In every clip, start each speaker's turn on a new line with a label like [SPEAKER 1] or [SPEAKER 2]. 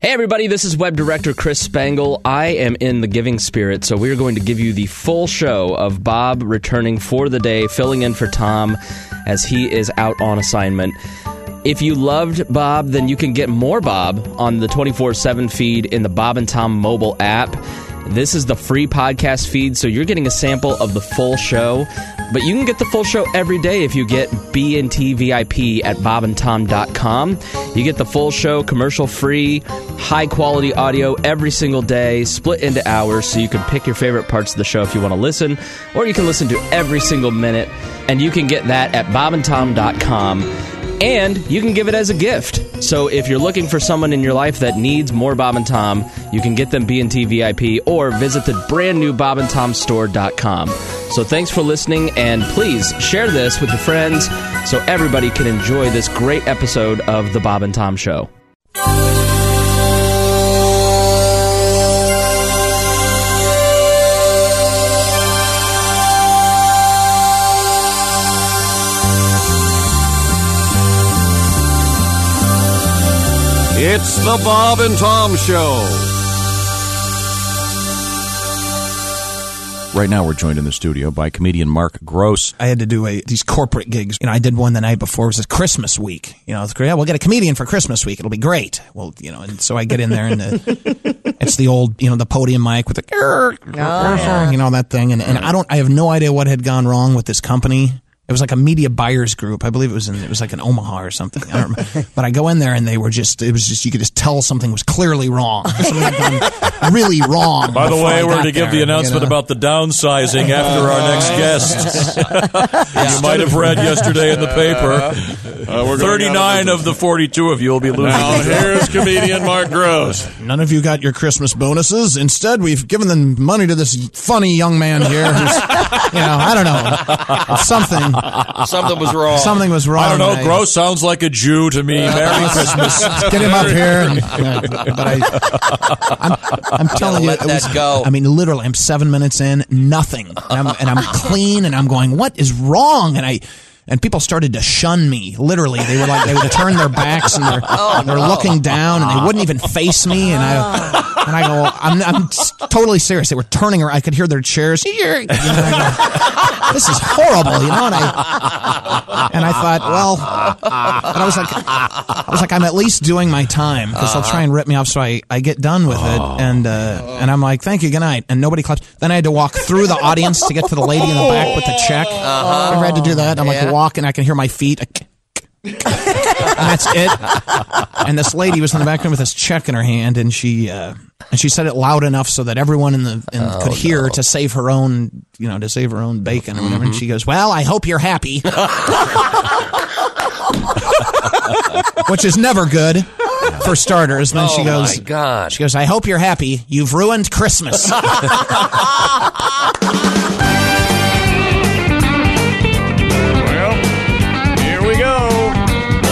[SPEAKER 1] Hey, everybody, this is web director Chris Spangle. I am in the giving spirit, so we are going to give you the full show of Bob returning for the day, filling in for Tom as he is out on assignment. If you loved Bob, then you can get more Bob on the 24 7 feed in the Bob and Tom mobile app. This is the free podcast feed, so you're getting a sample of the full show. But you can get the full show every day if you get BNT VIP at bobandtom.com. You get the full show commercial free, high quality audio every single day, split into hours, so you can pick your favorite parts of the show if you want to listen, or you can listen to every single minute. And you can get that at bobandtom.com. And you can give it as a gift. So if you're looking for someone in your life that needs more Bob and Tom, you can get them B&T VIP or visit the brand new bobandtomstore.com. So thanks for listening and please share this with your friends so everybody can enjoy this great episode of the Bob and Tom show.
[SPEAKER 2] It's the Bob and Tom Show. Right now, we're joined in the studio by comedian Mark Gross.
[SPEAKER 3] I had to do a, these corporate gigs. You know, I did one the night before. It was a Christmas week. You know, it's great. Yeah, we'll get a comedian for Christmas week. It'll be great. Well, you know, and so I get in there and the, it's the old, you know, the podium mic with the,
[SPEAKER 4] Oh. Uh-huh.
[SPEAKER 3] you know, that thing. And, and I don't, I have no idea what had gone wrong with this company. It was like a media buyers group. I believe it was in, it was like an Omaha or something. I don't remember. But I go in there and they were just, it was just, you could just tell something was clearly wrong. Something had gone really wrong.
[SPEAKER 5] By the
[SPEAKER 3] before I
[SPEAKER 5] way, we're
[SPEAKER 3] got
[SPEAKER 5] to give
[SPEAKER 3] there,
[SPEAKER 5] the announcement
[SPEAKER 3] you know.
[SPEAKER 5] about the downsizing after our next guest. you might have read yesterday in the paper.
[SPEAKER 4] Uh, we're going out
[SPEAKER 5] 39 of the 42 of you will be losing.
[SPEAKER 4] Now
[SPEAKER 5] their jobs.
[SPEAKER 4] here's comedian Mark Gross.
[SPEAKER 3] None of you got your Christmas bonuses. Instead, we've given the money to this funny young man here. Who's, you know, I don't know, something,
[SPEAKER 6] Something was wrong.
[SPEAKER 3] something was wrong.
[SPEAKER 5] I don't know.
[SPEAKER 3] and
[SPEAKER 5] Gross sounds like a Jew to me. Merry Christmas.
[SPEAKER 3] Get him up here. And, yeah, but I, I'm, I'm telling you,
[SPEAKER 6] let
[SPEAKER 3] it was-
[SPEAKER 6] that go.
[SPEAKER 3] I mean, literally, I'm seven minutes in, nothing, and I'm, and I'm clean, and I'm going, what is wrong? And I. And people started to shun me. Literally, they were like they would turn their backs and they're,
[SPEAKER 6] Oh,
[SPEAKER 3] they're looking down, and they wouldn't even face me. And
[SPEAKER 6] Ah.
[SPEAKER 3] I and I go, I'm, I'm s- totally serious. They were turning around. I could hear their chairs. You know, and I go, this is horrible, you know. And I and I thought, well, and I was like, I was like, I'm at least doing my time because they'll try and rip me off. So I, I get done with it, and uh, and I'm like, thank you, good night, and nobody claps. Then I had to walk through the audience to get to the lady in the back with the check. I had to do that. I'm like, walk, and I can hear my feet. a k- k- k- and that's it. And this lady was in the back room with this check in her hand, and she uh, and she said it loud enough so that everyone in the in,
[SPEAKER 6] Oh,
[SPEAKER 3] could hear to save her own, you know, to save her own bacon or whatever. And she goes, "Well, I hope you're happy." which is never good for starters. Then she goes,
[SPEAKER 6] Oh, my God.
[SPEAKER 3] she goes, I hope you're happy. You've ruined Christmas.
[SPEAKER 4] Well, here we go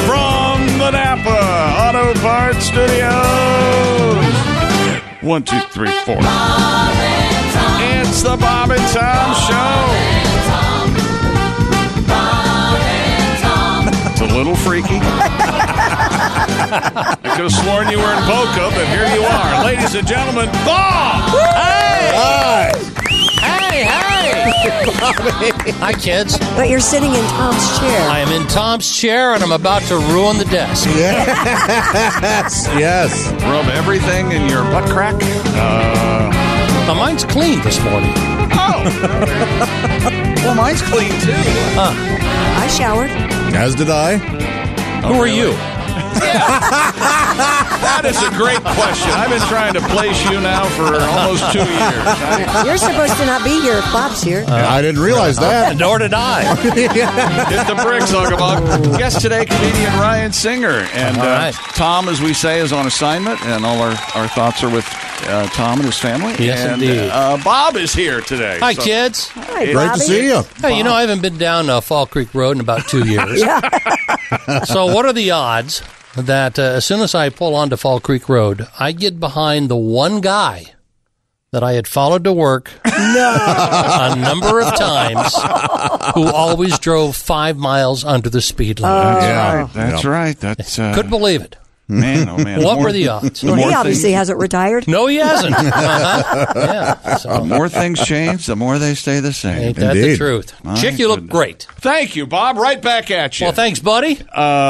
[SPEAKER 4] from the Napa Auto Parts Studios. One, two, three, four. It's the Bob and Tom Show. It's a little freaky. I could have sworn you were in Boca, but here you are, ladies and gentlemen. Bob. Hey.
[SPEAKER 6] Hey, hey! Hi, kids.
[SPEAKER 7] But you're sitting in Tom's chair.
[SPEAKER 6] I am in Tom's chair and I'm about to ruin the desk.
[SPEAKER 2] Yes.
[SPEAKER 4] Rub everything in your butt crack. Uh,
[SPEAKER 6] Now, mine's clean this morning.
[SPEAKER 4] well, mine's clean too.
[SPEAKER 7] I showered.
[SPEAKER 2] As did I.
[SPEAKER 6] Who are you?
[SPEAKER 4] That is a great question. I've been trying to place you now for almost two years. I-
[SPEAKER 7] You're supposed to not be here if Bob's here.
[SPEAKER 2] Uh, I didn't realize that.
[SPEAKER 6] Uh, Nor did I.
[SPEAKER 4] Hit the bricks, Uncle Guest today, comedian Ryan Singer. And
[SPEAKER 6] All right.
[SPEAKER 4] uh, Tom, as we say, is on assignment, and all our, our thoughts are with uh, Tom and his family.
[SPEAKER 6] Yes,
[SPEAKER 4] and,
[SPEAKER 6] indeed.
[SPEAKER 4] Uh, Bob is here today.
[SPEAKER 6] Hi,
[SPEAKER 4] so-
[SPEAKER 6] kids.
[SPEAKER 7] Hi,
[SPEAKER 2] Great to see you.
[SPEAKER 6] Hey, you know, I haven't been down uh, Fall Creek Road in about two years. so, what are the odds that uh, as soon as I pull onto Fall Creek Road, I get behind the one guy that I had followed to work a number of times who always drove five miles under the speed limit?
[SPEAKER 7] Oh,
[SPEAKER 4] That's right. That's right. That's, uh,
[SPEAKER 6] Couldn't believe it.
[SPEAKER 2] Man, oh man.
[SPEAKER 6] What
[SPEAKER 2] more-
[SPEAKER 6] were the odds?
[SPEAKER 2] the
[SPEAKER 7] Well,
[SPEAKER 2] more
[SPEAKER 7] he obviously
[SPEAKER 2] things-
[SPEAKER 7] hasn't retired.
[SPEAKER 6] No, he hasn't. Uh-huh. Yeah. So,
[SPEAKER 2] The more things change, the more they stay the same.
[SPEAKER 6] ain't that the
[SPEAKER 8] Indeed.
[SPEAKER 6] truth?
[SPEAKER 2] My
[SPEAKER 6] Chick, you look
[SPEAKER 2] goodness.
[SPEAKER 6] great.
[SPEAKER 4] Thank you, Bob. Right back at you.
[SPEAKER 6] Well, thanks, buddy.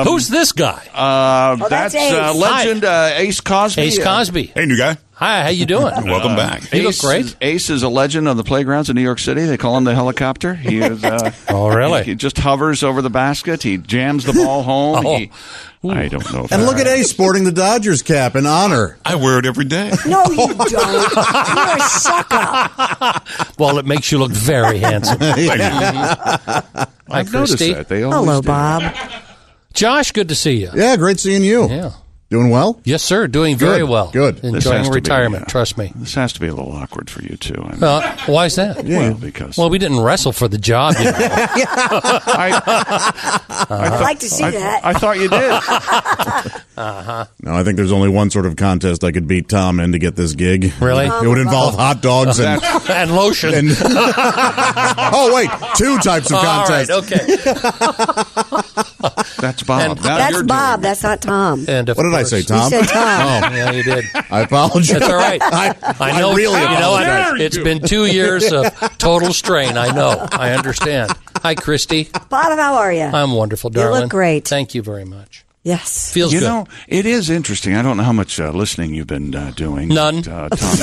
[SPEAKER 6] Who's this guy?
[SPEAKER 2] Um, Uh,
[SPEAKER 7] Oh, that's
[SPEAKER 2] uh,
[SPEAKER 7] Ace.
[SPEAKER 2] legend uh, Ace Cosby. Uh,
[SPEAKER 6] Ace Cosby.
[SPEAKER 8] Hey, new guy.
[SPEAKER 6] Hi, how you doing?
[SPEAKER 8] Welcome back.
[SPEAKER 6] You look
[SPEAKER 2] Ace Is,
[SPEAKER 6] Uh, great.
[SPEAKER 2] Ace is a legend on the playgrounds in New York City. They call him the helicopter. He is. Uh,
[SPEAKER 6] Oh, really?
[SPEAKER 2] He, he just hovers over the basket. He jams the ball home.
[SPEAKER 6] Oh.
[SPEAKER 2] He, I don't know. If
[SPEAKER 8] And
[SPEAKER 2] that-
[SPEAKER 8] look at
[SPEAKER 9] Hey, sporting the Dodgers cap in honor.
[SPEAKER 8] I wear it every day.
[SPEAKER 7] No, you don't. You're a sucker.
[SPEAKER 6] Well, it makes you look very handsome. Hi,
[SPEAKER 2] I've noticed
[SPEAKER 6] Christy.
[SPEAKER 2] that. They always
[SPEAKER 7] Hello,
[SPEAKER 2] do.
[SPEAKER 7] Bob.
[SPEAKER 6] Josh, good to see you.
[SPEAKER 9] Yeah, great seeing you.
[SPEAKER 6] Yeah.
[SPEAKER 9] Doing well?
[SPEAKER 6] Yes, sir. Doing very
[SPEAKER 9] Good,
[SPEAKER 6] well.
[SPEAKER 9] good. This
[SPEAKER 2] has
[SPEAKER 6] Enjoying
[SPEAKER 2] to be,
[SPEAKER 6] retirement.
[SPEAKER 2] yeah.
[SPEAKER 6] Trust me.
[SPEAKER 2] This has to be a little awkward for you too. I mean,
[SPEAKER 6] Uh, why is that?
[SPEAKER 2] well, because
[SPEAKER 6] Well, we didn't wrestle for the job. You know.
[SPEAKER 2] I,
[SPEAKER 7] I'd like to see that.
[SPEAKER 2] I thought you did.
[SPEAKER 6] Uh-huh.
[SPEAKER 9] No, I think there's only one sort of contest I could beat Tom in to get this gig.
[SPEAKER 6] Really?
[SPEAKER 9] It would involve hot dogs and.
[SPEAKER 6] and lotion.
[SPEAKER 9] and oh, wait, two types of
[SPEAKER 6] All right.
[SPEAKER 9] contests.
[SPEAKER 6] Okay.
[SPEAKER 2] That's Bob. Now
[SPEAKER 7] That's
[SPEAKER 2] you're doing
[SPEAKER 7] Bob.
[SPEAKER 2] it.
[SPEAKER 7] That's not Tom.
[SPEAKER 6] And of
[SPEAKER 9] What did I
[SPEAKER 6] course-
[SPEAKER 9] say,
[SPEAKER 7] You
[SPEAKER 9] Tom?
[SPEAKER 7] said Tom.
[SPEAKER 6] Oh, yeah, you did.
[SPEAKER 9] I apologize.
[SPEAKER 6] That's all right.
[SPEAKER 9] I, I
[SPEAKER 6] know.
[SPEAKER 9] really
[SPEAKER 6] you know,
[SPEAKER 9] apologize.
[SPEAKER 6] I, it's been two years of total strain. I know. I understand. Hi, Christy.
[SPEAKER 7] Bob, how are you?
[SPEAKER 6] I'm wonderful,
[SPEAKER 7] You look
[SPEAKER 6] darling.
[SPEAKER 7] great.
[SPEAKER 6] Thank you very much.
[SPEAKER 7] yes.
[SPEAKER 6] Feels
[SPEAKER 2] You
[SPEAKER 6] good.
[SPEAKER 2] know, it is interesting. I don't know how much uh, listening you've been uh, doing.
[SPEAKER 6] None.
[SPEAKER 2] but, Uh, Tom,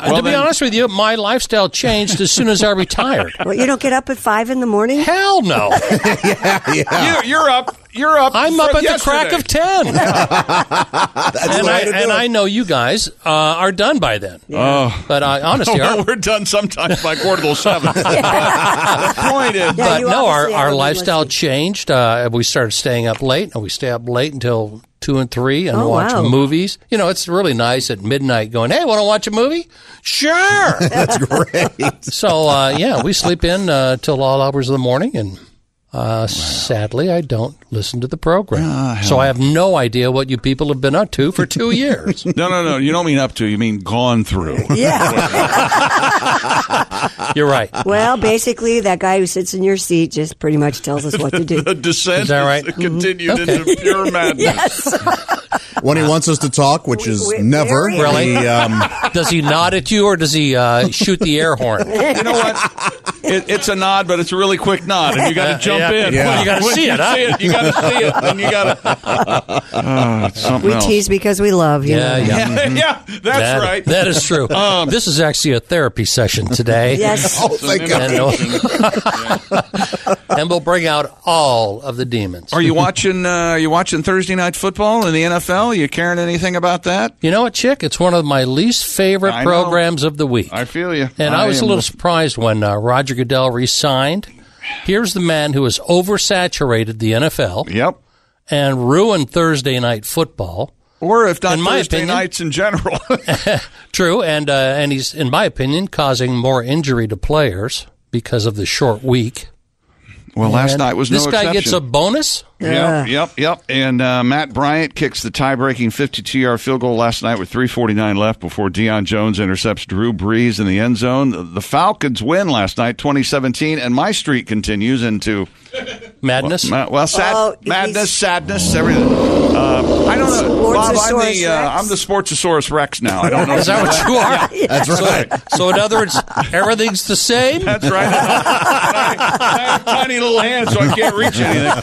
[SPEAKER 6] Uh, to be
[SPEAKER 2] then-
[SPEAKER 6] honest with you, my lifestyle changed as soon as I retired.
[SPEAKER 7] Well, you don't get up at five in the morning.
[SPEAKER 6] Hell no.
[SPEAKER 4] You, you're up. You're up.
[SPEAKER 6] I'm
[SPEAKER 4] from
[SPEAKER 6] up at the
[SPEAKER 4] yesterday.
[SPEAKER 6] crack of 10. and
[SPEAKER 9] the way
[SPEAKER 6] I,
[SPEAKER 9] to do
[SPEAKER 6] and
[SPEAKER 9] it.
[SPEAKER 6] I know you guys uh, are done by then.
[SPEAKER 2] Oh.
[SPEAKER 6] But I honestly,
[SPEAKER 4] Well,
[SPEAKER 6] our,
[SPEAKER 4] we're done sometimes by quarter to seven. The point
[SPEAKER 7] Yeah,
[SPEAKER 4] is,
[SPEAKER 6] but
[SPEAKER 7] you
[SPEAKER 6] no, our,
[SPEAKER 7] obviously
[SPEAKER 6] our
[SPEAKER 7] haven't been
[SPEAKER 6] lifestyle
[SPEAKER 7] listening.
[SPEAKER 6] changed. Uh, we started staying up late, and we stay up late until two and three and
[SPEAKER 7] Oh,
[SPEAKER 6] watch
[SPEAKER 7] wow.
[SPEAKER 6] movies. You know, it's really nice at midnight going, hey, want to watch a movie? Sure.
[SPEAKER 9] That's great.
[SPEAKER 6] so, uh, yeah, we sleep in uh, till all hours of the morning, and uh, sadly, I don't listen to the program.
[SPEAKER 9] Ah,
[SPEAKER 6] so I have no idea what you people have been up to for two years.
[SPEAKER 2] no, no, no. You don't mean up to. You mean gone through.
[SPEAKER 7] Yeah.
[SPEAKER 6] You're right.
[SPEAKER 7] well, basically, that guy who sits in your seat just pretty much tells us what to do.
[SPEAKER 4] the descent
[SPEAKER 6] Is that right? Mm-hmm.
[SPEAKER 4] continued
[SPEAKER 6] Okay.
[SPEAKER 4] into pure madness.
[SPEAKER 7] yes.
[SPEAKER 9] When he wants us to talk, which
[SPEAKER 7] We-
[SPEAKER 9] is
[SPEAKER 7] we-
[SPEAKER 9] never.
[SPEAKER 7] Really?
[SPEAKER 9] he, um,
[SPEAKER 6] Does he nod at you, or does he uh, shoot the air horn?
[SPEAKER 2] You know what? It, it's a nod, but it's a really quick nod, and you got to jump
[SPEAKER 6] yeah.
[SPEAKER 2] in.
[SPEAKER 9] Yeah.
[SPEAKER 2] When
[SPEAKER 6] You gotta
[SPEAKER 2] when
[SPEAKER 6] see
[SPEAKER 2] you
[SPEAKER 6] it, huh?
[SPEAKER 2] it, You got to see it, and you got to. Ah, something
[SPEAKER 7] We
[SPEAKER 2] else. Mm-hmm.
[SPEAKER 7] tease because we love you.
[SPEAKER 6] Yeah,
[SPEAKER 7] know.
[SPEAKER 6] yeah.
[SPEAKER 4] Yeah, yeah, that's
[SPEAKER 6] That-
[SPEAKER 4] right.
[SPEAKER 6] That is true.
[SPEAKER 2] Um,
[SPEAKER 6] this is actually a therapy session today.
[SPEAKER 7] Yes.
[SPEAKER 9] oh, thank
[SPEAKER 6] And,
[SPEAKER 9] God.
[SPEAKER 6] we'll, and we'll bring out all of the demons.
[SPEAKER 2] Are you watching? Uh, are you watching Thursday night football in the NFL? You caring anything about that?
[SPEAKER 6] You know what, Chick? It's one of my least favorite
[SPEAKER 2] I know.
[SPEAKER 6] programs of the week.
[SPEAKER 2] I feel you.
[SPEAKER 6] and I, was a
[SPEAKER 2] am-
[SPEAKER 6] little surprised when uh, Roger Goodell re-signed. Here's the man who has oversaturated the NFL
[SPEAKER 2] Yep.
[SPEAKER 6] and ruined Thursday night football.
[SPEAKER 2] Or if not
[SPEAKER 6] In my
[SPEAKER 2] Thursday
[SPEAKER 6] opinion-
[SPEAKER 2] nights in general.
[SPEAKER 6] True, and uh, and he's, in my opinion, causing more injury to players because of the short week.
[SPEAKER 2] well, last
[SPEAKER 6] And
[SPEAKER 2] night was
[SPEAKER 6] this
[SPEAKER 2] no
[SPEAKER 6] guy
[SPEAKER 2] exception.
[SPEAKER 6] gets a bonus.
[SPEAKER 2] Yep,
[SPEAKER 7] Yeah.
[SPEAKER 2] yep, yep. And uh, Matt Bryant kicks the tie-breaking 52-yard field goal last night with 3:49 left before Deion Jones intercepts Drew Brees in the end zone. The Falcons win last night, 2017, and my streak continues into
[SPEAKER 6] Madness.
[SPEAKER 2] ma- well, sad,
[SPEAKER 7] Oh, he's-
[SPEAKER 2] madness, sadness, everything. Uh, I don't know, Bob. I'm the
[SPEAKER 7] Sportsosaurus
[SPEAKER 2] uh,
[SPEAKER 7] Rex.
[SPEAKER 2] I'm the Sportsosaurus Rex now. I don't know.
[SPEAKER 6] Is that what you are?
[SPEAKER 9] That's right.
[SPEAKER 6] So, in other words, everything's the same.
[SPEAKER 2] That's right. I have tiny little hands, so I can't reach anything.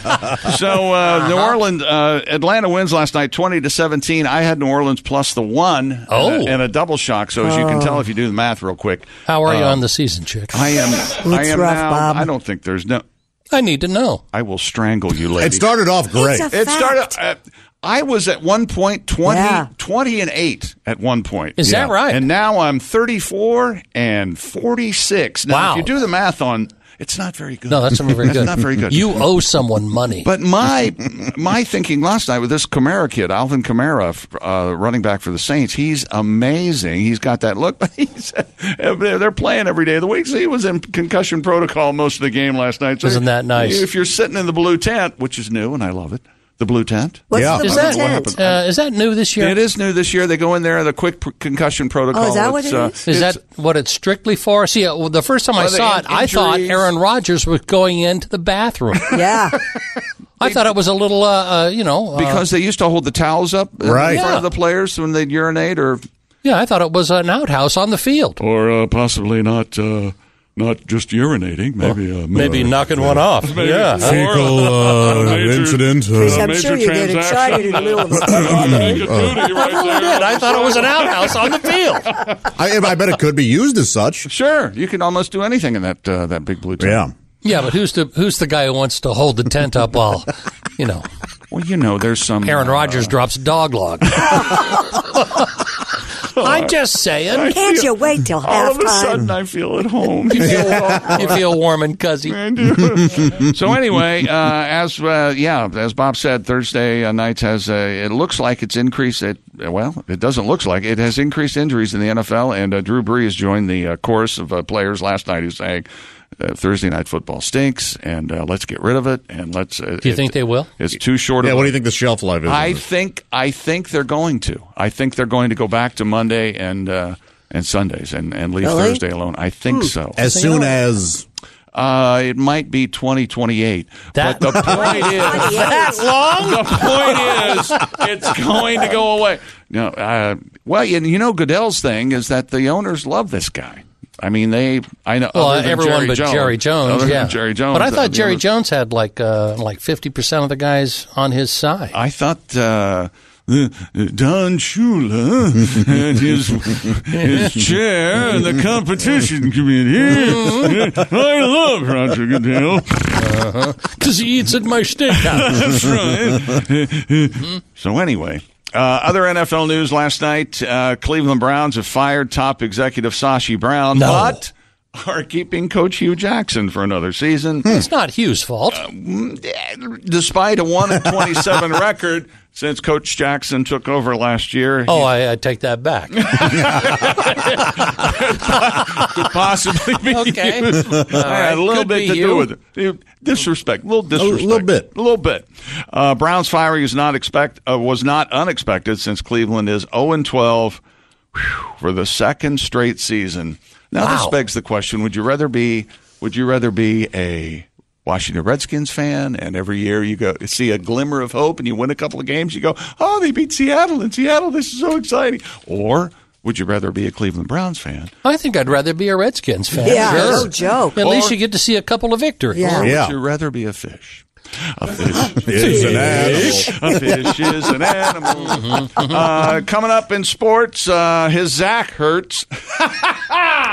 [SPEAKER 2] So
[SPEAKER 6] Uh-huh.
[SPEAKER 2] uh, New Orleans, uh, Atlanta wins last night, twenty to seventeen. I had New Orleans plus the one, and a-
[SPEAKER 6] Oh.
[SPEAKER 2] and a, double shock. So as you
[SPEAKER 7] Oh.
[SPEAKER 2] can tell, if you do the math real quick, uh,
[SPEAKER 6] How are you on the season, chick?
[SPEAKER 2] I am. I
[SPEAKER 7] It's
[SPEAKER 2] am
[SPEAKER 7] rough,
[SPEAKER 2] now.
[SPEAKER 7] Bob.
[SPEAKER 2] I don't think there's no.
[SPEAKER 6] I need to know.
[SPEAKER 2] I will strangle you, lady.
[SPEAKER 9] It started off great.
[SPEAKER 7] It's a
[SPEAKER 2] It started.
[SPEAKER 7] fact.
[SPEAKER 2] Uh, I was at one point 20,
[SPEAKER 7] Yeah.
[SPEAKER 2] 20 and eight at one point.
[SPEAKER 6] Is that right?
[SPEAKER 2] And now I'm thirty four and forty six. Now,
[SPEAKER 6] Wow.
[SPEAKER 2] if you do the math on, it's not very good.
[SPEAKER 6] No, that's not very
[SPEAKER 2] That's
[SPEAKER 6] good.
[SPEAKER 2] not very good.
[SPEAKER 6] You owe someone money.
[SPEAKER 2] But my my thinking last night with this Kamara kid, Alvin Kamara, uh, running back for the Saints, he's amazing. He's got that look, but he's they're playing every day of the week. So he was in concussion protocol most of the game last night. So
[SPEAKER 6] Isn't that nice?
[SPEAKER 2] If you're sitting in the blue tent, which is new and I love it, the blue tent.
[SPEAKER 7] What's
[SPEAKER 9] Yeah.
[SPEAKER 7] the
[SPEAKER 6] is
[SPEAKER 7] little
[SPEAKER 6] that
[SPEAKER 7] tent?
[SPEAKER 6] uh, is that new this year?
[SPEAKER 2] It is new this year. They go in there the quick pr- concussion protocol.
[SPEAKER 7] Oh, is that what
[SPEAKER 2] It's,
[SPEAKER 7] it
[SPEAKER 2] uh,
[SPEAKER 7] is?
[SPEAKER 6] Is
[SPEAKER 2] it's-
[SPEAKER 6] that what it's strictly for? See, uh, well, the first time I
[SPEAKER 2] Are they
[SPEAKER 6] saw it,
[SPEAKER 2] in-
[SPEAKER 6] I thought
[SPEAKER 2] injuries?
[SPEAKER 6] Aaron Rodgers was going into the bathroom.
[SPEAKER 7] Yeah.
[SPEAKER 6] I thought it was a little, uh, uh, you know, uh,
[SPEAKER 2] because they used to hold the towels up in
[SPEAKER 9] Right.
[SPEAKER 2] front
[SPEAKER 6] Yeah.
[SPEAKER 2] of the players when they'd urinate, or
[SPEAKER 6] yeah, I thought it was an outhouse on the field.
[SPEAKER 4] or uh, possibly not uh, not just urinating. Maybe uh,
[SPEAKER 5] Maybe knocking one off.
[SPEAKER 2] Uh-huh.
[SPEAKER 5] Yeah.
[SPEAKER 9] Fecal
[SPEAKER 4] Or
[SPEAKER 9] uh,
[SPEAKER 4] a major-
[SPEAKER 9] incident.
[SPEAKER 4] Because
[SPEAKER 9] Uh,
[SPEAKER 7] I'm sure you get
[SPEAKER 4] transaction.
[SPEAKER 7] excited in the middle of a
[SPEAKER 6] I thought it was an outhouse on the field.
[SPEAKER 9] I, I bet it could be used as such.
[SPEAKER 2] sure, you can almost do anything in that uh, that big blue tent.
[SPEAKER 9] Yeah.
[SPEAKER 6] Yeah, but who's the who's the guy who wants to hold the tent up while, you know,
[SPEAKER 2] Well, you know, there's some
[SPEAKER 6] Aaron
[SPEAKER 2] uh,
[SPEAKER 6] Rodgers drops dog log? I'm just saying.
[SPEAKER 7] Can't you wait till
[SPEAKER 2] All of a
[SPEAKER 7] halftime?
[SPEAKER 2] sudden, I feel at home.
[SPEAKER 6] You feel warm and cozy.
[SPEAKER 2] so anyway, uh, as uh, yeah, as Bob said, Thursday uh, nights has a. It looks like it's increased. It well, it doesn't look like it has increased injuries in the NFL. And uh, Drew Brees joined the uh, chorus of uh, players last night who sang. Uh, Thursday night football stinks, and uh, let's get rid of it. And let's. Uh,
[SPEAKER 6] Do you think they will?
[SPEAKER 2] It's too short.
[SPEAKER 9] Yeah.
[SPEAKER 2] of
[SPEAKER 9] What do you think the shelf life is?
[SPEAKER 2] I think I think they're going to. I think they're going to go back to Monday and uh, and Sundays and, and leave
[SPEAKER 7] Really?
[SPEAKER 2] Thursday alone. I think so.
[SPEAKER 9] as soon as
[SPEAKER 2] Uh, it might be twenty twenty eight.
[SPEAKER 6] That-
[SPEAKER 2] But the point is
[SPEAKER 7] Yes.
[SPEAKER 2] the point is it's going to go away. No, uh, well, and you know Goodell's thing is that the owners love this guy. I mean, they. I know.
[SPEAKER 6] Well,
[SPEAKER 2] other than
[SPEAKER 6] everyone
[SPEAKER 2] Jerry
[SPEAKER 6] but
[SPEAKER 2] Jones,
[SPEAKER 6] Jerry Jones.
[SPEAKER 2] Other
[SPEAKER 6] yeah,
[SPEAKER 2] than Jerry Jones.
[SPEAKER 6] But I
[SPEAKER 2] uh,
[SPEAKER 6] thought
[SPEAKER 2] the
[SPEAKER 6] Jerry
[SPEAKER 2] owners-
[SPEAKER 6] Jones had like uh, like fifty percent of the guys on his side.
[SPEAKER 2] I thought uh, uh, Don Shula uh, and his, his chair in the competition committee. Uh, I love Roger Goodell.
[SPEAKER 6] Because Uh-huh. he eats at my steakhouse. Hmm?
[SPEAKER 2] That's right. so anyway. Uh, other NFL news last night: uh, Cleveland Browns have fired top executive Sashi Brown,
[SPEAKER 6] No.
[SPEAKER 2] but are keeping Coach Hugh Jackson for another season.
[SPEAKER 6] it's not Hugh's fault.
[SPEAKER 2] mm, Despite a one and twenty-seven record since Coach Jackson took over last year,
[SPEAKER 6] oh, I, I take that back.
[SPEAKER 2] could possibly be
[SPEAKER 6] Okay.
[SPEAKER 2] used. Had a little
[SPEAKER 6] Could
[SPEAKER 2] bit
[SPEAKER 6] be
[SPEAKER 2] to
[SPEAKER 6] you.
[SPEAKER 2] do with it. Disrespect, little disrespect,
[SPEAKER 9] little bit.
[SPEAKER 2] a little bit. Uh, Brown's firing is not expect uh, was not unexpected since Cleveland is zero and twelve for the second straight season. Now this
[SPEAKER 6] Wow.
[SPEAKER 2] begs the question: Would you rather be Would you rather be a Washington Redskins fan, and every year you go see a glimmer of hope, and you win a couple of games. You go, oh, they beat Seattle in Seattle. This is so exciting. Or would you rather be a Cleveland Browns fan
[SPEAKER 6] I think I'd rather be a Redskins fan.
[SPEAKER 7] Yeah,
[SPEAKER 6] Sure.
[SPEAKER 7] no joke.
[SPEAKER 6] At least
[SPEAKER 2] Or-
[SPEAKER 6] you get to see a couple of victories.
[SPEAKER 7] Yeah.
[SPEAKER 2] Or
[SPEAKER 9] Yeah.
[SPEAKER 2] Oh, Would you rather be a fish? A fish.
[SPEAKER 9] it's an animal.
[SPEAKER 2] a fish is an animal.
[SPEAKER 6] Mm-hmm.
[SPEAKER 2] Uh, coming up in sports, uh, his Zach Hurts.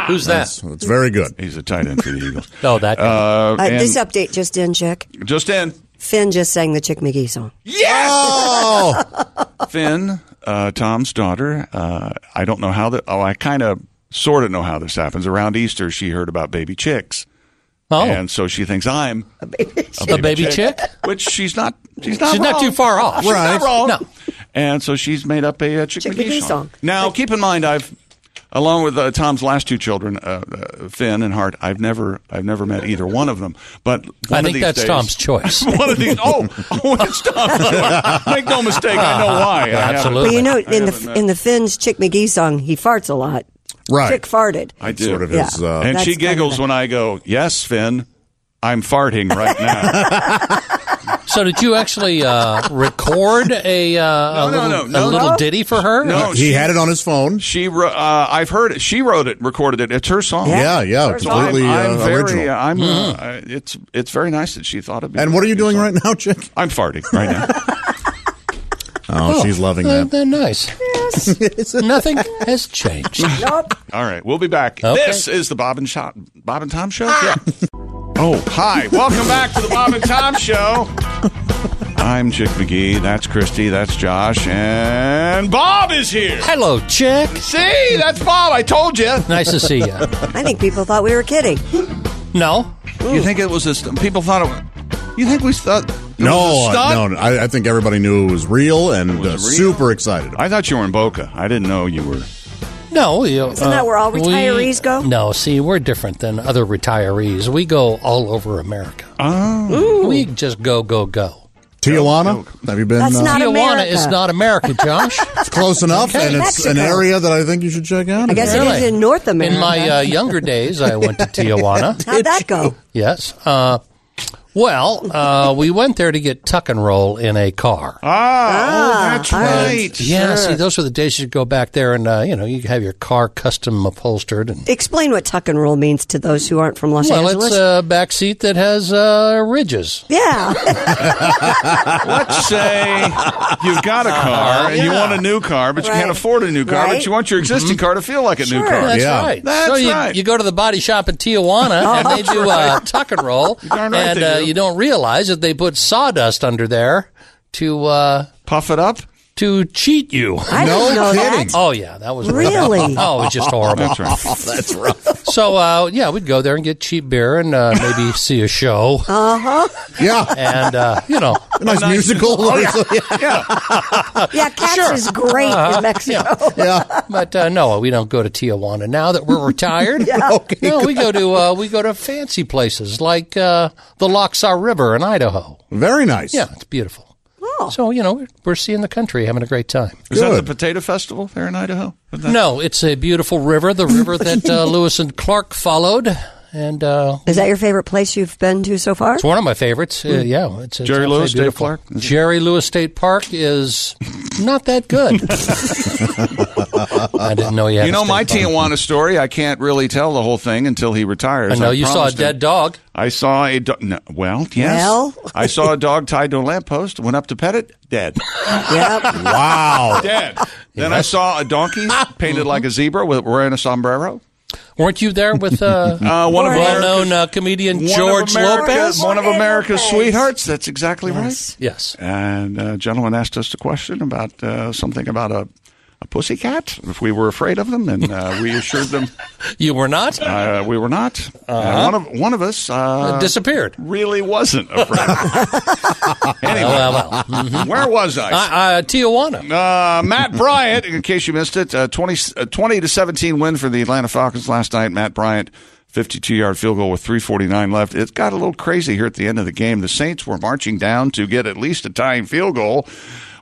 [SPEAKER 6] Who's that?
[SPEAKER 9] It's very good.
[SPEAKER 2] He's a tight end for the Eagles.
[SPEAKER 6] No, Oh, that. guy.
[SPEAKER 2] Uh,
[SPEAKER 7] Uh, this
[SPEAKER 2] and
[SPEAKER 7] update just in, check.
[SPEAKER 2] just in.
[SPEAKER 7] Finn just sang the Chick McGee song.
[SPEAKER 2] Yes!
[SPEAKER 9] Oh,
[SPEAKER 2] Finn, uh, Tom's daughter. Uh, I don't know how that. Oh, I kind of, sort of know how this happens. Around Easter, she heard about baby chicks,
[SPEAKER 6] oh,
[SPEAKER 2] and so she thinks I'm a baby,
[SPEAKER 6] a baby chick.
[SPEAKER 2] which she's not. She's not.
[SPEAKER 6] She's not
[SPEAKER 2] wrong.
[SPEAKER 6] too far off.
[SPEAKER 2] She's not
[SPEAKER 9] Right.
[SPEAKER 2] wrong.
[SPEAKER 6] No.
[SPEAKER 2] And so she's made up a, uh Chick,
[SPEAKER 7] Chick
[SPEAKER 2] McGee
[SPEAKER 7] McGee
[SPEAKER 2] song.
[SPEAKER 7] song.
[SPEAKER 2] Now, keep in mind, I've along with uh, Tom's last two children, uh, uh, Finn and Hart. I've never, I've never met either one of them. But one
[SPEAKER 6] I
[SPEAKER 2] of
[SPEAKER 6] think
[SPEAKER 2] these
[SPEAKER 6] that's
[SPEAKER 2] days-
[SPEAKER 6] Tom's choice.
[SPEAKER 2] one of these. Oh, oh, it's Tom's choice. Make no mistake, I know why. I haven't-
[SPEAKER 6] Absolutely.
[SPEAKER 7] Well, you know, in
[SPEAKER 2] haven't
[SPEAKER 7] the
[SPEAKER 2] met-
[SPEAKER 7] in the Finn's Chick McGee song, he farts a lot.
[SPEAKER 9] Right.
[SPEAKER 7] Chick farted.
[SPEAKER 2] I do.
[SPEAKER 9] sort of
[SPEAKER 7] Yeah.
[SPEAKER 9] his. Uh,
[SPEAKER 2] and
[SPEAKER 7] That's
[SPEAKER 2] she
[SPEAKER 7] kind of
[SPEAKER 2] giggles
[SPEAKER 7] the-
[SPEAKER 2] when I go, "Yes, Finn, I'm farting right now."
[SPEAKER 6] So did you actually uh, record a, uh,
[SPEAKER 2] No,
[SPEAKER 6] a
[SPEAKER 2] no,
[SPEAKER 6] little,
[SPEAKER 2] no, no,
[SPEAKER 6] a little
[SPEAKER 2] no.
[SPEAKER 6] ditty for her?
[SPEAKER 2] No,
[SPEAKER 9] he
[SPEAKER 2] she-
[SPEAKER 9] had it on his phone.
[SPEAKER 2] She, wro- uh, I've heard it. She wrote it, recorded it. It's her song.
[SPEAKER 9] Yeah, yeah,
[SPEAKER 7] Sure.
[SPEAKER 9] completely
[SPEAKER 2] I'm, I'm
[SPEAKER 9] uh,
[SPEAKER 2] very,
[SPEAKER 9] original. Hmm.
[SPEAKER 2] uh, I'm, uh, I- it's it's very nice that she thought of me.
[SPEAKER 9] and what are you doing right now, chick?
[SPEAKER 2] I'm farting right now.
[SPEAKER 9] Oh, she's loving
[SPEAKER 6] Isn't
[SPEAKER 9] that.
[SPEAKER 6] that nice? Nothing has changed.
[SPEAKER 7] Nope.
[SPEAKER 2] All right, we'll be back.
[SPEAKER 6] Okay.
[SPEAKER 2] This is the Bob and Shop, Bob and Tom Show.
[SPEAKER 9] Ah.
[SPEAKER 2] Yeah. Oh, hi! Welcome back to the Bob and Tom Show. I'm Chick McGee. That's Christy. That's Josh. And Bob is here.
[SPEAKER 6] Hello, chick.
[SPEAKER 2] See, that's Bob. I told you.
[SPEAKER 6] Nice to see you.
[SPEAKER 7] I think people thought we were kidding.
[SPEAKER 6] No,
[SPEAKER 2] You think it was a st- people thought it? Was, you think we thought? it was
[SPEAKER 9] No,
[SPEAKER 2] a stunt?
[SPEAKER 9] uh, no, I, I think everybody knew it was real and uh,
[SPEAKER 2] was real.
[SPEAKER 9] super excited.
[SPEAKER 2] I thought you were in Boca. I didn't know you were.
[SPEAKER 6] no. You, Isn't
[SPEAKER 7] that where all retirees go?
[SPEAKER 6] No, see, we're different than other retirees. We go all over America.
[SPEAKER 2] Ah.
[SPEAKER 6] Oh. We just go, go, go.
[SPEAKER 9] Tijuana, have you been? uh,
[SPEAKER 7] That's not
[SPEAKER 6] Tijuana
[SPEAKER 7] America.
[SPEAKER 6] is not America, Josh.
[SPEAKER 9] it's close enough, and it's an
[SPEAKER 7] Mexico.
[SPEAKER 9] area that I think you should check out.
[SPEAKER 7] I guess
[SPEAKER 6] Really? uh,
[SPEAKER 7] it is in North America.
[SPEAKER 6] In my uh, younger days, I went to Tijuana.
[SPEAKER 7] How'd that go?
[SPEAKER 6] Yes. Uh, Well, uh, we went there to get tuck and roll in a car.
[SPEAKER 2] Ah, oh, that's right.
[SPEAKER 6] Yeah, see, those were the days you go back there and, uh, you know, you have your car custom upholstered. And,
[SPEAKER 7] Explain what tuck and roll means to those who aren't from Los
[SPEAKER 6] well,
[SPEAKER 7] Angeles.
[SPEAKER 6] it's a back seat that has uh, ridges.
[SPEAKER 7] yeah.
[SPEAKER 2] Let's say you've got a car and you want a new car, but you can't
[SPEAKER 7] Uh-huh. Right.
[SPEAKER 2] afford a new car, but
[SPEAKER 7] Right. Mm-hmm.
[SPEAKER 2] you want your existing car to feel like a new
[SPEAKER 7] Sure.
[SPEAKER 2] car.
[SPEAKER 6] That's
[SPEAKER 9] Yeah.
[SPEAKER 6] right.
[SPEAKER 2] That's
[SPEAKER 6] so you,
[SPEAKER 2] right.
[SPEAKER 6] you go to the body shop in Tijuana and they do uh, tuck and roll,
[SPEAKER 2] darn right
[SPEAKER 6] and
[SPEAKER 2] they
[SPEAKER 6] uh,
[SPEAKER 2] do.
[SPEAKER 6] you don't realize that they put sawdust under there to uh,
[SPEAKER 2] Puff it up.
[SPEAKER 6] to cheat you.
[SPEAKER 7] I didn't know that.
[SPEAKER 6] Oh yeah, that was
[SPEAKER 7] Really?
[SPEAKER 6] oh, it was just horrible.
[SPEAKER 2] That's right.
[SPEAKER 6] So uh, yeah, we'd go there and get cheap beer and uh, maybe see a show
[SPEAKER 2] Uh-huh.
[SPEAKER 9] Yeah.
[SPEAKER 6] and uh, you know
[SPEAKER 9] A nice musical. Oh, yeah.
[SPEAKER 7] Yeah, Cats is great
[SPEAKER 6] Uh-huh.
[SPEAKER 7] in Mexico.
[SPEAKER 6] But uh, no, we don't go to Tijuana now that we're retired. no, we go to uh, we go to fancy places like uh, the Loxar River Oh. in Idaho.
[SPEAKER 9] Very nice.
[SPEAKER 6] Yeah, it's beautiful. So you know we're seeing the country, having a great time.
[SPEAKER 2] Is that the
[SPEAKER 9] Good.
[SPEAKER 2] potato festival there in Idaho? Isn't that-
[SPEAKER 6] No, it's a beautiful river, the river that uh, Lewis and Clark followed, and uh,
[SPEAKER 7] Is that your favorite place you've been to so far?
[SPEAKER 6] it's one of my favorites. Uh, yeah, it's, it's
[SPEAKER 2] Jerry
[SPEAKER 6] actually
[SPEAKER 2] Lewis, Dave
[SPEAKER 6] beautiful.
[SPEAKER 2] Clark? Is it-
[SPEAKER 6] Jerry Lewis State Park is not that good. I didn't know you. Had
[SPEAKER 2] You
[SPEAKER 6] a
[SPEAKER 2] know
[SPEAKER 6] state
[SPEAKER 2] my
[SPEAKER 6] park.
[SPEAKER 2] Tijuana story. I can't really tell the whole thing until he retires.
[SPEAKER 6] I know you saw a
[SPEAKER 2] promised him.
[SPEAKER 6] dead dog.
[SPEAKER 2] I saw a do- no, well, yes.
[SPEAKER 7] Well?
[SPEAKER 2] I saw a dog tied to a lamppost. Went up to pet it, dead,
[SPEAKER 7] Yep.
[SPEAKER 9] Wow.
[SPEAKER 2] dead. Then I saw a donkey painted like a zebra with wearing a sombrero.
[SPEAKER 6] Weren't you there with uh,
[SPEAKER 2] Uh, one of
[SPEAKER 7] Well,
[SPEAKER 2] America's,
[SPEAKER 6] well-known uh, comedian
[SPEAKER 2] one
[SPEAKER 6] George
[SPEAKER 2] of America's,
[SPEAKER 6] Lopez?
[SPEAKER 2] one of
[SPEAKER 7] Jorge
[SPEAKER 2] America's
[SPEAKER 7] Lopez.
[SPEAKER 2] sweethearts. That's exactly right.
[SPEAKER 6] Yes.
[SPEAKER 2] And uh, a gentleman asked us a question about uh, something about a. A pussy cat. If we were afraid of them, and uh, we assured them
[SPEAKER 6] You were not? Uh-huh.
[SPEAKER 2] uh, we were not. Uh, one of one of us uh,
[SPEAKER 6] Disappeared.
[SPEAKER 2] really wasn't afraid. anyway,
[SPEAKER 6] Well, well, well.
[SPEAKER 2] Mm-hmm. where was I?
[SPEAKER 6] I, I, Tijuana.
[SPEAKER 2] Uh, Matt Bryant, in case you missed it, uh, 20, uh, 20 to 17 win for the Atlanta Falcons last night. Matt Bryant, 52 yard field goal with 3.49 left. It got a little crazy here at the end of the game. The Saints were marching down to get at least a tying field goal.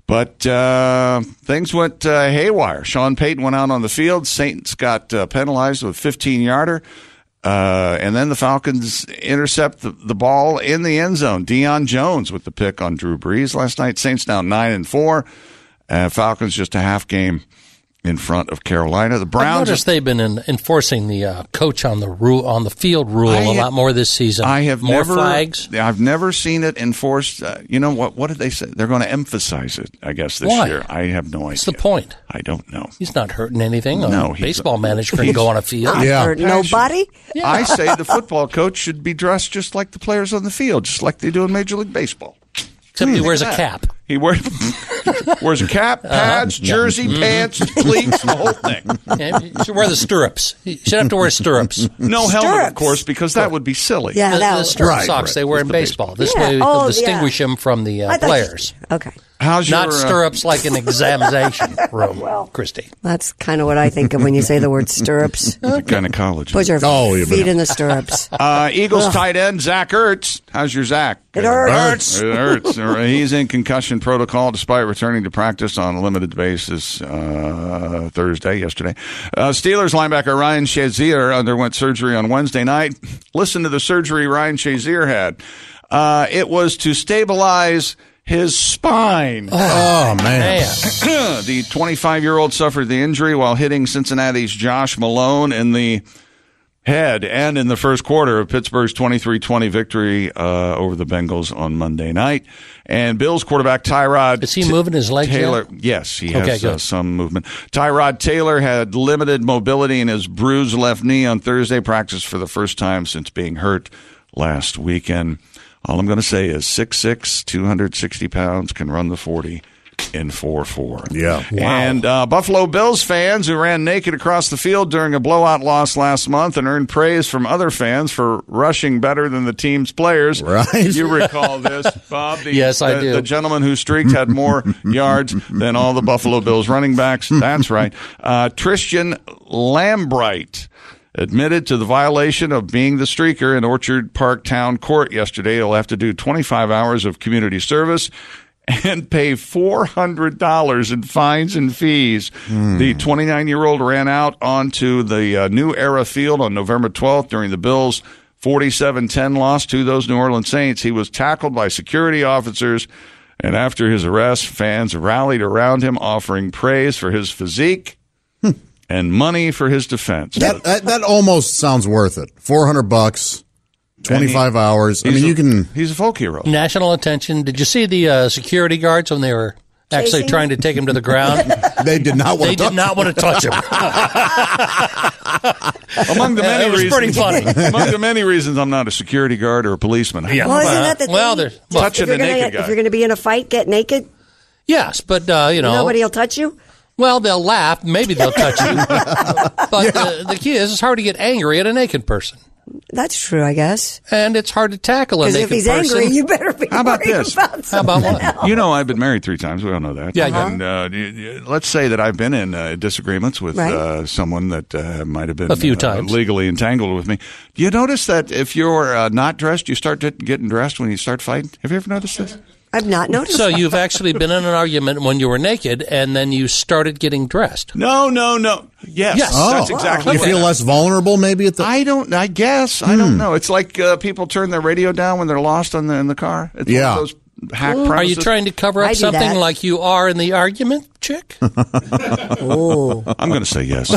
[SPEAKER 2] But uh, things went uh, haywire. Sean Payton went out on the field. Saints got uh, penalized with 15 yarder. Uh, and then the Falcons intercept the, the ball in the end zone. Deion Jones with the pick on Drew Brees last night. Saints now nine and four. Uh, Falcons just a half game in front of Carolina. The
[SPEAKER 6] I
[SPEAKER 2] Browns.
[SPEAKER 6] noticed they've been in, enforcing the uh, coach on the rule on the field rule
[SPEAKER 2] I
[SPEAKER 6] a
[SPEAKER 2] ha-
[SPEAKER 6] lot more this season.
[SPEAKER 2] I have
[SPEAKER 6] more
[SPEAKER 2] never,
[SPEAKER 6] flags.
[SPEAKER 2] I've never seen it enforced. Uh, you know what? What did they say? They're going to emphasize it. I guess this
[SPEAKER 6] Why?
[SPEAKER 2] year. I have no idea.
[SPEAKER 6] What's the point?
[SPEAKER 2] I don't know.
[SPEAKER 6] He's not hurting anything. A
[SPEAKER 2] No, he's-
[SPEAKER 6] baseball manager can go on a field.
[SPEAKER 9] Yeah.
[SPEAKER 7] Or nobody?
[SPEAKER 2] I say the football coach should be dressed just like the players on the field, just like they do in Major League Baseball.
[SPEAKER 6] Except he wears a
[SPEAKER 2] that.
[SPEAKER 6] cap. Uh-huh.
[SPEAKER 2] He wears wears a cap, pads, jersey, pants, cleats, the whole thing.
[SPEAKER 6] Yeah, Mm-hmm. he should wear the stirrups. He should have to wear stirrups.
[SPEAKER 2] No helmet, of
[SPEAKER 7] Stirrups.
[SPEAKER 2] course, because that would be silly.
[SPEAKER 7] Yeah,
[SPEAKER 6] The,
[SPEAKER 7] that
[SPEAKER 6] the
[SPEAKER 7] was-
[SPEAKER 6] stirrup
[SPEAKER 9] Right,
[SPEAKER 6] socks
[SPEAKER 9] right.
[SPEAKER 6] they wear in baseball. This
[SPEAKER 7] Yeah.
[SPEAKER 6] way
[SPEAKER 7] Oh,
[SPEAKER 6] they'll
[SPEAKER 7] yeah.
[SPEAKER 6] distinguish him from the
[SPEAKER 7] I
[SPEAKER 6] uh,
[SPEAKER 7] thought you-
[SPEAKER 6] players.
[SPEAKER 7] okay.
[SPEAKER 2] How's your
[SPEAKER 6] Not
[SPEAKER 2] uh,
[SPEAKER 6] stirrups like an examination room, Christy.
[SPEAKER 7] That's kind of what I think of when you say the word stirrups.
[SPEAKER 2] gynecology?
[SPEAKER 7] Put your
[SPEAKER 9] Oh, yeah, but-
[SPEAKER 7] feet in the stirrups.
[SPEAKER 2] Uh, Eagles tight end Zach Ertz. How's your Zach?
[SPEAKER 7] It hurts.
[SPEAKER 2] Ertz. Ertz. He's in concussion protocol despite returning to practice on a limited basis uh, Thursday, yesterday. Uh, Steelers linebacker Ryan Shazier underwent surgery on Wednesday night. Listen to the surgery Ryan Shazier had. Uh, it was to stabilize his spine.
[SPEAKER 9] Oh, man.
[SPEAKER 6] Man.
[SPEAKER 2] the 25 year old suffered the injury while hitting Cincinnati's Josh Malone in the head and in the first quarter of Pittsburgh's 23 20 victory uh, over the Bengals on Monday night. And Bills quarterback Tyrod.
[SPEAKER 6] Is he moving his legs
[SPEAKER 2] Taylor,
[SPEAKER 6] yet?
[SPEAKER 2] yes, he
[SPEAKER 6] Okay,
[SPEAKER 2] has uh,
[SPEAKER 6] good.
[SPEAKER 2] some movement. Tyrod Taylor had limited mobility in his bruised left knee on Thursday practice for the first time since being hurt last weekend. All I'm going to say is 6'6", 260 pounds, can run the 40 in 4-4.
[SPEAKER 9] Yeah.
[SPEAKER 2] And uh, Buffalo Bills fans who ran naked across the field during a blowout loss last month and earned praise from other fans for rushing better than the team's players.
[SPEAKER 9] Right.
[SPEAKER 2] You recall this, Bob? The,
[SPEAKER 6] Yes, I
[SPEAKER 2] the-
[SPEAKER 6] do.
[SPEAKER 2] The gentleman who streaked had more yards than all the Buffalo Bills running backs. That's right. Uh, Tristan Lambright admitted to the violation of being the streaker in Orchard Park Town Court yesterday. He'll have to do 25 hours of community service and pay $400 in fines and fees.
[SPEAKER 6] Hmm.
[SPEAKER 2] The 29 year old ran out onto the uh, New Era Field on November 12th during the Bills' 47 10 loss to those New Orleans Saints. He was tackled by security officers, and after his arrest, fans rallied around him, offering praise for his physique
[SPEAKER 6] Hmm.
[SPEAKER 2] and money for his defense.
[SPEAKER 9] That, that that almost sounds worth it. Four hundred bucks, twenty five hours. I
[SPEAKER 2] He's
[SPEAKER 9] mean,
[SPEAKER 2] a-
[SPEAKER 9] you can.
[SPEAKER 2] He's a folk hero.
[SPEAKER 6] National attention. Did you see the uh, security guards when they were actually
[SPEAKER 7] Chasing?
[SPEAKER 6] trying to take him to the ground?
[SPEAKER 9] They did not want.
[SPEAKER 6] they
[SPEAKER 9] to
[SPEAKER 6] did not want to touch him.
[SPEAKER 2] Among the many
[SPEAKER 6] it was
[SPEAKER 2] reasons,
[SPEAKER 6] pretty funny.
[SPEAKER 2] Among the many reasons, I'm not a security guard or a policeman.
[SPEAKER 7] Well, isn't that the
[SPEAKER 6] Well,
[SPEAKER 7] thing?
[SPEAKER 6] there's- well,
[SPEAKER 2] Touching
[SPEAKER 7] if you're
[SPEAKER 2] a
[SPEAKER 7] gonna-
[SPEAKER 2] naked guy.
[SPEAKER 7] If you're going to be in a fight, get naked.
[SPEAKER 6] yes, but uh, you know,
[SPEAKER 7] Nobody will touch you.
[SPEAKER 6] well, they'll laugh. Maybe they'll touch you. but uh, the key is, it's hard to get angry at a naked person,
[SPEAKER 7] That's true, I guess.
[SPEAKER 6] and it's hard to tackle a
[SPEAKER 7] Because
[SPEAKER 6] naked
[SPEAKER 7] if he's
[SPEAKER 6] person.
[SPEAKER 7] angry, you better be
[SPEAKER 2] How about
[SPEAKER 7] worried
[SPEAKER 2] this?
[SPEAKER 7] about
[SPEAKER 6] How about what?
[SPEAKER 2] You know, I've been married three times. We all know that.
[SPEAKER 6] Yeah, yeah.
[SPEAKER 2] And uh, y- y- let's say that I've been in uh, disagreements with
[SPEAKER 7] Right.
[SPEAKER 2] uh, someone that uh, might have been
[SPEAKER 6] A few
[SPEAKER 2] uh,
[SPEAKER 6] times.
[SPEAKER 2] legally entangled with me. Do you notice that if you're uh, not dressed, you start get- getting dressed when you start fighting? Have you ever noticed this?
[SPEAKER 7] I've not noticed.
[SPEAKER 6] So you've actually been in an argument when you were naked, and then you started getting dressed.
[SPEAKER 2] No, no, no. Yes,
[SPEAKER 6] Yes.
[SPEAKER 9] Oh,
[SPEAKER 2] that's exactly.
[SPEAKER 9] You
[SPEAKER 2] what-
[SPEAKER 9] feel less vulnerable, maybe at the. Hmm.
[SPEAKER 2] I don't. I guess I don't know. It's like uh, people turn their radio down when they're lost on the, in the car. It's one of
[SPEAKER 9] Yeah.
[SPEAKER 2] those hack
[SPEAKER 6] Are you
[SPEAKER 2] premises.
[SPEAKER 6] trying to cover
[SPEAKER 7] I
[SPEAKER 6] up
[SPEAKER 7] do
[SPEAKER 6] something
[SPEAKER 7] that.
[SPEAKER 6] like you are in the argument, chick?
[SPEAKER 7] Oh,
[SPEAKER 2] I'm going to say yes.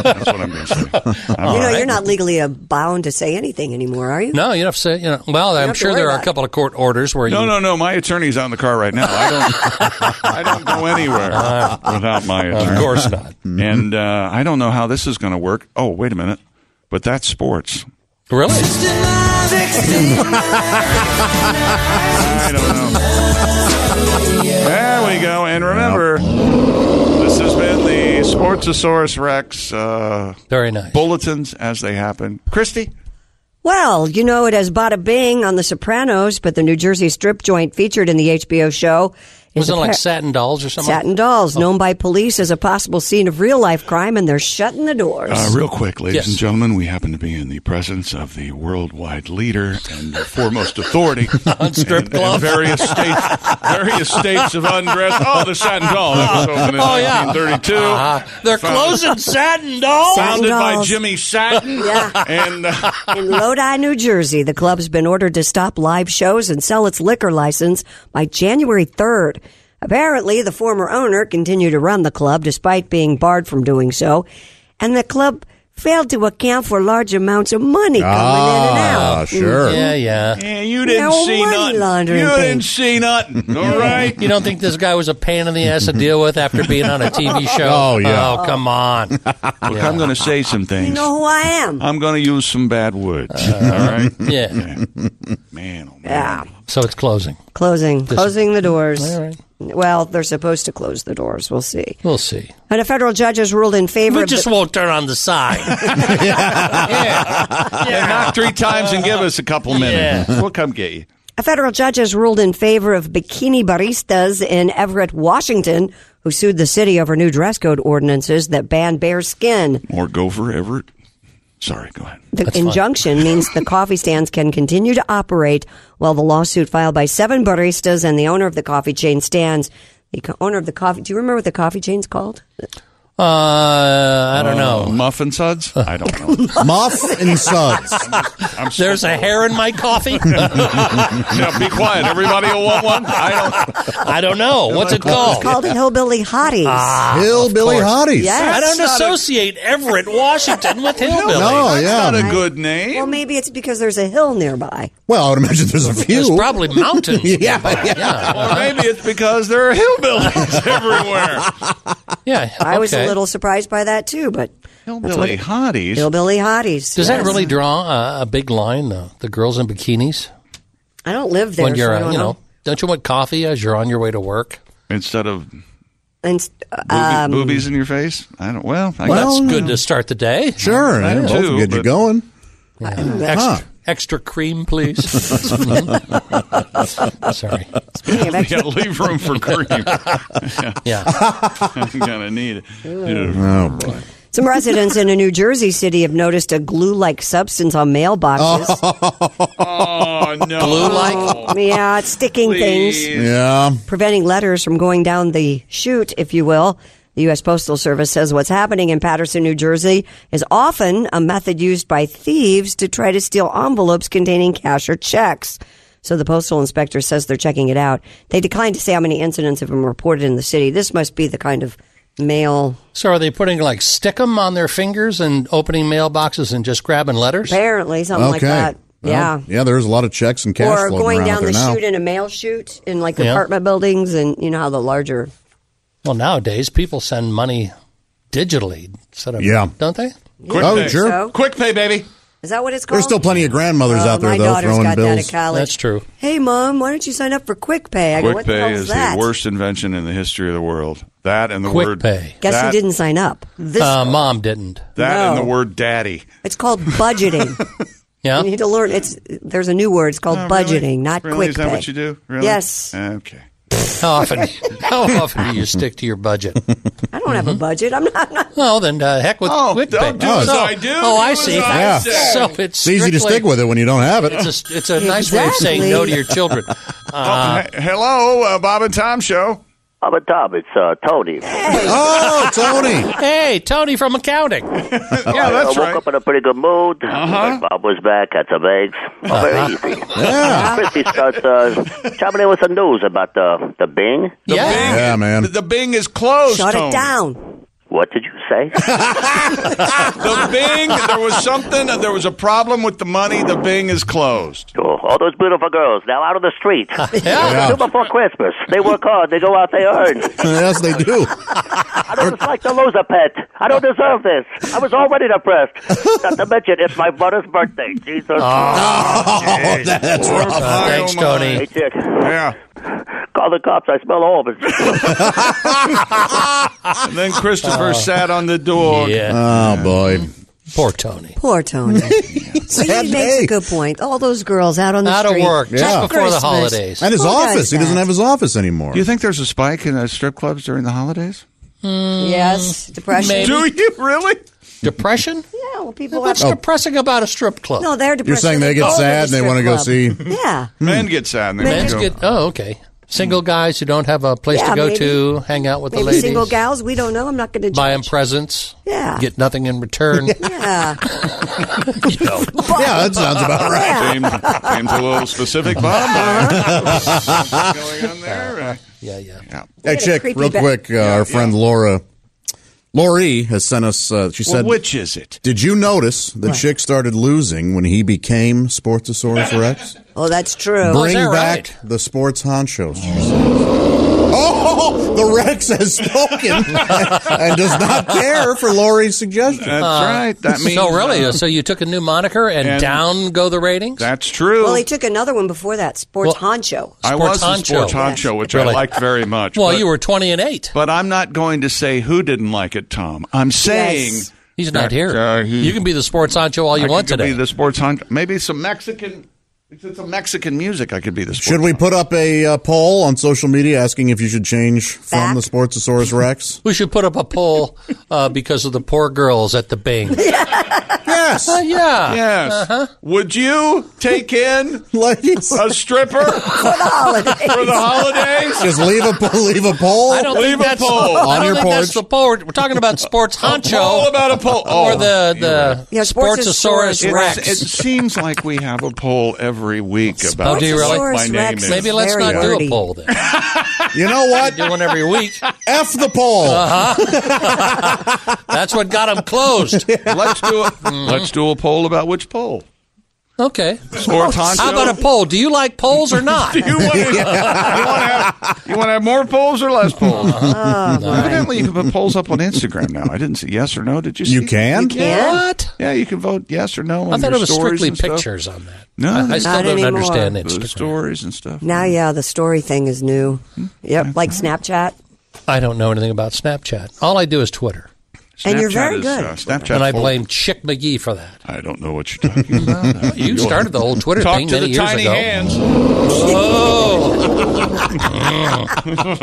[SPEAKER 2] that's what I'm going to say. I'm
[SPEAKER 7] you know,
[SPEAKER 2] all right.
[SPEAKER 7] you're not legally uh, bound to say anything anymore, are you?
[SPEAKER 6] No, you don't have to say. You know, well, I'm
[SPEAKER 7] have to
[SPEAKER 6] sure
[SPEAKER 7] worry
[SPEAKER 6] there are
[SPEAKER 7] about
[SPEAKER 6] a
[SPEAKER 7] it.
[SPEAKER 6] couple of court orders where
[SPEAKER 2] No,
[SPEAKER 6] you.
[SPEAKER 2] no, no. My attorney's out in the car right now. I don't. I don't go anywhere without my attorney.
[SPEAKER 6] Uh, Of course not.
[SPEAKER 2] And uh, I don't know how this is going to work. Oh, wait a minute. But that's sports.
[SPEAKER 6] Really?
[SPEAKER 2] I don't know. There we go. And remember, this has been the Sportsosaurus Rex uh,
[SPEAKER 6] Very nice.
[SPEAKER 2] bulletins as they happen. Christy,
[SPEAKER 7] Well, you know, it has Bada Bing on The Sopranos, but the New Jersey strip joint featured in the HBO show is
[SPEAKER 6] Wasn't it like
[SPEAKER 7] appar-
[SPEAKER 6] satin dolls or something? Oh.
[SPEAKER 7] Satin Dolls, known by police as a possible scene of real life crime, and they're shutting the doors.
[SPEAKER 2] Uh, real quick, ladies
[SPEAKER 6] Yes.
[SPEAKER 2] and gentlemen, we happen to be in the presence of the worldwide leader and the foremost authority on
[SPEAKER 6] strip
[SPEAKER 2] in,
[SPEAKER 6] club.
[SPEAKER 2] various states, various states of undress. Oh, the Satin Doll that was opened in
[SPEAKER 6] Oh, yeah.
[SPEAKER 2] 1932.
[SPEAKER 6] Ah, they're closing satin dolls.
[SPEAKER 2] Founded by
[SPEAKER 7] Dolls.
[SPEAKER 2] Jimmy Satin.
[SPEAKER 7] Yeah.
[SPEAKER 2] And uh,
[SPEAKER 7] In Lodi, New Jersey, the club's been ordered to stop live shows and sell its liquor license by January 3rd. Apparently, the former owner continued to run the club despite being barred from doing so, and the club failed to account for large amounts of money coming in and
[SPEAKER 9] ah,
[SPEAKER 7] out. Mm-hmm.
[SPEAKER 9] sure.
[SPEAKER 6] Yeah, yeah.
[SPEAKER 2] eh, you didn't
[SPEAKER 7] No
[SPEAKER 2] see
[SPEAKER 7] money
[SPEAKER 2] nothing.
[SPEAKER 7] laundering
[SPEAKER 2] you
[SPEAKER 7] thing.
[SPEAKER 2] didn't see nothing. All right.
[SPEAKER 6] You don't think this guy was a pain in the ass to deal with after being on a TV show?
[SPEAKER 9] Oh, yeah.
[SPEAKER 6] Oh, come on.
[SPEAKER 2] Look, I'm going to say some
[SPEAKER 7] You
[SPEAKER 2] things.
[SPEAKER 7] know who I am.
[SPEAKER 2] I'm going to use some bad words. all right.
[SPEAKER 6] Yeah.
[SPEAKER 2] Man, oh man.
[SPEAKER 7] Yeah.
[SPEAKER 6] So it's closing.
[SPEAKER 7] Closing. Closing the doors.
[SPEAKER 6] All right.
[SPEAKER 7] Well, they're supposed to close the doors. We'll see.
[SPEAKER 6] We'll see.
[SPEAKER 7] And a federal judge has ruled in favor
[SPEAKER 6] We
[SPEAKER 7] of
[SPEAKER 6] just
[SPEAKER 7] the,
[SPEAKER 6] won't turn on the sign. yeah.
[SPEAKER 2] Yeah, knock three times and give us a couple minutes. We'll come get you.
[SPEAKER 7] a federal judge has ruled in favor of bikini baristas in Everett, Washington, who sued the city over new dress code ordinances that ban bare skin.
[SPEAKER 2] Or Gopher Everett. Sorry, go ahead.
[SPEAKER 7] The injunction means the coffee stands can continue to operate while the lawsuit filed by seven baristas and the owner of the coffee chain stands. The co- owner of the coffee. Do you remember what the coffee chain's called?
[SPEAKER 6] Uh, I don't
[SPEAKER 9] Oh.
[SPEAKER 6] know.
[SPEAKER 2] Muffin suds? I don't know.
[SPEAKER 9] Muff and suds.
[SPEAKER 2] I'm so-
[SPEAKER 6] There's a hair in my coffee.
[SPEAKER 2] Yeah, be quiet. Everybody will want one. I don't.
[SPEAKER 6] I don't know. What's it
[SPEAKER 7] It's
[SPEAKER 6] called?
[SPEAKER 7] called Hillbilly Hotties.
[SPEAKER 9] Hillbilly hotties.
[SPEAKER 7] yes.
[SPEAKER 6] Ah, I don't associate Everett, Washington with hillbilly.
[SPEAKER 9] No,
[SPEAKER 2] That's
[SPEAKER 9] yeah.
[SPEAKER 2] not a good name.
[SPEAKER 7] Well, maybe it's because there's a hill nearby.
[SPEAKER 9] Well, I would imagine there's a few.
[SPEAKER 6] There's probably mountains.
[SPEAKER 9] yeah, yeah.
[SPEAKER 2] or maybe it's because there are hillbillies everywhere.
[SPEAKER 6] Yeah.
[SPEAKER 7] I was a
[SPEAKER 6] okay.
[SPEAKER 7] little surprised by that too, but
[SPEAKER 2] Hillbilly hotties.
[SPEAKER 7] hillbilly hotties.
[SPEAKER 6] Does that
[SPEAKER 7] yes.
[SPEAKER 6] really draw uh, a big line, though? The girls in bikinis
[SPEAKER 7] I don't live there.
[SPEAKER 6] when
[SPEAKER 7] so
[SPEAKER 6] you're,
[SPEAKER 7] I
[SPEAKER 6] uh,
[SPEAKER 7] don't
[SPEAKER 6] you know, don't you want coffee as you're on your way to work?
[SPEAKER 2] Instead of booby,
[SPEAKER 7] And uh,
[SPEAKER 2] boobies in your face. I don't. Well, I
[SPEAKER 9] Well,
[SPEAKER 6] That's
[SPEAKER 9] Oh,
[SPEAKER 6] good to start the day.
[SPEAKER 9] Sure. Yeah, both
[SPEAKER 2] too,
[SPEAKER 9] get you
[SPEAKER 2] but-
[SPEAKER 9] going.
[SPEAKER 6] Extra, extra cream, please. Mhm. Sorry.
[SPEAKER 7] speaking
[SPEAKER 2] guess.
[SPEAKER 7] of
[SPEAKER 2] Yeah,
[SPEAKER 7] extra,
[SPEAKER 2] leave room for cream.
[SPEAKER 6] Yeah.
[SPEAKER 2] I'm gonna need it.
[SPEAKER 9] Oh, boy.
[SPEAKER 7] some residents in a New Jersey city have noticed a glue-like substance on mailboxes.
[SPEAKER 2] Oh no.
[SPEAKER 6] Blue like?
[SPEAKER 7] yeah, it's sticking things,
[SPEAKER 9] Yeah.
[SPEAKER 7] preventing letters from going down the chute, if you will. The U.S. Postal Service says what's happening in Patterson, New Jersey is often a method used by thieves to try to steal envelopes containing cash or checks. So the postal inspector says they're checking it out. They declined to say how many incidents have been reported in the city. This must be the kind of mail
[SPEAKER 6] So are they putting like stick 'em on their fingers and opening mailboxes and just grabbing letters?
[SPEAKER 7] Apparently, something like that.
[SPEAKER 9] Well,
[SPEAKER 7] yeah.
[SPEAKER 9] Yeah, there's a lot of checks and cash
[SPEAKER 7] Or
[SPEAKER 9] floating
[SPEAKER 7] going
[SPEAKER 9] around
[SPEAKER 7] down
[SPEAKER 9] out there
[SPEAKER 7] the
[SPEAKER 9] now.
[SPEAKER 7] chute in a mail chute in like
[SPEAKER 6] Yeah.
[SPEAKER 7] apartment buildings, and you know how the larger.
[SPEAKER 6] Well, nowadays people send money digitally instead of
[SPEAKER 9] Yeah.
[SPEAKER 6] don't they?
[SPEAKER 2] Quick
[SPEAKER 9] Oh,
[SPEAKER 2] pay.
[SPEAKER 9] sure.
[SPEAKER 7] So?
[SPEAKER 2] Quick pay, baby.
[SPEAKER 7] Is that what it's called?
[SPEAKER 9] There's still plenty of grandmothers
[SPEAKER 7] Oh,
[SPEAKER 9] out there
[SPEAKER 7] my
[SPEAKER 9] though
[SPEAKER 7] daughter's
[SPEAKER 9] throwing
[SPEAKER 7] got that
[SPEAKER 9] bills.
[SPEAKER 7] at college.
[SPEAKER 6] That's true.
[SPEAKER 7] Hey, mom, why don't you sign up for Quick Pay? I go,
[SPEAKER 2] Quick
[SPEAKER 7] what the
[SPEAKER 2] pay
[SPEAKER 7] hell
[SPEAKER 2] is
[SPEAKER 7] is that?
[SPEAKER 2] the worst invention in the history of the world. That and the
[SPEAKER 6] Quick
[SPEAKER 2] word
[SPEAKER 6] pay.
[SPEAKER 7] Guess
[SPEAKER 2] that, Um,
[SPEAKER 7] who didn't sign up? This.
[SPEAKER 6] Uh, mom didn't.
[SPEAKER 2] That and
[SPEAKER 7] No.
[SPEAKER 2] the word daddy.
[SPEAKER 7] it's called budgeting.
[SPEAKER 6] Yeah.
[SPEAKER 7] You need to learn. It's there's a new word. It's called
[SPEAKER 2] Oh,
[SPEAKER 7] budgeting,
[SPEAKER 2] really?
[SPEAKER 7] not
[SPEAKER 2] Really?
[SPEAKER 7] Quick
[SPEAKER 2] Is that
[SPEAKER 7] Pay.
[SPEAKER 2] what you do? Really?
[SPEAKER 7] Yes.
[SPEAKER 2] Okay.
[SPEAKER 6] How often? How often do you stick to your budget?
[SPEAKER 7] I don't have a budget. I'm not. not
[SPEAKER 6] Well, then uh, heck with
[SPEAKER 2] Oh,
[SPEAKER 6] quick
[SPEAKER 2] don't
[SPEAKER 6] pay.
[SPEAKER 2] do as
[SPEAKER 6] oh,
[SPEAKER 2] I do,
[SPEAKER 6] Oh, I
[SPEAKER 2] do as
[SPEAKER 6] see.
[SPEAKER 2] I
[SPEAKER 9] Yeah.
[SPEAKER 2] say.
[SPEAKER 6] So it's,
[SPEAKER 9] It's easy to stick with it when you don't have it.
[SPEAKER 6] It's a, it's a nice way of saying no to your children.
[SPEAKER 2] Oh, he- hello, uh, Bob and Tom show.
[SPEAKER 8] I'm a Tom. It's uh, Tony.
[SPEAKER 9] oh, Tony.
[SPEAKER 6] Hey, Tony from accounting.
[SPEAKER 2] Yeah,
[SPEAKER 8] I
[SPEAKER 2] that's
[SPEAKER 8] woke
[SPEAKER 2] right.
[SPEAKER 8] up in a pretty good mood.
[SPEAKER 9] Uh-huh.
[SPEAKER 8] Bob was back, had some eggs. Oh, very easy.
[SPEAKER 9] Yeah.
[SPEAKER 8] Christy starts uh, chopping in with some news about the the Bing.
[SPEAKER 6] yeah.
[SPEAKER 9] Yeah, man.
[SPEAKER 2] The Bing is closed.
[SPEAKER 7] shut
[SPEAKER 2] Tony.
[SPEAKER 7] it down.
[SPEAKER 8] What did you say?
[SPEAKER 2] The Bing. There was something. There was a problem with the money. The Bing is closed.
[SPEAKER 8] Oh, all those beautiful girls now out on the street.
[SPEAKER 9] Yeah.
[SPEAKER 8] Two before Christmas. They work hard. They go out. They earn.
[SPEAKER 9] yes, they do.
[SPEAKER 8] I don't dislike to lose a pet. I don't deserve this. I was already depressed. Not to mention, it's my brother's birthday. Jesus.
[SPEAKER 9] Oh, that's
[SPEAKER 2] Or-
[SPEAKER 9] rough.
[SPEAKER 2] my,
[SPEAKER 6] thanks,
[SPEAKER 2] my.
[SPEAKER 8] Hey,
[SPEAKER 6] Tony.
[SPEAKER 8] chick.
[SPEAKER 2] Yeah.
[SPEAKER 8] Call the cops. I smell almonds.
[SPEAKER 2] And then
[SPEAKER 6] Oh.
[SPEAKER 2] Christopher sat on the door.
[SPEAKER 6] Yeah.
[SPEAKER 9] Oh boy.
[SPEAKER 6] Poor Tony.
[SPEAKER 7] Poor Tony. But
[SPEAKER 9] Sad
[SPEAKER 7] he makes
[SPEAKER 9] day.
[SPEAKER 7] a good point. All those girls out on the
[SPEAKER 6] Out of
[SPEAKER 7] street.
[SPEAKER 6] work just
[SPEAKER 9] Yeah.
[SPEAKER 6] before the
[SPEAKER 7] Christmas.
[SPEAKER 6] holidays.
[SPEAKER 9] And his
[SPEAKER 7] Who does
[SPEAKER 9] office. He doesn't
[SPEAKER 7] that?
[SPEAKER 9] have his office anymore.
[SPEAKER 2] Do you think there's a spike in uh, strip clubs during the holidays?
[SPEAKER 7] Yes, depression.
[SPEAKER 6] Maybe.
[SPEAKER 2] Do you really?
[SPEAKER 6] Depression?
[SPEAKER 7] Yeah, well, people
[SPEAKER 6] What's
[SPEAKER 9] Oh.
[SPEAKER 7] have.
[SPEAKER 6] depressing about a strip club?
[SPEAKER 7] No, they're depressed.
[SPEAKER 9] You're saying they get
[SPEAKER 7] go to the
[SPEAKER 9] sad and they
[SPEAKER 7] strip
[SPEAKER 9] want to go
[SPEAKER 7] club.
[SPEAKER 9] see.
[SPEAKER 7] Yeah.
[SPEAKER 2] Men get sad. And they
[SPEAKER 6] Men's
[SPEAKER 2] go,
[SPEAKER 6] get oh okay. Single guys who don't have a place
[SPEAKER 7] Yeah,
[SPEAKER 6] to go
[SPEAKER 7] maybe.
[SPEAKER 6] to, hang out with
[SPEAKER 7] Maybe
[SPEAKER 6] the ladies,
[SPEAKER 7] single gals. We don't know. I'm not going to judge.
[SPEAKER 6] buy them presents,
[SPEAKER 7] Yeah.
[SPEAKER 6] get nothing in return.
[SPEAKER 7] yeah.
[SPEAKER 9] Yeah, that sounds about right.
[SPEAKER 2] Came, came to a little specific, Bob.
[SPEAKER 7] Uh-huh.
[SPEAKER 2] What's going on there? Uh,
[SPEAKER 6] yeah, yeah.
[SPEAKER 9] Hey,
[SPEAKER 7] got a
[SPEAKER 9] chick,
[SPEAKER 7] creepy
[SPEAKER 9] real
[SPEAKER 7] ba-
[SPEAKER 9] quick, uh, our friend Laura, Lori has sent us. Uh, she
[SPEAKER 2] well,
[SPEAKER 9] said,
[SPEAKER 2] which is it?
[SPEAKER 9] "Did you notice that chick started losing when he became Sportsaurus Rex?
[SPEAKER 7] Oh, that's true.
[SPEAKER 9] Bring
[SPEAKER 6] that
[SPEAKER 9] back
[SPEAKER 6] right?
[SPEAKER 9] the sports honchos." she says. Oh, the Rex has spoken and does not care for Lori's suggestion.
[SPEAKER 2] That's right. That means
[SPEAKER 6] Uh, so really,
[SPEAKER 2] uh,
[SPEAKER 6] uh, so you took a new moniker and,
[SPEAKER 2] and-
[SPEAKER 6] down go the ratings.
[SPEAKER 2] that's true.
[SPEAKER 7] well, he took another one before that. Sports honcho.
[SPEAKER 2] I was the
[SPEAKER 6] honcho.
[SPEAKER 2] sports honcho, which I
[SPEAKER 6] Really?
[SPEAKER 2] liked very much.
[SPEAKER 6] well,
[SPEAKER 2] but,
[SPEAKER 6] you were twenty and eight.
[SPEAKER 2] but I'm not going to say who didn't like it, Tom. I'm saying
[SPEAKER 7] Yes.
[SPEAKER 6] He's not
[SPEAKER 2] Correct.
[SPEAKER 6] here.
[SPEAKER 2] Uh, he-
[SPEAKER 6] you can be the sports honcho all you
[SPEAKER 2] I
[SPEAKER 6] want
[SPEAKER 2] could
[SPEAKER 6] today.
[SPEAKER 2] be the sports honcho. Maybe some Mexican. If it's a Mexican music, I could be the sports.
[SPEAKER 9] Should we put up a uh, poll on social media asking if you should change from
[SPEAKER 7] Back?
[SPEAKER 9] the Sportsaurus Rex?
[SPEAKER 6] we should put up a poll uh, because of the poor girls at the Bing.
[SPEAKER 9] yes,
[SPEAKER 6] Uh, yeah.
[SPEAKER 2] Yes.
[SPEAKER 6] Uh-huh.
[SPEAKER 2] Would you take in
[SPEAKER 9] ladies.
[SPEAKER 2] a stripper for the holidays?
[SPEAKER 9] Just leave a leave a poll.
[SPEAKER 6] I don't
[SPEAKER 2] Leave
[SPEAKER 6] think
[SPEAKER 2] a
[SPEAKER 6] that's,
[SPEAKER 2] poll
[SPEAKER 6] I
[SPEAKER 9] on
[SPEAKER 6] don't
[SPEAKER 9] your
[SPEAKER 6] think that's
[SPEAKER 9] porch.
[SPEAKER 6] the poll. We're, we're talking about sports honcho
[SPEAKER 2] All about a poll.
[SPEAKER 6] or
[SPEAKER 2] Oh,
[SPEAKER 6] the the
[SPEAKER 7] Yeah,
[SPEAKER 6] Sportsasaurus
[SPEAKER 7] Sportsasaurus
[SPEAKER 2] It,
[SPEAKER 6] Rex.
[SPEAKER 2] it seems like we have a poll every week about
[SPEAKER 6] Oh, do you
[SPEAKER 2] what
[SPEAKER 6] really?
[SPEAKER 2] my name
[SPEAKER 7] Rex.
[SPEAKER 2] is.
[SPEAKER 6] Maybe let's
[SPEAKER 7] Very
[SPEAKER 6] not do
[SPEAKER 7] dirty.
[SPEAKER 6] a poll then.
[SPEAKER 9] You know what?
[SPEAKER 6] do one every week. Uh-huh.
[SPEAKER 9] F the poll.
[SPEAKER 6] That's what got them closed. Mm.
[SPEAKER 2] let's do a let's do a poll about which poll.
[SPEAKER 6] Okay.
[SPEAKER 2] Sports honcho.
[SPEAKER 6] How about a poll? Do you like polls or not?
[SPEAKER 2] You want to, you want to have you want to have more polls or less polls? Oh, Evidently, you can put polls up on Instagram now. I didn't see yes or no. Did you? See?
[SPEAKER 9] You can? You
[SPEAKER 7] can.
[SPEAKER 6] What?
[SPEAKER 2] Yeah, you can vote yes or no. On
[SPEAKER 6] I thought
[SPEAKER 2] your
[SPEAKER 6] it was
[SPEAKER 2] stories
[SPEAKER 6] strictly
[SPEAKER 2] and stuff.
[SPEAKER 6] pictures on that.
[SPEAKER 2] No,
[SPEAKER 6] I, I still
[SPEAKER 7] Not
[SPEAKER 6] don't
[SPEAKER 7] anymore.
[SPEAKER 6] understand
[SPEAKER 2] The
[SPEAKER 6] Instagram.
[SPEAKER 2] stories and stuff.
[SPEAKER 7] Now, yeah, the story thing is new. Yep, like Snapchat.
[SPEAKER 6] I don't know anything about Snapchat. All I do is Twitter.
[SPEAKER 7] And you're
[SPEAKER 2] Snapchat
[SPEAKER 7] very
[SPEAKER 2] is,
[SPEAKER 7] good.
[SPEAKER 2] uh, Snapchat.
[SPEAKER 6] And I
[SPEAKER 2] full-
[SPEAKER 6] blame Chick McGee for that.
[SPEAKER 2] I don't know what you're talking about.
[SPEAKER 6] You started the whole Twitter
[SPEAKER 4] Talk
[SPEAKER 6] thing
[SPEAKER 4] to
[SPEAKER 6] many
[SPEAKER 4] the
[SPEAKER 6] years
[SPEAKER 4] tiny
[SPEAKER 6] ago. Oh.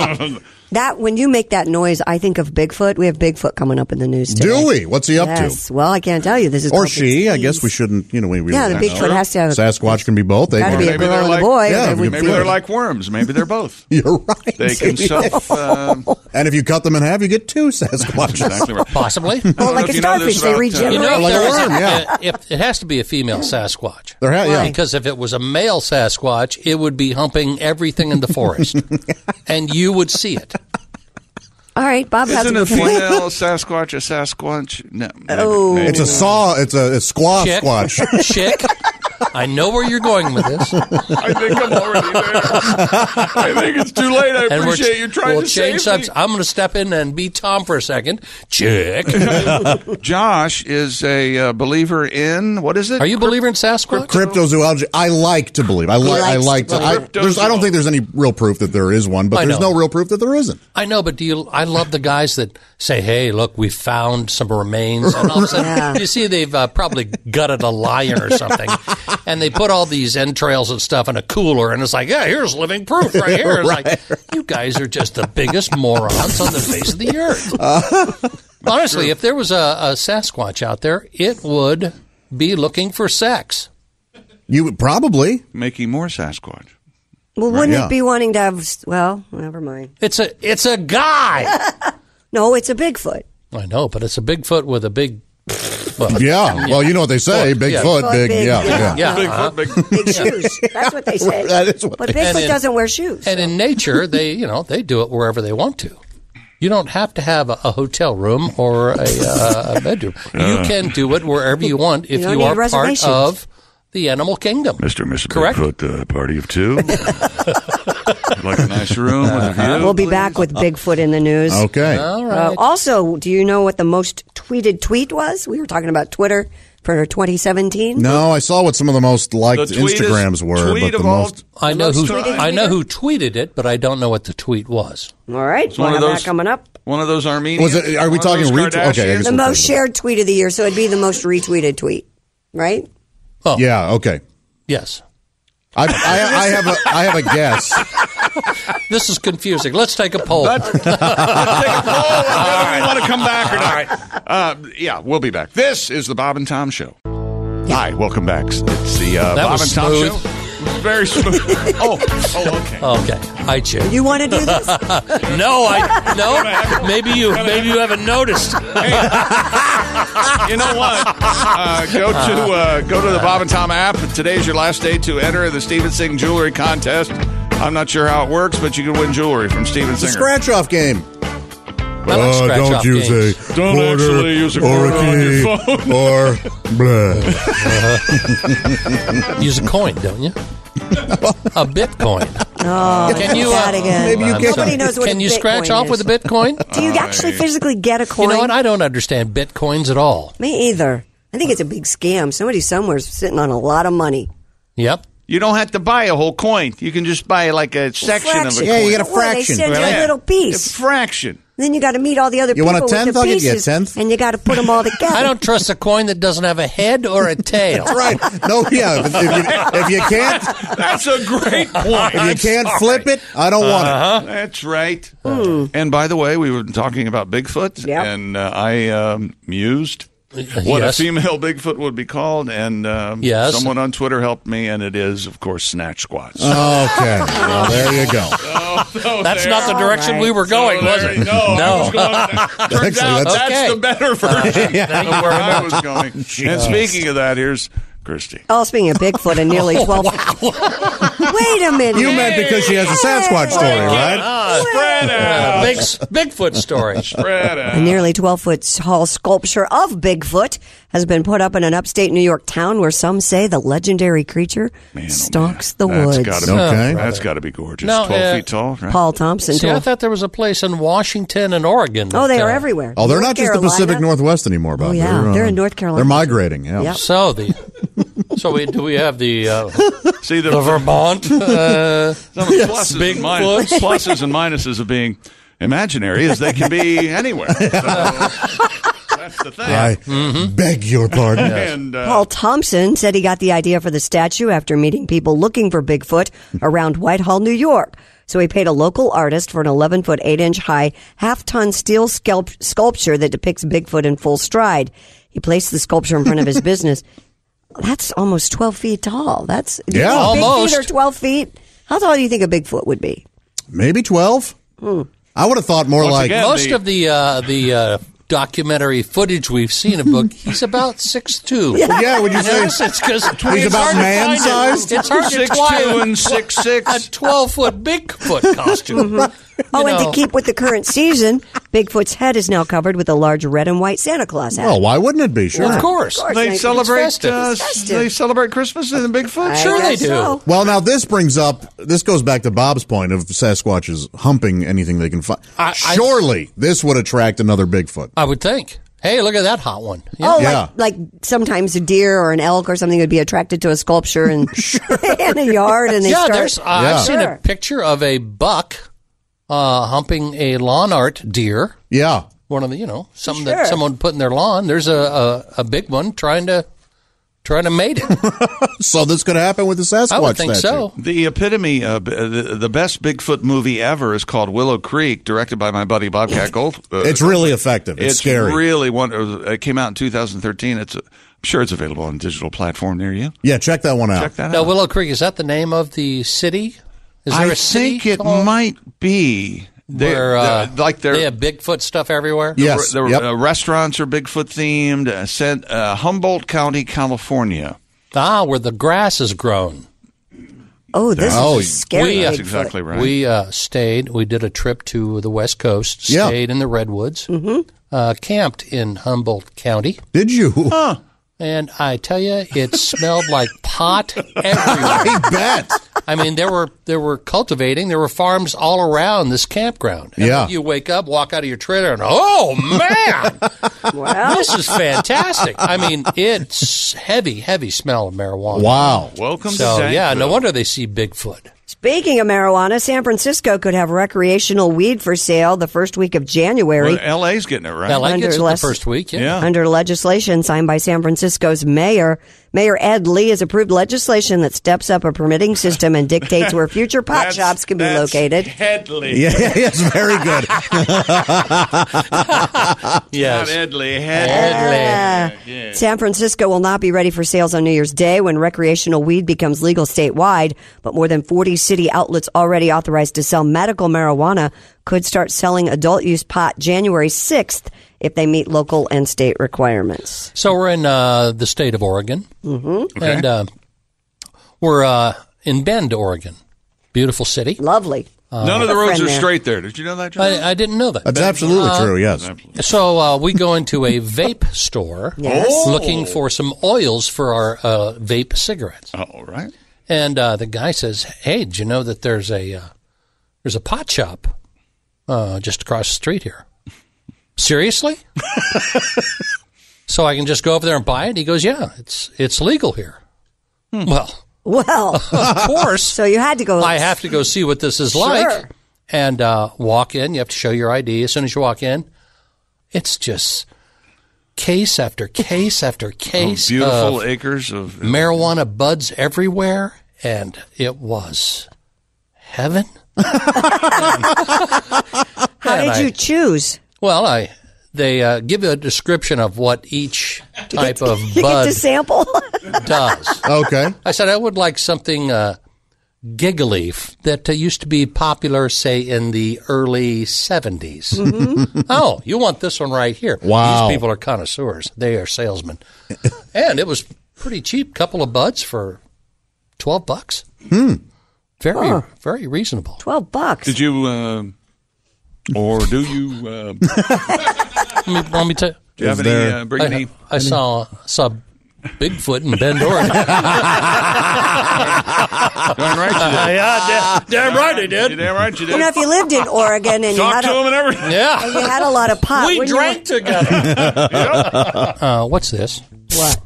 [SPEAKER 4] hands.
[SPEAKER 7] That when you make that noise, I think of Bigfoot. We have Bigfoot coming up in the news today.
[SPEAKER 9] Do we? What's he up
[SPEAKER 7] Yes. Well, I can't tell you. This is
[SPEAKER 9] to? Or
[SPEAKER 7] called
[SPEAKER 9] she? I
[SPEAKER 7] disease.
[SPEAKER 9] guess we shouldn't. You know, we, we
[SPEAKER 7] Yeah, the
[SPEAKER 9] don't
[SPEAKER 7] Bigfoot
[SPEAKER 9] know.
[SPEAKER 7] has to have a-
[SPEAKER 9] Sasquatch can be both. They
[SPEAKER 7] Gotta
[SPEAKER 9] can
[SPEAKER 7] be
[SPEAKER 2] Maybe
[SPEAKER 7] a girl
[SPEAKER 2] they're
[SPEAKER 7] and
[SPEAKER 2] like-
[SPEAKER 7] a boy.
[SPEAKER 9] Yeah,
[SPEAKER 7] They would
[SPEAKER 9] we could
[SPEAKER 2] Maybe
[SPEAKER 7] be-
[SPEAKER 2] they're like worms. Maybe they're both.
[SPEAKER 9] You're right.
[SPEAKER 2] They can self. Uh,
[SPEAKER 9] and if you cut them in half, you get two Sasquatches.
[SPEAKER 2] exactly right.
[SPEAKER 6] Possibly.
[SPEAKER 7] Well,
[SPEAKER 2] I don't know
[SPEAKER 7] like
[SPEAKER 2] if
[SPEAKER 7] a
[SPEAKER 2] you know this
[SPEAKER 7] starfish, they
[SPEAKER 6] You
[SPEAKER 2] about, uh,
[SPEAKER 7] regenerate.
[SPEAKER 6] know,
[SPEAKER 9] like
[SPEAKER 6] there
[SPEAKER 9] a
[SPEAKER 6] is
[SPEAKER 9] worm, yeah.
[SPEAKER 6] if, it has to be a female Sasquatch.
[SPEAKER 9] There ha- yeah.
[SPEAKER 7] Why?
[SPEAKER 6] Because if it was a male Sasquatch, it would be humping everything in the forest, and you would see it.
[SPEAKER 7] All right, Bob has
[SPEAKER 2] Isn't a female Sasquatch a Sasquatch? No. maybe-
[SPEAKER 7] Oh.
[SPEAKER 2] maybe.
[SPEAKER 9] It's a saw. It's a it's squaw
[SPEAKER 6] Chick,
[SPEAKER 9] squatch.
[SPEAKER 6] chick. I know where you're going with this,
[SPEAKER 2] I think I'm already there. I think it's too late. I
[SPEAKER 6] and we're
[SPEAKER 2] appreciate you trying
[SPEAKER 6] we'll
[SPEAKER 2] to
[SPEAKER 6] change
[SPEAKER 2] save
[SPEAKER 6] subs-
[SPEAKER 2] me.
[SPEAKER 6] I'm going to step in and be Tom for a second. Chick,
[SPEAKER 2] Josh is a uh, believer in what is it?
[SPEAKER 6] are you a believer in Sasquatch?
[SPEAKER 9] Cryptozoology. I like to believe. I like. I
[SPEAKER 7] likes
[SPEAKER 9] like to.
[SPEAKER 7] to
[SPEAKER 9] I,
[SPEAKER 2] believe.
[SPEAKER 9] there's, I don't think there's any real proof that there is one, but
[SPEAKER 6] I
[SPEAKER 9] there's
[SPEAKER 6] know.
[SPEAKER 9] no real proof that there isn't.
[SPEAKER 6] I know, but do you? I love the guys that say, "Hey, look, we found some remains," and all of a sudden,
[SPEAKER 7] Yeah.
[SPEAKER 6] you see they've uh, probably gutted a lion or something, and they put all these entrails and stuff in a cooler, and it's like, "Yeah, here's living proof right here." It's like you guys are just the biggest morons on the face of the earth.
[SPEAKER 9] Uh,
[SPEAKER 6] Honestly, if there was a, a Sasquatch out there, it would be looking for sex.
[SPEAKER 9] You would probably.
[SPEAKER 2] making more Sasquatch?
[SPEAKER 7] Well, wouldn't
[SPEAKER 9] yeah.
[SPEAKER 7] it be wanting to have? Well, never mind.
[SPEAKER 6] It's a it's a guy.
[SPEAKER 7] No, it's a Bigfoot.
[SPEAKER 6] I know, but it's a Bigfoot with a big. Well,
[SPEAKER 9] Yeah. Well, you know what they say:
[SPEAKER 6] Foot,
[SPEAKER 9] big
[SPEAKER 6] yeah.
[SPEAKER 9] foot,
[SPEAKER 7] Foot,
[SPEAKER 9] big.
[SPEAKER 7] big,
[SPEAKER 9] Yeah.
[SPEAKER 7] yeah.
[SPEAKER 9] Yeah.
[SPEAKER 6] yeah. uh-huh.
[SPEAKER 7] Big shoes. That's what they say.
[SPEAKER 9] That is what
[SPEAKER 7] but
[SPEAKER 9] they-
[SPEAKER 6] And
[SPEAKER 7] Bigfoot
[SPEAKER 6] in-
[SPEAKER 7] doesn't wear shoes.
[SPEAKER 6] And in nature, they you know they do it wherever they want to. You don't have to have a, a hotel room or a, uh, a bedroom. You can do it wherever you want if
[SPEAKER 7] You don't
[SPEAKER 6] you,
[SPEAKER 7] need
[SPEAKER 6] are part
[SPEAKER 7] reservations.
[SPEAKER 6] of the animal kingdom.
[SPEAKER 2] Mr. and Mrs.
[SPEAKER 6] Correct.
[SPEAKER 2] Bigfoot, uh, party of two. like a nice room with a view.
[SPEAKER 7] we'll be back with Bigfoot in the news.
[SPEAKER 9] Okay.
[SPEAKER 6] All
[SPEAKER 7] Uh,
[SPEAKER 6] right.
[SPEAKER 7] also, do you know what the most tweeted tweet was? We were talking about Twitter for 2017.
[SPEAKER 9] No, I saw what some of the most liked Instagrams were,
[SPEAKER 2] tweet
[SPEAKER 9] but the
[SPEAKER 2] of all-
[SPEAKER 9] most.
[SPEAKER 6] I know who
[SPEAKER 2] Tweeted
[SPEAKER 6] I know who tweeted it, but I don't know what the tweet was.
[SPEAKER 7] All right,
[SPEAKER 2] one
[SPEAKER 7] we'll
[SPEAKER 2] of
[SPEAKER 7] have
[SPEAKER 2] those-
[SPEAKER 7] that coming up.
[SPEAKER 2] One of those Armenians.
[SPEAKER 9] Was it- are we
[SPEAKER 2] One of
[SPEAKER 9] talking
[SPEAKER 2] those
[SPEAKER 9] ret- okay, I
[SPEAKER 2] Kardashians?
[SPEAKER 9] guess-
[SPEAKER 7] The most shared tweet of the year, so it'd be the most retweeted tweet, right?
[SPEAKER 6] Oh,
[SPEAKER 9] Yeah. Okay.
[SPEAKER 6] yes.
[SPEAKER 9] I, I, I have a I have a guess.
[SPEAKER 6] This is confusing. Let's take a poll.
[SPEAKER 2] Take a poll on whether we want to come back or not. Uh, yeah, we'll be back. This is the Bob and Tom Show. Hi, welcome back. It's the uh,
[SPEAKER 6] That
[SPEAKER 2] Bob
[SPEAKER 6] was
[SPEAKER 2] and Tom
[SPEAKER 6] smooth.
[SPEAKER 2] Show. Very smooth. oh, oh, okay.
[SPEAKER 6] okay, I checked.
[SPEAKER 7] You want to do this?
[SPEAKER 6] No, I no. Maybe you maybe you haven't noticed.
[SPEAKER 2] You know what? Uh, go to uh, go to the Bob and Tom app. Today's your last day to enter the Steven Singh Jewelry Contest. I'm not sure how it works, but you can win jewelry from Steven
[SPEAKER 9] The
[SPEAKER 2] Singer.
[SPEAKER 9] scratch off game.
[SPEAKER 6] I like
[SPEAKER 9] Uh,
[SPEAKER 6] scratch-off
[SPEAKER 9] don't use
[SPEAKER 6] games.
[SPEAKER 9] a
[SPEAKER 4] Don't
[SPEAKER 9] quarter
[SPEAKER 4] actually use a
[SPEAKER 9] or
[SPEAKER 4] quarter on your
[SPEAKER 9] key
[SPEAKER 4] phone.
[SPEAKER 9] or blah.
[SPEAKER 6] Use a coin, don't you? a bitcoin.
[SPEAKER 7] Oh,
[SPEAKER 6] Can you,
[SPEAKER 7] that
[SPEAKER 6] uh,
[SPEAKER 7] again.
[SPEAKER 9] maybe you
[SPEAKER 6] I'm
[SPEAKER 9] get-
[SPEAKER 6] sorry.
[SPEAKER 7] Nobody knows what
[SPEAKER 6] Can
[SPEAKER 7] a
[SPEAKER 6] you scratch
[SPEAKER 7] Bitcoin
[SPEAKER 6] off
[SPEAKER 7] is.
[SPEAKER 6] with a bitcoin?
[SPEAKER 7] Do you actually physically get a
[SPEAKER 6] You
[SPEAKER 7] coin?
[SPEAKER 6] know what? I don't understand bitcoins at all.
[SPEAKER 7] Me either. I think it's a big scam. Somebody somewhere's sitting on a lot of money.
[SPEAKER 6] Yep.
[SPEAKER 2] You don't have to buy a whole coin. You can just buy like a section of a
[SPEAKER 7] Fraction.
[SPEAKER 9] Yeah,
[SPEAKER 2] coin.
[SPEAKER 9] you get a
[SPEAKER 7] Well,
[SPEAKER 9] fraction.
[SPEAKER 7] They send you
[SPEAKER 2] Yeah.
[SPEAKER 7] a little
[SPEAKER 2] A
[SPEAKER 7] piece.
[SPEAKER 2] fraction.
[SPEAKER 7] Then you got to meet all the other
[SPEAKER 9] You
[SPEAKER 7] people
[SPEAKER 9] want a
[SPEAKER 7] with
[SPEAKER 9] tenth?
[SPEAKER 7] the
[SPEAKER 9] I'll give you a
[SPEAKER 7] pieces,
[SPEAKER 9] tenth.
[SPEAKER 7] and you got to put them all together.
[SPEAKER 6] I don't trust a coin that doesn't have a head or a tail.
[SPEAKER 9] Right. No. Yeah. If, if you, if you can't
[SPEAKER 2] That's a great point.
[SPEAKER 9] if you can't flip it, I don't
[SPEAKER 6] Uh-huh.
[SPEAKER 9] want
[SPEAKER 2] That's right. And by the way, we were talking about Bigfoot,
[SPEAKER 7] Hmm. Yep.
[SPEAKER 2] and uh, I um, mused what
[SPEAKER 6] Uh, Yes.
[SPEAKER 2] a female Bigfoot would be called, and um,
[SPEAKER 6] Yes.
[SPEAKER 2] someone on Twitter helped me, and it is, of course, Snatch Squats.
[SPEAKER 9] it. Okay. Well, there you go.
[SPEAKER 2] Oh,
[SPEAKER 6] That's not the direction we were going, was it?
[SPEAKER 4] No.
[SPEAKER 2] Turns
[SPEAKER 9] Actually,
[SPEAKER 2] out
[SPEAKER 9] that's-
[SPEAKER 2] that's,
[SPEAKER 6] Okay. Uh,
[SPEAKER 2] the better version
[SPEAKER 6] Thank
[SPEAKER 2] of
[SPEAKER 6] you
[SPEAKER 2] where
[SPEAKER 6] very
[SPEAKER 2] I
[SPEAKER 6] much.
[SPEAKER 2] was going. and speaking of that, here's Christy.
[SPEAKER 7] Oh, speaking of Bigfoot and nearly
[SPEAKER 6] Oh,
[SPEAKER 7] 12. Wait a minute.
[SPEAKER 9] You meant because she has a Sasquatch story, right?
[SPEAKER 4] Spread out.
[SPEAKER 6] Big Uh, Bigfoot story.
[SPEAKER 2] Spread
[SPEAKER 7] A
[SPEAKER 2] out.
[SPEAKER 7] nearly 12 foot tall sculpture of Bigfoot has been put up in an upstate New York town where some say the legendary creature
[SPEAKER 2] Man, oh,
[SPEAKER 7] stalks
[SPEAKER 2] man.
[SPEAKER 7] the
[SPEAKER 2] That's
[SPEAKER 7] woods.
[SPEAKER 2] Gotta be,
[SPEAKER 9] Okay.
[SPEAKER 2] That's got to be gorgeous.
[SPEAKER 6] No,
[SPEAKER 2] 12
[SPEAKER 6] uh,
[SPEAKER 2] feet tall. Right?
[SPEAKER 7] Paul Thompson
[SPEAKER 6] See, I
[SPEAKER 7] told-
[SPEAKER 6] thought there was a place in Washington and Oregon.
[SPEAKER 7] Oh, they
[SPEAKER 6] that,
[SPEAKER 7] are
[SPEAKER 6] uh,
[SPEAKER 7] everywhere.
[SPEAKER 9] Oh, they're
[SPEAKER 7] North
[SPEAKER 9] not just the Pacific
[SPEAKER 7] Carolina.
[SPEAKER 9] Northwest anymore, Bob.
[SPEAKER 7] Oh, yeah.
[SPEAKER 9] uh,
[SPEAKER 7] They're in North Carolina.
[SPEAKER 9] They're migrating. Yeah.
[SPEAKER 7] Yep.
[SPEAKER 6] So the so we do we have the uh,
[SPEAKER 2] See, the,
[SPEAKER 6] the Vermont? Uh,
[SPEAKER 2] Some of the pluses,
[SPEAKER 6] Big
[SPEAKER 2] and min-
[SPEAKER 6] foot.
[SPEAKER 2] pluses and minuses of being imaginary is they can be anywhere. So,
[SPEAKER 4] the thing.
[SPEAKER 9] I
[SPEAKER 6] Mm-hmm.
[SPEAKER 9] beg your pardon.
[SPEAKER 4] And uh,
[SPEAKER 7] Paul Thompson said he got the idea for the statue after meeting people looking for Bigfoot around Whitehall, New York. So he paid a local artist for an 11 foot, 8 inch high, half ton steel sculpt- sculpture that depicts Bigfoot in full stride. He placed the sculpture in front of his business. That's almost 12 feet tall. That's do you
[SPEAKER 9] Yeah.
[SPEAKER 7] think
[SPEAKER 6] Almost.
[SPEAKER 7] Big feet are 12 feet. How tall do you think a Bigfoot would be? Hmm.
[SPEAKER 9] Maybe 12? I would have thought more
[SPEAKER 4] Once
[SPEAKER 9] like
[SPEAKER 4] again-
[SPEAKER 6] Most
[SPEAKER 4] the-
[SPEAKER 6] of the uh, the uh, documentary footage we've seen of Book, he's about six two.
[SPEAKER 9] Well, yeah, would you say
[SPEAKER 6] Yes, it's because
[SPEAKER 9] he's about man sized?
[SPEAKER 6] It's hard to
[SPEAKER 2] six
[SPEAKER 6] fly
[SPEAKER 2] two
[SPEAKER 6] a-
[SPEAKER 2] and six
[SPEAKER 6] a
[SPEAKER 2] six.
[SPEAKER 6] twelve foot Bigfoot
[SPEAKER 4] Mm-hmm.
[SPEAKER 6] costume.
[SPEAKER 7] Oh,
[SPEAKER 6] You
[SPEAKER 7] and
[SPEAKER 6] know.
[SPEAKER 7] to keep with the current season, Bigfoot's head is now covered with a large red and white Santa Claus hat.
[SPEAKER 9] Well, why wouldn't it be? Sure.
[SPEAKER 6] Of course,
[SPEAKER 2] They
[SPEAKER 7] It's
[SPEAKER 2] celebrate.
[SPEAKER 6] festive.
[SPEAKER 2] Uh,
[SPEAKER 7] It's festive.
[SPEAKER 2] they celebrate Christmas in the Bigfoot.
[SPEAKER 7] I
[SPEAKER 6] sure they
[SPEAKER 7] guess
[SPEAKER 6] do.
[SPEAKER 7] so.
[SPEAKER 9] Well, now this brings up, this goes back to Bob's point of Sasquatches humping anything they can find.
[SPEAKER 6] I- I-
[SPEAKER 9] Surely this would attract another Bigfoot.
[SPEAKER 6] I would think. Hey, look at that hot one. Yeah.
[SPEAKER 7] Oh,
[SPEAKER 9] Yeah.
[SPEAKER 7] like, like sometimes a deer or an elk or something would be attracted to a sculpture in, in a yard, and they
[SPEAKER 6] yeah,
[SPEAKER 7] start.
[SPEAKER 6] there's. Uh,
[SPEAKER 9] Yeah.
[SPEAKER 6] I've seen
[SPEAKER 7] Sure.
[SPEAKER 6] a picture of a buck uh, humping a lawn art deer.
[SPEAKER 9] Yeah.
[SPEAKER 6] One of the, you know, something
[SPEAKER 7] Sure.
[SPEAKER 6] that someone put in their lawn. There's a, a a big one trying to trying to mate it.
[SPEAKER 9] So this could happen with the Sasquatch
[SPEAKER 6] I would think
[SPEAKER 9] statue.
[SPEAKER 6] so.
[SPEAKER 2] The epitome, uh, b- uh, the, the best Bigfoot movie ever is called Willow Creek, directed by my buddy Bobcat Gold. uh,
[SPEAKER 9] It's really effective. It's,
[SPEAKER 2] it's
[SPEAKER 9] scary.
[SPEAKER 2] really wonderful. It came out in 2013. It's, uh, I'm sure it's available on a digital platform near you.
[SPEAKER 9] yeah, check that one out.
[SPEAKER 2] Check that
[SPEAKER 6] Now,
[SPEAKER 2] out.
[SPEAKER 6] Willow Creek is that the name of the city? Is there
[SPEAKER 2] I
[SPEAKER 6] a city
[SPEAKER 2] think it
[SPEAKER 6] called
[SPEAKER 2] might be. They-
[SPEAKER 6] Oh. where uh,
[SPEAKER 2] they're- like
[SPEAKER 6] they
[SPEAKER 2] they're,
[SPEAKER 6] have Bigfoot stuff everywhere?
[SPEAKER 9] Yes.
[SPEAKER 2] the
[SPEAKER 9] yep.
[SPEAKER 2] uh, restaurants are Bigfoot themed. Uh, sent, uh, Humboldt County, California.
[SPEAKER 6] Ah, where the grass is grown.
[SPEAKER 7] oh, this
[SPEAKER 9] Oh,
[SPEAKER 7] is a scary.
[SPEAKER 6] we- uh,
[SPEAKER 2] That's
[SPEAKER 7] Bigfoot.
[SPEAKER 2] exactly right.
[SPEAKER 6] We uh, stayed. We did a trip to the West Coast.
[SPEAKER 9] Yeah.
[SPEAKER 6] Stayed in the redwoods. Mm-hmm. Uh, camped in Humboldt County,
[SPEAKER 9] Did you?
[SPEAKER 6] and I tell you, it smelled like pot everywhere.
[SPEAKER 9] I bet.
[SPEAKER 6] I mean, there were there were cultivating. There were farms all around this campground. And
[SPEAKER 9] Yeah.
[SPEAKER 6] you wake up, walk out of your trailer, and oh man,
[SPEAKER 7] Well,
[SPEAKER 6] this is fantastic. I mean, it's heavy, heavy smell of marijuana.
[SPEAKER 9] Wow.
[SPEAKER 2] Welcome to
[SPEAKER 6] So
[SPEAKER 2] Tank
[SPEAKER 6] yeah, no wonder they see Bigfoot.
[SPEAKER 7] speaking of marijuana, San Francisco could have recreational weed for sale the first week of January.
[SPEAKER 2] Well, LA's getting it right.
[SPEAKER 6] Now, like it's the
[SPEAKER 7] Underless-
[SPEAKER 6] first week. Yeah.
[SPEAKER 2] Yeah.
[SPEAKER 7] Under legislation signed by San Francisco's mayor, Mayor Ed Lee has approved legislation that steps up a permitting system and dictates where future pot
[SPEAKER 4] that's-
[SPEAKER 7] shops can be
[SPEAKER 4] that's
[SPEAKER 7] located.
[SPEAKER 4] Headley.
[SPEAKER 9] Yeah, yes, very good.
[SPEAKER 7] Uh,
[SPEAKER 4] Not
[SPEAKER 6] Yes.
[SPEAKER 4] Headley. Headley.
[SPEAKER 6] Deadly.
[SPEAKER 7] San Francisco will not be ready for sales on New Year's Day when recreational weed becomes legal statewide, but more than 40 city outlets already authorized to sell medical marijuana could start selling adult use pot January 6th if they meet local and state requirements.
[SPEAKER 6] So we're in uh, the state of Oregon, mm-hmm. and uh, we're uh, in Bend, Oregon. Beautiful city. Uh,
[SPEAKER 7] Lovely.
[SPEAKER 2] None of the
[SPEAKER 7] a
[SPEAKER 2] roads
[SPEAKER 7] friend
[SPEAKER 2] are
[SPEAKER 7] there.
[SPEAKER 2] straight there. Did you know that, John?
[SPEAKER 6] I, I didn't know that.
[SPEAKER 9] That's absolutely true, yes.
[SPEAKER 6] So uh, we go into a vape store,
[SPEAKER 7] Yes.
[SPEAKER 2] Oh!
[SPEAKER 6] looking for some oils for our uh, vape cigarettes.
[SPEAKER 2] Oh, all right.
[SPEAKER 6] And uh, the guy says, "Hey, did you know that there's a uh, there's a pot shop uh, just across the street here? Seriously? so I can just go over there and buy it?" He goes, "Yeah, it's it's legal here." Well,
[SPEAKER 7] Well,
[SPEAKER 6] of course.
[SPEAKER 7] so you had to go.
[SPEAKER 6] I have to go see what this is
[SPEAKER 7] Sure.
[SPEAKER 6] like and uh, walk in. You have to show your ID as soon as you walk in. It's just case after case after case
[SPEAKER 2] Oh, Beautiful
[SPEAKER 6] of
[SPEAKER 2] acres of
[SPEAKER 6] marijuana buds everywhere, and it was heaven.
[SPEAKER 7] How did
[SPEAKER 6] I-
[SPEAKER 7] you choose?
[SPEAKER 6] Well, I they uh, give you a description of what each type of
[SPEAKER 7] You
[SPEAKER 6] bud
[SPEAKER 7] get to sample.
[SPEAKER 6] does.
[SPEAKER 9] Okay.
[SPEAKER 6] I said I would like something uh, giggly f- that uh, used to be popular, say, in the early 70s. oh, you want this one right here.
[SPEAKER 9] Mm-hmm. Wow.
[SPEAKER 6] These people are connoisseurs. They are salesmen. and it was pretty cheap, couple of buds for 12 bucks. Hmm. Very, very reasonable.
[SPEAKER 7] Twelve bucks.
[SPEAKER 2] Did you, uh, or do you, uh, do
[SPEAKER 6] Let me, let me tell
[SPEAKER 2] you have
[SPEAKER 9] Is
[SPEAKER 2] any,
[SPEAKER 9] there-
[SPEAKER 2] uh, bring
[SPEAKER 6] I,
[SPEAKER 2] any?
[SPEAKER 6] I saw, saw Bigfoot in Bend, Oregon.
[SPEAKER 2] Darn
[SPEAKER 6] Uh,
[SPEAKER 2] right you did.
[SPEAKER 4] Yeah, da- damn right he
[SPEAKER 2] You're
[SPEAKER 4] did.
[SPEAKER 2] damn right you
[SPEAKER 7] you know,
[SPEAKER 2] did.
[SPEAKER 7] if you lived in Oregon and you
[SPEAKER 4] Talk
[SPEAKER 7] had
[SPEAKER 4] to him
[SPEAKER 7] a,
[SPEAKER 4] and everything.
[SPEAKER 6] yeah.
[SPEAKER 7] you had a lot of pot,
[SPEAKER 6] We
[SPEAKER 7] wouldn't you
[SPEAKER 6] drank together. uh, what's this?
[SPEAKER 7] What?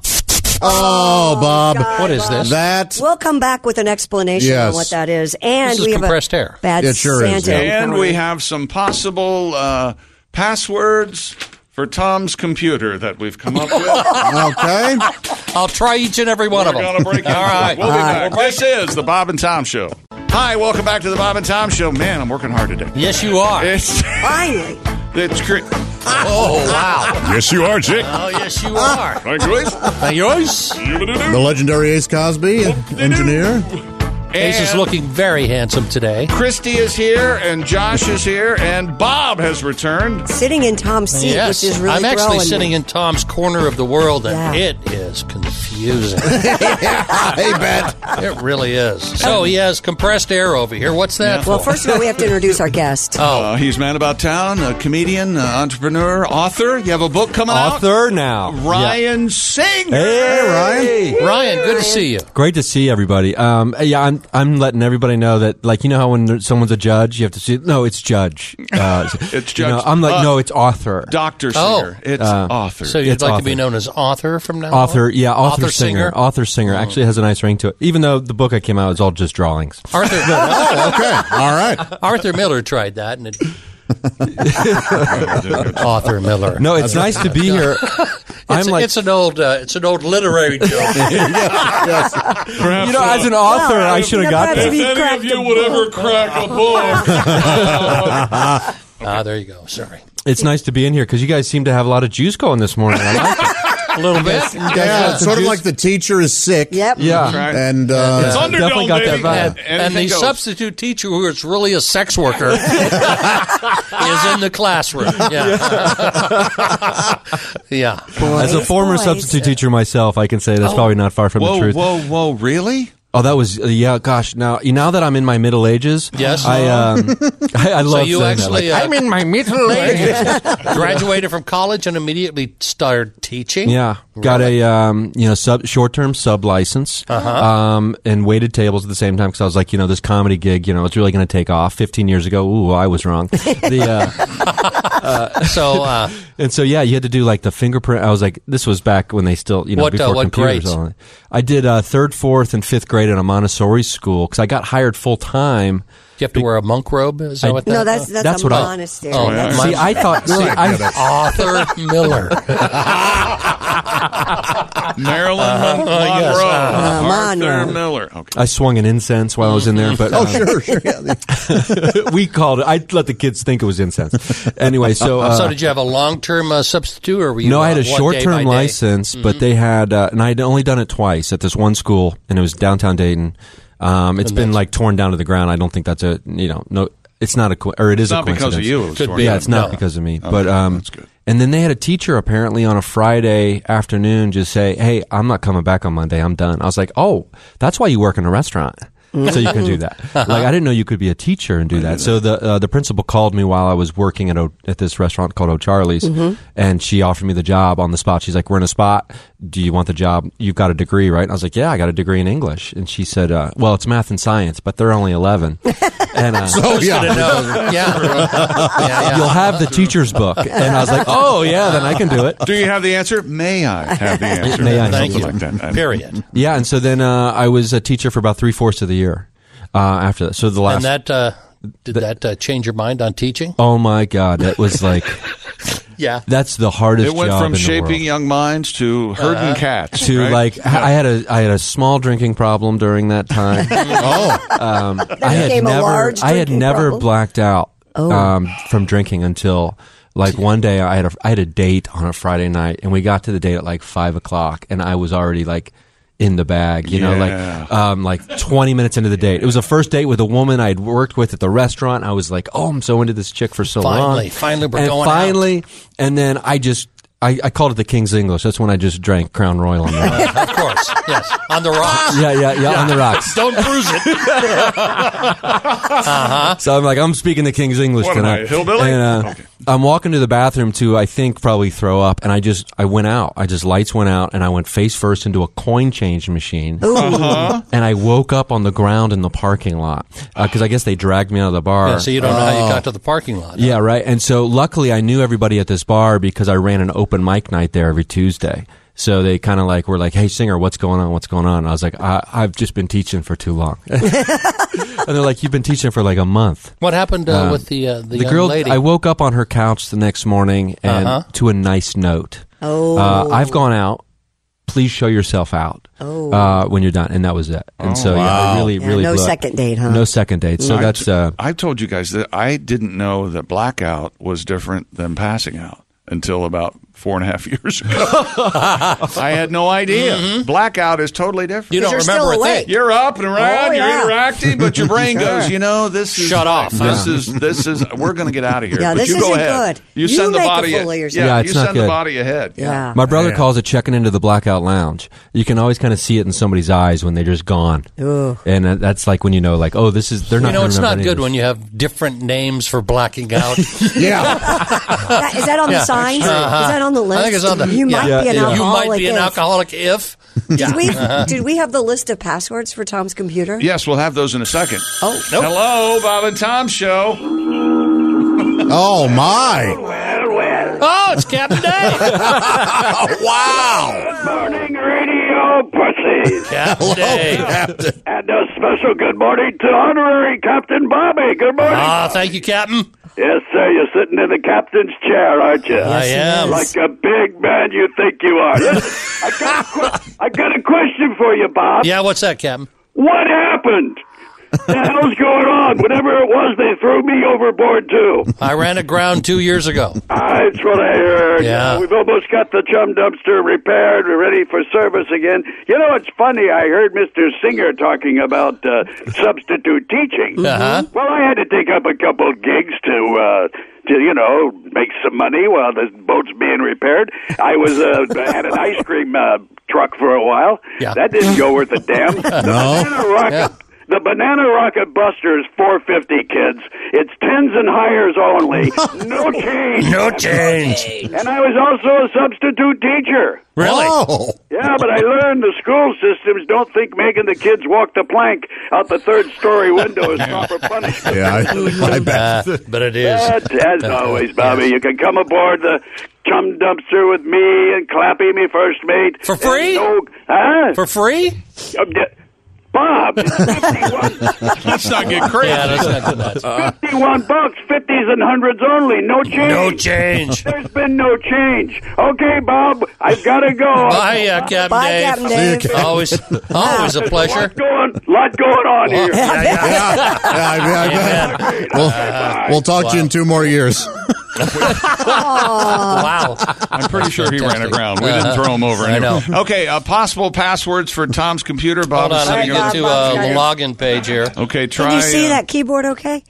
[SPEAKER 9] Oh, Bob.
[SPEAKER 6] What is this?
[SPEAKER 9] That
[SPEAKER 7] We'll come back with an explanation
[SPEAKER 9] Yes.
[SPEAKER 7] on what that is, and
[SPEAKER 6] This is
[SPEAKER 7] we have
[SPEAKER 6] compressed
[SPEAKER 7] a
[SPEAKER 6] air.
[SPEAKER 7] bad
[SPEAKER 9] It sure is,
[SPEAKER 7] Santa
[SPEAKER 9] yeah.
[SPEAKER 2] And
[SPEAKER 7] encounter.
[SPEAKER 2] we have some possible uh, passwords for Tom's computer that we've come up with.
[SPEAKER 9] Okay.
[SPEAKER 6] I'll try each and every one
[SPEAKER 2] We're
[SPEAKER 6] of them.
[SPEAKER 2] gonna break it.
[SPEAKER 6] All right.
[SPEAKER 2] We'll be back. This is the Bob and Tom Show. Hi, welcome back to the Bob and Tom Show. Man, I'm working hard today.
[SPEAKER 6] Yes, you are.
[SPEAKER 2] It's
[SPEAKER 7] Finally.
[SPEAKER 2] it's cr-
[SPEAKER 6] Oh, wow.
[SPEAKER 4] Yes, you are, Chick.
[SPEAKER 6] Oh, yes, you are.
[SPEAKER 2] Hi, Joyce.
[SPEAKER 6] Now, yours.
[SPEAKER 9] The legendary Ace Cosby, engineer.
[SPEAKER 6] Ace is
[SPEAKER 2] And
[SPEAKER 6] looking very handsome today.
[SPEAKER 2] Christy is here, and Josh is here, and Bob has returned.
[SPEAKER 7] Sitting in Tom's seat,
[SPEAKER 6] Yes,
[SPEAKER 7] which is really
[SPEAKER 6] I'm actually
[SPEAKER 7] throwing
[SPEAKER 6] sitting
[SPEAKER 7] me.
[SPEAKER 6] in Tom's corner of the world, and
[SPEAKER 7] Yeah.
[SPEAKER 6] it is confusing.
[SPEAKER 9] Hey, bet.
[SPEAKER 6] it really is. So he has compressed air over here. What's that?
[SPEAKER 7] Well,
[SPEAKER 6] for?
[SPEAKER 7] first of all, we have to introduce our guest.
[SPEAKER 10] Oh.
[SPEAKER 2] Uh, he's man about town, a comedian, uh, entrepreneur, author. You have a book coming
[SPEAKER 10] Author now.
[SPEAKER 2] out. Ryan Singer.
[SPEAKER 10] Hey, Ryan.
[SPEAKER 6] Ryan, good to see you.
[SPEAKER 10] Great to see everybody. Um, yeah, I'm I'm letting everybody know that, like, you know how when there- someone's a judge, you have to see. No, it's judge. Uh,
[SPEAKER 2] It's
[SPEAKER 10] you know,
[SPEAKER 2] judge.
[SPEAKER 10] I'm like,
[SPEAKER 2] Uh,
[SPEAKER 10] no, it's author.
[SPEAKER 2] Doctor
[SPEAKER 6] Oh.
[SPEAKER 2] Singer. It's author.
[SPEAKER 6] So you'd
[SPEAKER 10] It's
[SPEAKER 6] like to
[SPEAKER 10] author.
[SPEAKER 6] be known as author from now on?
[SPEAKER 10] author, yeah, author,
[SPEAKER 6] Author
[SPEAKER 10] singer.
[SPEAKER 6] singer? Oh.
[SPEAKER 10] author singer actually has a nice ring to it. Even though the book I came out is all just drawings.
[SPEAKER 6] Arthur,
[SPEAKER 9] Oh, Okay. All right.
[SPEAKER 6] Arthur Miller tried that, and it, Arthur Miller.
[SPEAKER 10] No, it's nice to be here. I'm
[SPEAKER 6] it's,
[SPEAKER 10] like,
[SPEAKER 6] it's an old, uh, it's an old literary joke.
[SPEAKER 2] Perhaps uh,
[SPEAKER 10] you know, as an author,
[SPEAKER 7] Well,
[SPEAKER 10] I
[SPEAKER 7] you
[SPEAKER 10] should
[SPEAKER 7] know,
[SPEAKER 10] have got
[SPEAKER 7] perhaps if
[SPEAKER 10] that.
[SPEAKER 7] he cracked a book.
[SPEAKER 2] crack a book.
[SPEAKER 6] ah, there you go. Sorry,
[SPEAKER 10] It's nice to be in here because you guys seem to have a lot of juice going this morning. I like it.
[SPEAKER 6] a little bit.
[SPEAKER 9] Yeah, it's sort of like the teacher is sick.
[SPEAKER 7] Yep.
[SPEAKER 10] Yeah.
[SPEAKER 9] And uh,
[SPEAKER 2] It's
[SPEAKER 10] Yeah,
[SPEAKER 2] Underdome,
[SPEAKER 10] definitely got
[SPEAKER 2] baby.
[SPEAKER 10] that vibe.
[SPEAKER 6] And the
[SPEAKER 2] Anything goes.
[SPEAKER 6] substitute teacher, who is really a sex worker, is in the classroom. Yeah, yeah.
[SPEAKER 10] As a
[SPEAKER 7] Boys,
[SPEAKER 10] former
[SPEAKER 7] boys.
[SPEAKER 10] substitute teacher myself, I can say
[SPEAKER 6] Oh.
[SPEAKER 10] that's probably not far from the
[SPEAKER 2] Whoa,
[SPEAKER 10] truth.
[SPEAKER 2] whoa, whoa! Really?
[SPEAKER 10] Oh, that was uh, yeah. Gosh, now you now that I'm in my middle ages,
[SPEAKER 6] Yes.
[SPEAKER 10] I um, I, I
[SPEAKER 6] So
[SPEAKER 10] love
[SPEAKER 6] you
[SPEAKER 10] saying
[SPEAKER 6] actually
[SPEAKER 10] that.
[SPEAKER 6] uh,
[SPEAKER 10] in my middle ages.
[SPEAKER 6] graduated from college and immediately started teaching.
[SPEAKER 10] yeah, got a um, you know sub short term sub license,
[SPEAKER 6] Uh-huh.
[SPEAKER 10] um, and waited tables at the same time because I was like, you know, this comedy gig, you know, it's really going to take off. Fifteen years ago, ooh, I was wrong. The uh,
[SPEAKER 6] So, uh,
[SPEAKER 10] And so yeah, you had to do like the fingerprint. I was like, this was back when they still you know
[SPEAKER 6] What, uh,
[SPEAKER 10] before
[SPEAKER 6] what
[SPEAKER 10] computers.
[SPEAKER 6] grades?
[SPEAKER 10] all that. I did uh, third, fourth, and fifth grade at a Montessori school because I got hired full time.
[SPEAKER 6] you have to wear a monk robe. Is that what that?
[SPEAKER 7] No, that's that's,
[SPEAKER 10] That's
[SPEAKER 7] a
[SPEAKER 10] what I-
[SPEAKER 7] monastery.
[SPEAKER 6] Oh,
[SPEAKER 7] That's-
[SPEAKER 10] See, I thought. see, I,
[SPEAKER 6] Arthur Miller.
[SPEAKER 2] Marilyn Monroe.
[SPEAKER 6] Uh-huh. yes. Uh-huh.
[SPEAKER 7] Uh,
[SPEAKER 2] Arthur
[SPEAKER 7] Monroe.
[SPEAKER 2] Miller. Okay.
[SPEAKER 10] I swung an incense while I was in there, but
[SPEAKER 9] oh,
[SPEAKER 10] um,
[SPEAKER 9] sure, sure. Yeah.
[SPEAKER 10] we called it. I let the kids think it was incense. Anyway, so uh,
[SPEAKER 6] so, did you have a long-term uh, substitute, or were you?
[SPEAKER 10] no, I had
[SPEAKER 6] uh,
[SPEAKER 10] a
[SPEAKER 6] one
[SPEAKER 10] short
[SPEAKER 6] day by
[SPEAKER 10] term
[SPEAKER 6] day? Mm-hmm.
[SPEAKER 10] license, but they had, uh, and I had only done it twice at this one school, and it was downtown Dayton. Um, it's been like torn down to the ground. I don't think that's a you know no, it's not a co- or it
[SPEAKER 2] It's
[SPEAKER 10] is
[SPEAKER 2] not
[SPEAKER 10] a coincidence.
[SPEAKER 2] because of you. It was
[SPEAKER 6] Could
[SPEAKER 2] sort
[SPEAKER 6] be.
[SPEAKER 2] of-
[SPEAKER 10] Yeah, it's not
[SPEAKER 6] No.
[SPEAKER 10] because of me. but um,
[SPEAKER 2] that's good.
[SPEAKER 10] And then they had a teacher apparently on a Friday afternoon just say, "Hey, I'm not coming back on Monday. I'm done." I was like, "Oh, that's why you work in a restaurant." so you can do that.
[SPEAKER 6] Uh-huh.
[SPEAKER 10] Like I didn't know you could be a teacher and do that. So the uh, the principal called me while I was working at o- at this restaurant called O'Charlie's,
[SPEAKER 6] Mm-hmm.
[SPEAKER 10] and she offered me the job on the spot. She's like, "We're in a spot. Do you want the job? You've got a degree, right?" And I was like, "Yeah, I got a degree in English." And she said, uh, "Well, it's math and science, but they're only 11." and uh,
[SPEAKER 9] Oh,
[SPEAKER 6] Just
[SPEAKER 9] yeah.
[SPEAKER 6] gonna know. yeah. yeah,
[SPEAKER 10] you'll
[SPEAKER 6] yeah.
[SPEAKER 10] have the teacher's book. And I was like, oh, yeah, then I can do it.
[SPEAKER 2] Do you have the answer? May I have the answer?
[SPEAKER 10] May I?
[SPEAKER 6] Thank
[SPEAKER 2] Something
[SPEAKER 6] you.
[SPEAKER 2] Like that.
[SPEAKER 6] Period.
[SPEAKER 10] Yeah. And so then uh, I was a teacher for about three fourths of the year uh, after that. So the last.
[SPEAKER 6] And that uh, did that uh, change your mind on teaching?
[SPEAKER 10] oh, my God. That was like,
[SPEAKER 6] Yeah.
[SPEAKER 10] that's the hardest
[SPEAKER 2] It went
[SPEAKER 10] job in
[SPEAKER 2] from
[SPEAKER 10] the
[SPEAKER 2] shaping
[SPEAKER 10] world.
[SPEAKER 2] young minds to herding
[SPEAKER 6] Uh-huh.
[SPEAKER 2] cats
[SPEAKER 10] To
[SPEAKER 2] right?
[SPEAKER 10] like, I had a I had a small drinking problem during that time.
[SPEAKER 9] Oh,
[SPEAKER 10] Um, I had
[SPEAKER 7] became a
[SPEAKER 10] never
[SPEAKER 7] large
[SPEAKER 10] I had
[SPEAKER 7] drinking
[SPEAKER 10] never
[SPEAKER 7] problem. Oh.
[SPEAKER 10] blacked out um, from drinking until like one day I had a I had a date on a Friday night and we got to the date at like five o'clock and I was already like in the bag, you know,
[SPEAKER 2] Yeah.
[SPEAKER 10] like um, like twenty minutes into the date. It was a first date with a woman I had worked with at the restaurant. I was like, oh, I'm so into this chick for so long.
[SPEAKER 6] Finally, finally we're
[SPEAKER 10] and
[SPEAKER 6] going out.
[SPEAKER 10] finally, and then I just. I, I called it the King's English. That's when I just drank Crown Royal on the rocks.
[SPEAKER 6] Uh, Of course. Yes. On the rocks.
[SPEAKER 10] yeah, yeah, yeah, on the rocks.
[SPEAKER 6] Don't bruise it. Uh-huh.
[SPEAKER 10] So I'm like, I'm speaking the King's English
[SPEAKER 2] What am
[SPEAKER 10] tonight.
[SPEAKER 2] I, a hillbilly?
[SPEAKER 10] And, uh, I'm walking to the bathroom to, I think, probably throw up. And I just, I went out. I just lights went out, and I went face first into a coin change machine.
[SPEAKER 2] Uh-huh.
[SPEAKER 10] And I woke up on the ground in the parking lot because I guess they dragged me out of the bar. Oh.
[SPEAKER 6] Yeah, so you don't know how you got to the parking lot.
[SPEAKER 10] Yeah, right. And so luckily I knew everybody at this bar because I ran an open mic night there every Tuesday. So they kind of like were like, "Hey, singer, what's going on? What's going on?" And I was like, I- "I've just been teaching for too long." and they're like, "You've been teaching for like a month."
[SPEAKER 6] What happened uh,
[SPEAKER 10] Um,
[SPEAKER 6] with the uh, the, young
[SPEAKER 10] girl?
[SPEAKER 6] lady?
[SPEAKER 10] I woke up on her couch the next morning and
[SPEAKER 6] Uh-huh.
[SPEAKER 10] to a nice note.
[SPEAKER 6] Oh.
[SPEAKER 10] Uh, I've gone out. Please show yourself out
[SPEAKER 7] Oh.
[SPEAKER 10] uh, when you're done. And that was it. And
[SPEAKER 2] Oh,
[SPEAKER 10] so yeah,
[SPEAKER 2] wow.
[SPEAKER 10] it really,
[SPEAKER 7] Yeah,
[SPEAKER 10] really
[SPEAKER 7] no
[SPEAKER 10] blew up.
[SPEAKER 7] second date, huh?
[SPEAKER 10] No second date. So
[SPEAKER 2] I-
[SPEAKER 10] that's uh,
[SPEAKER 2] I told you guys that I didn't know that blackout was different than passing out until about four and a half years ago. I had no idea. Blackout is totally different.
[SPEAKER 6] You don't
[SPEAKER 4] 'Cause you're remember still a thing. awake.
[SPEAKER 2] You're up and around.
[SPEAKER 4] Oh, yeah.
[SPEAKER 2] You're interacting, but your brain goes. You know this is
[SPEAKER 6] Shut off,
[SPEAKER 2] This
[SPEAKER 6] huh?
[SPEAKER 2] is this is. We're going to get out of here.
[SPEAKER 7] Yeah,
[SPEAKER 2] but
[SPEAKER 7] this
[SPEAKER 2] you go
[SPEAKER 7] isn't
[SPEAKER 2] ahead.
[SPEAKER 7] good.
[SPEAKER 2] You,
[SPEAKER 7] You
[SPEAKER 2] send the
[SPEAKER 7] make a
[SPEAKER 2] body.
[SPEAKER 7] fool of yourself.
[SPEAKER 2] Yeah,
[SPEAKER 10] Yeah, it's
[SPEAKER 2] you
[SPEAKER 10] not
[SPEAKER 2] send
[SPEAKER 10] good.
[SPEAKER 2] the body ahead.
[SPEAKER 7] Yeah.
[SPEAKER 10] my brother calls it checking into the blackout lounge. You can always kind of see it in somebody's eyes when they're just gone. And uh, that's like when you know, like, oh, this is they're not.
[SPEAKER 6] you know,
[SPEAKER 10] gonna
[SPEAKER 6] it's not
[SPEAKER 10] remember any of
[SPEAKER 6] good when you have different names for blacking out.
[SPEAKER 7] That- is that on the
[SPEAKER 6] Yeah.
[SPEAKER 7] signs?
[SPEAKER 6] Uh-huh.
[SPEAKER 7] Is that on the list?
[SPEAKER 6] I think it's on the.
[SPEAKER 7] You
[SPEAKER 6] yeah.
[SPEAKER 7] might be an
[SPEAKER 6] You
[SPEAKER 7] alcoholic.
[SPEAKER 6] might be an
[SPEAKER 7] if.
[SPEAKER 6] alcoholic if.
[SPEAKER 7] Did we,
[SPEAKER 6] Uh-huh.
[SPEAKER 7] did we have the list of passwords for Tom's computer?
[SPEAKER 2] Yes, we'll have those in a second.
[SPEAKER 7] Oh,
[SPEAKER 2] Hello, Bob and Tom show.
[SPEAKER 9] Oh my!
[SPEAKER 6] Oh, it's Captain Day.
[SPEAKER 9] wow!
[SPEAKER 11] Morning radio pussies.
[SPEAKER 6] Captain Day. Captain.
[SPEAKER 11] And a special good morning to honorary Captain Bobby. Good morning.
[SPEAKER 6] Ah, thank you, Captain.
[SPEAKER 11] yes, sir. You're sitting in the captain's chair, aren't you?
[SPEAKER 6] I am.
[SPEAKER 11] Like a big man you think you are. Listen, I, got a que- I got a question for you, Bob.
[SPEAKER 6] Yeah, what's that, Captain?
[SPEAKER 11] What happened? The hell's going on? Whatever it was, they threw me overboard, too.
[SPEAKER 6] I ran aground two years ago.
[SPEAKER 11] That's what I heard.
[SPEAKER 6] Yeah.
[SPEAKER 11] We've almost got the chum dumpster repaired. We're ready for service again. You know, it's funny. I heard Mr. Singer talking about uh, substitute teaching. Mm-hmm.
[SPEAKER 6] Uh-huh.
[SPEAKER 11] Well, I had to take up a couple gigs to. Uh, to, you know, make some money while the boat's being repaired. I was uh, had an ice cream uh, truck for a while.
[SPEAKER 6] Yeah.
[SPEAKER 11] That didn't go worth a damn. The
[SPEAKER 9] No.
[SPEAKER 11] banana rocket, the banana rocket buster is four fifty kids. It's tens and hires only. No change.
[SPEAKER 6] No change.
[SPEAKER 11] And I was also a substitute teacher.
[SPEAKER 6] Really?
[SPEAKER 9] Oh,
[SPEAKER 11] Yeah, but I learned the school systems don't think making the kids walk the plank out the third story window is proper punishment.
[SPEAKER 9] yeah, I, I bet.
[SPEAKER 6] Uh, but it is. Uh,
[SPEAKER 11] But as always, Bobby, you can come aboard the chum dumpster with me and clappy me first mate.
[SPEAKER 6] For free?
[SPEAKER 11] And no- huh?
[SPEAKER 6] For free?
[SPEAKER 11] Um, d- Bob,
[SPEAKER 4] Let's not get crazy.
[SPEAKER 6] Yeah, that's not good. much.
[SPEAKER 11] 51 bucks, 50s and hundreds only. No change.
[SPEAKER 6] No change.
[SPEAKER 11] There's been no change. Okay, Bob, I've got to go.
[SPEAKER 6] Bye, uh, Captain
[SPEAKER 7] Bye,
[SPEAKER 6] Dave.
[SPEAKER 7] Captain Dave. See you, Captain.
[SPEAKER 6] Always, always a pleasure.
[SPEAKER 11] Lot going, lot going on here.
[SPEAKER 6] Yeah, yeah.
[SPEAKER 9] Yeah, yeah, I, I bet. We'll, we'll talk to you in two more years.
[SPEAKER 6] Wow.
[SPEAKER 2] I'm pretty sure he ran
[SPEAKER 6] fantastic.
[SPEAKER 2] aground. We didn't throw him over.
[SPEAKER 6] I
[SPEAKER 2] anywhere.
[SPEAKER 6] know.
[SPEAKER 2] Okay, uh, possible passwords for Tom's computer. Bob
[SPEAKER 6] Hold
[SPEAKER 2] is
[SPEAKER 6] on, let me
[SPEAKER 2] sending
[SPEAKER 6] go
[SPEAKER 2] over.
[SPEAKER 6] to uh, the login page here.
[SPEAKER 2] Okay, try.
[SPEAKER 7] Can you see
[SPEAKER 2] uh,
[SPEAKER 7] that keyboard okay?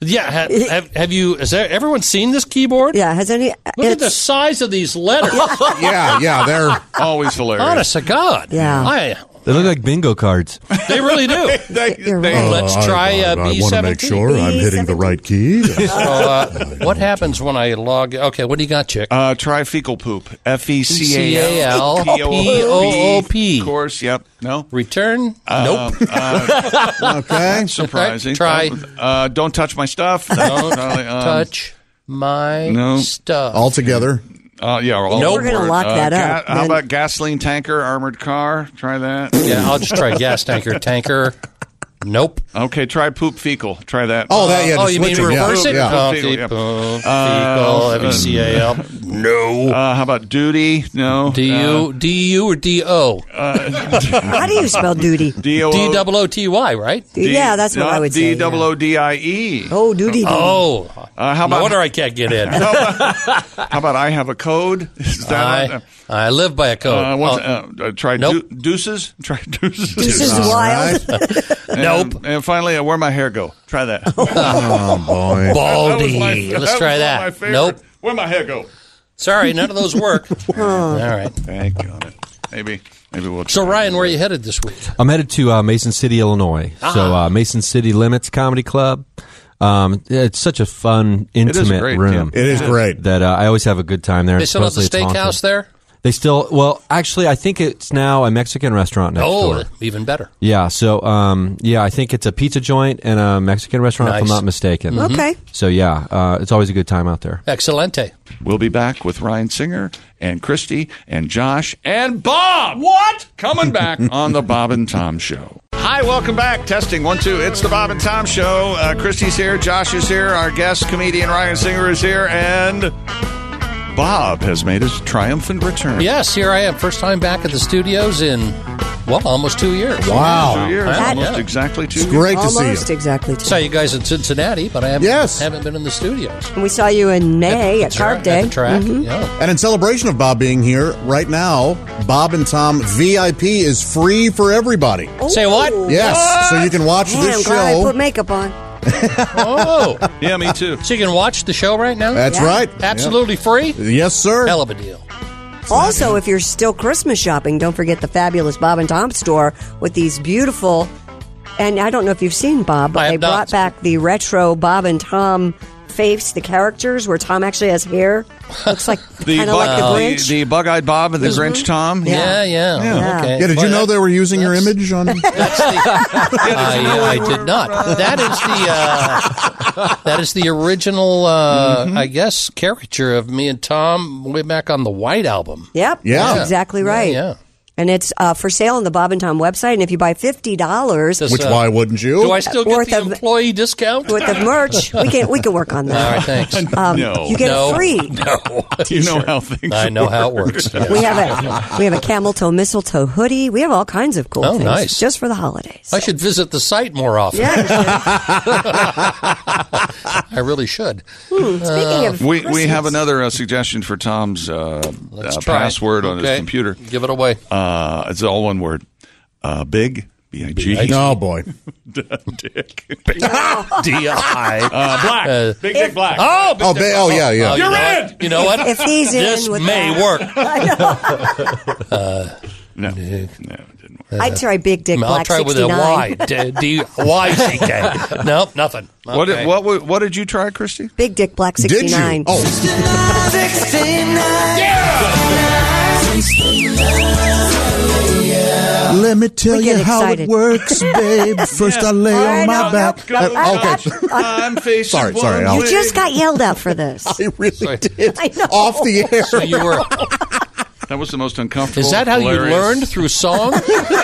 [SPEAKER 6] Yeah, have, have, have you? Has there, everyone seen this keyboard?
[SPEAKER 7] Yeah, has any.
[SPEAKER 6] Look at
[SPEAKER 7] it's-
[SPEAKER 6] the size of these letters.
[SPEAKER 9] Yeah, yeah, they're
[SPEAKER 2] Always hilarious.
[SPEAKER 6] Honest to God.
[SPEAKER 7] Yeah.
[SPEAKER 6] I,
[SPEAKER 10] these. they look like bingo cards.
[SPEAKER 6] they really do.
[SPEAKER 2] They-
[SPEAKER 7] You're
[SPEAKER 2] they-
[SPEAKER 7] right.
[SPEAKER 6] Let's try uh,
[SPEAKER 9] I
[SPEAKER 6] B
[SPEAKER 9] want to
[SPEAKER 6] seventeen.
[SPEAKER 9] make sure I'm hitting the right key.
[SPEAKER 6] So, uh, what happens when I log? Okay, what do you got, chick?
[SPEAKER 2] Uh, try fecal poop. F E C A L
[SPEAKER 6] E C A L P O O P.
[SPEAKER 2] Of course, yep. No. Uh,
[SPEAKER 6] Return? nope.
[SPEAKER 9] Okay.
[SPEAKER 2] Surprising.
[SPEAKER 6] Try.
[SPEAKER 2] Uh, don't touch my stuff.
[SPEAKER 6] Don't
[SPEAKER 2] Charlie, um,
[SPEAKER 6] touch my
[SPEAKER 2] no.
[SPEAKER 6] stuff.
[SPEAKER 9] All together.
[SPEAKER 2] Uh, yeah. all
[SPEAKER 6] Nope.
[SPEAKER 7] We're gonna
[SPEAKER 2] aboard.
[SPEAKER 7] lock
[SPEAKER 2] Uh,
[SPEAKER 7] that up,
[SPEAKER 2] how
[SPEAKER 7] man.
[SPEAKER 2] about gasoline tanker, armored car? Try that.
[SPEAKER 6] yeah, I'll just try gas tanker. Tanker. Nope.
[SPEAKER 2] Okay. Try poop fecal. Try that.
[SPEAKER 9] Oh, that yeah.
[SPEAKER 6] oh,
[SPEAKER 9] just
[SPEAKER 6] you mean
[SPEAKER 9] switching, yeah.
[SPEAKER 6] reverse it?
[SPEAKER 9] Yeah.
[SPEAKER 6] Oh,
[SPEAKER 2] Fecal, yeah.
[SPEAKER 6] fecal,
[SPEAKER 2] Uh,
[SPEAKER 6] fecal, F-E-C-A-L. No.
[SPEAKER 2] Uh, how about duty? No. Uh,
[SPEAKER 6] D U D U or D O
[SPEAKER 7] How do you spell duty?
[SPEAKER 2] D O
[SPEAKER 6] D
[SPEAKER 2] O
[SPEAKER 6] double O T Y right?
[SPEAKER 7] yeah, that's what I would say.
[SPEAKER 2] D double
[SPEAKER 7] yeah.
[SPEAKER 2] O D I E.
[SPEAKER 7] Oh, duty.
[SPEAKER 6] Oh,
[SPEAKER 2] Uh, how
[SPEAKER 6] no
[SPEAKER 2] about-
[SPEAKER 6] wonder I can't get in.
[SPEAKER 2] How about I have a code? Is
[SPEAKER 6] I,
[SPEAKER 2] that
[SPEAKER 6] I live by a
[SPEAKER 2] uh,
[SPEAKER 6] code.
[SPEAKER 2] uh, what's-
[SPEAKER 6] Oh,
[SPEAKER 2] uh, uh, try
[SPEAKER 6] Nope.
[SPEAKER 2] deu- deuces. Try deuces.
[SPEAKER 7] This is wild.
[SPEAKER 2] And,
[SPEAKER 6] Nope.
[SPEAKER 2] And finally, uh, where my hair go? Try that.
[SPEAKER 9] Oh boy.
[SPEAKER 2] That was
[SPEAKER 6] baldy.
[SPEAKER 2] my-
[SPEAKER 6] Let's
[SPEAKER 2] was
[SPEAKER 6] try
[SPEAKER 2] one of my
[SPEAKER 6] that.
[SPEAKER 2] favorite.
[SPEAKER 6] Nope.
[SPEAKER 2] Where my hair go?
[SPEAKER 6] Sorry, none of those work. All right.
[SPEAKER 2] Thank you. Maybe, maybe we'll.
[SPEAKER 6] So
[SPEAKER 2] try.
[SPEAKER 6] Ryan, where are you headed this week?
[SPEAKER 10] I'm headed to uh, Mason City, Illinois.
[SPEAKER 6] Ah.
[SPEAKER 10] So uh, Mason City Limits Comedy Club. Um, it's such a fun,
[SPEAKER 2] is
[SPEAKER 10] intimate
[SPEAKER 2] great,
[SPEAKER 10] room
[SPEAKER 9] It is great.
[SPEAKER 10] that uh, I always have a good time there.
[SPEAKER 6] They still have the
[SPEAKER 10] Supposedly it's haunted.
[SPEAKER 6] steakhouse there.
[SPEAKER 10] They still well, actually, I think it's now a Mexican restaurant next
[SPEAKER 6] oh,
[SPEAKER 10] door.
[SPEAKER 6] even better.
[SPEAKER 10] Yeah, so um, yeah, I think it's a pizza joint and a Mexican restaurant, if I'm
[SPEAKER 6] Nice.
[SPEAKER 10] not mistaken.
[SPEAKER 6] Mhm. Okay.
[SPEAKER 10] So yeah, uh, it's always a good time out there.
[SPEAKER 6] Excelente.
[SPEAKER 2] We'll be back with Ryan Singer and Christy and Josh and Bob. What? Coming back on the Bob and Tom Show. Hi, welcome back. Testing one, two. It's the Bob and Tom Show. Uh, Christy's here. Josh is here. Our guest comedian Ryan Singer is here. And Bob has made his triumphant return.
[SPEAKER 6] Yes, here I am. First time back at the studios in, well, almost two years.
[SPEAKER 2] Two years,
[SPEAKER 6] Yeah.
[SPEAKER 2] almost
[SPEAKER 6] Yeah.
[SPEAKER 2] exactly two
[SPEAKER 7] Almost exactly.
[SPEAKER 6] Saw you guys in Cincinnati, but I haven't,
[SPEAKER 7] Yes.
[SPEAKER 6] haven't been in the studios.
[SPEAKER 7] And we saw you in May at, Carb Day. Mhm.
[SPEAKER 9] And in celebration of Bob being here, right now, Bob and Tom VIP is free for everybody.
[SPEAKER 6] Say what?
[SPEAKER 9] Yes, so you can watch
[SPEAKER 7] Man, Oh. I'm
[SPEAKER 9] this
[SPEAKER 7] glad I
[SPEAKER 9] show.
[SPEAKER 7] put makeup on.
[SPEAKER 6] Oh,
[SPEAKER 2] yeah, me too.
[SPEAKER 6] So you can watch the show right now.
[SPEAKER 9] That's Yeah. right.
[SPEAKER 6] Absolutely free.
[SPEAKER 9] Yes, sir.
[SPEAKER 6] Hell of a deal.
[SPEAKER 7] Also, if you're still Christmas shopping, don't forget the fabulous Bob and Tom store with these beautiful. And I don't know if you've seen Bob, but they brought back the retro Bob and Tom face, the characters where Tom actually has hair. Looks like
[SPEAKER 2] The,
[SPEAKER 7] kind of like the
[SPEAKER 2] bug-
[SPEAKER 7] Grinch.
[SPEAKER 2] the, the bug-eyed Bob and the Grinch Tom.
[SPEAKER 6] Yeah, yeah. Okay.
[SPEAKER 9] Yeah, did you
[SPEAKER 6] Well,
[SPEAKER 9] know
[SPEAKER 6] that-
[SPEAKER 9] they were using your image
[SPEAKER 6] I,
[SPEAKER 9] on?
[SPEAKER 6] I did not. That is the uh, that is the original, uh, I guess, caricature of me and Tom way back on the White album.
[SPEAKER 7] Yep.
[SPEAKER 6] Yeah.
[SPEAKER 7] That's exactly
[SPEAKER 6] Yeah,
[SPEAKER 7] right.
[SPEAKER 6] yeah.
[SPEAKER 7] And it's uh, for sale on the Bob and Tom website. And if you buy fifty dollars,
[SPEAKER 6] Does, Which, uh, why
[SPEAKER 9] wouldn't
[SPEAKER 6] Do I still get the employee discount?
[SPEAKER 7] With the merch, we can we can work on that.
[SPEAKER 6] All right, thanks.
[SPEAKER 7] Um, You get
[SPEAKER 6] No.
[SPEAKER 7] it free.
[SPEAKER 6] No,
[SPEAKER 2] You know how things
[SPEAKER 6] I know how it works.
[SPEAKER 7] We have a we have a camel toe mistletoe hoodie. We have all kinds of cool
[SPEAKER 6] Oh,
[SPEAKER 7] things
[SPEAKER 6] nice.
[SPEAKER 7] just for the holidays.
[SPEAKER 6] I should visit the site more often. I really should.
[SPEAKER 7] Hmm, speaking
[SPEAKER 6] Uh,
[SPEAKER 2] We, we have another uh, suggestion for Tom's uh, uh,
[SPEAKER 6] try it.
[SPEAKER 2] password on his
[SPEAKER 6] Okay.
[SPEAKER 2] computer.
[SPEAKER 6] Give it away.
[SPEAKER 2] Uh, it's all one word. Uh, big. B I G.
[SPEAKER 9] Oh boy,
[SPEAKER 2] dick.
[SPEAKER 6] D.I.
[SPEAKER 2] Uh, black.
[SPEAKER 6] Uh,
[SPEAKER 2] big dick black.
[SPEAKER 6] Oh,
[SPEAKER 9] Oh, ba- oh, yeah, yeah.
[SPEAKER 6] you
[SPEAKER 9] You're
[SPEAKER 6] know
[SPEAKER 9] in!
[SPEAKER 6] what? You know what?
[SPEAKER 7] If- if he's in
[SPEAKER 6] this
[SPEAKER 7] with
[SPEAKER 6] may
[SPEAKER 7] that.
[SPEAKER 6] work.
[SPEAKER 2] no, no, it didn't work.
[SPEAKER 7] I'd try big dick
[SPEAKER 6] Uh, I'll
[SPEAKER 7] black
[SPEAKER 6] try with
[SPEAKER 7] 69.
[SPEAKER 6] a Y. D- D- Y C K. Nope, nothing.
[SPEAKER 2] What,
[SPEAKER 6] Okay.
[SPEAKER 2] did, what, wa- what did you try, Christy?
[SPEAKER 7] Big dick black
[SPEAKER 2] Did you?
[SPEAKER 7] 69.
[SPEAKER 2] Oh.
[SPEAKER 9] Let me tell
[SPEAKER 7] We get
[SPEAKER 9] you how
[SPEAKER 7] excited.
[SPEAKER 9] it works, babe. First I lay
[SPEAKER 7] All right,
[SPEAKER 9] on my
[SPEAKER 7] no,
[SPEAKER 9] back.
[SPEAKER 7] no, no,
[SPEAKER 9] Uh,
[SPEAKER 7] no,
[SPEAKER 9] okay,
[SPEAKER 2] I'm facing
[SPEAKER 9] Sorry, sorry,
[SPEAKER 2] one
[SPEAKER 9] I'll-
[SPEAKER 7] You
[SPEAKER 2] way.
[SPEAKER 7] just got yelled at for this.
[SPEAKER 9] I really did off the air.
[SPEAKER 6] So you were.
[SPEAKER 2] that was the most uncomfortable.
[SPEAKER 6] Is that how you
[SPEAKER 2] hilarious-
[SPEAKER 6] learned through song?
[SPEAKER 9] It's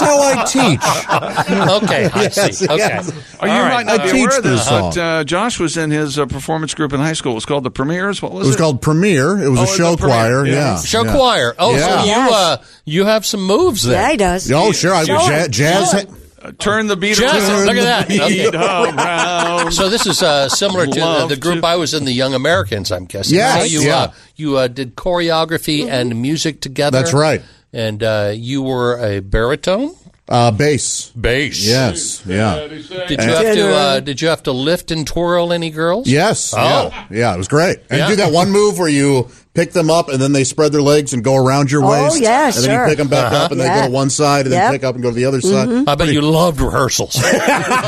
[SPEAKER 9] how I teach.
[SPEAKER 6] Okay, I
[SPEAKER 9] Yes,
[SPEAKER 6] see. Okay.
[SPEAKER 9] yes.
[SPEAKER 2] Oh, you
[SPEAKER 6] All
[SPEAKER 2] might
[SPEAKER 6] right.
[SPEAKER 2] not
[SPEAKER 9] I
[SPEAKER 2] be
[SPEAKER 9] teach
[SPEAKER 2] aware of this,
[SPEAKER 9] this song.
[SPEAKER 2] but uh, Josh was in his uh, performance group in high school. It was called the Premiers. What
[SPEAKER 9] It
[SPEAKER 2] was it?
[SPEAKER 9] was called Premiere. It was
[SPEAKER 2] Oh,
[SPEAKER 9] a
[SPEAKER 2] it's
[SPEAKER 9] show
[SPEAKER 2] a premiere,
[SPEAKER 9] choir.
[SPEAKER 2] yeah.
[SPEAKER 9] Yeah,
[SPEAKER 6] Show
[SPEAKER 9] yeah.
[SPEAKER 6] choir. Oh,
[SPEAKER 9] Yeah.
[SPEAKER 6] so you uh, you have some moves there.
[SPEAKER 7] Yeah, he does.
[SPEAKER 9] Oh, sure. I,
[SPEAKER 7] Show
[SPEAKER 9] ja-
[SPEAKER 7] it.
[SPEAKER 9] jazz.
[SPEAKER 7] Show
[SPEAKER 9] ha-
[SPEAKER 7] it.
[SPEAKER 2] Uh, Turn the beat
[SPEAKER 6] Just-
[SPEAKER 2] around.
[SPEAKER 6] look at that.
[SPEAKER 2] Beat
[SPEAKER 6] Okay.
[SPEAKER 2] around.
[SPEAKER 6] So this is uh, similar to uh,
[SPEAKER 2] Love
[SPEAKER 6] the group
[SPEAKER 2] to-
[SPEAKER 6] I was in, the Young Americans. I'm guessing.
[SPEAKER 9] Yes,
[SPEAKER 6] So you
[SPEAKER 9] yeah.
[SPEAKER 6] uh, you uh, did choreography
[SPEAKER 7] Mm-hmm.
[SPEAKER 6] and music together.
[SPEAKER 9] That's right.
[SPEAKER 6] And uh, you were a baritone.
[SPEAKER 9] Uh, bass.
[SPEAKER 6] Bass.
[SPEAKER 9] Yes. Yeah.
[SPEAKER 6] Did you have to? Uh, did you have to lift and twirl any girls?
[SPEAKER 9] Yes.
[SPEAKER 6] Oh.
[SPEAKER 9] Yeah. Yeah. It was great. And
[SPEAKER 6] Yeah.
[SPEAKER 9] you do that one move where you pick them up and then they spread their legs and go around your
[SPEAKER 7] Oh,
[SPEAKER 9] waist.
[SPEAKER 7] yeah,
[SPEAKER 9] And then
[SPEAKER 7] sure. Uh-huh.
[SPEAKER 9] you pick them back up and they
[SPEAKER 7] Yeah.
[SPEAKER 9] go to one side and
[SPEAKER 7] Yep. Mm-hmm.
[SPEAKER 9] then pick up and go to the other side.
[SPEAKER 6] I bet you loved rehearsals.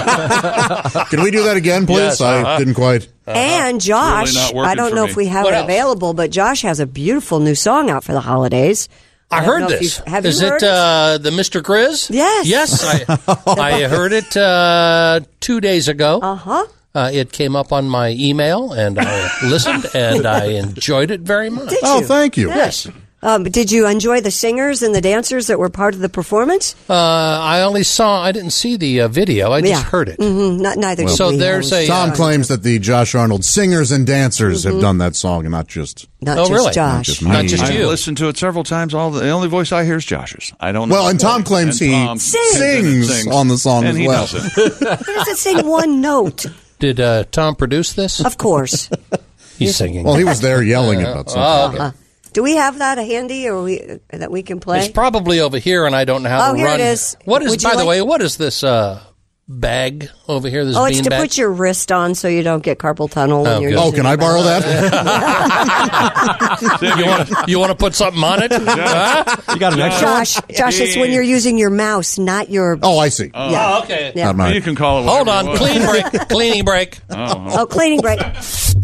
[SPEAKER 9] Can we do that again, please?
[SPEAKER 6] Yes, Uh-huh.
[SPEAKER 9] I didn't quite.
[SPEAKER 7] And Josh,
[SPEAKER 2] not working
[SPEAKER 7] I don't
[SPEAKER 2] for
[SPEAKER 7] know
[SPEAKER 2] me.
[SPEAKER 7] if we have
[SPEAKER 6] What
[SPEAKER 7] it
[SPEAKER 6] else?
[SPEAKER 7] available, but Josh has a beautiful new song out for the holidays.
[SPEAKER 6] I
[SPEAKER 7] don't know
[SPEAKER 6] heard
[SPEAKER 7] if
[SPEAKER 6] this.
[SPEAKER 7] you've- Have
[SPEAKER 6] Is
[SPEAKER 7] you
[SPEAKER 6] it
[SPEAKER 7] heard
[SPEAKER 6] Uh, the Mr. Grizz?
[SPEAKER 7] Yes.
[SPEAKER 6] Yes, I, I heard it uh, two days ago.
[SPEAKER 7] Uh huh.
[SPEAKER 6] Uh, it came up on my email, and I listened, and I enjoyed it very much.
[SPEAKER 7] Did
[SPEAKER 9] Oh,
[SPEAKER 7] you?
[SPEAKER 9] thank you.
[SPEAKER 7] Yes. Um, but did you enjoy the singers and the dancers that were part of the performance?
[SPEAKER 6] Uh, I only saw. I didn't see the uh, video. I just
[SPEAKER 7] Yeah.
[SPEAKER 6] heard it.
[SPEAKER 7] Mm, Not neither.
[SPEAKER 6] So
[SPEAKER 7] did we.
[SPEAKER 6] there's
[SPEAKER 7] That was
[SPEAKER 6] a-
[SPEAKER 9] Tom
[SPEAKER 6] Yeah.
[SPEAKER 9] claims that the Josh Arnold singers and dancers have done that song and not just.
[SPEAKER 7] not
[SPEAKER 6] Oh,
[SPEAKER 7] just
[SPEAKER 6] really?
[SPEAKER 7] Josh.
[SPEAKER 9] just
[SPEAKER 6] Not
[SPEAKER 9] me.
[SPEAKER 6] just
[SPEAKER 2] I've
[SPEAKER 6] you.
[SPEAKER 2] listened to it several times. All the, the only voice I hear is Josh's. I don't. know
[SPEAKER 9] Well, and Tom
[SPEAKER 2] why.
[SPEAKER 9] claims
[SPEAKER 2] And
[SPEAKER 9] he
[SPEAKER 2] Tom
[SPEAKER 9] sings,
[SPEAKER 2] and sings.
[SPEAKER 9] on the song
[SPEAKER 2] And
[SPEAKER 9] as
[SPEAKER 2] he
[SPEAKER 9] well.
[SPEAKER 2] does it.
[SPEAKER 7] Why does it say one note?
[SPEAKER 6] Did uh, Tom produce this?
[SPEAKER 7] Of course.
[SPEAKER 6] He's singing. Uh,
[SPEAKER 9] Well, he was there yelling about something.
[SPEAKER 7] Uh-huh. Do we have that handy, or we that we can play?
[SPEAKER 6] it's probably over here, and I don't know how
[SPEAKER 7] Oh,
[SPEAKER 6] to
[SPEAKER 7] here
[SPEAKER 6] run.
[SPEAKER 7] it is.
[SPEAKER 6] What is?
[SPEAKER 7] Would you
[SPEAKER 6] by the
[SPEAKER 7] like-
[SPEAKER 6] way, what is this? Uh, bag over here? This
[SPEAKER 7] oh, it's
[SPEAKER 6] bean
[SPEAKER 7] to
[SPEAKER 6] bag?
[SPEAKER 7] put your wrist on so you don't get carpal tunnel. when
[SPEAKER 6] Oh,
[SPEAKER 7] you're
[SPEAKER 6] good.
[SPEAKER 7] using
[SPEAKER 6] Oh, can I
[SPEAKER 7] it.
[SPEAKER 6] borrow you want you want to put something on it? You got
[SPEAKER 7] an
[SPEAKER 6] extra
[SPEAKER 7] Josh, Josh, it's when you're using your mouse, not your.
[SPEAKER 4] Oh, I see.
[SPEAKER 6] Oh, okay.
[SPEAKER 7] Yeah.
[SPEAKER 4] Not mine.
[SPEAKER 2] You can call it.
[SPEAKER 6] Hold
[SPEAKER 2] whatever
[SPEAKER 6] on,
[SPEAKER 2] you
[SPEAKER 6] clean
[SPEAKER 2] want.
[SPEAKER 6] break, cleaning break.
[SPEAKER 7] Oh, cleaning break.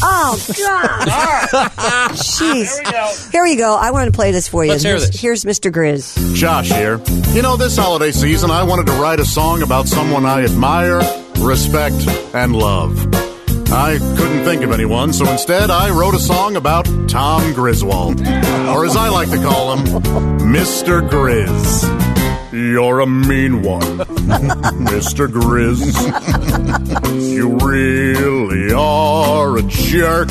[SPEAKER 7] Oh, God. Jeez. Here we go. I want to play this for you.
[SPEAKER 9] Let's hear
[SPEAKER 7] here's,
[SPEAKER 9] this.
[SPEAKER 7] here's Mr. Grizz.
[SPEAKER 9] Josh here. You know, this holiday season, I wanted to write a song about someone I admire, respect, and love. I couldn't think of anyone, so instead I wrote a song about Tom Griswold, or as I like to call him, Mr. Grizz. You're a mean one, Mr. Grizz. You really are a jerk.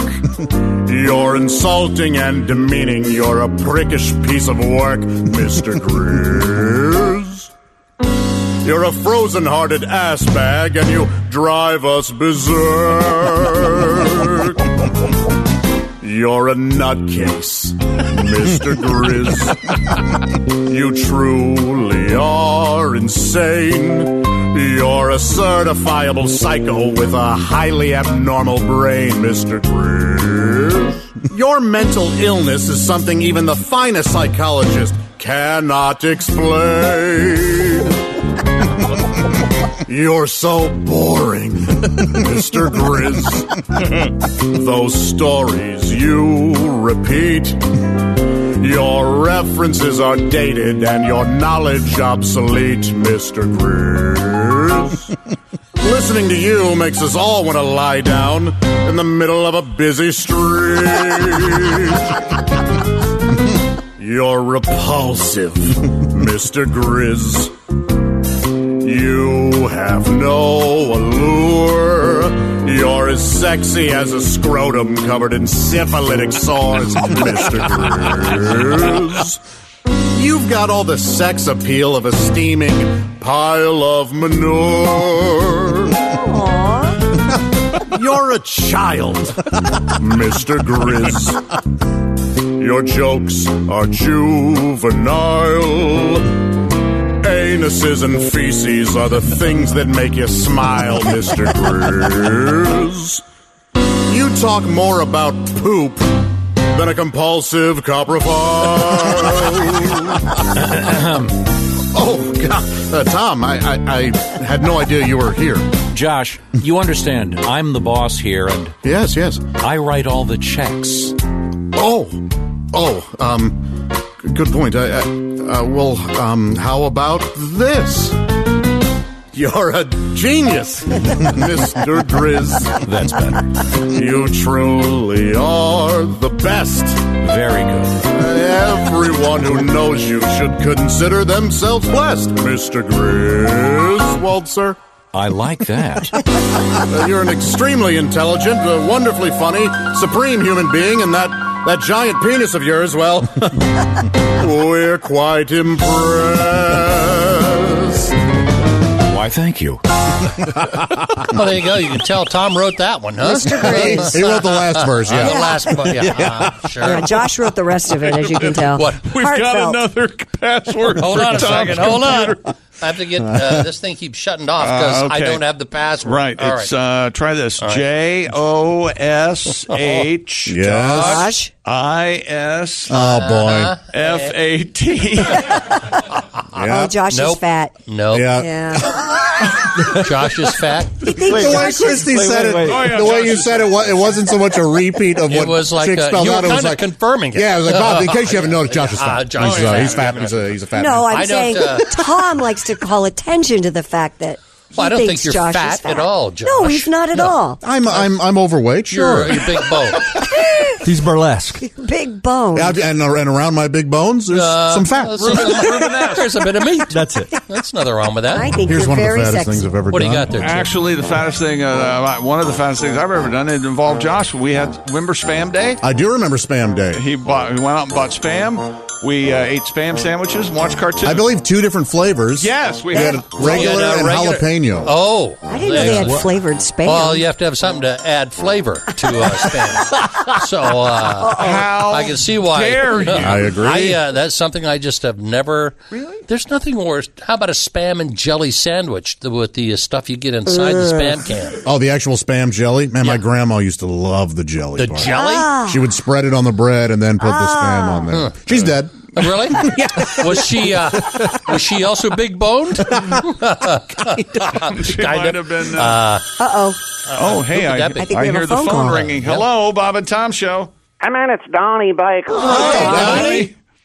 [SPEAKER 9] You're insulting and demeaning. You're a prickish piece of work, Mr. Grizz. You're a frozen hearted ass bag and you drive us
[SPEAKER 7] Oh.
[SPEAKER 9] berserk. You're a nutcase, Mr. Grizz. You truly are insane. You're a certifiable psycho with a highly abnormal brain, Mr. Grizz. Your mental illness is something even the finest psychologist cannot explain. You're so boring, Mr. Grizz. Those stories you repeat. Your references are dated and your knowledge obsolete, Mr. Grizz. Listening to you makes us all want to lie down in the middle of a busy street. You're repulsive, Mr. Grizz. You have no allure. You're as sexy as a scrotum covered in syphilitic sores, Mr. Grizz. You've got all the sex appeal of a steaming pile of manure. You're a child, Mr. Grizz. Your jokes are juvenile. Anuses and feces are the things that make you smile, Mr. Grizz. You talk more about poop than a compulsive coprophile. oh, God. Uh, Tom, I, I, I had no idea you were here.
[SPEAKER 12] Josh, you understand, I'm the boss here, and
[SPEAKER 9] yes, yes,
[SPEAKER 12] I write all the checks.
[SPEAKER 9] Oh, oh, um, g- good point. I, I, uh, well, um, how about this? You're a genius, Mr. Grizz.
[SPEAKER 12] That's better.
[SPEAKER 9] You truly are the best.
[SPEAKER 12] Very good.
[SPEAKER 9] Everyone who knows you should consider themselves blessed, Mr. Griswold, sir.
[SPEAKER 12] I like that.
[SPEAKER 9] Uh, you're an extremely intelligent, uh, wonderfully funny, supreme human being, and that, that giant penis of yours, well, we're quite impressed.
[SPEAKER 12] Why, thank you.
[SPEAKER 6] well, there you go. You can tell Tom wrote that one, huh? Uh,
[SPEAKER 7] Mr. Graves. He wrote the last verse, yeah.
[SPEAKER 6] The last one, yeah.
[SPEAKER 7] Yeah.
[SPEAKER 6] Uh, sure.
[SPEAKER 7] Yeah, Josh wrote the rest of it, as you can tell.
[SPEAKER 6] What?
[SPEAKER 7] We've got Heartfelt.
[SPEAKER 2] another password.
[SPEAKER 6] Hold
[SPEAKER 2] for
[SPEAKER 6] on a
[SPEAKER 2] Tom's
[SPEAKER 6] second. Hold on.
[SPEAKER 2] computer.
[SPEAKER 6] I have to get uh, this thing keeps shutting off because
[SPEAKER 2] Uh,
[SPEAKER 6] I
[SPEAKER 2] okay.
[SPEAKER 6] don't have the password.
[SPEAKER 2] Right.
[SPEAKER 6] All
[SPEAKER 2] it's uh try this.
[SPEAKER 6] All right.
[SPEAKER 2] J O S H
[SPEAKER 6] Yes. Josh.
[SPEAKER 2] I S
[SPEAKER 4] Oh, boy.
[SPEAKER 2] F A T.
[SPEAKER 7] Oh, Josh is fat.
[SPEAKER 6] No.
[SPEAKER 4] Yeah.
[SPEAKER 7] Yeah.
[SPEAKER 6] Josh is fat.
[SPEAKER 7] He thinks
[SPEAKER 4] the way
[SPEAKER 7] Josh is-
[SPEAKER 4] Christy said it, the way you said it, wa- it wasn't so much a repeat of
[SPEAKER 6] It
[SPEAKER 4] what
[SPEAKER 6] was like,
[SPEAKER 4] Chick
[SPEAKER 6] uh,
[SPEAKER 4] spelled
[SPEAKER 6] you were
[SPEAKER 4] out. It was
[SPEAKER 6] kinda
[SPEAKER 4] like
[SPEAKER 6] confirming it.
[SPEAKER 4] Yeah, I was like, Bob, in case you haven't
[SPEAKER 6] Uh,
[SPEAKER 4] noticed, Josh is fat.
[SPEAKER 6] Josh
[SPEAKER 4] he's,
[SPEAKER 6] is
[SPEAKER 4] uh,
[SPEAKER 6] fat.
[SPEAKER 4] he's fat. He's a, he's a fat.
[SPEAKER 7] No,
[SPEAKER 4] man.
[SPEAKER 7] I'm
[SPEAKER 6] I don't,
[SPEAKER 7] saying
[SPEAKER 6] uh,
[SPEAKER 7] Tom likes to call attention to the fact that. he
[SPEAKER 6] Well, I don't
[SPEAKER 7] thinks
[SPEAKER 6] think you're
[SPEAKER 7] Josh
[SPEAKER 6] fat
[SPEAKER 7] is fat
[SPEAKER 6] at all,
[SPEAKER 7] No,
[SPEAKER 6] Josh.
[SPEAKER 7] he's not at all.
[SPEAKER 4] I'm I'm I'm overweight. Sure,
[SPEAKER 6] You're, you're big bone.
[SPEAKER 4] he's burlesque.
[SPEAKER 7] Big bone.
[SPEAKER 4] And, and around my big bones, there's
[SPEAKER 6] Uh,
[SPEAKER 4] some fat.
[SPEAKER 6] there's some- There's a bit of meat.
[SPEAKER 4] That's it.
[SPEAKER 6] That's nothing wrong with that.
[SPEAKER 7] I think
[SPEAKER 4] Here's
[SPEAKER 7] you're
[SPEAKER 4] one of the
[SPEAKER 7] very
[SPEAKER 4] fattest
[SPEAKER 7] sexy.
[SPEAKER 4] things I've ever
[SPEAKER 6] What do you
[SPEAKER 4] done.
[SPEAKER 6] got there? Chick?
[SPEAKER 2] Actually, the fattest thing, uh, uh, one of the fattest things I've ever done, it involved Josh. We had remember Spam Day.
[SPEAKER 4] I do remember Spam Day.
[SPEAKER 2] He bought. He went out and bought Spam. We uh, ate spam sandwiches, watched cartoons.
[SPEAKER 9] I believe two different flavors.
[SPEAKER 2] Yes, we
[SPEAKER 9] We
[SPEAKER 2] had-
[SPEAKER 9] had regular
[SPEAKER 2] We had, uh,
[SPEAKER 9] and
[SPEAKER 2] regular-
[SPEAKER 9] jalapeno.
[SPEAKER 6] Oh,
[SPEAKER 7] I didn't know they had flavored spam.
[SPEAKER 6] Well, you have to have something to add flavor to uh, spam. so uh,
[SPEAKER 2] How
[SPEAKER 6] I can see why.
[SPEAKER 2] dare you. I agree.
[SPEAKER 6] I, uh, that's something I just have never. Really? There's nothing worse. How about a spam and jelly sandwich th- with the uh, stuff you get inside the
[SPEAKER 9] Ugh.
[SPEAKER 6] spam can?
[SPEAKER 9] Oh, the actual spam jelly? Man, my grandma used to love the jelly.
[SPEAKER 6] The
[SPEAKER 9] part.
[SPEAKER 6] jelly? Ah.
[SPEAKER 9] She would spread it on the bread and then put the
[SPEAKER 7] Ah.
[SPEAKER 9] spam on there. She's dead.
[SPEAKER 6] Uh, Really? Was she? Uh, was she also big boned?
[SPEAKER 2] She might have been. Uh
[SPEAKER 7] oh.
[SPEAKER 6] Uh,
[SPEAKER 2] Oh, hey, I, I, hear the phone ringing. Hello, Bob and Tom Show.
[SPEAKER 13] Come on, it's Donnie back.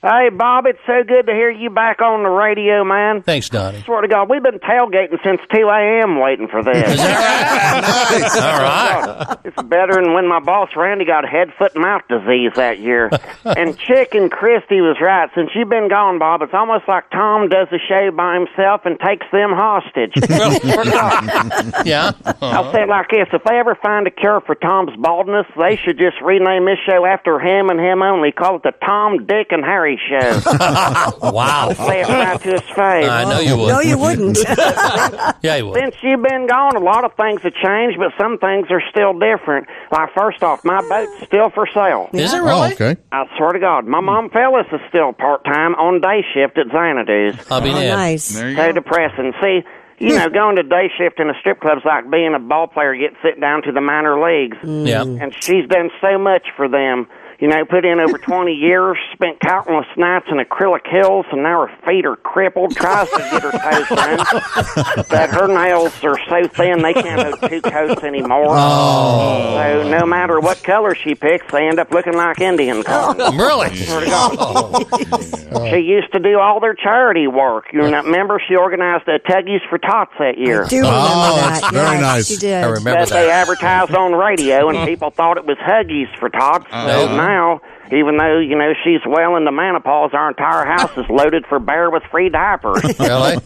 [SPEAKER 13] Hey, Bob, it's so good to hear you back on the radio, man.
[SPEAKER 6] Thanks, Donnie.
[SPEAKER 13] Swear to God, we've been tailgating since 2 a.m. waiting for this.
[SPEAKER 6] All right.
[SPEAKER 13] It's better than when my boss Randy got head, foot, and mouth disease that year. and Chicken Christie was right. Since you've been gone, Bob, it's almost like Tom does the show by himself and takes them hostage. For God.
[SPEAKER 6] Yeah.
[SPEAKER 14] Uh-huh.
[SPEAKER 13] I'll say it like this: If they ever find a cure for Tom's baldness, they should just rename this show after him and him only. Call it the Tom, Dick, and Harry Show.
[SPEAKER 6] wow.
[SPEAKER 13] say it right to his face.
[SPEAKER 6] I know you would. No, you wouldn't. yeah, you would.
[SPEAKER 13] Since you've been gone, a lot of things have changed, but some things are still different. Like, first off, my boat's still for sale.
[SPEAKER 6] Is it really?
[SPEAKER 9] Oh, okay.
[SPEAKER 13] I swear to God, my mom Phyllis is still part time on day shift at Xanadu's.
[SPEAKER 6] I'll be damned.
[SPEAKER 7] nice.
[SPEAKER 13] So depressing. See, you know, going to day shift in a strip club's like being a ball player getting sent down to the minor leagues.
[SPEAKER 6] Yeah.
[SPEAKER 13] And she's done so much for them. You know, put in over 20 years, spent countless nights in acrylic hills, and now her feet are crippled. Tries to get her toes done, but her nails are so thin they can't have two coats anymore.
[SPEAKER 6] Oh.
[SPEAKER 13] So no matter what color she picks, they end up looking like Indian
[SPEAKER 7] Oh.
[SPEAKER 13] corn.
[SPEAKER 6] Really?
[SPEAKER 13] She used to do all their charity work. You know, remember she organized the Tuggies for Tots that year.
[SPEAKER 7] do remember Oh, that. that's very Yes, nice. she did. I remember
[SPEAKER 13] they
[SPEAKER 7] that.
[SPEAKER 13] advertised on radio, and people thought it was Huggies for Tots. so
[SPEAKER 6] Uh-huh.
[SPEAKER 13] now, even though you know she's well into menopause, our entire house is loaded for bear with free diapers.
[SPEAKER 6] Really?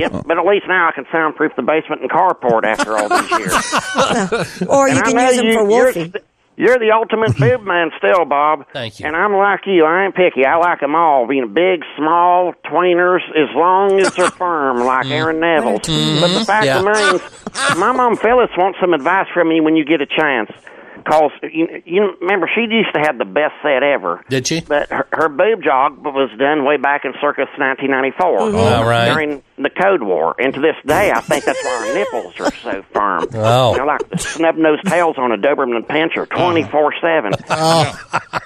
[SPEAKER 13] yep. But at least now I can soundproof the basement and carport after all these years.
[SPEAKER 7] or
[SPEAKER 13] And
[SPEAKER 7] you
[SPEAKER 13] I
[SPEAKER 7] can
[SPEAKER 13] know
[SPEAKER 7] use them
[SPEAKER 13] you-
[SPEAKER 7] for
[SPEAKER 13] you're
[SPEAKER 7] wolfing.
[SPEAKER 13] you're the ultimate boob man still, Bob.
[SPEAKER 6] Thank you.
[SPEAKER 13] And I'm like you. I ain't picky. I like 'em all. Being big, small, tweeners, as long as they're firm, like
[SPEAKER 6] Mm.
[SPEAKER 13] Aaron Neville. But
[SPEAKER 7] Mm-hmm.
[SPEAKER 13] the fact
[SPEAKER 6] Yeah.
[SPEAKER 13] remains, my mom Phyllis wants some advice from you when you get a chance. Cause you, you remember she used to have the best set ever.
[SPEAKER 6] Did she?
[SPEAKER 13] But her, her boob job was done way back in circa 1994
[SPEAKER 6] Mhm. All right.
[SPEAKER 13] during the Code War, and to this day, I think that's why our nipples are so firm.
[SPEAKER 6] Oh.
[SPEAKER 13] They're like snub nosed tails on a Doberman pincher, twenty four seven.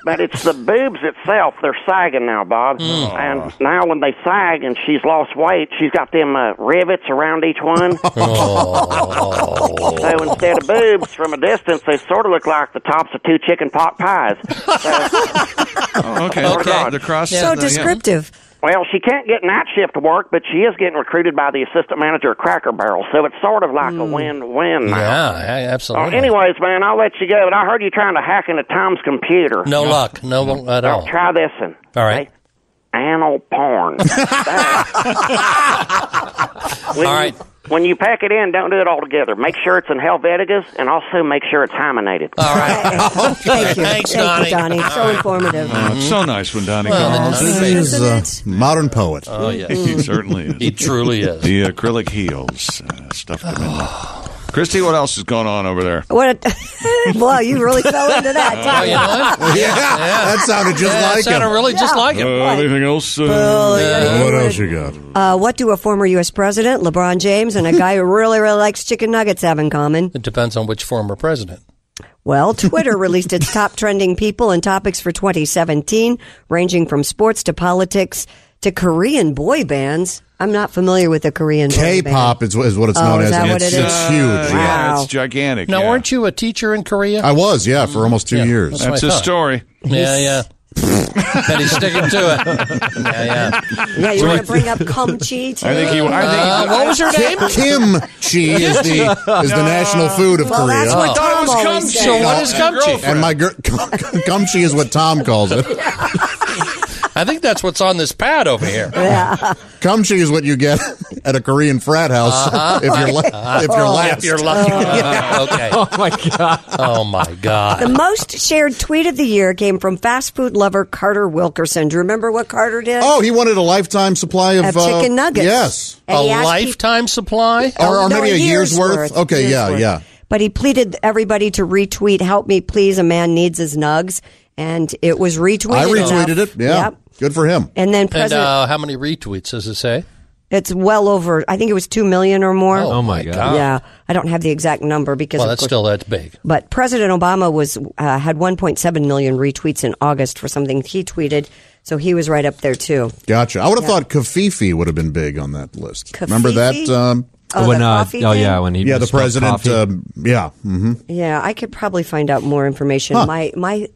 [SPEAKER 13] But it's the boobs itself; they're sagging now, Bob. And now, when they sag, and she's lost weight, she's got them uh, rivets around each one. So instead of boobs from a distance, they sort of look like the tops of two chicken pot pies.
[SPEAKER 2] okay,
[SPEAKER 13] Oh,
[SPEAKER 2] okay.
[SPEAKER 13] God.
[SPEAKER 2] The cross.
[SPEAKER 7] So descriptive.
[SPEAKER 13] Well, she can't get night shift work, but she is getting recruited by the assistant manager at Cracker Barrel, so it's sort of like a win-win.
[SPEAKER 6] Hmm.
[SPEAKER 13] now.
[SPEAKER 4] Oh,
[SPEAKER 6] Yeah, yeah,
[SPEAKER 13] Uh,
[SPEAKER 6] absolutely.
[SPEAKER 13] anyways, man, I'll let you go, but I heard you trying to hack into Tom's computer.
[SPEAKER 6] No luck. No at
[SPEAKER 13] Well,
[SPEAKER 6] all.
[SPEAKER 13] try this one.
[SPEAKER 6] All right.
[SPEAKER 13] Anal porn. When
[SPEAKER 6] All right.
[SPEAKER 13] You, when you pack it in, don't do it all together. Make sure it's in Helveticus, and also make sure it's hymenated.
[SPEAKER 6] All right.
[SPEAKER 7] Thank you.
[SPEAKER 6] Thanks,
[SPEAKER 7] Thank you, Donnie. So informative.
[SPEAKER 2] so nice when Donnie
[SPEAKER 6] Well,
[SPEAKER 7] Oh,
[SPEAKER 2] calls.
[SPEAKER 6] then-
[SPEAKER 9] He is a modern poet.
[SPEAKER 6] Oh yeah.
[SPEAKER 2] he certainly is.
[SPEAKER 6] He truly is.
[SPEAKER 2] The acrylic heels uh, stuffed them in. Christy, what else is going on over there?
[SPEAKER 7] What? A, wow, you really fell into that.
[SPEAKER 6] Oh, you know what?
[SPEAKER 9] Yeah, that sounded just
[SPEAKER 6] Yeah, that
[SPEAKER 9] like him.
[SPEAKER 6] sounded really just like him.
[SPEAKER 2] anything else? Uh,
[SPEAKER 9] what else you got?
[SPEAKER 7] Uh, what do a former U.S. president, LeBron James, and a guy who really, really likes chicken nuggets have in common?
[SPEAKER 6] It depends on which former president.
[SPEAKER 7] Well, Twitter released its top trending people and topics for 2017, ranging from sports to politics to Korean boy bands. I'm not familiar with the Korean boy band.
[SPEAKER 9] K-pop is, what- is what it's
[SPEAKER 7] Oh,
[SPEAKER 9] known
[SPEAKER 7] is
[SPEAKER 9] as.
[SPEAKER 7] that
[SPEAKER 9] and
[SPEAKER 7] what
[SPEAKER 9] it's,
[SPEAKER 7] it is?
[SPEAKER 9] it's huge.
[SPEAKER 2] yeah,
[SPEAKER 7] Wow.
[SPEAKER 2] it's gigantic.
[SPEAKER 6] Now,
[SPEAKER 2] yeah.
[SPEAKER 6] weren't you a teacher in Korea?
[SPEAKER 9] I was, yeah, for almost two years.
[SPEAKER 2] That's
[SPEAKER 6] I
[SPEAKER 2] his
[SPEAKER 6] thought.
[SPEAKER 2] story.
[SPEAKER 6] yeah, yeah. and he's sticking to it. Yeah, yeah.
[SPEAKER 7] Yeah, you want to bring up Kum Chi? too?
[SPEAKER 2] I think he. I think
[SPEAKER 6] Uh, what was your name?
[SPEAKER 9] Kimchi is the is the national food of
[SPEAKER 7] Well,
[SPEAKER 9] Korea.
[SPEAKER 7] that's what
[SPEAKER 2] thought it
[SPEAKER 7] Tom
[SPEAKER 2] was
[SPEAKER 7] always
[SPEAKER 2] Kum Chi.
[SPEAKER 7] says.
[SPEAKER 6] So what is Gumchi?
[SPEAKER 9] and my gir- Kumchi is what Tom calls it.
[SPEAKER 6] I think that's what's on this pad over here.
[SPEAKER 7] Yeah.
[SPEAKER 9] Kumchi is what you get at a Korean frat house
[SPEAKER 6] Uh-huh.
[SPEAKER 9] if you're la- if you're
[SPEAKER 6] Oh,
[SPEAKER 9] last.
[SPEAKER 6] If you're lucky.
[SPEAKER 9] Yeah.
[SPEAKER 6] okay. Oh my god. Oh my
[SPEAKER 7] The
[SPEAKER 6] god.
[SPEAKER 7] most shared tweet of the year came from fast food lover Carter Wilkerson. Do you remember what Carter did?
[SPEAKER 9] Oh, he wanted a lifetime supply of,
[SPEAKER 7] Of
[SPEAKER 9] uh,
[SPEAKER 7] chicken nuggets.
[SPEAKER 9] Yes,
[SPEAKER 7] And he
[SPEAKER 6] A
[SPEAKER 7] asked Oh,
[SPEAKER 6] lifetime supply,
[SPEAKER 9] or, or
[SPEAKER 7] No,
[SPEAKER 9] maybe a year's, worth. Okay,
[SPEAKER 7] Year's
[SPEAKER 9] yeah,
[SPEAKER 7] worth.
[SPEAKER 9] yeah.
[SPEAKER 7] But he pleaded everybody to retweet, "Help me, please! A man needs his nugs," and it was retweeted.
[SPEAKER 9] I
[SPEAKER 7] enough.
[SPEAKER 9] retweeted it. Yeah,
[SPEAKER 7] Yep.
[SPEAKER 9] good for him.
[SPEAKER 7] And then
[SPEAKER 6] And
[SPEAKER 7] President,
[SPEAKER 6] uh, how many retweets does it say?
[SPEAKER 7] it's well over. I think it was two million or more.
[SPEAKER 6] Oh, my God.
[SPEAKER 7] Yeah, I don't have the exact number because
[SPEAKER 6] Well,
[SPEAKER 7] of
[SPEAKER 6] that's
[SPEAKER 7] course-
[SPEAKER 6] still that's big.
[SPEAKER 7] But President Obama was uh, had 1.7 million retweets in August for something he tweeted, so he was right up there too.
[SPEAKER 9] Gotcha. I would have
[SPEAKER 7] Yeah.
[SPEAKER 9] thought Kafifi would have been big on that list. Remember that?
[SPEAKER 7] Kafifi?
[SPEAKER 9] Um,
[SPEAKER 7] Oh, When, the uh, coffee oh, thing? yeah, when he
[SPEAKER 9] yeah the
[SPEAKER 7] misspelled
[SPEAKER 9] president.
[SPEAKER 7] coffee.
[SPEAKER 9] Um, yeah, hmm
[SPEAKER 7] Yeah, I could probably find out more information.
[SPEAKER 9] Huh.
[SPEAKER 7] My my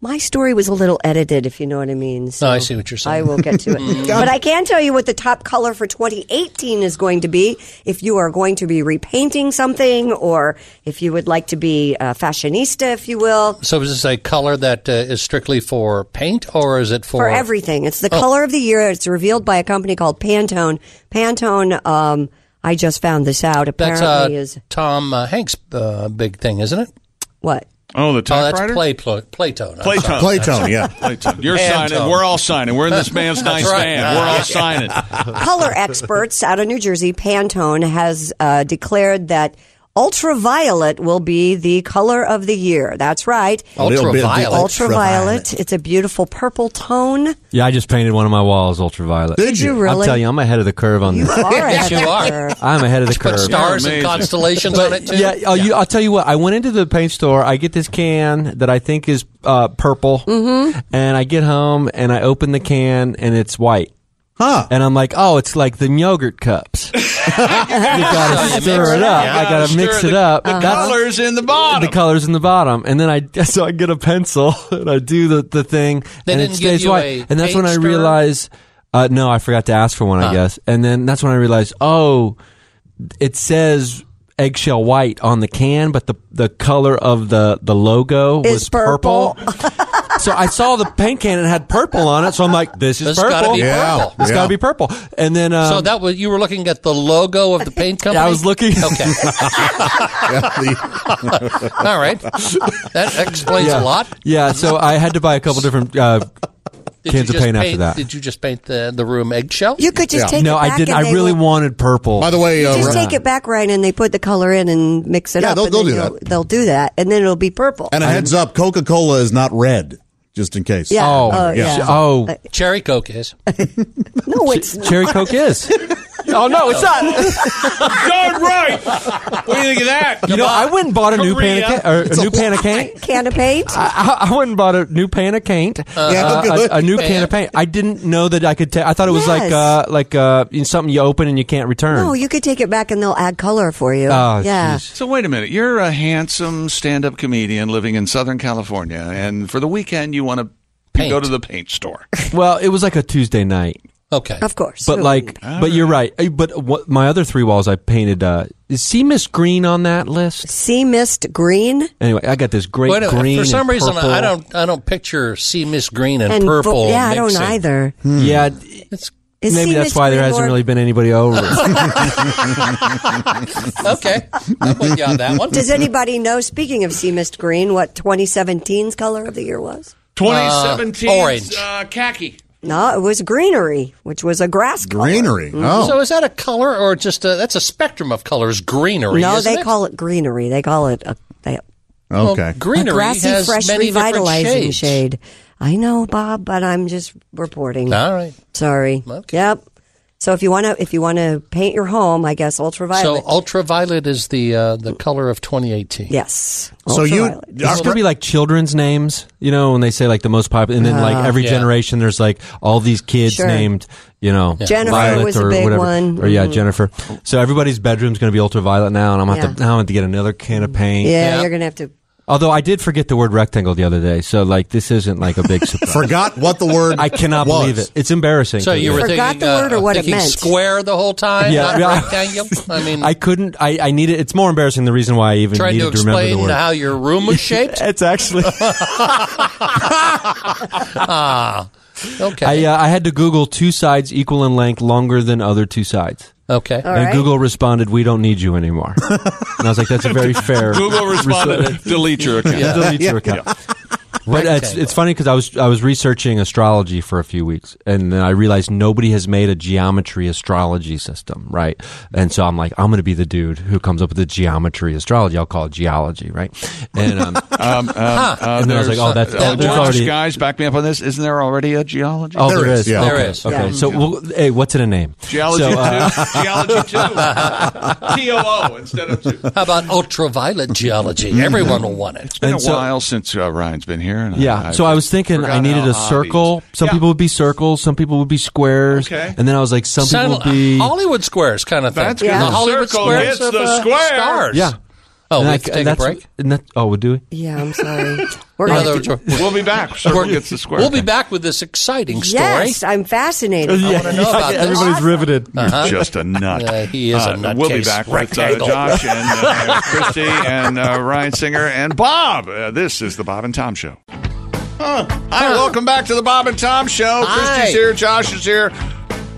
[SPEAKER 7] my story was a little edited, if you know what I mean. So
[SPEAKER 6] I see what you're saying.
[SPEAKER 7] I will get
[SPEAKER 4] Uh,
[SPEAKER 7] to
[SPEAKER 4] Mm.
[SPEAKER 7] it. but I can tell you what the top color for 2018 is going to be. If you are going to be repainting something, or if you would like to be a fashionista, if you will,
[SPEAKER 6] So is this a color that uh, is strictly for paint, or is it for,
[SPEAKER 7] for everything. It's the
[SPEAKER 6] Oh.
[SPEAKER 7] color of the year. It's revealed by a company called Pantone. Pantone. Um, I just found this out.
[SPEAKER 6] That's
[SPEAKER 7] Apparently,
[SPEAKER 6] uh,
[SPEAKER 7] is
[SPEAKER 6] Tom uh, Hanks' uh, big thing, isn't it?
[SPEAKER 7] what?
[SPEAKER 2] Oh, the
[SPEAKER 6] Oh, that's
[SPEAKER 2] typewriter?
[SPEAKER 6] play, pl- Playtone. I'm
[SPEAKER 2] Playtone.
[SPEAKER 6] sorry.
[SPEAKER 2] Playtone. You're
[SPEAKER 6] Hand
[SPEAKER 2] signing.
[SPEAKER 6] tone.
[SPEAKER 2] We're all signing. We're in this man's
[SPEAKER 6] That's
[SPEAKER 2] nightstand.
[SPEAKER 6] right.
[SPEAKER 2] We're all
[SPEAKER 6] Yeah.
[SPEAKER 2] signing.
[SPEAKER 7] color experts out of New Jersey, Pantone, has uh, declared that ultraviolet will be the color of the year. That's right.
[SPEAKER 10] A little bit of the
[SPEAKER 7] Ultraviolet.
[SPEAKER 10] ultraviolet.
[SPEAKER 7] It's a beautiful purple tone.
[SPEAKER 10] Yeah, I just painted one of my walls ultraviolet.
[SPEAKER 7] Did Did you? you
[SPEAKER 10] I'll
[SPEAKER 7] really?
[SPEAKER 10] tell you, I'm ahead of the curve on this.
[SPEAKER 7] are
[SPEAKER 6] Yes,
[SPEAKER 7] ahead
[SPEAKER 6] you
[SPEAKER 7] of the
[SPEAKER 6] are.
[SPEAKER 7] curve.
[SPEAKER 10] I'm ahead of the curve.
[SPEAKER 6] Put stars and constellations on it too.
[SPEAKER 10] Yeah, oh, You, I'll tell you what. I went into the paint store. I get this can that I think is uh, purple, and I get home and I open the can and it's white.
[SPEAKER 9] Huh?
[SPEAKER 10] And I'm like, oh, it's like the yogurt cups. you gotta
[SPEAKER 2] So you mix
[SPEAKER 10] stir
[SPEAKER 2] it
[SPEAKER 10] it up.
[SPEAKER 2] up.
[SPEAKER 10] I gotta
[SPEAKER 2] Stir
[SPEAKER 10] mix
[SPEAKER 2] the-
[SPEAKER 10] it up.
[SPEAKER 2] the
[SPEAKER 10] That's-
[SPEAKER 2] colors in the bottom.
[SPEAKER 10] The colors in the bottom, and then I so I get a pencil and I do the the thing,
[SPEAKER 6] They
[SPEAKER 10] and it
[SPEAKER 6] didn't give
[SPEAKER 10] stays
[SPEAKER 6] you
[SPEAKER 10] white.
[SPEAKER 6] a
[SPEAKER 10] And that's when
[SPEAKER 6] paint
[SPEAKER 10] I
[SPEAKER 6] stirrer? Uh.
[SPEAKER 10] realize, uh, no, I forgot to ask for one, I guess. And then that's when I realized, oh, it says eggshell white on the can, but the the color of the the logo
[SPEAKER 7] Is
[SPEAKER 10] was purple. so I saw the paint can and it had purple on it, so I'm like, this is
[SPEAKER 6] This
[SPEAKER 10] purple.
[SPEAKER 6] gotta be Yeah, purple.
[SPEAKER 10] This
[SPEAKER 6] yeah.
[SPEAKER 10] gotta be purple. And then um,
[SPEAKER 6] so that was you were looking at the logo of the paint company.
[SPEAKER 10] I was looking.
[SPEAKER 6] Okay. All right. That explains
[SPEAKER 10] yeah.
[SPEAKER 6] a lot.
[SPEAKER 10] Yeah, so I had to buy a couple different uh,
[SPEAKER 6] Did
[SPEAKER 10] cans
[SPEAKER 6] you
[SPEAKER 10] of
[SPEAKER 6] just
[SPEAKER 10] paint, after that.
[SPEAKER 6] Did you just paint the, the room eggshell?
[SPEAKER 7] You could just take
[SPEAKER 10] no,
[SPEAKER 7] it back
[SPEAKER 10] I didn't.
[SPEAKER 7] and
[SPEAKER 10] I
[SPEAKER 7] they
[SPEAKER 10] really
[SPEAKER 7] will-
[SPEAKER 10] wanted purple.
[SPEAKER 9] By the way, uh,
[SPEAKER 7] just
[SPEAKER 9] Ra-
[SPEAKER 7] take it back, Ryan, and they put the color in and mix it
[SPEAKER 9] Yeah,
[SPEAKER 7] up.
[SPEAKER 9] they'll-
[SPEAKER 7] and
[SPEAKER 9] they'll
[SPEAKER 7] then
[SPEAKER 9] do
[SPEAKER 7] you'll-
[SPEAKER 9] that.
[SPEAKER 7] They'll do that, and then it'll be purple.
[SPEAKER 9] And a heads up: Coca Cola is not red, just in case.
[SPEAKER 7] Yeah. Oh, Oh, yeah. yeah.
[SPEAKER 10] Oh.
[SPEAKER 6] Cherry Coke is.
[SPEAKER 7] no, Oh, it's not.
[SPEAKER 10] Cherry Coke is. oh no, it's not.
[SPEAKER 4] Darn right. What do you think of that?
[SPEAKER 10] You know, I went and bought a new pan
[SPEAKER 4] Korea.
[SPEAKER 10] of can, or a new pan of can.
[SPEAKER 7] Can of paint?
[SPEAKER 10] I, I went and bought a new pan of paint.
[SPEAKER 9] Yeah, good.
[SPEAKER 10] a, a new can of paint. I didn't know that I could. Ta- I thought it was like
[SPEAKER 7] Yes.
[SPEAKER 10] uh, like uh, you know, something you open and you can't return.
[SPEAKER 7] No, Oh, you could take it back and they'll add color for you.
[SPEAKER 2] Ah,
[SPEAKER 10] Oh,
[SPEAKER 7] yeah.
[SPEAKER 2] So wait a minute. You're a handsome stand-up comedian living in Southern California, and for the weekend you want to
[SPEAKER 6] Paint.
[SPEAKER 2] go to the paint store.
[SPEAKER 10] Well, it was like a Tuesday night.
[SPEAKER 6] Okay.
[SPEAKER 7] Of course.
[SPEAKER 10] But like, but you're right. Uh, But what, my other three walls I painted. Uh, is sea mist green on that list?
[SPEAKER 7] sea mist green
[SPEAKER 10] Anyway, I got this great
[SPEAKER 6] Wait a-
[SPEAKER 10] green.
[SPEAKER 6] for some
[SPEAKER 10] and
[SPEAKER 6] reason,
[SPEAKER 10] purple.
[SPEAKER 6] I don't I don't picture sea mist green and,
[SPEAKER 7] And bu-
[SPEAKER 6] purple.
[SPEAKER 7] yeah, I don't
[SPEAKER 6] mixing. Hmm.
[SPEAKER 7] either.
[SPEAKER 10] Hmm. Yeah,
[SPEAKER 6] It's
[SPEAKER 7] Is
[SPEAKER 10] maybe
[SPEAKER 7] sea
[SPEAKER 10] that's
[SPEAKER 7] mist
[SPEAKER 10] why there
[SPEAKER 7] green
[SPEAKER 10] hasn't
[SPEAKER 7] more-
[SPEAKER 10] really been anybody over.
[SPEAKER 6] okay. I'm with you on that one.
[SPEAKER 7] Does anybody know, speaking of sea mist green, what 2017's color of the year was?
[SPEAKER 2] 2017
[SPEAKER 6] Uh, orange.
[SPEAKER 2] uh, khaki.
[SPEAKER 7] No, it was greenery, which was a grass color.
[SPEAKER 9] greenery.
[SPEAKER 7] Mm-hmm.
[SPEAKER 9] Oh,
[SPEAKER 6] So is that a color or just a, that's a spectrum of colors? Greenery.
[SPEAKER 7] No,
[SPEAKER 6] isn't
[SPEAKER 7] they
[SPEAKER 6] it?
[SPEAKER 7] call it greenery. They call it a, they,
[SPEAKER 9] okay.
[SPEAKER 7] a
[SPEAKER 6] greenery
[SPEAKER 7] grassy,
[SPEAKER 6] has
[SPEAKER 7] fresh,
[SPEAKER 6] many different
[SPEAKER 7] revitalizing
[SPEAKER 6] shades.
[SPEAKER 7] shade. I know, Bob, but I'm just reporting.
[SPEAKER 6] All right.
[SPEAKER 7] Sorry.
[SPEAKER 6] Okay.
[SPEAKER 7] Yep. So if you want to, if you want to paint your home, I guess ultraviolet.
[SPEAKER 6] So ultraviolet is the uh, the color of 2018.
[SPEAKER 7] yes.
[SPEAKER 9] So you-
[SPEAKER 7] ultraviolet.
[SPEAKER 10] It's just gonna be like children's names, you know, when they say like the most popular, and then
[SPEAKER 7] Ah.
[SPEAKER 10] like every
[SPEAKER 6] Yeah.
[SPEAKER 10] generation, there's like all these kids
[SPEAKER 7] Sure.
[SPEAKER 10] named, you know,
[SPEAKER 7] Jennifer
[SPEAKER 10] Violet
[SPEAKER 7] was a
[SPEAKER 10] or
[SPEAKER 7] big
[SPEAKER 10] whatever,
[SPEAKER 7] one.
[SPEAKER 10] or yeah,
[SPEAKER 7] Mhm.
[SPEAKER 10] Jennifer. So everybody's bedroom's going to be ultraviolet now, and I'm gonna have to
[SPEAKER 7] Yeah.
[SPEAKER 10] now I have to get another can of paint.
[SPEAKER 7] yeah,
[SPEAKER 6] Yeah.
[SPEAKER 7] you're gonna have to.
[SPEAKER 10] Although I did forget the word rectangle the other day, so like this isn't like a big surprise.
[SPEAKER 9] Forgot what the word.
[SPEAKER 10] I cannot
[SPEAKER 9] was.
[SPEAKER 10] believe it. It's embarrassing.
[SPEAKER 6] So you were
[SPEAKER 7] Forgot
[SPEAKER 6] thinking,
[SPEAKER 7] the word
[SPEAKER 6] uh,
[SPEAKER 7] or what it
[SPEAKER 6] thinking
[SPEAKER 7] meant.
[SPEAKER 6] square the whole time,
[SPEAKER 10] Yeah,
[SPEAKER 6] not
[SPEAKER 10] yeah.
[SPEAKER 6] rectangle. I mean,
[SPEAKER 10] I couldn't. I, I needed. It's more embarrassing the reason why I even
[SPEAKER 6] trying
[SPEAKER 10] needed
[SPEAKER 6] to
[SPEAKER 10] to, remember the
[SPEAKER 6] explain
[SPEAKER 10] word.
[SPEAKER 6] how your room was shaped.
[SPEAKER 10] it's actually
[SPEAKER 6] ah, Okay.
[SPEAKER 10] I, uh, I had to Google two sides equal in length longer than other two sides.
[SPEAKER 6] Okay.
[SPEAKER 10] and Google responded, "We don't need you anymore." and I was like, "That's a very fair."
[SPEAKER 2] Google responded,
[SPEAKER 10] response."
[SPEAKER 2] "Delete your account."
[SPEAKER 10] Yeah, delete your
[SPEAKER 2] Yeah.
[SPEAKER 10] account. But it's, it's funny because I was I was researching astrology for a few weeks, and then I realized nobody has made a geometry astrology system, right? And so I'm like, I'm going to be the dude who comes up with the geometry astrology. I'll call it geology, right? And um,
[SPEAKER 2] Um, um, uh,
[SPEAKER 10] and then I was like,
[SPEAKER 2] there's-
[SPEAKER 10] oh, that's,
[SPEAKER 2] uh,
[SPEAKER 10] there's
[SPEAKER 2] Josh,
[SPEAKER 10] already
[SPEAKER 2] guys, back me up on this. Isn't there already a geology?
[SPEAKER 10] Oh, there is.
[SPEAKER 2] There is.
[SPEAKER 10] okay. Okay. So, well, hey, what's it a name?
[SPEAKER 2] Geology
[SPEAKER 10] So, uh,
[SPEAKER 2] two, geology two, T O O instead of two.
[SPEAKER 6] How about ultraviolet geology? Everyone will want it.
[SPEAKER 2] Mm-hmm. It's been a
[SPEAKER 10] Mm-hmm. And so-
[SPEAKER 2] while since uh, Ryan's been here. And
[SPEAKER 10] yeah. so I was thinking I
[SPEAKER 2] forgot
[SPEAKER 10] needed
[SPEAKER 2] how
[SPEAKER 10] a
[SPEAKER 2] hobbies-
[SPEAKER 10] circle. Some people would be circles. Some people would be squares.
[SPEAKER 6] Okay.
[SPEAKER 10] And then I was like, some
[SPEAKER 6] Sound-
[SPEAKER 10] people would be.
[SPEAKER 6] Hollywood squares kind of thing.
[SPEAKER 2] That's good.
[SPEAKER 6] The
[SPEAKER 2] The
[SPEAKER 6] Hollywood
[SPEAKER 2] circle
[SPEAKER 6] squares
[SPEAKER 2] hits the
[SPEAKER 6] of, uh,
[SPEAKER 2] square.
[SPEAKER 6] stars.
[SPEAKER 10] Yeah.
[SPEAKER 6] Oh,
[SPEAKER 10] And
[SPEAKER 6] we
[SPEAKER 10] I-
[SPEAKER 6] have to take
[SPEAKER 10] and
[SPEAKER 6] a
[SPEAKER 10] that's-
[SPEAKER 6] break.
[SPEAKER 10] and that- oh, do we?
[SPEAKER 7] Yeah, I'm sorry. We're
[SPEAKER 6] In
[SPEAKER 7] gonna
[SPEAKER 6] other words,
[SPEAKER 7] have to-
[SPEAKER 6] we're-
[SPEAKER 2] We'll be back. Circle gets the square.
[SPEAKER 6] We'll be back with this exciting story.
[SPEAKER 7] yes, I'm fascinated.
[SPEAKER 6] I wanna know about this.
[SPEAKER 10] riveted.
[SPEAKER 6] Uh-huh.
[SPEAKER 2] Just a nut.
[SPEAKER 6] Uh, he is a
[SPEAKER 2] Uh,
[SPEAKER 6] nutcase.
[SPEAKER 2] We'll be back with uh,
[SPEAKER 6] Rectangle.
[SPEAKER 2] Josh and uh, Christy and uh, Ryan Singer and Bob. Uh, this is the Bob and Tom Show. Huh. Hi, welcome back to the Bob and Tom Show. Christy's here, Josh is here.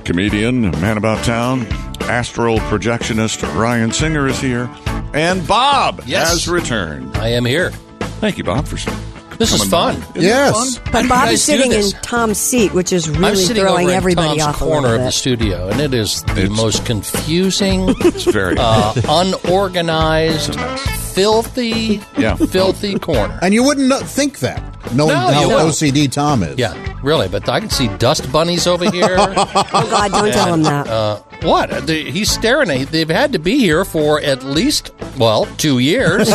[SPEAKER 2] Comedian, man about town, astral projectionist Ryan Singer is here, and Bob
[SPEAKER 6] Yes.
[SPEAKER 2] has returned.
[SPEAKER 6] I am here.
[SPEAKER 2] Thank you, Bob, for
[SPEAKER 6] This is fun.
[SPEAKER 2] coming by. Isn't it fun?
[SPEAKER 7] But
[SPEAKER 6] How do you
[SPEAKER 7] Bob
[SPEAKER 6] guys
[SPEAKER 7] is
[SPEAKER 6] do
[SPEAKER 7] sitting in
[SPEAKER 6] this?
[SPEAKER 7] Tom's seat, which is
[SPEAKER 6] I'm
[SPEAKER 7] really
[SPEAKER 6] sitting
[SPEAKER 7] throwing
[SPEAKER 6] over
[SPEAKER 7] everybody
[SPEAKER 6] in Tom's
[SPEAKER 7] off a
[SPEAKER 6] corner
[SPEAKER 7] little
[SPEAKER 6] of the
[SPEAKER 7] bit.
[SPEAKER 6] studio, and it is the most confusing,
[SPEAKER 2] It's very
[SPEAKER 6] uh, unorganized, filthy,
[SPEAKER 2] Yeah.
[SPEAKER 6] filthy corner.
[SPEAKER 9] And you wouldn't not think that, knowing
[SPEAKER 6] No,
[SPEAKER 9] how
[SPEAKER 6] you wouldn't.
[SPEAKER 9] OCD Tom is.
[SPEAKER 6] Yeah, really. But I can see dust bunnies over here.
[SPEAKER 7] Oh God, don't tell him that.
[SPEAKER 6] Uh, what? They- He's staring at. They've had to be here for at least well two years.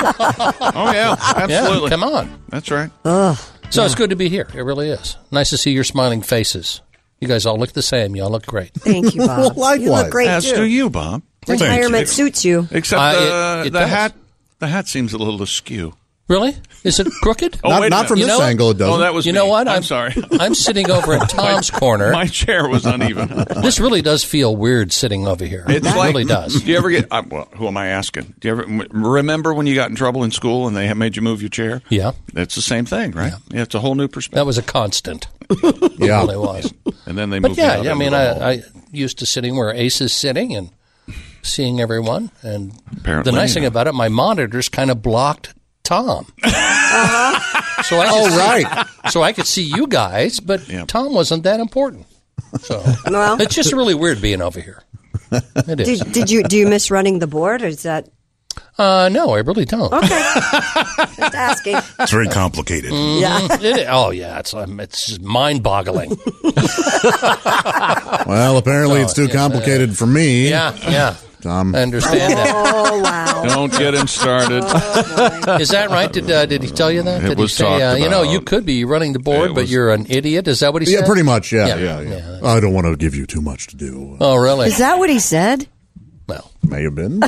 [SPEAKER 2] Oh yeah, absolutely.
[SPEAKER 6] Yeah, come on.
[SPEAKER 2] That's right.
[SPEAKER 6] So it's good to be here. It really is. Nice to see your smiling faces. You guys all look the same. Y'all look great.
[SPEAKER 7] Thank you, Bob. You
[SPEAKER 9] likewise.
[SPEAKER 7] look great
[SPEAKER 2] As
[SPEAKER 7] too.
[SPEAKER 2] do you, Bob.
[SPEAKER 7] Your retirement suits you.
[SPEAKER 2] Except
[SPEAKER 6] Uh,
[SPEAKER 2] the,
[SPEAKER 6] it- it
[SPEAKER 2] the
[SPEAKER 6] does.
[SPEAKER 2] hat. The hat seems a little askew.
[SPEAKER 6] Really? Is it crooked?
[SPEAKER 2] Oh,
[SPEAKER 9] Not-
[SPEAKER 2] wait a
[SPEAKER 9] not
[SPEAKER 2] minute.
[SPEAKER 9] from
[SPEAKER 6] You
[SPEAKER 9] this
[SPEAKER 6] know-
[SPEAKER 9] angle, it doesn't.
[SPEAKER 2] Oh, that was
[SPEAKER 6] you
[SPEAKER 2] me.
[SPEAKER 6] know what?
[SPEAKER 2] I'm, sorry.
[SPEAKER 6] I'm sitting over at Tom's corner.
[SPEAKER 2] My chair was uneven.
[SPEAKER 6] this really does feel weird sitting over here.
[SPEAKER 2] It's
[SPEAKER 6] it
[SPEAKER 2] like,
[SPEAKER 6] really does.
[SPEAKER 2] Do you ever get? Uh, well, who am I asking? Do you ever m- remember when you got in trouble in school and they had made you move your chair?
[SPEAKER 6] Yeah.
[SPEAKER 2] It's the same thing, right? Yeah, it's a whole new perspective.
[SPEAKER 6] That was a constant.
[SPEAKER 9] Yeah.
[SPEAKER 6] Really was.
[SPEAKER 2] And then they
[SPEAKER 6] But
[SPEAKER 2] moved.
[SPEAKER 6] yeah,
[SPEAKER 2] out
[SPEAKER 6] yeah, I
[SPEAKER 2] into
[SPEAKER 6] mean,
[SPEAKER 2] the hall.
[SPEAKER 6] I, I used to sitting where Ace is sitting and seeing everyone. And
[SPEAKER 2] Apparently,
[SPEAKER 6] the nice thing
[SPEAKER 2] yeah.
[SPEAKER 6] about it, my monitors kind of blocked Tom.
[SPEAKER 2] Uh-huh.
[SPEAKER 6] So I could see-
[SPEAKER 9] Oh, right.
[SPEAKER 6] So I could see you guys, but
[SPEAKER 2] Yeah.
[SPEAKER 6] Tom wasn't that important. So
[SPEAKER 7] Well-
[SPEAKER 6] it's just really weird being over here. It is.
[SPEAKER 7] Did, did you do you miss running the board? Or is that
[SPEAKER 6] Uh, no, I really don't.
[SPEAKER 7] just asking?
[SPEAKER 15] It's very complicated.
[SPEAKER 7] Yeah.
[SPEAKER 6] It- oh yeah, it's um, it's just mind-boggling.
[SPEAKER 9] Well, apparently
[SPEAKER 6] So,
[SPEAKER 9] it's too
[SPEAKER 6] yes, uh,
[SPEAKER 9] complicated for me.
[SPEAKER 6] yeah, yeah.
[SPEAKER 9] Tom.
[SPEAKER 6] I understand that.
[SPEAKER 7] Oh wow.
[SPEAKER 2] Don't get him started.
[SPEAKER 6] Is that right? Did uh, did he tell you that?
[SPEAKER 2] It
[SPEAKER 6] did
[SPEAKER 2] was
[SPEAKER 6] he say,
[SPEAKER 2] talked
[SPEAKER 6] uh, you know,
[SPEAKER 2] about.
[SPEAKER 6] you could be running the board,
[SPEAKER 2] It
[SPEAKER 6] but
[SPEAKER 2] was-
[SPEAKER 6] you're an idiot? Is that what he
[SPEAKER 9] Yeah,
[SPEAKER 6] said?
[SPEAKER 9] pretty much. Yeah,
[SPEAKER 6] Yeah,
[SPEAKER 9] yeah, yeah. I don't want to give you too much to do.
[SPEAKER 6] Oh, really?
[SPEAKER 7] Is that what he said?
[SPEAKER 6] well,
[SPEAKER 9] May have been.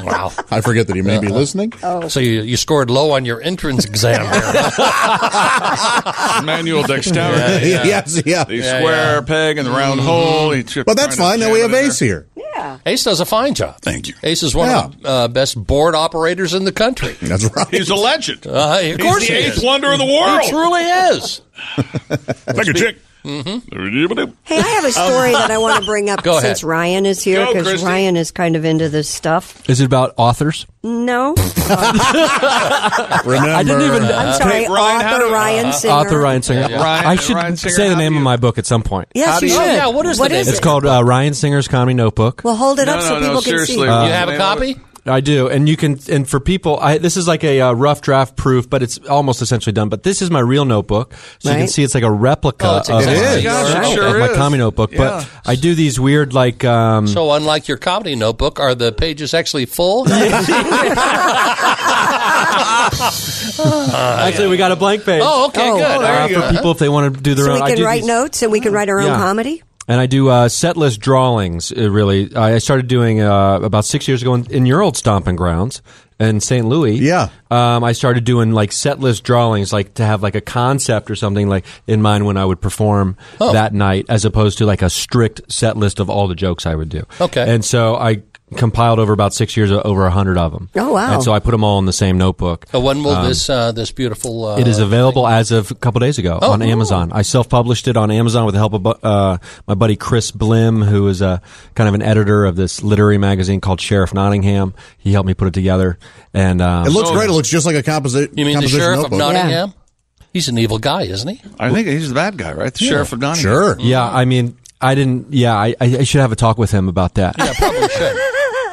[SPEAKER 6] wow.
[SPEAKER 9] I forget that he may be listening.
[SPEAKER 6] Uh-huh.
[SPEAKER 7] Oh.
[SPEAKER 6] So you, you scored low on your entrance exam. there.
[SPEAKER 2] Manual dexterity.
[SPEAKER 9] yes, yeah.
[SPEAKER 2] The square peg and the round
[SPEAKER 7] Mm-hmm.
[SPEAKER 2] hole. He took-
[SPEAKER 9] But that's
[SPEAKER 2] trying
[SPEAKER 9] fine.
[SPEAKER 2] to
[SPEAKER 9] Now we
[SPEAKER 2] jam
[SPEAKER 9] have
[SPEAKER 2] it in
[SPEAKER 9] Ace
[SPEAKER 2] there.
[SPEAKER 9] here.
[SPEAKER 7] Yeah.
[SPEAKER 6] Ace does a fine job.
[SPEAKER 2] Thank you.
[SPEAKER 6] Ace is one of the uh, best board operators in the country.
[SPEAKER 9] That's right.
[SPEAKER 2] He's a legend.
[SPEAKER 6] Uh, of course,
[SPEAKER 2] He's the
[SPEAKER 6] he
[SPEAKER 2] eighth
[SPEAKER 6] is.
[SPEAKER 2] wonder of the world.
[SPEAKER 6] He truly is.
[SPEAKER 2] Take a chick. Mm-hmm.
[SPEAKER 7] Hey, I have a story that I want to bring up
[SPEAKER 6] Go ahead.
[SPEAKER 7] since Ryan is here
[SPEAKER 2] Go,
[SPEAKER 7] because
[SPEAKER 2] Christy.
[SPEAKER 7] Ryan is kind of into this stuff.
[SPEAKER 10] Is it about authors?
[SPEAKER 7] No,
[SPEAKER 9] Remember,
[SPEAKER 10] I didn't even.
[SPEAKER 7] I'm sorry,
[SPEAKER 2] uh, Ryan, how
[SPEAKER 7] author
[SPEAKER 2] do- Uh,
[SPEAKER 7] Ryan Singer.
[SPEAKER 10] author Ryan Singer.
[SPEAKER 2] Ryan-
[SPEAKER 10] I should
[SPEAKER 2] Ryan Singer,
[SPEAKER 10] say the
[SPEAKER 2] how
[SPEAKER 10] name
[SPEAKER 2] do
[SPEAKER 10] of
[SPEAKER 2] you-
[SPEAKER 10] my book at some point.
[SPEAKER 7] Yes,
[SPEAKER 6] do
[SPEAKER 7] you
[SPEAKER 6] you-
[SPEAKER 7] should.
[SPEAKER 6] Oh, Yeah, what is the name?
[SPEAKER 10] It's called uh, Ryan Singer's Comedy Notebook.
[SPEAKER 7] Well, hold it up
[SPEAKER 2] No,
[SPEAKER 7] so
[SPEAKER 2] no, no,
[SPEAKER 7] people can
[SPEAKER 2] seriously.
[SPEAKER 7] see.
[SPEAKER 2] Uh,
[SPEAKER 6] you have a copy?
[SPEAKER 10] I do, and you can. And for people, I, this is like a uh, rough draft proof, but it's almost essentially done. But this is my real notebook, so you can
[SPEAKER 7] Right.
[SPEAKER 10] see it's like a replica
[SPEAKER 6] Oh, it's
[SPEAKER 10] of,
[SPEAKER 6] exactly It is.
[SPEAKER 10] of-
[SPEAKER 6] yours.
[SPEAKER 2] Gosh, it
[SPEAKER 10] of
[SPEAKER 2] sure
[SPEAKER 10] my
[SPEAKER 2] is.
[SPEAKER 10] comedy notebook.
[SPEAKER 2] Yeah.
[SPEAKER 10] But I do these weird like. Um,
[SPEAKER 6] So, unlike your comedy notebook, are the pages actually full?
[SPEAKER 10] Uh, actually, we got a blank page.
[SPEAKER 6] Oh, okay,
[SPEAKER 7] Oh,
[SPEAKER 6] good.
[SPEAKER 7] oh,
[SPEAKER 6] All
[SPEAKER 10] uh,
[SPEAKER 6] right.
[SPEAKER 10] for people if they want to do their
[SPEAKER 7] So
[SPEAKER 10] own.
[SPEAKER 7] we
[SPEAKER 10] I
[SPEAKER 7] can
[SPEAKER 10] do
[SPEAKER 7] write
[SPEAKER 10] these-
[SPEAKER 7] notes and we can write our own
[SPEAKER 10] Yeah.
[SPEAKER 7] comedy.
[SPEAKER 10] And I do uh, set list drawings. uh, Really, I I started doing uh, about six years ago in, in your old stomping grounds in St. Louis.
[SPEAKER 9] Yeah.
[SPEAKER 10] um, I started doing like set list drawings, like to have like a concept or something like in mind when I would perform
[SPEAKER 6] Oh.
[SPEAKER 10] that night, as opposed to like a strict set list of all the jokes I would do.
[SPEAKER 6] Okay.
[SPEAKER 10] and so I compiled over about six years, over a hundred of them.
[SPEAKER 6] Oh, wow.
[SPEAKER 10] And so I put them all in the same notebook.
[SPEAKER 6] So when will
[SPEAKER 10] Um,
[SPEAKER 6] this uh, this beautiful? Uh,
[SPEAKER 10] it is available as of a couple days ago
[SPEAKER 6] Oh,
[SPEAKER 10] on
[SPEAKER 6] cool.
[SPEAKER 10] Amazon. I self-published it on Amazon with the help of bu- uh, my buddy Chris Blim, who is a kind of an editor of this literary magazine called Sheriff Nottingham. He helped me put it together, and um,
[SPEAKER 9] It looks
[SPEAKER 2] Oh.
[SPEAKER 9] great. It looks just like a composite.
[SPEAKER 10] You mean the
[SPEAKER 9] composition
[SPEAKER 10] sheriff of
[SPEAKER 9] notebook.
[SPEAKER 6] Nottingham. He's an evil guy, isn't he?
[SPEAKER 2] I think he's the bad guy, right? The sheriff of Nottingham.
[SPEAKER 10] Yeah, I mean, I didn't. Yeah, I, I I should have a talk with him about that.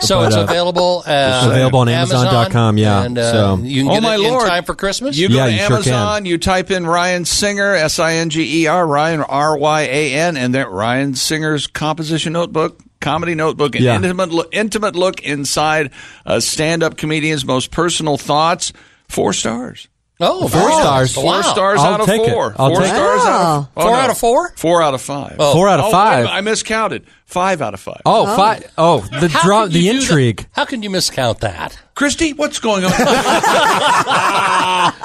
[SPEAKER 6] So
[SPEAKER 10] But,
[SPEAKER 6] it's
[SPEAKER 10] uh,
[SPEAKER 6] available. Uh,
[SPEAKER 10] it's available on
[SPEAKER 6] Amazon,
[SPEAKER 10] Amazon.com, yeah.
[SPEAKER 6] and uh,
[SPEAKER 10] So-
[SPEAKER 6] you can
[SPEAKER 10] Oh,
[SPEAKER 6] get
[SPEAKER 10] my
[SPEAKER 6] it
[SPEAKER 10] lord.
[SPEAKER 6] in time for Christmas.
[SPEAKER 2] You go
[SPEAKER 10] Yeah,
[SPEAKER 2] to
[SPEAKER 10] you sure
[SPEAKER 2] Amazon, you type in Ryan Singer, S I N G E R, Ryan R Y A N, and then Ryan Singer's composition notebook, comedy notebook, an
[SPEAKER 10] Yeah.
[SPEAKER 2] intimate, lo- intimate look inside a stand up comedian's most personal thoughts. Four stars.
[SPEAKER 6] Oh,
[SPEAKER 2] Four
[SPEAKER 6] wow.
[SPEAKER 2] stars.
[SPEAKER 6] Wow.
[SPEAKER 2] Four stars
[SPEAKER 6] I'll
[SPEAKER 2] out of
[SPEAKER 6] take it.
[SPEAKER 2] four.
[SPEAKER 6] I'll
[SPEAKER 2] four
[SPEAKER 6] take it.
[SPEAKER 2] stars out of oh,
[SPEAKER 6] Wow. Four out of four?
[SPEAKER 2] Four out of five.
[SPEAKER 10] Oh. Four out of
[SPEAKER 2] wait a
[SPEAKER 10] five.
[SPEAKER 2] minute, I miscounted. Five out of five.
[SPEAKER 10] Oh, oh. fi- oh, the
[SPEAKER 6] How
[SPEAKER 10] draw,
[SPEAKER 6] could you
[SPEAKER 10] the
[SPEAKER 6] do that?
[SPEAKER 10] intrigue.
[SPEAKER 6] How can you miscount that?
[SPEAKER 2] Christy, what's going on?
[SPEAKER 10] but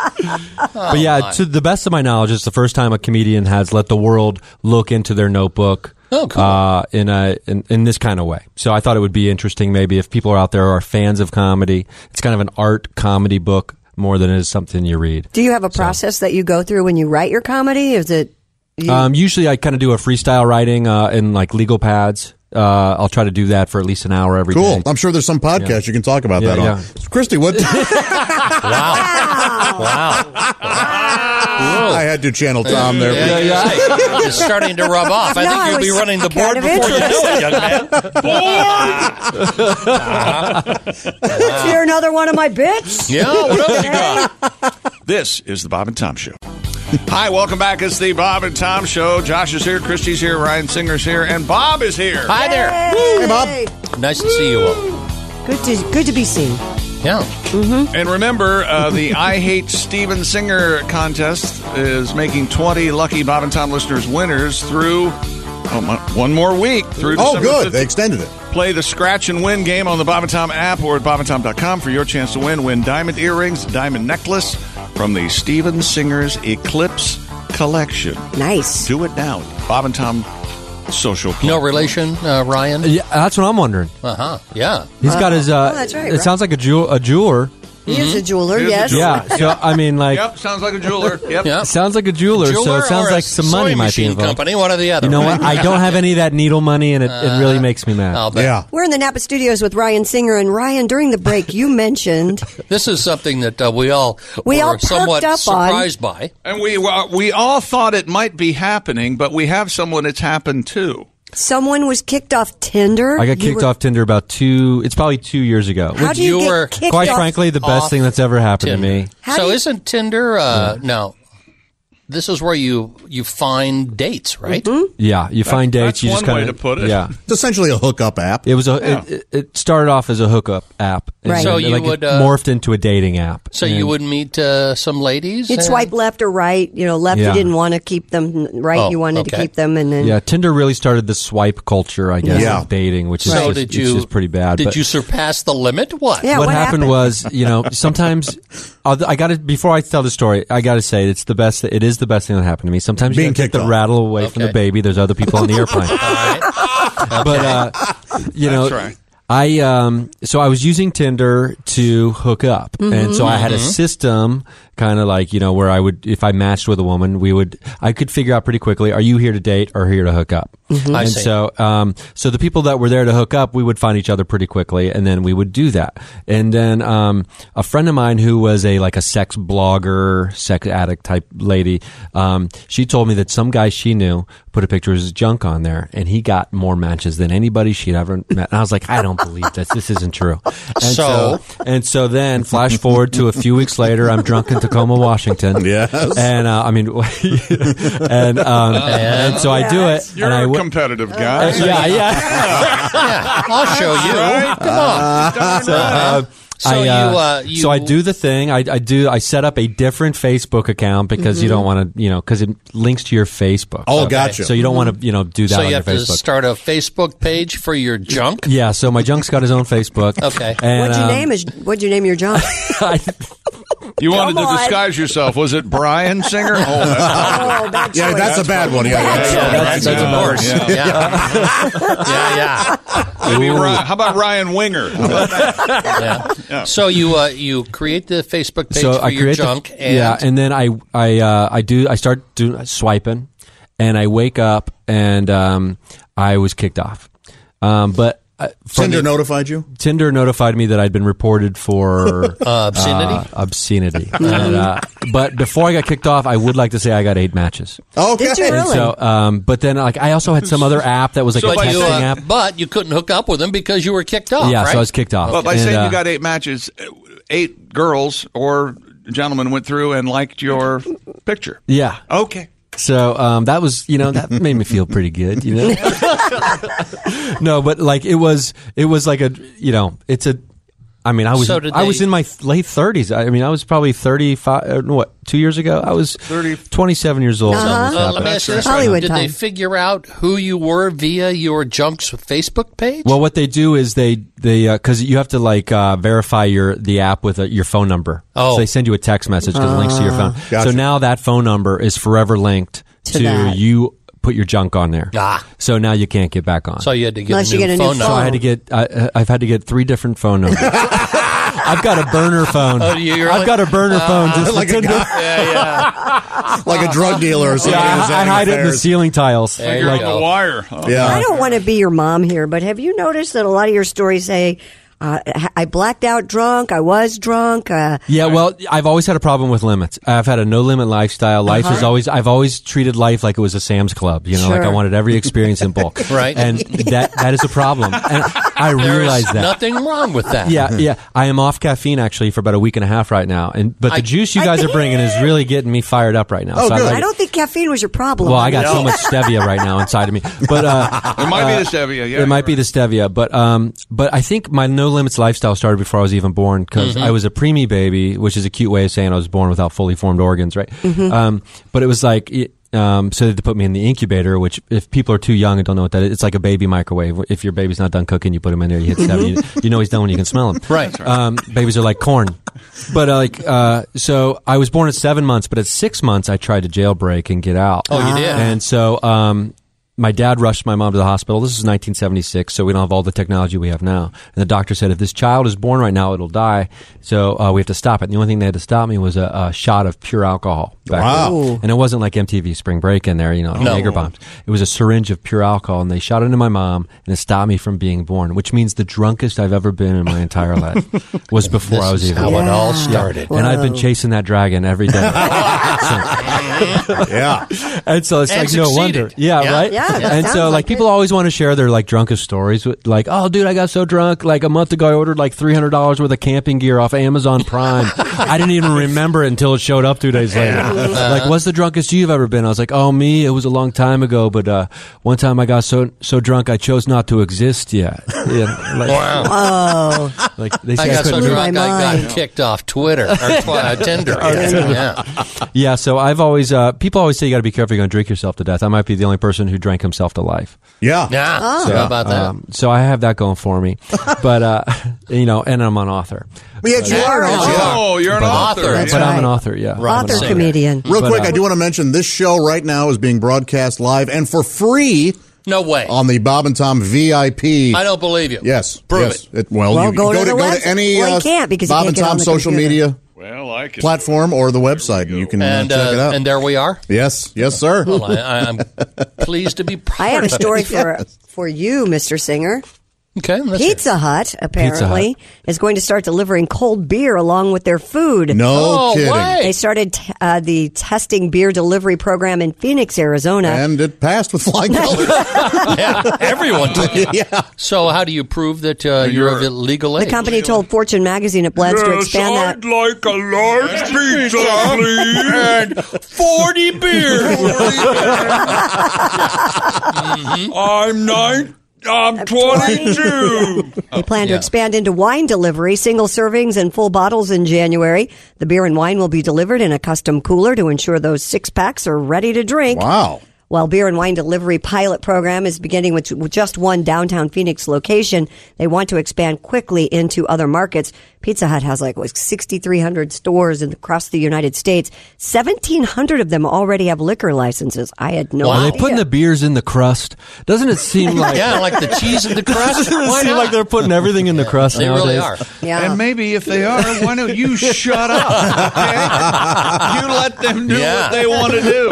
[SPEAKER 6] Oh,
[SPEAKER 10] yeah, to the best of my knowledge, it's the first time a comedian has let the world look into their notebook.
[SPEAKER 6] Oh, cool.
[SPEAKER 10] Uh, in a in, in this kind of way, so I thought it would be interesting. Maybe if people are out there who are fans of comedy, it's kind of an art comedy book more than it is something you read.
[SPEAKER 7] Do you have a process that you go through when you write your comedy? Is it you-
[SPEAKER 10] Um, usually, I kind of do a freestyle writing uh, in like legal pads. Uh, I'll try to do that for at least an hour every day.
[SPEAKER 9] Cool. I'm sure there's some podcast you can talk about
[SPEAKER 10] Yeah,
[SPEAKER 9] that on. Christy, what?
[SPEAKER 6] Wow.
[SPEAKER 9] I had to channel Tom there.
[SPEAKER 6] Yeah, yeah. It's starting to rub off. I
[SPEAKER 9] No,
[SPEAKER 6] think
[SPEAKER 9] I
[SPEAKER 6] you'll be
[SPEAKER 9] was
[SPEAKER 6] running the board
[SPEAKER 9] kind of
[SPEAKER 6] before you know it, young man.
[SPEAKER 7] Let's hear another one of my bits.
[SPEAKER 2] Yeah, what else you This is the Bob and Tom Show. Hi, welcome back. It's the Bob and Tom Show. Josh is here, Christy's here, Ryan Singer's here, and Bob is here.
[SPEAKER 6] Hi there.
[SPEAKER 7] Hey, Bob.
[SPEAKER 6] Nice to see you all.
[SPEAKER 7] Good to good to mm-hmm. be seen.
[SPEAKER 6] Yeah.
[SPEAKER 2] And remember, uh, the I Hate Steven Singer contest is making 20 lucky Bob and Tom listeners winners through oh, mo- one more week. Through
[SPEAKER 9] Oh,
[SPEAKER 2] December
[SPEAKER 9] good.
[SPEAKER 2] 15th.
[SPEAKER 9] They extended it.
[SPEAKER 2] Play the scratch and win game on the Bob and Tom app or at bobandtom.com for your chance to win. Win diamond earrings, diamond necklace from the Steven Singer's Eclipse collection.
[SPEAKER 7] Nice.
[SPEAKER 2] Do it now. Bob and Tom social.
[SPEAKER 6] No relation, uh, Ryan. Uh-huh.
[SPEAKER 10] Yeah, that's what I'm wondering.
[SPEAKER 6] Uh huh. Yeah.
[SPEAKER 10] He's got his. Uh,
[SPEAKER 7] oh, that's right,
[SPEAKER 10] It
[SPEAKER 7] right.
[SPEAKER 10] sounds like a jewel, a jeweler.
[SPEAKER 7] He
[SPEAKER 6] Mm-hmm.
[SPEAKER 7] is a jeweler, yes.
[SPEAKER 10] Yeah. So I mean, like,
[SPEAKER 2] Yep, sounds like a jeweler. Yep.
[SPEAKER 10] It sounds like a jeweler, so
[SPEAKER 6] Jeweler
[SPEAKER 10] it
[SPEAKER 6] or
[SPEAKER 10] sounds
[SPEAKER 6] a
[SPEAKER 10] like some
[SPEAKER 6] sewing
[SPEAKER 10] money might be
[SPEAKER 6] machine
[SPEAKER 10] involved.
[SPEAKER 6] company, one or the other,
[SPEAKER 10] You know what?
[SPEAKER 6] right?
[SPEAKER 10] I don't have any of that needle money, and it, it really makes me mad.
[SPEAKER 6] I'll bet. Yeah.
[SPEAKER 7] We're in the Napa Studios with Ryan Singer and Ryan. During the break, you mentioned
[SPEAKER 6] This is something that uh, we all
[SPEAKER 7] We all
[SPEAKER 6] were
[SPEAKER 7] perked
[SPEAKER 6] somewhat
[SPEAKER 7] up on.
[SPEAKER 6] surprised by.
[SPEAKER 2] And we uh, we all thought it might be happening, but we have someone it's happened to.
[SPEAKER 7] someone was kicked off Tinder.
[SPEAKER 10] I got
[SPEAKER 7] You
[SPEAKER 10] kicked
[SPEAKER 7] were-
[SPEAKER 10] off Tinder about two. It's probably two years ago.
[SPEAKER 7] How
[SPEAKER 10] which
[SPEAKER 7] do you get
[SPEAKER 10] were-
[SPEAKER 7] kicked
[SPEAKER 10] quite
[SPEAKER 7] off-
[SPEAKER 10] frankly the best
[SPEAKER 6] off
[SPEAKER 10] thing that's ever happened to me.
[SPEAKER 6] so isn't Tinder? Uh, No, this is where you you find dates, right?
[SPEAKER 10] Yeah, you find dates.
[SPEAKER 6] that's
[SPEAKER 10] you just
[SPEAKER 6] one
[SPEAKER 10] kind
[SPEAKER 6] way
[SPEAKER 10] of
[SPEAKER 6] to put it.
[SPEAKER 10] Yeah,
[SPEAKER 9] it's essentially a hookup app.
[SPEAKER 10] It was a.
[SPEAKER 6] Yeah.
[SPEAKER 10] It, it- it started off as a hookup app. and
[SPEAKER 6] Right.
[SPEAKER 10] then,
[SPEAKER 6] So you
[SPEAKER 10] like, it
[SPEAKER 6] would, uh,
[SPEAKER 10] morphed into a dating app.
[SPEAKER 6] So
[SPEAKER 10] and-
[SPEAKER 6] you would meet uh, some ladies.
[SPEAKER 7] You'd
[SPEAKER 6] and-
[SPEAKER 7] swipe left or right. You know, left you
[SPEAKER 10] Yeah.
[SPEAKER 7] didn't want to keep them. Right,
[SPEAKER 10] Oh,
[SPEAKER 7] you wanted to
[SPEAKER 10] okay.
[SPEAKER 7] keep them, and
[SPEAKER 6] Mm-hmm.
[SPEAKER 7] then
[SPEAKER 10] Yeah, Tinder really started the swipe culture, I guess,
[SPEAKER 6] Yeah.
[SPEAKER 10] of dating, which is
[SPEAKER 6] so
[SPEAKER 10] just,
[SPEAKER 6] did
[SPEAKER 10] it's
[SPEAKER 6] you?
[SPEAKER 10] just pretty bad.
[SPEAKER 6] Did
[SPEAKER 10] but
[SPEAKER 6] you surpass the limit? What?
[SPEAKER 10] what, happened, was, you know, sometimes I'll- I got to before I tell the story, I got to say it's the best. It is the best thing that happened to me. Sometimes
[SPEAKER 9] Being
[SPEAKER 10] you get
[SPEAKER 9] kicked
[SPEAKER 10] the
[SPEAKER 9] off.
[SPEAKER 10] rattle away from the
[SPEAKER 9] Okay.
[SPEAKER 10] baby. There's other people on the airplane, but uh, you know.
[SPEAKER 9] That's right.
[SPEAKER 10] I um so I was using Tinder to hook up, and so I had a
[SPEAKER 16] Mhm.
[SPEAKER 10] system kind of like you know where I would if I matched with a woman, we would I could figure out pretty quickly are you here to date or here to hook up,
[SPEAKER 16] Mhm. I
[SPEAKER 10] and
[SPEAKER 16] see.
[SPEAKER 10] so um so the people that were there to hook up, we would find each other pretty quickly, and then we would do that, and then um a friend of mine who was a like a sex blogger, sex addict type lady, um she told me that some guy she knew put a picture of his junk on there, and he got more matches than anybody she'd ever met, and I was like I don't believe this, this isn't true, and
[SPEAKER 16] So?
[SPEAKER 10] and so then flash forward to a few weeks later, I'm drunk in Tacoma, Washington,
[SPEAKER 9] yes,
[SPEAKER 10] and uh, I mean, and um
[SPEAKER 6] Oh,
[SPEAKER 10] and so I do it,
[SPEAKER 2] You're
[SPEAKER 10] and I
[SPEAKER 2] a
[SPEAKER 10] w-
[SPEAKER 2] competitive guy.
[SPEAKER 10] Uh, yeah,
[SPEAKER 6] yeah. I'll show you.
[SPEAKER 2] Right?
[SPEAKER 6] Come on.
[SPEAKER 10] so, uh,
[SPEAKER 6] So
[SPEAKER 10] I, uh,
[SPEAKER 6] you, uh,
[SPEAKER 10] so I
[SPEAKER 6] you-
[SPEAKER 10] do the thing. I, I do. I set up a different Facebook account because you
[SPEAKER 7] Mm-hmm.
[SPEAKER 6] Mhm.
[SPEAKER 10] don't want to, you know, because it links to your Facebook.
[SPEAKER 6] Oh,
[SPEAKER 10] So-
[SPEAKER 6] gotcha.
[SPEAKER 10] So you don't want to, you know, do that
[SPEAKER 6] so
[SPEAKER 10] on
[SPEAKER 6] you
[SPEAKER 10] your
[SPEAKER 6] have to
[SPEAKER 10] Facebook.
[SPEAKER 6] start a Facebook page for your junk.
[SPEAKER 10] yeah. So my junk's got his own Facebook. okay. And
[SPEAKER 7] what'd you
[SPEAKER 10] um,
[SPEAKER 7] name is what'd you name your John?
[SPEAKER 2] You wanted
[SPEAKER 7] Come
[SPEAKER 2] to
[SPEAKER 7] on.
[SPEAKER 2] disguise yourself. Was it Brian Singer? Oh, that's,
[SPEAKER 7] Oh, that's
[SPEAKER 9] Yeah,
[SPEAKER 2] right.
[SPEAKER 9] that's a bad one. Yeah,
[SPEAKER 2] That's
[SPEAKER 9] yeah,
[SPEAKER 2] right.
[SPEAKER 9] yeah,
[SPEAKER 2] That's a
[SPEAKER 9] yeah.
[SPEAKER 2] worse.
[SPEAKER 9] Yeah.
[SPEAKER 2] Maybe Ri- how about Ryan Winger?
[SPEAKER 6] So you uh, you create the Facebook page for your
[SPEAKER 10] create the-
[SPEAKER 6] junk, and
[SPEAKER 10] yeah, and then I I uh, I do I start doing uh, swiping, and I wake up and um, I was kicked off. Um, but uh, from
[SPEAKER 9] Tinder
[SPEAKER 10] the-
[SPEAKER 9] notified you?
[SPEAKER 10] Tinder notified me that I'd been reported for
[SPEAKER 6] Uh, obscenity?
[SPEAKER 10] uh, obscenity.
[SPEAKER 6] Mhm.
[SPEAKER 10] And, uh, but before I got kicked off, I would like to say I got eight matches.
[SPEAKER 9] Okay. Did you
[SPEAKER 10] And
[SPEAKER 9] really?
[SPEAKER 10] So, um, but then like I also had some other app that was like
[SPEAKER 6] so
[SPEAKER 10] a
[SPEAKER 6] but,
[SPEAKER 10] texting
[SPEAKER 6] you, uh,
[SPEAKER 10] app.
[SPEAKER 6] but you couldn't hook up with them because you were kicked off.
[SPEAKER 10] Yeah, so I
[SPEAKER 6] right?
[SPEAKER 10] was kicked off.
[SPEAKER 2] But by
[SPEAKER 10] And,
[SPEAKER 2] saying
[SPEAKER 10] uh,
[SPEAKER 2] you got eight matches, eight girls or gentlemen went through and liked your picture.
[SPEAKER 10] Yeah.
[SPEAKER 2] Okay.
[SPEAKER 10] So um, that was, you know, that made me feel pretty good, you know. no, but like it was, it was like a, you know, it's a. I mean, I was,
[SPEAKER 6] So did
[SPEAKER 10] I was
[SPEAKER 6] they-
[SPEAKER 10] in my late thirties. I mean, I was probably thirty-five. uh, What two years ago? I was 30, 27 years old. when this
[SPEAKER 6] Uh, let
[SPEAKER 10] happened.
[SPEAKER 6] me ask you this: Did they figure out who you were via your junk's Facebook page?
[SPEAKER 10] Well, what they do is they they because you have to like uh, verify your the app with a, your phone number.
[SPEAKER 6] Oh.
[SPEAKER 10] so they send you a text message that links to your
[SPEAKER 6] Ah.
[SPEAKER 10] phone.
[SPEAKER 6] Gotcha.
[SPEAKER 10] So now that phone number is forever linked
[SPEAKER 6] To
[SPEAKER 10] to,
[SPEAKER 6] that.
[SPEAKER 10] you put your junk on there. Ah. so now you can't get back on.
[SPEAKER 6] So you had to get a Unless you new get a new phone
[SPEAKER 10] So
[SPEAKER 6] phone.
[SPEAKER 10] I had to get I, uh, I've had to get three different phone numbers. I've got a burner phone.
[SPEAKER 9] Oh, you- you're
[SPEAKER 10] I've
[SPEAKER 9] like-
[SPEAKER 10] got a burner
[SPEAKER 9] Uh,
[SPEAKER 10] phone just
[SPEAKER 9] like
[SPEAKER 10] for
[SPEAKER 9] a
[SPEAKER 10] Tinder.
[SPEAKER 9] guy- like a drug dealer or something.
[SPEAKER 10] Uh, Yeah, I-
[SPEAKER 9] who's
[SPEAKER 10] I,
[SPEAKER 9] having
[SPEAKER 10] hide it in the
[SPEAKER 9] affairs.
[SPEAKER 10] ceiling tiles.
[SPEAKER 9] There you
[SPEAKER 10] Oh.
[SPEAKER 9] go.
[SPEAKER 2] wire.
[SPEAKER 9] Yeah.
[SPEAKER 7] I don't want to be your mom here, but have you noticed that a lot of your stories say, uh, I blacked out drunk, I was drunk, uh,
[SPEAKER 10] Yeah, well, I've always had a problem with limits. I've had a no limit lifestyle. Life is
[SPEAKER 7] Uh-huh.
[SPEAKER 10] always I've always treated life like it was a Sam's Club. You know, like I
[SPEAKER 6] Sure.
[SPEAKER 10] wanted every experience in bulk.
[SPEAKER 6] Right.
[SPEAKER 10] and that that is a problem. And I
[SPEAKER 6] There is
[SPEAKER 10] realize that.
[SPEAKER 6] nothing wrong with that.
[SPEAKER 10] Yeah, yeah. I am off caffeine actually for about a week and a half right now, and but the
[SPEAKER 7] I-
[SPEAKER 10] juice you guys are bringing is really getting me fired up right now.
[SPEAKER 7] Oh,
[SPEAKER 10] So I
[SPEAKER 7] good.
[SPEAKER 10] like-
[SPEAKER 7] I don't think caffeine was your problem.
[SPEAKER 10] well, I got so
[SPEAKER 7] mean,
[SPEAKER 10] much stevia right now inside of me, but uh,
[SPEAKER 2] It might
[SPEAKER 10] uh,
[SPEAKER 2] be the stevia. Yeah,
[SPEAKER 10] it might be the stevia, but um, but I think my no limits lifestyle started before I was even born because
[SPEAKER 6] Mhm.
[SPEAKER 10] I was a preemie baby, which is a cute way of saying I was born without fully formed organs, right?
[SPEAKER 6] Mhm.
[SPEAKER 10] Um, but it was like. It, um, so they had to put me in the incubator, which if people are too young and don't know what that is, it's like a baby microwave. If your baby's not done cooking, you put him in there, you hit seven, you, you know he's done when you can smell him.
[SPEAKER 6] Mm-hmm. Right.
[SPEAKER 10] Um, babies are like corn. But uh, like, uh, so I was born at seven months, but at six months I tried to jailbreak and get out.
[SPEAKER 6] Oh, you did?
[SPEAKER 10] And and so um, my dad rushed my mom to the hospital. This is 1976, so we don't have all the technology we have now. And the doctor said, if this child is born right now, it'll die. So uh, we have to stop it. And the only thing they had to stop me was a, a shot of pure alcohol. back
[SPEAKER 9] Wow.
[SPEAKER 10] then. And it wasn't like MTV Spring Break in there, you know,
[SPEAKER 9] No.
[SPEAKER 10] Jaeger bombs. It was a syringe of pure alcohol, and they shot it into my mom, and it stopped me from being born, which means the drunkest I've ever been in my entire life was before
[SPEAKER 6] This
[SPEAKER 10] I was
[SPEAKER 6] is
[SPEAKER 10] even
[SPEAKER 6] how it
[SPEAKER 10] born.
[SPEAKER 6] all
[SPEAKER 10] Yeah.
[SPEAKER 6] started.
[SPEAKER 10] And I've been
[SPEAKER 6] Whoa.
[SPEAKER 10] chasing that dragon every day.
[SPEAKER 9] yeah.
[SPEAKER 10] And so it's
[SPEAKER 6] And
[SPEAKER 10] like no
[SPEAKER 6] succeeded.
[SPEAKER 10] wonder. Yeah,
[SPEAKER 6] Yeah.
[SPEAKER 10] right?
[SPEAKER 6] Yeah, that
[SPEAKER 10] and
[SPEAKER 6] sounds
[SPEAKER 10] so like,
[SPEAKER 6] like
[SPEAKER 10] people always want to share their like drunkest stories with like, oh dude, I got so drunk like a month ago I ordered like three hundred dollars worth of camping gear off Amazon Prime. I didn't even remember it until it showed up two days later.
[SPEAKER 6] Yeah.
[SPEAKER 10] Like, what's the drunkest you've ever been? I was like, Oh me, it was a long time ago, but uh one time I got so so drunk I chose not to exist yet. Yeah, like,
[SPEAKER 7] Oh.
[SPEAKER 10] Like they say
[SPEAKER 6] I got so
[SPEAKER 10] couldn't do it.
[SPEAKER 6] drunk I got kicked off Twitter or tw- uh, Tinder.
[SPEAKER 10] Oh, Tinder.
[SPEAKER 6] yeah.
[SPEAKER 10] Yeah, so I've always uh, people always say you got to be careful you're going to drink yourself to death. I might be the only person who drank himself to life.
[SPEAKER 9] Yeah.
[SPEAKER 6] Yeah.
[SPEAKER 10] So,
[SPEAKER 6] How about that?
[SPEAKER 10] um, so I have that going for me, but uh, you know, and I'm an author.
[SPEAKER 9] Yeah, you are an author.
[SPEAKER 2] Oh, you're an
[SPEAKER 10] But-
[SPEAKER 2] author.
[SPEAKER 10] But,
[SPEAKER 2] That's
[SPEAKER 10] I'm an
[SPEAKER 2] right.
[SPEAKER 10] author. Yeah,
[SPEAKER 2] Right.
[SPEAKER 10] I'm an
[SPEAKER 2] Author, comedian.
[SPEAKER 9] Real
[SPEAKER 10] But,
[SPEAKER 9] quick,
[SPEAKER 10] uh,
[SPEAKER 9] I do want to mention this show right now is being broadcast live and for free.
[SPEAKER 6] No way.
[SPEAKER 9] On the Bob and Tom VIP.
[SPEAKER 6] I don't believe you.
[SPEAKER 9] Yes.
[SPEAKER 6] Prove
[SPEAKER 9] yes.
[SPEAKER 6] it.
[SPEAKER 9] well,
[SPEAKER 6] Well,
[SPEAKER 9] you
[SPEAKER 6] go to
[SPEAKER 9] to,
[SPEAKER 6] the
[SPEAKER 9] go
[SPEAKER 6] webs-
[SPEAKER 9] to any
[SPEAKER 6] Well, you
[SPEAKER 9] uh,
[SPEAKER 6] can't because you
[SPEAKER 9] Bob
[SPEAKER 6] can't
[SPEAKER 9] and
[SPEAKER 6] get
[SPEAKER 9] Tom
[SPEAKER 6] on the
[SPEAKER 9] social
[SPEAKER 6] computer.
[SPEAKER 9] media
[SPEAKER 2] Well, I can.
[SPEAKER 9] platform or the website. And you can uh,
[SPEAKER 6] And
[SPEAKER 9] check it
[SPEAKER 6] uh,
[SPEAKER 9] out.
[SPEAKER 6] and there we are.
[SPEAKER 9] yes. Yes, sir.
[SPEAKER 6] Well, I, I- I'm pleased to be. Proud
[SPEAKER 7] I have a
[SPEAKER 6] of it.
[SPEAKER 7] story for for you, Mr. Singer.
[SPEAKER 6] Okay,
[SPEAKER 7] Pizza Hut apparently is going to start delivering cold beer along with their food.
[SPEAKER 9] No Oh, kidding. way.
[SPEAKER 7] They started t- uh, the testing beer delivery program in Phoenix, Arizona.
[SPEAKER 9] and it passed with flying colors.
[SPEAKER 6] yeah, everyone took it. So how do you prove that uh, you're, of illegal age?
[SPEAKER 7] the company told Fortune magazine it plans to expand that
[SPEAKER 4] like a large pizza, please, and forty beers.
[SPEAKER 6] Mm-hmm.
[SPEAKER 4] I'm nine. I'm
[SPEAKER 6] Oh,
[SPEAKER 4] twenty-two.
[SPEAKER 7] They plan
[SPEAKER 4] Yeah.
[SPEAKER 7] to expand into wine delivery, single servings and full bottles in January. The beer and wine will be delivered in a custom cooler to ensure those six packs are ready to drink.
[SPEAKER 9] Wow.
[SPEAKER 7] While beer and wine delivery pilot program is beginning with with just one downtown Phoenix location, they want to expand quickly into other markets. Pizza Hut has like what, 6,300 stores in- across the United States. 1,700 of them already have liquor licenses. I had no
[SPEAKER 10] Are they
[SPEAKER 7] idea.
[SPEAKER 10] putting the beers in the crust? Doesn't it seem like
[SPEAKER 6] Yeah, like the cheese in the crust?
[SPEAKER 10] Doesn't it
[SPEAKER 6] Why
[SPEAKER 10] seem
[SPEAKER 6] not?
[SPEAKER 10] like they're putting everything in the crust
[SPEAKER 6] They
[SPEAKER 10] nowadays?
[SPEAKER 6] really are.
[SPEAKER 7] Yeah.
[SPEAKER 2] And maybe if they are, why don't you shut up? okay? You let them do
[SPEAKER 6] Yeah.
[SPEAKER 2] what they want to do.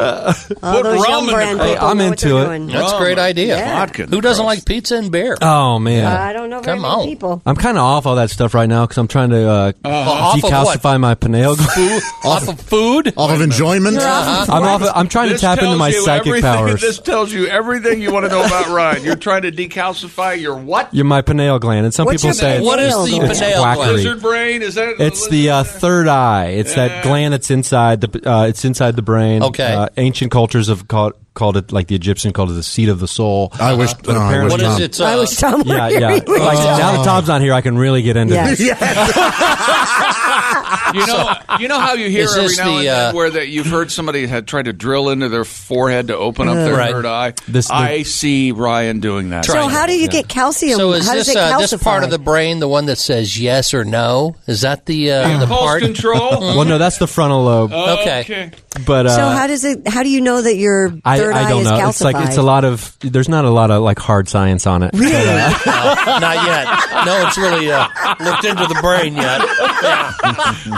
[SPEAKER 6] All
[SPEAKER 2] Put
[SPEAKER 6] those young
[SPEAKER 2] rum in
[SPEAKER 6] brand
[SPEAKER 2] the crust.
[SPEAKER 6] people I'm know what
[SPEAKER 10] into it. doing.
[SPEAKER 6] That's a
[SPEAKER 10] Rum.
[SPEAKER 6] great idea.
[SPEAKER 10] Yeah. Vodka in
[SPEAKER 6] Who doesn't like pizza and beer?
[SPEAKER 10] Oh man,
[SPEAKER 6] Uh, I don't know very Come many on.
[SPEAKER 7] people.
[SPEAKER 10] I'm kind of off all that stuff right now because I'm trying to uh,
[SPEAKER 6] Off of
[SPEAKER 10] decalcify my pineal.
[SPEAKER 6] Food, off of food,
[SPEAKER 9] off of enjoyment.
[SPEAKER 10] I'm off. I'm trying
[SPEAKER 2] This
[SPEAKER 10] to tap into
[SPEAKER 2] tells
[SPEAKER 10] my
[SPEAKER 2] you
[SPEAKER 10] psychic
[SPEAKER 2] everything-
[SPEAKER 10] powers.
[SPEAKER 2] This tells you everything you want to know about Ryan. You're trying to decalcify your what?
[SPEAKER 10] You're my pineal gland, and some
[SPEAKER 2] What's
[SPEAKER 10] people
[SPEAKER 2] your
[SPEAKER 10] say
[SPEAKER 2] pineal What is the
[SPEAKER 10] it's
[SPEAKER 2] pineal
[SPEAKER 10] quackery.
[SPEAKER 2] gland? Lizard brain? Is that-
[SPEAKER 10] It's the uh, third eye. It's that gland that's inside the. Uh, it's inside the brain.
[SPEAKER 6] Okay.
[SPEAKER 10] Uh, ancient cultures have called called it like the Egyptian called it the seat of the soul. I
[SPEAKER 9] wish.
[SPEAKER 10] But apparently,
[SPEAKER 6] What is it? Uh,
[SPEAKER 7] I wish Tom were
[SPEAKER 10] Yeah,
[SPEAKER 7] here.
[SPEAKER 10] yeah.
[SPEAKER 7] He would-
[SPEAKER 10] Like, now that Tom's not here, I can really get into
[SPEAKER 7] Yes.
[SPEAKER 10] this.
[SPEAKER 2] You know, you know how you hear
[SPEAKER 6] Is
[SPEAKER 2] every
[SPEAKER 6] this
[SPEAKER 2] now and
[SPEAKER 6] the,
[SPEAKER 2] then
[SPEAKER 6] uh,
[SPEAKER 2] where that you've heard somebody had tried to drill into their forehead to open up their
[SPEAKER 6] Right.
[SPEAKER 2] third eye.
[SPEAKER 10] This-
[SPEAKER 2] I see Ryan doing that.
[SPEAKER 7] So how do you get calcium?
[SPEAKER 6] So is
[SPEAKER 7] how
[SPEAKER 6] this
[SPEAKER 7] does it
[SPEAKER 6] uh,
[SPEAKER 7] calcify?
[SPEAKER 6] this part of the brain the one that says yes or no? Is that the uh, the
[SPEAKER 2] Impulse
[SPEAKER 6] part? Hmm.
[SPEAKER 2] control?
[SPEAKER 10] Well, no, that's the frontal lobe.
[SPEAKER 6] Okay.
[SPEAKER 10] But uh,
[SPEAKER 7] so how does it? How do you know that your third
[SPEAKER 10] I, I
[SPEAKER 7] eye
[SPEAKER 10] don't
[SPEAKER 7] is
[SPEAKER 10] know.
[SPEAKER 7] calcified?
[SPEAKER 10] It's like it's a lot of. There's not a lot of like hard science on it. But, uh,
[SPEAKER 6] No, not yet. No, it's really uh, looked into the brain yet.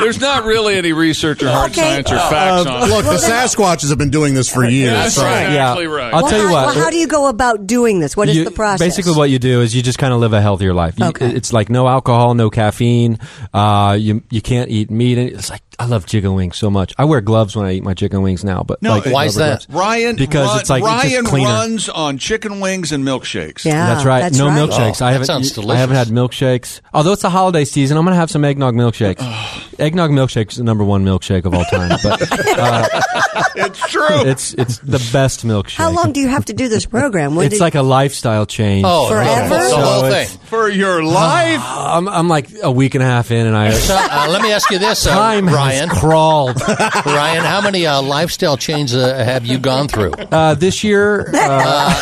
[SPEAKER 2] There's not really any research
[SPEAKER 10] Uh,
[SPEAKER 2] or hard
[SPEAKER 7] Okay.
[SPEAKER 2] science or facts on it.
[SPEAKER 9] Uh, Look, the Sasquatches have been doing this for years.
[SPEAKER 2] That's
[SPEAKER 9] so-
[SPEAKER 2] right. Exactly right.
[SPEAKER 10] I'll
[SPEAKER 7] Well,
[SPEAKER 10] tell you
[SPEAKER 7] how,
[SPEAKER 10] what.
[SPEAKER 7] well, how do you go about doing this? What is
[SPEAKER 10] you-
[SPEAKER 7] the process?
[SPEAKER 10] Basically, what you do is you just kind of live a healthier life. You, It's like no alcohol, no caffeine. Uh, you you can't eat meat. And It's like I love chicken wings so much. I wear gloves when I eat my chicken wings now. But
[SPEAKER 2] No,
[SPEAKER 10] like,
[SPEAKER 2] it-
[SPEAKER 6] why is
[SPEAKER 10] rubber
[SPEAKER 6] that?
[SPEAKER 10] gloves.
[SPEAKER 2] Ryan
[SPEAKER 10] Because
[SPEAKER 2] run-
[SPEAKER 10] it's like it's
[SPEAKER 2] Ryan
[SPEAKER 10] just cleaner.
[SPEAKER 2] runs on chicken wings and milkshakes.
[SPEAKER 7] Yeah,
[SPEAKER 10] that's right.
[SPEAKER 7] that's
[SPEAKER 10] no
[SPEAKER 7] right.
[SPEAKER 10] milkshakes.
[SPEAKER 6] Oh,
[SPEAKER 10] I
[SPEAKER 6] that
[SPEAKER 10] haven't.
[SPEAKER 6] sounds
[SPEAKER 10] I haven't had milkshakes. Although it's the holiday season, I'm gonna have some eggnog milkshakes. eggnog milkshakes is the number one milkshake of all time. But uh,
[SPEAKER 2] It's true.
[SPEAKER 10] it's it's the best milkshake.
[SPEAKER 7] How long do you have to do this program? When
[SPEAKER 10] it's
[SPEAKER 7] do-
[SPEAKER 10] like a lifestyle change.
[SPEAKER 6] Oh,
[SPEAKER 7] Forever?
[SPEAKER 6] the whole
[SPEAKER 10] So
[SPEAKER 6] thing.
[SPEAKER 10] it's-
[SPEAKER 2] For your
[SPEAKER 10] Uh-huh.
[SPEAKER 2] life.
[SPEAKER 10] I'm, I'm like a week and a half in, and I
[SPEAKER 6] So, uh, let me ask you this, uh,
[SPEAKER 10] time
[SPEAKER 6] Ryan.
[SPEAKER 10] has crawled.
[SPEAKER 6] Ryan, how many uh, lifestyle changes uh, have you gone through?
[SPEAKER 10] Uh, this year, uh,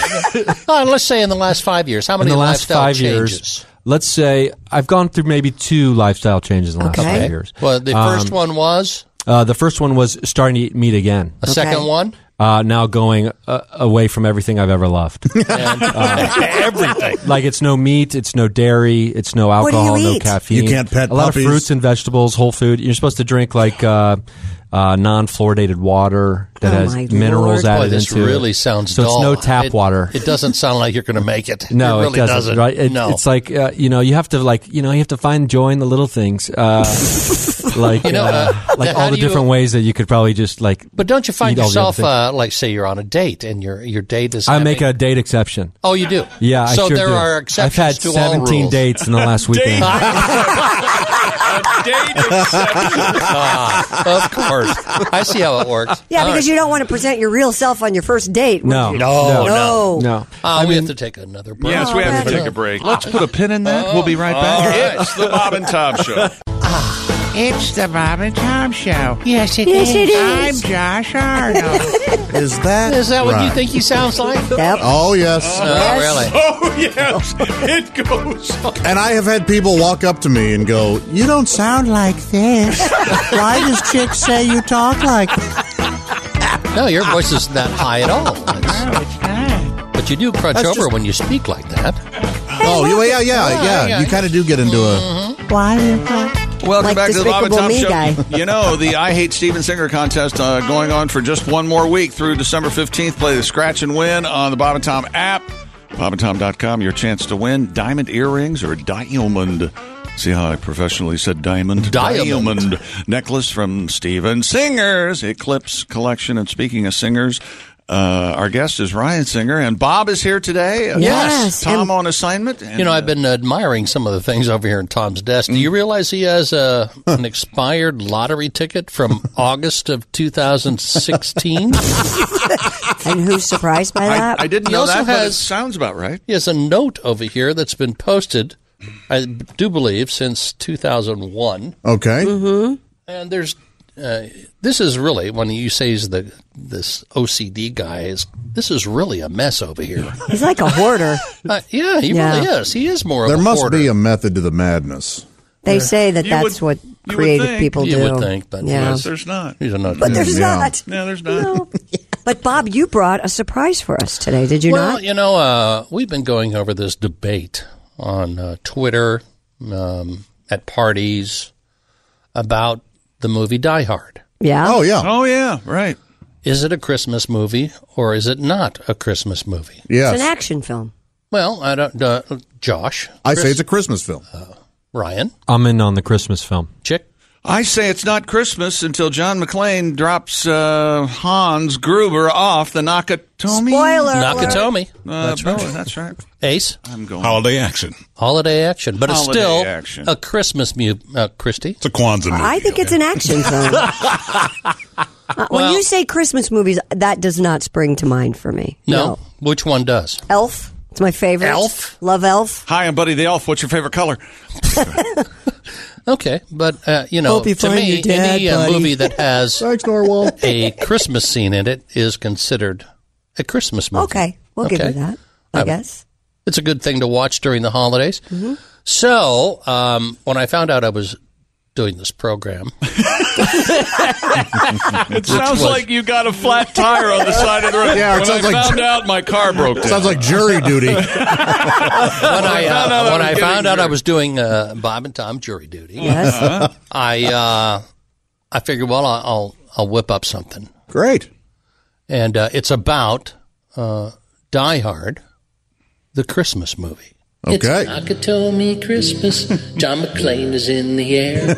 [SPEAKER 6] Uh, let's say in the last five years, how
[SPEAKER 10] in
[SPEAKER 6] many
[SPEAKER 10] the last
[SPEAKER 6] lifestyle
[SPEAKER 10] five
[SPEAKER 6] changes?
[SPEAKER 10] years, let's say I've gone through maybe two lifestyle changes in the
[SPEAKER 7] Okay.
[SPEAKER 10] last five years. Um,
[SPEAKER 6] Well, the first one was
[SPEAKER 10] Uh, the first one was starting to eat meat again.
[SPEAKER 6] the second one.
[SPEAKER 10] Uh, now going uh, away from everything I've ever loved. Um,
[SPEAKER 6] And,
[SPEAKER 4] Everything.
[SPEAKER 10] like it's no meat, it's no dairy, it's no
[SPEAKER 7] do you
[SPEAKER 10] alcohol, no
[SPEAKER 7] eat?
[SPEAKER 10] caffeine.
[SPEAKER 9] You can't pet
[SPEAKER 10] a lot
[SPEAKER 9] puppies.
[SPEAKER 10] of fruits and vegetables, whole food. You're supposed to drink like uh, uh, non-fluoridated water that
[SPEAKER 7] Oh,
[SPEAKER 10] has
[SPEAKER 7] my
[SPEAKER 10] minerals
[SPEAKER 7] Lord.
[SPEAKER 10] added
[SPEAKER 6] boy, this
[SPEAKER 10] into it.
[SPEAKER 6] really sounds
[SPEAKER 10] so
[SPEAKER 6] dull.
[SPEAKER 10] it's no tap
[SPEAKER 6] It-
[SPEAKER 10] water.
[SPEAKER 6] It doesn't sound like you're going to make it.
[SPEAKER 10] No,
[SPEAKER 6] it really
[SPEAKER 10] doesn't. Right? It-
[SPEAKER 6] no,
[SPEAKER 10] It's like uh, you know, you have to like you know, you have to find joy in the little things, uh, like
[SPEAKER 6] You know,
[SPEAKER 10] uh,
[SPEAKER 6] uh,
[SPEAKER 10] like
[SPEAKER 6] how
[SPEAKER 10] all the
[SPEAKER 6] do you-
[SPEAKER 10] different ways that you could probably just like.
[SPEAKER 6] But don't you find
[SPEAKER 10] eat all the
[SPEAKER 6] yourself,
[SPEAKER 10] other
[SPEAKER 6] uh, like, say you're on a date and your your date is?
[SPEAKER 10] I make
[SPEAKER 6] having-
[SPEAKER 10] a date exception.
[SPEAKER 6] Oh, you do.
[SPEAKER 10] Yeah, I
[SPEAKER 6] So
[SPEAKER 10] sure
[SPEAKER 6] there
[SPEAKER 10] do.
[SPEAKER 6] are exceptions
[SPEAKER 10] I've had
[SPEAKER 6] to all
[SPEAKER 10] seventeen
[SPEAKER 6] rules.
[SPEAKER 10] dates in the last weekend.
[SPEAKER 6] Ah, of course. I see how it works.
[SPEAKER 7] yeah,
[SPEAKER 6] All
[SPEAKER 7] because
[SPEAKER 6] right.
[SPEAKER 7] you don't want to present your real self on your first date.
[SPEAKER 10] No,
[SPEAKER 7] would you? Oh. no.
[SPEAKER 10] no, no. Uh,
[SPEAKER 6] Ah, we have to take another break.
[SPEAKER 2] Yes, we have to take a break. Let's put a pin in that. We'll be Oh, right
[SPEAKER 6] all
[SPEAKER 2] back.
[SPEAKER 6] right.
[SPEAKER 2] It's the Bob and Tom Show.
[SPEAKER 17] It's the Bob and Tom Show. Yes, it
[SPEAKER 7] Yes,
[SPEAKER 17] is.
[SPEAKER 7] it is.
[SPEAKER 17] I'm Josh Arnold.
[SPEAKER 9] Is that
[SPEAKER 6] Is that what you
[SPEAKER 9] right?
[SPEAKER 6] think he sounds like?
[SPEAKER 7] Yep.
[SPEAKER 9] Oh yes.
[SPEAKER 6] No, really.
[SPEAKER 2] Oh yes, it goes. on.
[SPEAKER 9] And I have had people walk up to me and go, "You don't sound like this. Why does chicks say you talk like?"
[SPEAKER 6] No, your voice isn't that high at all. It's-
[SPEAKER 17] Oh, it's not.
[SPEAKER 6] but you do crunch
[SPEAKER 9] That's
[SPEAKER 6] over
[SPEAKER 9] just-
[SPEAKER 6] when you speak like that.
[SPEAKER 9] Oh yeah, yeah, yeah, yeah.
[SPEAKER 6] yeah.
[SPEAKER 9] You kind of do get into a.
[SPEAKER 17] Why am I?
[SPEAKER 2] Welcome
[SPEAKER 7] Like
[SPEAKER 2] back to the Bob and
[SPEAKER 7] Despicable
[SPEAKER 2] Tom
[SPEAKER 7] Me
[SPEAKER 2] Show.
[SPEAKER 7] guy.
[SPEAKER 2] You know, the I Hate Steven Singer contest uh, going on for just one more week through December 15th. Play the scratch and win on the Bob and Tom app. BobandTom.com, your chance to win diamond earrings or diamond. See how I professionally said diamond?
[SPEAKER 6] Diamond.
[SPEAKER 2] necklace from Steven Singer's Eclipse Collection. And speaking of singers, uh, our guest is Ryan Singer, and Bob is here today. Uh,
[SPEAKER 7] Yes.
[SPEAKER 2] Tom
[SPEAKER 7] And-
[SPEAKER 2] on assignment. and,
[SPEAKER 6] You know, I've
[SPEAKER 2] uh, Mm.
[SPEAKER 6] been admiring some of the things over here in Tom's desk. Do you realize he has a, an expired lottery ticket from August of 2016?
[SPEAKER 7] And who's surprised by
[SPEAKER 2] I,
[SPEAKER 7] that?
[SPEAKER 2] I didn't
[SPEAKER 6] He
[SPEAKER 2] know
[SPEAKER 6] also
[SPEAKER 2] that, but it
[SPEAKER 6] has-
[SPEAKER 2] sounds about right.
[SPEAKER 6] He has a note over here that's been posted, I do believe, since 2001.
[SPEAKER 9] Okay.
[SPEAKER 6] And there's uh, this is really when you say he's the this OCD guy is this is really a mess over here.
[SPEAKER 7] He's like a hoarder.
[SPEAKER 6] Uh, yeah, he
[SPEAKER 7] Yeah.
[SPEAKER 6] really is. He is more.
[SPEAKER 9] There
[SPEAKER 6] of a
[SPEAKER 9] must
[SPEAKER 6] hoarder.
[SPEAKER 9] be a method to the madness.
[SPEAKER 7] They say that
[SPEAKER 2] You would-
[SPEAKER 7] that's
[SPEAKER 2] you
[SPEAKER 7] what
[SPEAKER 2] would
[SPEAKER 7] creative
[SPEAKER 2] think.
[SPEAKER 7] people
[SPEAKER 4] You
[SPEAKER 7] do.
[SPEAKER 4] would think, but
[SPEAKER 7] yeah.
[SPEAKER 4] yes, there's
[SPEAKER 2] not.
[SPEAKER 4] These are not
[SPEAKER 7] But there's
[SPEAKER 4] Yeah.
[SPEAKER 7] not.
[SPEAKER 2] No, there's not.
[SPEAKER 7] But Bob, you brought a surprise for us today, did you
[SPEAKER 4] well,
[SPEAKER 7] not?
[SPEAKER 4] you know, uh, we've been going over this debate on uh, Twitter, um, at parties, about the movie Die Hard.
[SPEAKER 7] Yeah. Oh
[SPEAKER 9] yeah.
[SPEAKER 2] Oh yeah. Right.
[SPEAKER 4] Is it a Christmas movie or is it not a Christmas movie?
[SPEAKER 7] It's an action film.
[SPEAKER 4] Well, I don't. Uh, Josh,
[SPEAKER 9] I say it's a Christmas film.
[SPEAKER 6] Uh,
[SPEAKER 4] Ryan.
[SPEAKER 10] I'm in on the Christmas film.
[SPEAKER 4] Chick.
[SPEAKER 2] I say it's not Christmas until John McClane drops uh, Hans Gruber off the Nakatomi.
[SPEAKER 7] Spoiler
[SPEAKER 4] Nakatomi.
[SPEAKER 2] Uh,
[SPEAKER 4] That's right.
[SPEAKER 2] boy, That's right.
[SPEAKER 4] Ace.
[SPEAKER 2] I'm going.
[SPEAKER 18] Holiday action.
[SPEAKER 4] Holiday action, but
[SPEAKER 2] Holiday
[SPEAKER 4] it's still
[SPEAKER 2] action.
[SPEAKER 4] a Christmas mu- uh, Christie. It's
[SPEAKER 18] a Kwanzaa
[SPEAKER 7] I think it's an action film. Uh, when you say Christmas movies, that does not spring to mind for me.
[SPEAKER 4] No. Which one does?
[SPEAKER 7] Elf. It's my favorite. Elf. Love Elf.
[SPEAKER 2] Hi, I'm Buddy the Elf. What's your favorite color?
[SPEAKER 4] Okay, but uh, you know,
[SPEAKER 7] Hope you
[SPEAKER 4] to
[SPEAKER 7] find
[SPEAKER 4] me,
[SPEAKER 7] your dad,
[SPEAKER 4] any uh,
[SPEAKER 7] buddy.
[SPEAKER 4] movie that has
[SPEAKER 9] Thanks, Norwal.
[SPEAKER 4] a Christmas scene in it is considered a Christmas movie.
[SPEAKER 7] Okay, we'll give
[SPEAKER 4] Okay.
[SPEAKER 7] you that. I
[SPEAKER 4] Um,
[SPEAKER 7] guess.
[SPEAKER 4] It's a good thing to watch during the holidays.
[SPEAKER 7] Mm-hmm.
[SPEAKER 4] So, um, when I found out I was doing this program,
[SPEAKER 2] It sounds like you got a flat tire on the side of the road.
[SPEAKER 4] Yeah, it
[SPEAKER 2] when
[SPEAKER 4] sounds
[SPEAKER 2] I
[SPEAKER 4] like-
[SPEAKER 2] found out my car broke down.
[SPEAKER 9] Sounds like jury duty.
[SPEAKER 4] when I,
[SPEAKER 2] found out I
[SPEAKER 4] uh, when
[SPEAKER 2] was
[SPEAKER 4] I
[SPEAKER 2] getting
[SPEAKER 4] found out I
[SPEAKER 2] jury.
[SPEAKER 4] was doing uh, Bob and Tom jury duty,
[SPEAKER 2] Yes. Uh-huh.
[SPEAKER 4] I uh, I figured, well, I'll I'll, I'll whip up something,
[SPEAKER 9] Great.
[SPEAKER 4] and uh, it's about uh, Die Hard, the Christmas movie.
[SPEAKER 6] It's Nakatomi Christmas. John McClane is in the air.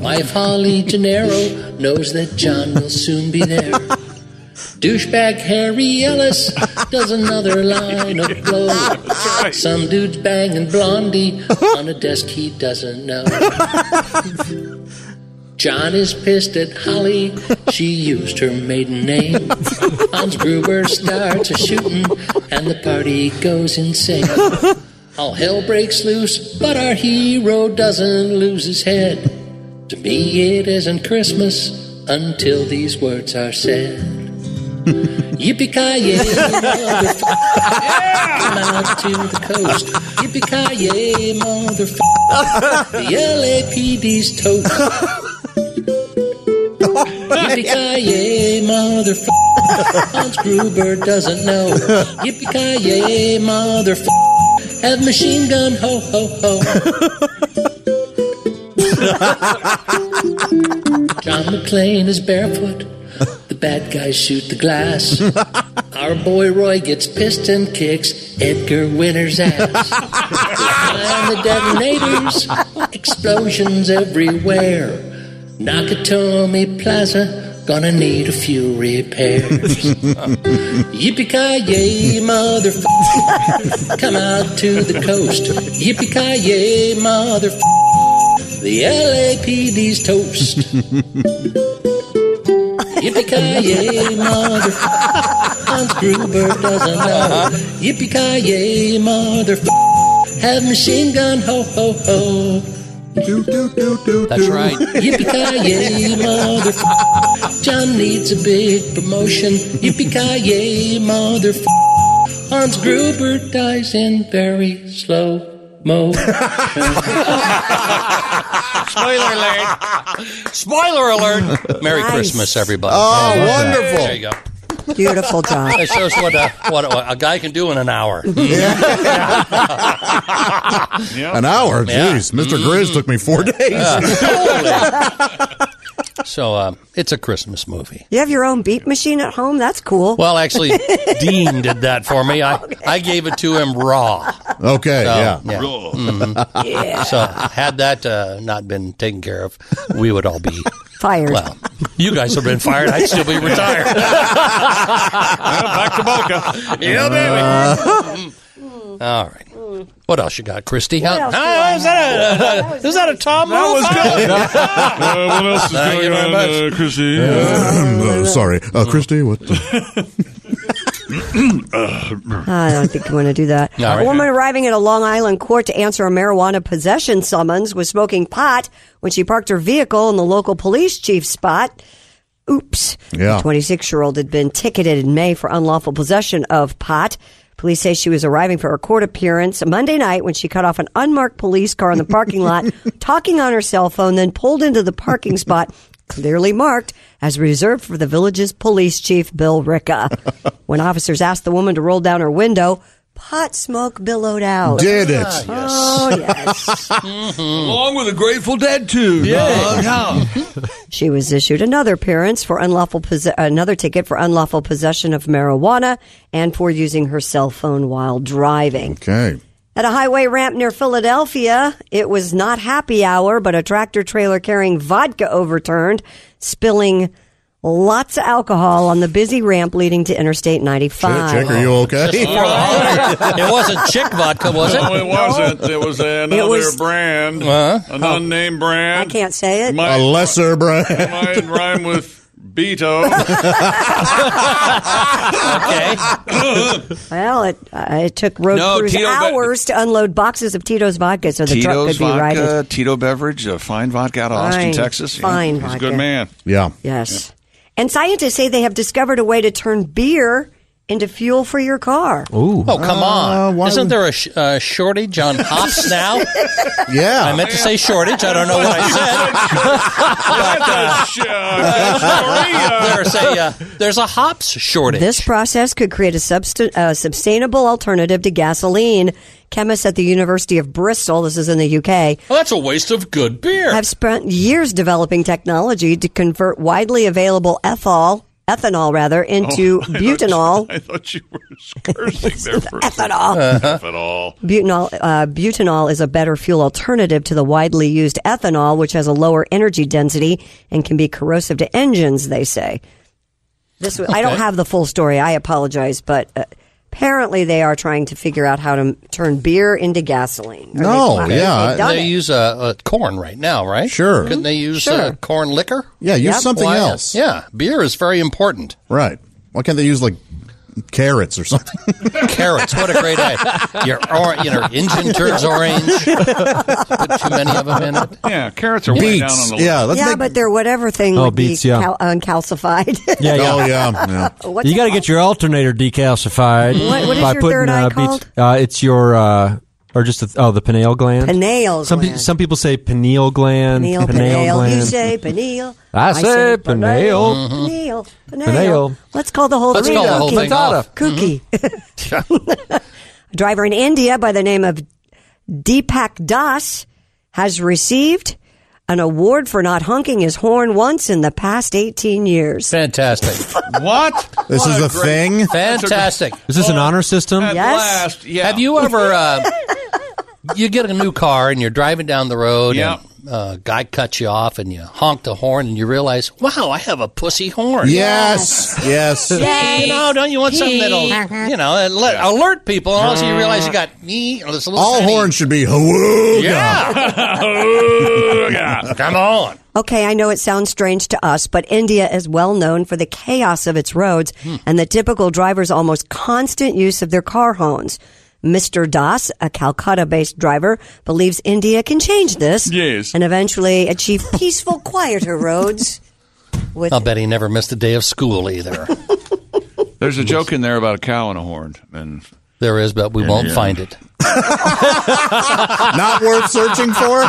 [SPEAKER 6] Wife Holly Gennaro knows that John will soon be there. Douchebag Harry Ellis does another line of blows. Some dude's banging Blondie on a desk he doesn't know. John is pissed at Holly. She used her maiden name. Hans Gruber starts a shooting, and the party goes insane. All hell breaks loose, but our hero doesn't lose his head. To me, it isn't Christmas until these words are said. Yippee ki yay! Come out to the coast. Yippee ki yay, motherfucker! The LAPD's toast. Yippee-ki-yay, motherfucker. Hans Gruber doesn't know. Yippee-ki-yay, motherfucker. Have machine gun, ho, ho, ho. John McClane is barefoot. The bad guys shoot the glass. Our boy Roy gets pissed and kicks Edgar Winter's ass. Behind the detonators, explosions everywhere. Nakatomi Plaza, gonna need a few repairs. Yippee-ki-yay, motherfucker. Come out to the coast. Yippee-ki-yay, motherfucker. The LAPD's toast. Yippee-ki-yay, motherfucker. Hans Gruber doesn't know. Yippee-ki-yay, motherfucker. Have machine gun, ho, ho, ho.
[SPEAKER 4] That's right.
[SPEAKER 6] Yippee-ki-yay, motherfucker. John needs a big promotion. Yippee-ki-yay, motherfucker. Hans Gruber dies in very slow mo.
[SPEAKER 4] Spoiler alert! Spoiler alert! Merry
[SPEAKER 6] Nice.
[SPEAKER 4] Christmas, everybody!
[SPEAKER 6] Oh,
[SPEAKER 4] Hey,
[SPEAKER 6] wonderful.
[SPEAKER 4] There you go.
[SPEAKER 7] Oh, Beautiful John.
[SPEAKER 4] It shows what a, what a, what a guy can do in an hour.
[SPEAKER 9] An hour?
[SPEAKER 4] Yeah. Uh,
[SPEAKER 9] Jeez. Mr.
[SPEAKER 6] Mm-hmm.
[SPEAKER 9] Grizz took me four days.
[SPEAKER 4] Oh, So uh, it's a Christmas movie.
[SPEAKER 7] You have your own beat machine at home. That's cool.
[SPEAKER 4] Well, actually, Dean did that for me. I, I gave it to him raw.
[SPEAKER 9] Okay,
[SPEAKER 4] So,
[SPEAKER 9] yeah.
[SPEAKER 4] Mhm. So had that uh, not been taken care of, we would all be
[SPEAKER 7] fired.
[SPEAKER 4] Well, you guys have been fired. I'd still be retired.
[SPEAKER 18] Back to Boca.
[SPEAKER 4] Yeah,
[SPEAKER 7] Uh,
[SPEAKER 4] baby. all right. What else you got, Christy? How-
[SPEAKER 18] else do
[SPEAKER 4] Huh?
[SPEAKER 18] I
[SPEAKER 4] is that a-
[SPEAKER 18] have?
[SPEAKER 4] is that a Tom?
[SPEAKER 18] That was good. Uh, what else is
[SPEAKER 4] Thank you
[SPEAKER 18] going on,
[SPEAKER 4] very much.
[SPEAKER 18] uh, Chrissy?
[SPEAKER 9] Uh, sorry. Uh, Christy, what?
[SPEAKER 7] I don't think you want to do that.
[SPEAKER 9] No,
[SPEAKER 7] a
[SPEAKER 9] right.
[SPEAKER 7] woman arriving at a Long Island court to answer a marijuana possession summons was smoking pot when she parked her vehicle in the local police chief's spot. Oops.
[SPEAKER 9] Yeah.
[SPEAKER 7] 26 year old had been ticketed in May for unlawful possession of pot. Police say she was arriving for her court appearance Monday night when she cut off an unmarked police car in the parking lot, talking on her cell phone, then pulled into the parking spot clearly marked as reserved for the village's police chief, Bill Ricca. when officers asked the woman to roll down her window, pot smoke billowed out.
[SPEAKER 9] Did it?
[SPEAKER 4] Ah,
[SPEAKER 7] Oh, yes.
[SPEAKER 4] Along with a Grateful Dead tune.
[SPEAKER 7] Yeah.
[SPEAKER 4] Yeah.
[SPEAKER 7] She was issued another appearance for unlawful posse- another ticket for unlawful possession of marijuana and for using her cell phone while driving.
[SPEAKER 9] Okay.
[SPEAKER 7] At a highway ramp near Philadelphia, it was not happy hour, but a tractor trailer carrying vodka overturned, spilling lots of alcohol on the busy ramp leading to Interstate 95.
[SPEAKER 9] Chick, are you okay?
[SPEAKER 6] it wasn't chick vodka, was it?
[SPEAKER 2] No, it wasn't. It was another
[SPEAKER 7] was-
[SPEAKER 2] brand, an unnamed brand.
[SPEAKER 7] I can't say it.
[SPEAKER 2] Might,
[SPEAKER 9] A lesser brand.
[SPEAKER 2] might rhyme with Beto.
[SPEAKER 7] Well, it, uh, it took road
[SPEAKER 4] No,
[SPEAKER 7] crews
[SPEAKER 4] Tito, but-
[SPEAKER 7] hours to unload boxes of Tito's vodka so the truck
[SPEAKER 19] Tito's
[SPEAKER 7] could be
[SPEAKER 19] vodka,
[SPEAKER 7] righted.
[SPEAKER 19] Tito beverage, a fine vodka out of
[SPEAKER 7] Fine,
[SPEAKER 19] Austin, Texas. Yeah,
[SPEAKER 7] fine
[SPEAKER 19] he's
[SPEAKER 7] vodka.
[SPEAKER 19] a good man.
[SPEAKER 9] Yeah.
[SPEAKER 7] Yes. And scientists say they have discovered a way to turn beer into fuel for your car.
[SPEAKER 10] Ooh.
[SPEAKER 6] Oh,
[SPEAKER 9] Uh,
[SPEAKER 6] come on.
[SPEAKER 7] why
[SPEAKER 6] Isn't
[SPEAKER 7] would-
[SPEAKER 6] there a sh- uh, shortage on hops now?
[SPEAKER 9] Yeah.
[SPEAKER 6] I meant to say shortage. I don't know what I said. but, uh, there's, a, uh, there's a hops shortage.
[SPEAKER 7] This process could create a subst- uh, sustainable alternative to gasoline. Chemists at the University of Bristol, this is in the UK,
[SPEAKER 20] Well, that's a waste of good beer.
[SPEAKER 7] have spent years developing technology to convert widely available ethol, ethanol rather, into butanol.
[SPEAKER 2] I thought you were cursing there for
[SPEAKER 7] Ethanol.
[SPEAKER 2] Ethanol.
[SPEAKER 7] Butanol, uh, butanol is a better fuel alternative to the widely used ethanol, which has a lower energy density and can be corrosive to engines. They say. This was, I don't
[SPEAKER 6] Okay.
[SPEAKER 7] have the full story. I apologize, but uh, apparently they are trying to figure out how to m- turn beer into gasoline. Or
[SPEAKER 9] No,
[SPEAKER 7] they've- they've
[SPEAKER 9] yeah,
[SPEAKER 7] done
[SPEAKER 6] they
[SPEAKER 7] it.
[SPEAKER 6] use uh, uh, corn right now, right?
[SPEAKER 9] Sure.
[SPEAKER 6] Couldn't they use uh,
[SPEAKER 7] Sure.
[SPEAKER 6] corn liquor?
[SPEAKER 9] Yeah, use Yep. something
[SPEAKER 6] Why-
[SPEAKER 9] else.
[SPEAKER 6] Yeah, beer is very important.
[SPEAKER 9] Right. Why can't they use like carrots or something?
[SPEAKER 6] Carrots, what a great idea. Your, or, you know, engine turns orange. Put too many of them in it.
[SPEAKER 2] Yeah, carrots are way down on the list.
[SPEAKER 9] Yeah, let's
[SPEAKER 7] yeah,
[SPEAKER 9] make.
[SPEAKER 7] but their whatever thing
[SPEAKER 10] Oh,
[SPEAKER 7] would
[SPEAKER 10] beets,
[SPEAKER 7] be
[SPEAKER 10] yeah.
[SPEAKER 7] cal- uncalcified.
[SPEAKER 10] Yeah, yeah.
[SPEAKER 9] Oh yeah, yeah.
[SPEAKER 7] What's
[SPEAKER 10] you got to
[SPEAKER 7] it
[SPEAKER 10] get your alternator decalcified
[SPEAKER 7] What- what is
[SPEAKER 10] by
[SPEAKER 7] your
[SPEAKER 10] putting
[SPEAKER 7] third eye
[SPEAKER 10] uh, beets-
[SPEAKER 7] called?
[SPEAKER 10] uh, it's your uh, or just the, oh the pineal gland.
[SPEAKER 7] Pineal
[SPEAKER 10] Some pe-
[SPEAKER 7] gland.
[SPEAKER 10] some people say pineal gland.
[SPEAKER 7] Pineal,
[SPEAKER 10] Pineal,
[SPEAKER 7] pineal,
[SPEAKER 10] gland.
[SPEAKER 7] you say pineal.
[SPEAKER 10] I say pineal.
[SPEAKER 7] Pineal, pineal.
[SPEAKER 10] Pineal.
[SPEAKER 7] Let's call the whole
[SPEAKER 6] Let's
[SPEAKER 7] thing
[SPEAKER 6] call the
[SPEAKER 7] off.
[SPEAKER 6] whole thing off. Mm-hmm.
[SPEAKER 7] Kooky. A driver in India by the name of Deepak Das has received an award for not honking his horn once in the past 18 years.
[SPEAKER 6] Fantastic.
[SPEAKER 2] What?
[SPEAKER 9] This
[SPEAKER 2] What
[SPEAKER 9] is a
[SPEAKER 2] great-
[SPEAKER 9] thing.
[SPEAKER 6] Fantastic. Oh,
[SPEAKER 10] Is this an honor system?
[SPEAKER 2] At
[SPEAKER 7] Yes.
[SPEAKER 2] last, yeah.
[SPEAKER 6] Have you ever, uh, you get a new car and you're driving down the road and
[SPEAKER 2] Yeah.
[SPEAKER 6] uh, a guy cuts you off and you honk the horn and you realize,
[SPEAKER 2] Oh,
[SPEAKER 6] wow, I have a pussy horn.
[SPEAKER 9] Yes, yes.
[SPEAKER 6] You know, don't you want something that'll, you know, alert, alert people? And also, you realize you
[SPEAKER 2] Mm.
[SPEAKER 6] got me. This little
[SPEAKER 9] All
[SPEAKER 6] city.
[SPEAKER 9] horns should be hooga.
[SPEAKER 6] Yeah.
[SPEAKER 2] Yeah.
[SPEAKER 6] Come on.
[SPEAKER 7] Okay, I know it sounds strange to us, but India is well known for the chaos of its roads and the typical driver's almost constant use of their car horns. Mr. Das, a Calcutta based driver, believes India can change this
[SPEAKER 2] Yes.
[SPEAKER 7] and eventually achieve peaceful, quieter roads. With
[SPEAKER 6] I'll bet he never missed a day of school either.
[SPEAKER 19] There's a joke in there about a cow and a horn. And
[SPEAKER 6] There is, but we won't find it.
[SPEAKER 9] Not worth searching for.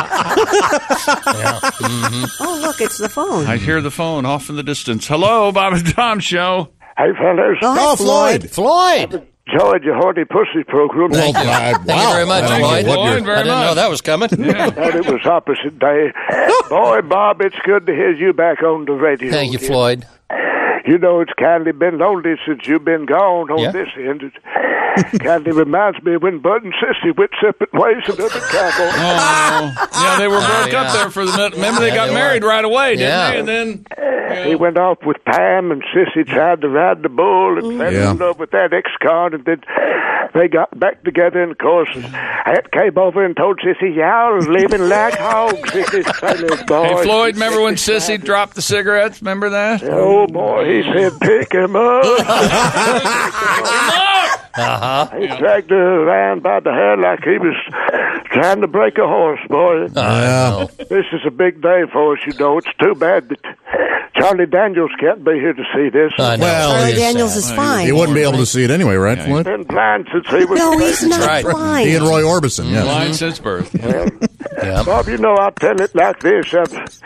[SPEAKER 7] oh, look, it's the phone.
[SPEAKER 2] I hear the phone off in the distance. Hello, Bob and Tom Show.
[SPEAKER 14] Hey, fellas.
[SPEAKER 7] Oh, hi,
[SPEAKER 9] Oh,
[SPEAKER 7] Floyd.
[SPEAKER 9] Floyd.
[SPEAKER 6] Floyd.
[SPEAKER 14] Joy, you horny pussy program.
[SPEAKER 9] Oh,
[SPEAKER 6] Thank
[SPEAKER 9] God.
[SPEAKER 6] you very much,
[SPEAKER 9] I don't know
[SPEAKER 6] Floyd.
[SPEAKER 9] what
[SPEAKER 2] Floyd,
[SPEAKER 9] you're-
[SPEAKER 2] very
[SPEAKER 6] I didn't know
[SPEAKER 2] much.
[SPEAKER 6] that was coming.
[SPEAKER 14] Thought it was opposite day. Boy, Bob, it's good to hear you back on the radio.
[SPEAKER 6] Thank you,
[SPEAKER 14] again.
[SPEAKER 6] Floyd.
[SPEAKER 14] You know, it's kindly been lonely since you've been gone on
[SPEAKER 6] Yeah.
[SPEAKER 14] this end. It kindly reminds me when Bud and Sissy went separate ways another time.
[SPEAKER 2] Oh, yeah, they were broke
[SPEAKER 6] yeah.
[SPEAKER 2] up there for the minute. Remember, they
[SPEAKER 6] Yeah,
[SPEAKER 2] got
[SPEAKER 6] they
[SPEAKER 2] married right away, didn't
[SPEAKER 6] Yeah.
[SPEAKER 2] they? And then
[SPEAKER 14] He went off with Pam, and Sissy tried to ride the bull and fell
[SPEAKER 9] Yeah.
[SPEAKER 14] in love with that ex-con, and then they got back together, and of course, Hat came over and told Sissy, y'all living like hogs, Sissy Taylor's boy.
[SPEAKER 2] Hey, Floyd, remember when Sissy dropped the cigarettes? Remember that?
[SPEAKER 14] Oh boy, he said, pick him up.
[SPEAKER 6] Uh huh.
[SPEAKER 14] he dragged her around by the hair like he was trying to break a horse, boy.
[SPEAKER 9] Yeah.
[SPEAKER 14] Uh-huh. This is a big day for us, you know. It's too bad that Charlie Daniels can't be here to see this.
[SPEAKER 7] Charlie Daniels is fine.
[SPEAKER 9] He wouldn't be able to see it anyway, right,
[SPEAKER 14] He's
[SPEAKER 9] Flint?
[SPEAKER 14] been blind since he was.
[SPEAKER 7] No,
[SPEAKER 14] a
[SPEAKER 7] he's
[SPEAKER 14] baby.
[SPEAKER 7] not That's right. blind.
[SPEAKER 9] He and Roy Orbison, yeah.
[SPEAKER 21] Blind since birth.
[SPEAKER 14] Bob, you know, I'll tell it like this. I've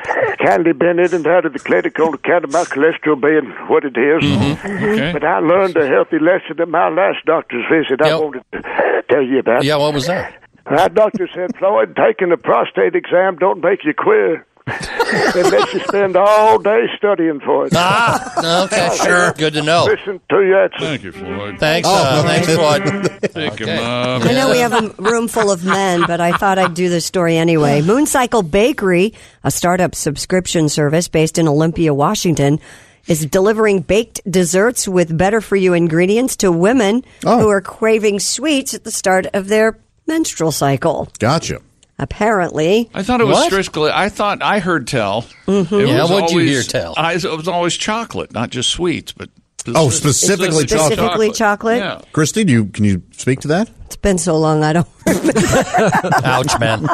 [SPEAKER 14] kindly been in and out of the clinic on account of my cholesterol being what it is.
[SPEAKER 6] Mm-hmm.
[SPEAKER 14] Mm-hmm.
[SPEAKER 6] Okay.
[SPEAKER 14] But I learned a healthy lesson at my last doctor's visit. I wanted to tell you about.
[SPEAKER 6] Yeah, what was that?
[SPEAKER 14] My doctor said, Floyd, taking a prostate exam don't make you queer. it lets you spend all day studying for it.
[SPEAKER 6] Ah, okay, sure. Good to know.
[SPEAKER 14] Listen to you.
[SPEAKER 2] Thank you, Floyd.
[SPEAKER 6] Thanks, uh, thanks, Floyd.
[SPEAKER 2] Pick him up.
[SPEAKER 7] I know we have a room full of men, but I thought I'd do this story anyway. Mooncycle Bakery, a startup subscription service based in Olympia, Washington, is delivering baked desserts with better for you ingredients to women
[SPEAKER 9] Oh.
[SPEAKER 7] who are craving sweets at the start of their menstrual cycle.
[SPEAKER 9] Gotcha.
[SPEAKER 7] Apparently.
[SPEAKER 2] I thought it was strictly. I thought I heard tell.
[SPEAKER 7] Mhm.
[SPEAKER 2] It
[SPEAKER 7] Yeah,
[SPEAKER 2] was
[SPEAKER 7] what'd you
[SPEAKER 2] always-
[SPEAKER 7] hear tell?
[SPEAKER 2] I, it was always chocolate, not just sweets, but
[SPEAKER 9] Oh, specifically chocolate.
[SPEAKER 7] Specifically chocolate.
[SPEAKER 9] Christy, do you can you speak to that?
[SPEAKER 7] It's been so long, I don't.
[SPEAKER 6] Ouch, man.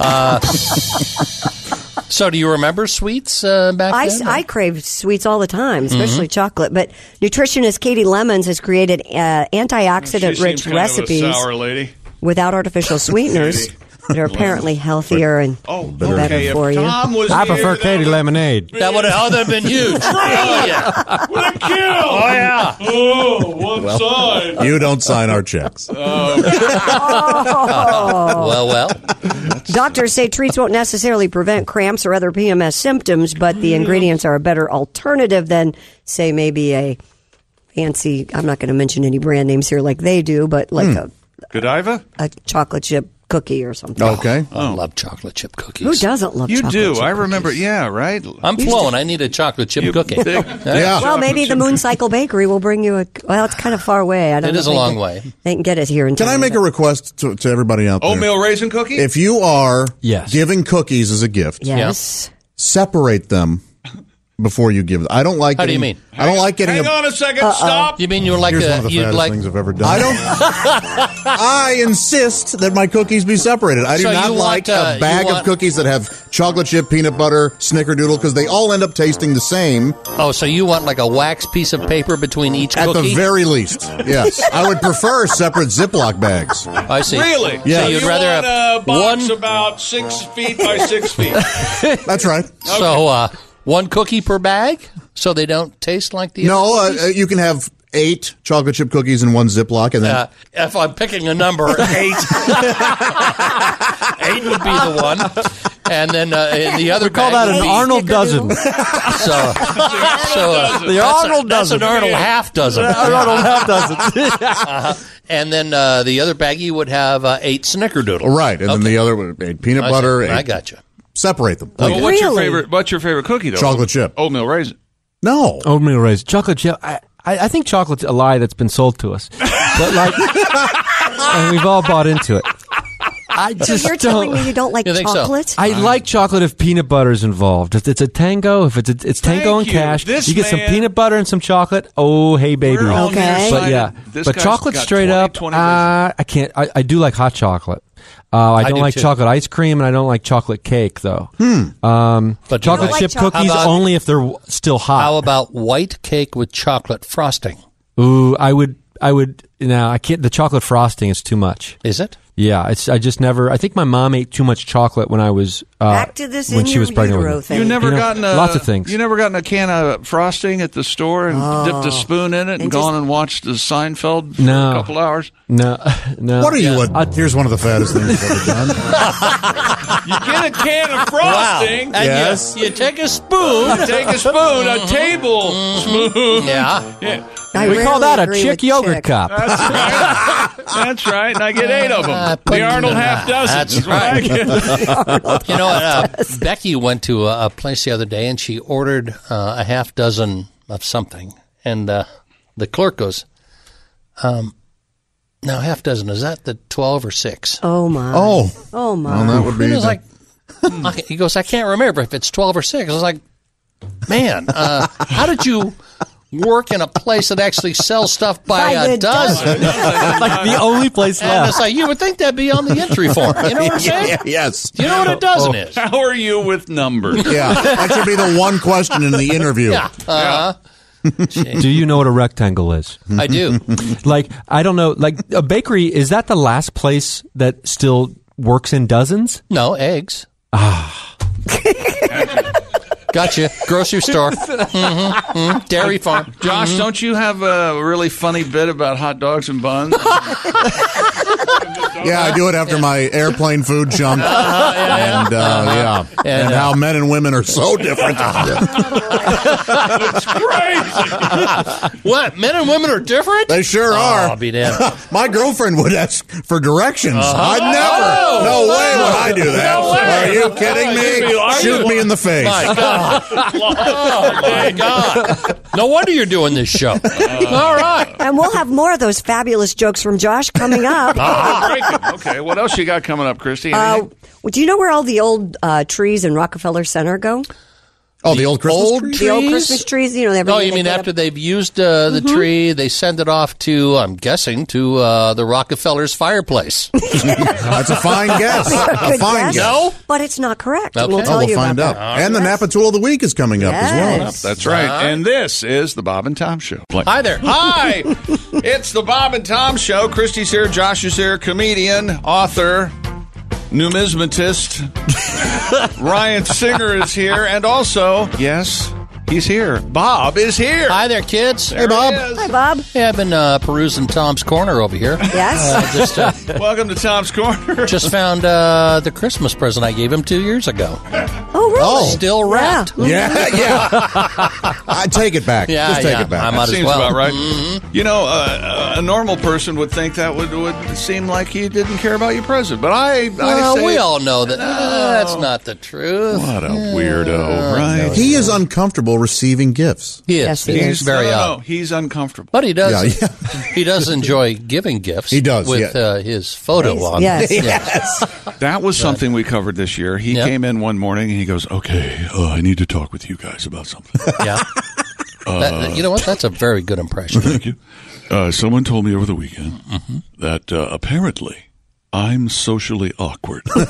[SPEAKER 6] Uh, so, do you remember sweets uh, back
[SPEAKER 7] I,
[SPEAKER 6] then?
[SPEAKER 7] I crave sweets all the time, especially
[SPEAKER 6] Mhm.
[SPEAKER 2] Mm-hmm.
[SPEAKER 7] chocolate. But nutritionist Katie Lemons has created uh,
[SPEAKER 2] She seems
[SPEAKER 7] antioxidant-rich
[SPEAKER 2] kind of a
[SPEAKER 7] recipes
[SPEAKER 2] sour lady.
[SPEAKER 7] without artificial sweeteners that are apparently healthier and oh, better
[SPEAKER 2] okay, if
[SPEAKER 7] for you.
[SPEAKER 2] Tom was
[SPEAKER 10] I prefer Katie Lemonade.
[SPEAKER 6] that would have oh, that been huge. yeah.
[SPEAKER 21] What a kill!
[SPEAKER 6] Oh, yeah.
[SPEAKER 21] Oh, one side.
[SPEAKER 9] you don't sign our checks.
[SPEAKER 4] Uh,
[SPEAKER 7] Oh.
[SPEAKER 6] Well, well.
[SPEAKER 7] Doctors say treats won't necessarily prevent cramps or other PMS symptoms, but
[SPEAKER 2] Hmm.
[SPEAKER 7] the ingredients are a better alternative than, say, maybe a fancy. I'm not going to mention any brand names here, like they do, but
[SPEAKER 10] Hmm.
[SPEAKER 7] like a
[SPEAKER 2] Godiva?
[SPEAKER 7] a chocolate chip cookie or something.
[SPEAKER 9] Oh. Okay.
[SPEAKER 6] I love chocolate chip cookies.
[SPEAKER 7] Who doesn't love
[SPEAKER 2] You
[SPEAKER 7] chocolate
[SPEAKER 2] do.
[SPEAKER 7] chip
[SPEAKER 2] I remember. Yeah, right.
[SPEAKER 6] I'm flowing. I need a chocolate chip cookie.
[SPEAKER 2] big-
[SPEAKER 7] Well, maybe the Moon Cycle Bakery will bring you a. Well, it's kind of far away. I don't
[SPEAKER 9] It
[SPEAKER 7] know
[SPEAKER 9] is
[SPEAKER 7] if
[SPEAKER 9] a
[SPEAKER 7] they
[SPEAKER 9] long
[SPEAKER 7] can-
[SPEAKER 9] way.
[SPEAKER 7] They can get it here in
[SPEAKER 9] Can I
[SPEAKER 7] time,
[SPEAKER 9] make a
[SPEAKER 7] but-
[SPEAKER 9] request to, to everybody out there?
[SPEAKER 2] Oatmeal raisin cookie?
[SPEAKER 9] If you are giving cookies as a gift,
[SPEAKER 7] Yes.
[SPEAKER 9] separate them before you give them. I don't like.
[SPEAKER 6] How do you
[SPEAKER 9] getting-
[SPEAKER 6] mean?
[SPEAKER 9] I don't like getting.
[SPEAKER 6] Hang
[SPEAKER 9] a,
[SPEAKER 6] on a second, Uh-oh. stop. You mean you're like
[SPEAKER 9] Here's
[SPEAKER 6] a-
[SPEAKER 9] one of the
[SPEAKER 6] you'd
[SPEAKER 9] fattest
[SPEAKER 6] like-
[SPEAKER 9] things I've ever done. I don't. I insist that my cookies be separated. I do
[SPEAKER 6] So
[SPEAKER 9] not
[SPEAKER 6] you
[SPEAKER 9] like
[SPEAKER 6] want, uh,
[SPEAKER 9] a bag
[SPEAKER 6] you
[SPEAKER 9] of
[SPEAKER 6] want-
[SPEAKER 9] cookies that have chocolate chip, peanut butter, snickerdoodle because they all end up tasting the same.
[SPEAKER 6] Oh, so you want like a wax piece of paper between each
[SPEAKER 9] At
[SPEAKER 6] cookie?
[SPEAKER 9] the very least, yes. I would prefer separate Ziploc bags.
[SPEAKER 6] I see.
[SPEAKER 21] Really?
[SPEAKER 9] Yeah.
[SPEAKER 21] So
[SPEAKER 9] you'd
[SPEAKER 21] you
[SPEAKER 9] rather
[SPEAKER 21] want
[SPEAKER 9] have
[SPEAKER 21] a box about six feet by six feet.
[SPEAKER 9] That's right.
[SPEAKER 6] So, uh, one cookie per bag, so they don't taste like the.
[SPEAKER 9] No,
[SPEAKER 6] other
[SPEAKER 9] uh,
[SPEAKER 6] cookies?
[SPEAKER 9] uh, you can have eight chocolate chip cookies in one Ziploc, and then
[SPEAKER 6] Uh, if I'm picking a number, eight. eight would be the one, and then uh, and the other.
[SPEAKER 10] We call
[SPEAKER 6] bag
[SPEAKER 10] that
[SPEAKER 6] would
[SPEAKER 10] an
[SPEAKER 6] be-
[SPEAKER 10] Arnold dozen.
[SPEAKER 6] So, so uh,
[SPEAKER 10] The
[SPEAKER 6] that's a-
[SPEAKER 10] Arnold
[SPEAKER 6] that's an
[SPEAKER 10] dozen.
[SPEAKER 6] Arnold half dozen.
[SPEAKER 10] The Arnold half dozen.
[SPEAKER 6] Uh-huh. And then uh, the other baggie would have uh, eight snickerdoodles.
[SPEAKER 9] right, and then the other one eight peanut
[SPEAKER 6] I
[SPEAKER 9] butter.
[SPEAKER 6] see. I
[SPEAKER 9] eight-
[SPEAKER 6] gotcha. Oh,
[SPEAKER 9] Separate them.
[SPEAKER 2] Well,
[SPEAKER 9] please.
[SPEAKER 2] what's your favorite? What's your favorite cookie though?
[SPEAKER 9] Chocolate chip.
[SPEAKER 2] Oatmeal raisin.
[SPEAKER 9] No.
[SPEAKER 10] Oatmeal raisin. Chocolate chip. I, I, I think chocolate's a lie that's been sold to us. But like, and we've all bought into it. I
[SPEAKER 7] So
[SPEAKER 10] just
[SPEAKER 7] you're
[SPEAKER 10] don't.
[SPEAKER 7] telling me you don't like chocolate?
[SPEAKER 10] I like chocolate if peanut butter is involved. If it's a tango, if it's a, it's tango
[SPEAKER 2] Thank
[SPEAKER 10] and
[SPEAKER 2] you.
[SPEAKER 10] cash,
[SPEAKER 2] This
[SPEAKER 10] you get some
[SPEAKER 2] man-
[SPEAKER 10] peanut butter and some chocolate. Oh, hey baby,
[SPEAKER 2] We're on Okay. your
[SPEAKER 10] But
[SPEAKER 2] side.
[SPEAKER 10] yeah,
[SPEAKER 2] This
[SPEAKER 10] but
[SPEAKER 2] guy's
[SPEAKER 10] chocolate
[SPEAKER 2] got
[SPEAKER 10] straight
[SPEAKER 2] 20,
[SPEAKER 10] up,
[SPEAKER 2] 20
[SPEAKER 10] uh, I can't. I, I do like hot chocolate. Uh, I
[SPEAKER 6] I
[SPEAKER 10] don't
[SPEAKER 6] do
[SPEAKER 10] like
[SPEAKER 6] too.
[SPEAKER 10] chocolate ice cream, and I don't like chocolate cake though.
[SPEAKER 6] Hmm.
[SPEAKER 10] Um,
[SPEAKER 6] But
[SPEAKER 10] but
[SPEAKER 6] do you
[SPEAKER 10] chocolate
[SPEAKER 6] like
[SPEAKER 10] chip
[SPEAKER 6] chocolate?
[SPEAKER 10] cookies
[SPEAKER 6] How about-
[SPEAKER 10] only if they're w- still hot.
[SPEAKER 6] How about white cake with chocolate frosting?
[SPEAKER 10] Ooh, I would, I would. No, I can't. The chocolate frosting is too much.
[SPEAKER 6] Is it?
[SPEAKER 10] Yeah, it's. I just never. I think my mom ate too much chocolate when I was uh,
[SPEAKER 7] Back to this
[SPEAKER 10] when
[SPEAKER 7] in
[SPEAKER 10] she
[SPEAKER 7] your
[SPEAKER 10] was pregnant.
[SPEAKER 7] utero
[SPEAKER 10] with me.
[SPEAKER 2] You never
[SPEAKER 10] know,
[SPEAKER 2] gotten a,
[SPEAKER 10] lots of things.
[SPEAKER 2] You never gotten a can of frosting at the store and
[SPEAKER 7] Oh.
[SPEAKER 2] dipped a spoon in it and,
[SPEAKER 7] And
[SPEAKER 2] gone and watched the Seinfeld for
[SPEAKER 10] No.
[SPEAKER 2] a couple hours.
[SPEAKER 10] No, no.
[SPEAKER 9] What are you? A, here's one of the fattest things I've ever done.
[SPEAKER 21] You get a can of
[SPEAKER 6] Wow.
[SPEAKER 21] frosting.
[SPEAKER 6] And you-
[SPEAKER 9] Yes.
[SPEAKER 6] you, take a spoon. Uh-huh.
[SPEAKER 21] You take a spoon, a table spoon.
[SPEAKER 6] Mm-hmm. Yeah.
[SPEAKER 21] Yeah.
[SPEAKER 7] I
[SPEAKER 10] we call that a
[SPEAKER 7] rarely agree
[SPEAKER 10] chick
[SPEAKER 7] with
[SPEAKER 10] yogurt
[SPEAKER 7] chick.
[SPEAKER 10] cup.
[SPEAKER 21] That's right. And I get eight of them.
[SPEAKER 6] Uh,
[SPEAKER 21] the
[SPEAKER 6] putting-
[SPEAKER 21] Arnold half dozen.
[SPEAKER 6] That's
[SPEAKER 21] is what I
[SPEAKER 6] right.
[SPEAKER 21] get.
[SPEAKER 6] you know, uh, Becky went to a, a place the other day and she ordered uh, a half dozen of something, and uh, the clerk goes, um, "Now, half dozen is that the twelve or six?
[SPEAKER 7] Oh my.
[SPEAKER 9] Oh.
[SPEAKER 7] Oh my.
[SPEAKER 9] Well, that would be
[SPEAKER 6] He was
[SPEAKER 9] the-
[SPEAKER 6] like, "Hmm." I- he goes, I can't remember if it's twelve or six. I was like, man, uh, how did you? work in a place that actually sells stuff by,
[SPEAKER 10] By
[SPEAKER 6] a
[SPEAKER 10] the
[SPEAKER 6] dozen.
[SPEAKER 10] dozen. Like the only place
[SPEAKER 6] and
[SPEAKER 10] left.
[SPEAKER 6] It's like you would think that'd be on the entry form. You know what I'm saying?
[SPEAKER 9] yes. Oh.
[SPEAKER 6] You know what a dozen is?
[SPEAKER 21] How are you with numbers?
[SPEAKER 9] Yeah, that should be the one question in the interview.
[SPEAKER 6] Yeah. Uh-huh.
[SPEAKER 10] do you know what a rectangle is?
[SPEAKER 6] I do.
[SPEAKER 10] like I don't know. Like a bakery is that the last place that still works in dozens? Ah.
[SPEAKER 6] No eggs. Gotcha. Grocery store. Mhm. Mhm. Dairy farm.
[SPEAKER 2] Josh,
[SPEAKER 6] Mhm.
[SPEAKER 2] don't you have a really funny bit about hot dogs and buns?
[SPEAKER 9] Yeah, I do it after my airplane food jump. And, uh, yeah. And,
[SPEAKER 6] And, uh,
[SPEAKER 9] how men and women are so different.
[SPEAKER 6] what? Men and women are different?
[SPEAKER 9] They sure
[SPEAKER 6] Oh,
[SPEAKER 9] are.
[SPEAKER 6] I'll be damned.
[SPEAKER 9] my girlfriend would ask for directions.
[SPEAKER 6] Uh-huh.
[SPEAKER 9] I
[SPEAKER 6] Oh.
[SPEAKER 9] never. No
[SPEAKER 21] oh,
[SPEAKER 9] way would I do that.
[SPEAKER 6] No way.
[SPEAKER 9] Are you kidding me?
[SPEAKER 6] Are you-
[SPEAKER 9] Shoot me in the face.
[SPEAKER 6] My God. oh, my God. No wonder you're doing this show.
[SPEAKER 2] Uh,
[SPEAKER 6] All right.
[SPEAKER 7] And we'll have more of those fabulous jokes from Josh coming up.
[SPEAKER 6] Ah.
[SPEAKER 2] okay, what else you got coming up, Christy?
[SPEAKER 7] Uh, well, do you know where all the old uh, trees in Rockefeller Center go?
[SPEAKER 9] Oh, the old Christmas
[SPEAKER 6] old
[SPEAKER 9] tree?
[SPEAKER 7] The old
[SPEAKER 6] Trees?
[SPEAKER 7] Christmas trees, you know, they have
[SPEAKER 6] No,
[SPEAKER 7] everything
[SPEAKER 6] you
[SPEAKER 7] they
[SPEAKER 6] mean
[SPEAKER 7] get up- Mm-hmm.
[SPEAKER 6] after they've used uh, the tree, they send it off to, I'm guessing, to uh, the Rockefeller's fireplace.
[SPEAKER 9] That's a fine guess. A
[SPEAKER 7] Good
[SPEAKER 9] fine
[SPEAKER 7] guess,
[SPEAKER 9] guess.
[SPEAKER 7] but it's not correct. And We'll
[SPEAKER 9] oh,
[SPEAKER 7] tell
[SPEAKER 9] we'll
[SPEAKER 7] you
[SPEAKER 9] find
[SPEAKER 7] about
[SPEAKER 9] out. And the Napa Tool of the Week is coming up as well.
[SPEAKER 2] That's right. and this is the Bob and Tom Show.
[SPEAKER 6] Hi there.
[SPEAKER 2] Hi. it's the Bob and Tom Show. Christy's here. Josh is here. Comedian, author, numismatist. Ryan Singer is here. And also, yes, he's here. Bob is here.
[SPEAKER 6] Hi there, kids.
[SPEAKER 2] There Bob. he
[SPEAKER 7] that. Hi, Bob.
[SPEAKER 6] Hey, I've been uh, perusing Tom's Corner over here.
[SPEAKER 7] Yes.
[SPEAKER 6] Uh, just, uh,
[SPEAKER 2] Welcome to Tom's Corner.
[SPEAKER 6] just found uh, the Christmas present I gave him two years ago.
[SPEAKER 7] oh, really?
[SPEAKER 6] Oh, still wrapped.
[SPEAKER 9] Yeah, yeah. I take it back.
[SPEAKER 6] Yeah,
[SPEAKER 9] Just take
[SPEAKER 6] yeah.
[SPEAKER 9] it back.
[SPEAKER 6] I might
[SPEAKER 2] That
[SPEAKER 6] as
[SPEAKER 2] seems
[SPEAKER 6] well.
[SPEAKER 2] about right. You know, uh, a normal person would think that would, would seem like you didn't care about your present, but I, I
[SPEAKER 6] Well,
[SPEAKER 2] say
[SPEAKER 6] we all know that uh, that's not the truth.
[SPEAKER 2] what a weirdo, right?
[SPEAKER 9] He is uncomfortable receiving gifts.
[SPEAKER 6] He is.
[SPEAKER 7] Yes, he
[SPEAKER 6] he's
[SPEAKER 7] is.
[SPEAKER 6] very
[SPEAKER 2] no, no,
[SPEAKER 6] odd.
[SPEAKER 2] no, He's uncomfortable.
[SPEAKER 6] But he does.
[SPEAKER 9] Yeah,
[SPEAKER 6] he does enjoy giving gifts.
[SPEAKER 9] He does,
[SPEAKER 6] with
[SPEAKER 9] yeah.
[SPEAKER 6] uh, his photo
[SPEAKER 7] He's-
[SPEAKER 6] on.
[SPEAKER 7] yes.
[SPEAKER 2] That was something we covered this year. He
[SPEAKER 6] Yep.
[SPEAKER 2] came in one morning and he goes, "Okay, uh, I need to talk with you guys about something." Uh,
[SPEAKER 6] yeah. That- you know what? That's a very good impression.
[SPEAKER 2] Thank you. Uh, someone told me over the weekend
[SPEAKER 6] Mm-hmm.
[SPEAKER 2] that uh, apparently I'm socially awkward. now,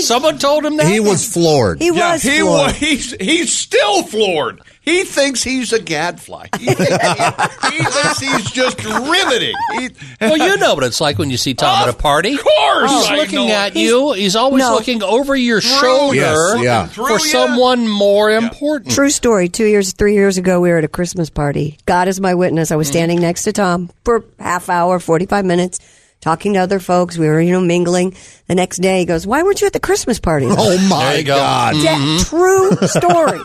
[SPEAKER 6] Someone told him that.
[SPEAKER 9] He was floored.
[SPEAKER 7] He
[SPEAKER 2] yeah,
[SPEAKER 7] was.
[SPEAKER 2] he
[SPEAKER 7] floored.
[SPEAKER 2] wa- he's he's still floored. He thinks he's a gadfly. He, thinks- he thinks he's just riveting. He,
[SPEAKER 6] well, you know what it's like when you see Tom at a party.
[SPEAKER 2] Of course,
[SPEAKER 6] He's
[SPEAKER 2] I
[SPEAKER 6] looking
[SPEAKER 2] know.
[SPEAKER 6] at you. He's always
[SPEAKER 7] No.
[SPEAKER 6] looking over your shoulder
[SPEAKER 9] Yes, yeah.
[SPEAKER 2] Through ya.
[SPEAKER 6] for someone more important.
[SPEAKER 7] True story. Two years, three years ago, we were at a Christmas party. God is my witness. I
[SPEAKER 6] Mm.
[SPEAKER 7] was standing next to Tom for half hour, 45 minutes, talking to other folks. We were, you know, mingling. The next day, he goes, Why weren't you at the Christmas party?
[SPEAKER 9] Oh,
[SPEAKER 6] There
[SPEAKER 9] my
[SPEAKER 6] you go. Mm-hmm.
[SPEAKER 9] God.
[SPEAKER 7] Yeah, True story.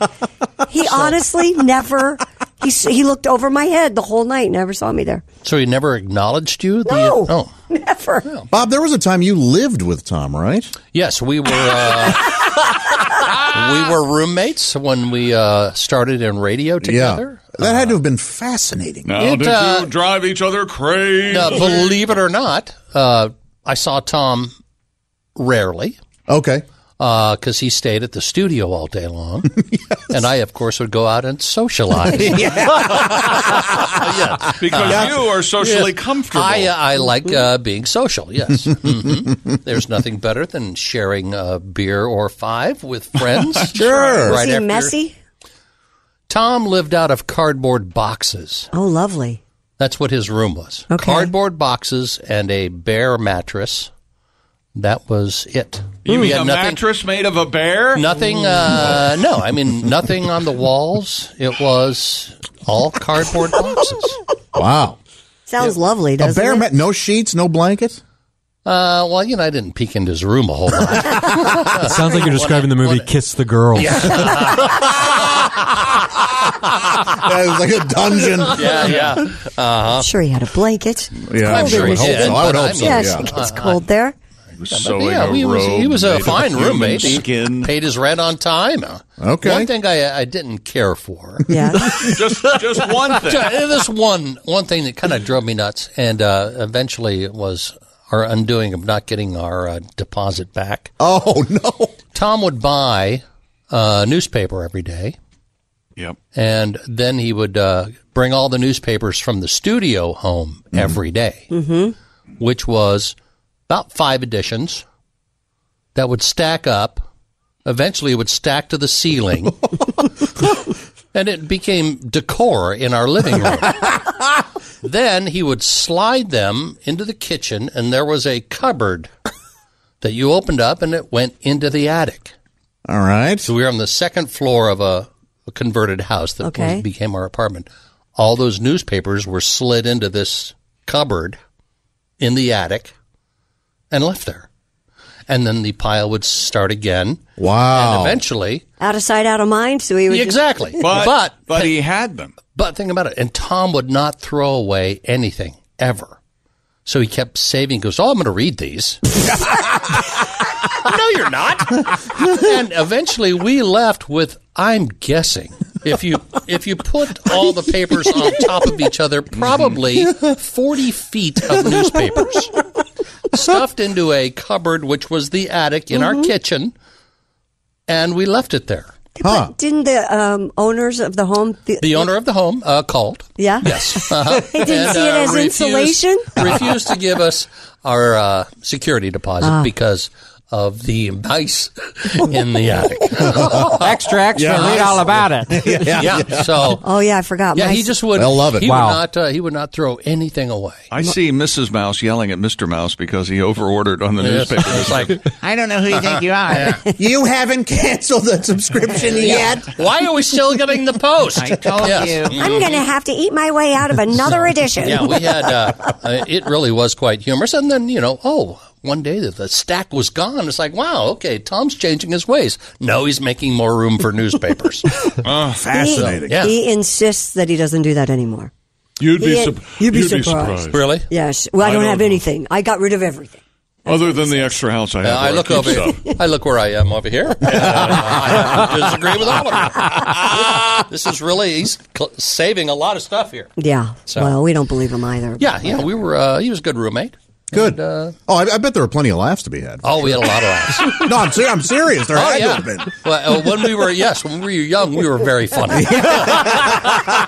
[SPEAKER 7] He honestly never, he, s- he looked over my head the whole night, never saw me there.
[SPEAKER 6] So he never acknowledged you. The,
[SPEAKER 7] No.
[SPEAKER 6] Oh,
[SPEAKER 7] Never.
[SPEAKER 9] Bob, there was a time you lived with Tom, right?
[SPEAKER 6] yes, we were. Uh, we were roommates when we uh, started in radio together. Uh,
[SPEAKER 9] Yeah. That had to have been fascinating.
[SPEAKER 2] Now,
[SPEAKER 6] It,
[SPEAKER 2] did
[SPEAKER 6] uh,
[SPEAKER 2] you drive each other crazy?
[SPEAKER 6] Now, believe it or not, uh, I saw Tom rarely.
[SPEAKER 9] Okay.
[SPEAKER 6] because he stayed at the studio all day long, and I, of course, would go out and socialize. Yeah.
[SPEAKER 2] because you are socially
[SPEAKER 6] Yes.
[SPEAKER 2] comfortable.
[SPEAKER 6] I, uh, I like uh, being social. Yes, hmm there's nothing better than sharing a beer or five with friends.
[SPEAKER 9] Sure.
[SPEAKER 7] Was he
[SPEAKER 6] after-
[SPEAKER 7] messy?
[SPEAKER 6] Tom lived out of cardboard boxes.
[SPEAKER 7] Oh, lovely.
[SPEAKER 6] That's what his room was.
[SPEAKER 7] Okay.
[SPEAKER 6] Cardboard boxes and a bare mattress. That was it.
[SPEAKER 2] you
[SPEAKER 6] He
[SPEAKER 2] mean
[SPEAKER 6] had
[SPEAKER 2] a
[SPEAKER 6] nothing-
[SPEAKER 2] mattress made of a bear?
[SPEAKER 6] Nothing. Uh, no, I mean nothing on the walls. It was all cardboard boxes.
[SPEAKER 9] Wow.
[SPEAKER 7] Sounds lovely,
[SPEAKER 9] A
[SPEAKER 7] doesn't
[SPEAKER 9] bare
[SPEAKER 7] it?
[SPEAKER 9] mat, no sheets, no blanket.
[SPEAKER 6] Uh, well, you know, I didn't peek into his room a whole lot.
[SPEAKER 10] It sounds like you're describing the movie Kiss the Girl.
[SPEAKER 6] uh,
[SPEAKER 9] It was like a dungeon.
[SPEAKER 6] yeah, Uh-huh. yeah.
[SPEAKER 7] I'm sure he had a blanket.
[SPEAKER 9] Yeah,
[SPEAKER 6] I'm
[SPEAKER 9] I'm
[SPEAKER 6] sure
[SPEAKER 9] sure.
[SPEAKER 6] he
[SPEAKER 9] would hope
[SPEAKER 6] did,
[SPEAKER 9] so. I would
[SPEAKER 6] but
[SPEAKER 9] hope
[SPEAKER 6] I
[SPEAKER 9] so.
[SPEAKER 6] mean-
[SPEAKER 7] Yes,
[SPEAKER 9] Yeah.
[SPEAKER 7] it gets cold there.
[SPEAKER 2] Sewing
[SPEAKER 6] yeah,
[SPEAKER 2] a
[SPEAKER 6] he was
[SPEAKER 2] robe
[SPEAKER 6] he was a
[SPEAKER 2] made of
[SPEAKER 6] fine
[SPEAKER 2] human
[SPEAKER 6] roommate. He
[SPEAKER 2] Skin.
[SPEAKER 6] paid his rent on time. Uh,
[SPEAKER 9] Okay.
[SPEAKER 6] One thing I I didn't care for.
[SPEAKER 7] Yeah.
[SPEAKER 2] just just one thing.
[SPEAKER 6] Yeah, this one one thing that kind of drove me nuts, and uh, eventually it was our undoing of not getting our uh, deposit back.
[SPEAKER 9] Oh no.
[SPEAKER 6] Tom would buy uh, newspaper every day.
[SPEAKER 2] Yep.
[SPEAKER 6] And then he would uh, bring all the newspapers from the studio home
[SPEAKER 2] Mm-hmm.
[SPEAKER 6] every day, which was about five editions that would stack up. Eventually, it would stack to the ceiling. and it became decor in our living room. then he would slide them into the kitchen, and there was a cupboard that you opened up, and it went into the attic.
[SPEAKER 9] All right.
[SPEAKER 6] So we were on the second floor of a, a converted house that
[SPEAKER 7] Okay.
[SPEAKER 6] was- became our apartment. All those newspapers were slid into this cupboard in the attic and left there. And then the pile would start again. Wow. And eventually,
[SPEAKER 7] Out of sight, out of mind. So he would just-
[SPEAKER 6] exactly. But, but
[SPEAKER 2] he had them.
[SPEAKER 6] But think about it. And Tom would not throw away anything ever. So he kept saving. He goes, "Oh, I'm going to read these." no, you're not. and eventually, we left with, I'm guessing, if you if you put all the papers on top of each other, probably 40 feet of newspapers stuffed into a cupboard, which was the attic in
[SPEAKER 7] Mm-hmm.
[SPEAKER 6] our kitchen, and we left it there.
[SPEAKER 7] Didn't the um, owners of the home? The,
[SPEAKER 6] The owner of the home uh, called.
[SPEAKER 7] yeah.
[SPEAKER 6] Yes. Uh-huh.
[SPEAKER 7] They didn't see it as
[SPEAKER 6] refused-
[SPEAKER 7] insulation?
[SPEAKER 6] refused to give us our uh, security deposit
[SPEAKER 7] Ah.
[SPEAKER 6] because of the mice in the attic.
[SPEAKER 7] Extra, extra,
[SPEAKER 6] Yeah.
[SPEAKER 7] read all about it.
[SPEAKER 6] yeah. So
[SPEAKER 7] Oh yeah, I forgot.
[SPEAKER 6] yeah,
[SPEAKER 7] My-
[SPEAKER 6] he just would.
[SPEAKER 2] They'll love it.
[SPEAKER 6] He
[SPEAKER 2] Wow.
[SPEAKER 6] would not. Uh, he would not throw anything away.
[SPEAKER 2] I see Mrs. Mouse yelling at Mr. Mouse because he overordered on the
[SPEAKER 6] Yes.
[SPEAKER 2] newspaper.
[SPEAKER 6] It's like,
[SPEAKER 17] I don't know who you think you are.
[SPEAKER 9] You haven't canceled the subscription
[SPEAKER 6] Yeah.
[SPEAKER 9] yet.
[SPEAKER 6] Why are we still getting the post? Mm-hmm.
[SPEAKER 17] I told you.
[SPEAKER 7] I'm going to have to eat my way out of another edition.
[SPEAKER 6] Yeah, we had. Uh, uh, it really was quite humorous. And then you know, oh, one day the, the stack was gone. It's like, wow, okay, Tom's changing his ways. No, he's making more room for newspapers.
[SPEAKER 21] Ah,
[SPEAKER 7] He,
[SPEAKER 6] Yeah.
[SPEAKER 7] he insists that he doesn't do that anymore.
[SPEAKER 21] You'd be,
[SPEAKER 7] He-
[SPEAKER 21] sup-
[SPEAKER 7] you'd be
[SPEAKER 21] you'd
[SPEAKER 7] surprised.
[SPEAKER 6] Really?
[SPEAKER 7] Yes. Well,
[SPEAKER 21] I
[SPEAKER 7] I, don't
[SPEAKER 21] don't
[SPEAKER 7] have
[SPEAKER 21] know.
[SPEAKER 7] anything. I got rid of everything.
[SPEAKER 21] Other than the extra house I
[SPEAKER 6] Uh,
[SPEAKER 21] have.
[SPEAKER 6] I
[SPEAKER 21] where
[SPEAKER 6] look
[SPEAKER 21] keep
[SPEAKER 6] over.
[SPEAKER 21] stuff.
[SPEAKER 6] I look where I am over here. And, uh, I disagree with all of it. This is really he's cl- saving a lot of stuff here.
[SPEAKER 7] Yeah. Well, we don't believe him either.
[SPEAKER 6] Yeah, yeah. We uh, were. Uh, he was a good roommate.
[SPEAKER 9] Good. oh, I, I bet there were plenty of laughs to be had.
[SPEAKER 6] Oh, we had a lot of laughs.
[SPEAKER 9] no, I'm, ser- I'm serious. There
[SPEAKER 6] oh
[SPEAKER 9] had
[SPEAKER 6] yeah.
[SPEAKER 9] to have been.
[SPEAKER 6] Well, uh, when we were yes, when we were young, we were very funny.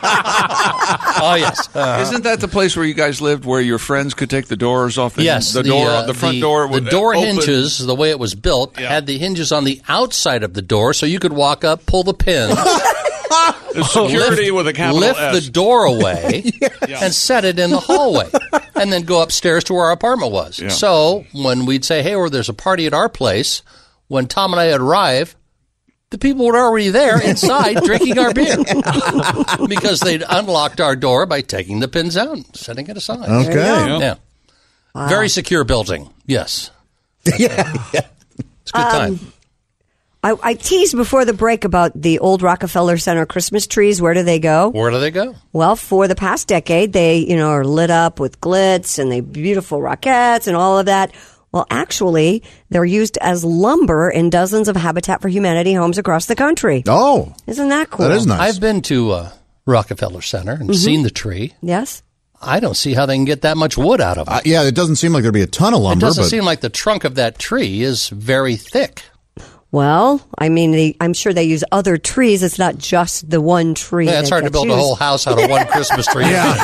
[SPEAKER 6] oh yes. Uh,
[SPEAKER 2] Ah, Isn't that the place where you guys lived, where your friends could take the doors off the
[SPEAKER 6] Yes,
[SPEAKER 2] the, door,
[SPEAKER 6] uh,
[SPEAKER 2] the front door, would
[SPEAKER 6] the door
[SPEAKER 2] open?
[SPEAKER 6] hinges, the way it was built, had the hinges on the outside of the door, so you could walk up, pull the pin,
[SPEAKER 21] The security with a capital
[SPEAKER 6] lift
[SPEAKER 21] S.
[SPEAKER 6] the door away, and set it in the hallway, and then go upstairs to where our apartment was.
[SPEAKER 21] Yeah.
[SPEAKER 6] So when we'd say, "Hey, or there's a party at our place," when Tom and I would arrive. The people were already there inside drinking our beer because they'd unlocked our door by taking the pins out and setting it aside.
[SPEAKER 9] Okay. There you go.
[SPEAKER 6] Yeah. Very secure building. Yes. It's a good time.
[SPEAKER 7] Um, I, I teased before the break about the old Rockefeller Center Christmas trees. Where do they go?
[SPEAKER 6] Where do they go?
[SPEAKER 7] Well, for the past decade, they you know are lit up with glitz and they beautiful rockets and all of that. Well, actually, they're used as lumber in dozens of Habitat for Humanity homes across the country.
[SPEAKER 9] Oh,
[SPEAKER 7] isn't that cool?
[SPEAKER 6] I've been to uh, Rockefeller Center and
[SPEAKER 7] Mhm.
[SPEAKER 6] seen the tree.
[SPEAKER 7] yes.
[SPEAKER 6] I don't see how they can get that much wood out of it.
[SPEAKER 9] Uh, yeah, it doesn't seem like there'd be a ton of
[SPEAKER 6] it
[SPEAKER 9] lumber,
[SPEAKER 6] doesn't
[SPEAKER 9] but
[SPEAKER 6] seem like the trunk of that tree is very thick.
[SPEAKER 7] Well, I mean, they, I'm sure they use other trees. It's not just the one tree.
[SPEAKER 6] Yeah, it's
[SPEAKER 7] that
[SPEAKER 6] hard to
[SPEAKER 7] gets
[SPEAKER 6] build a
[SPEAKER 7] used.
[SPEAKER 6] whole house out of one Christmas tree.
[SPEAKER 9] Yeah.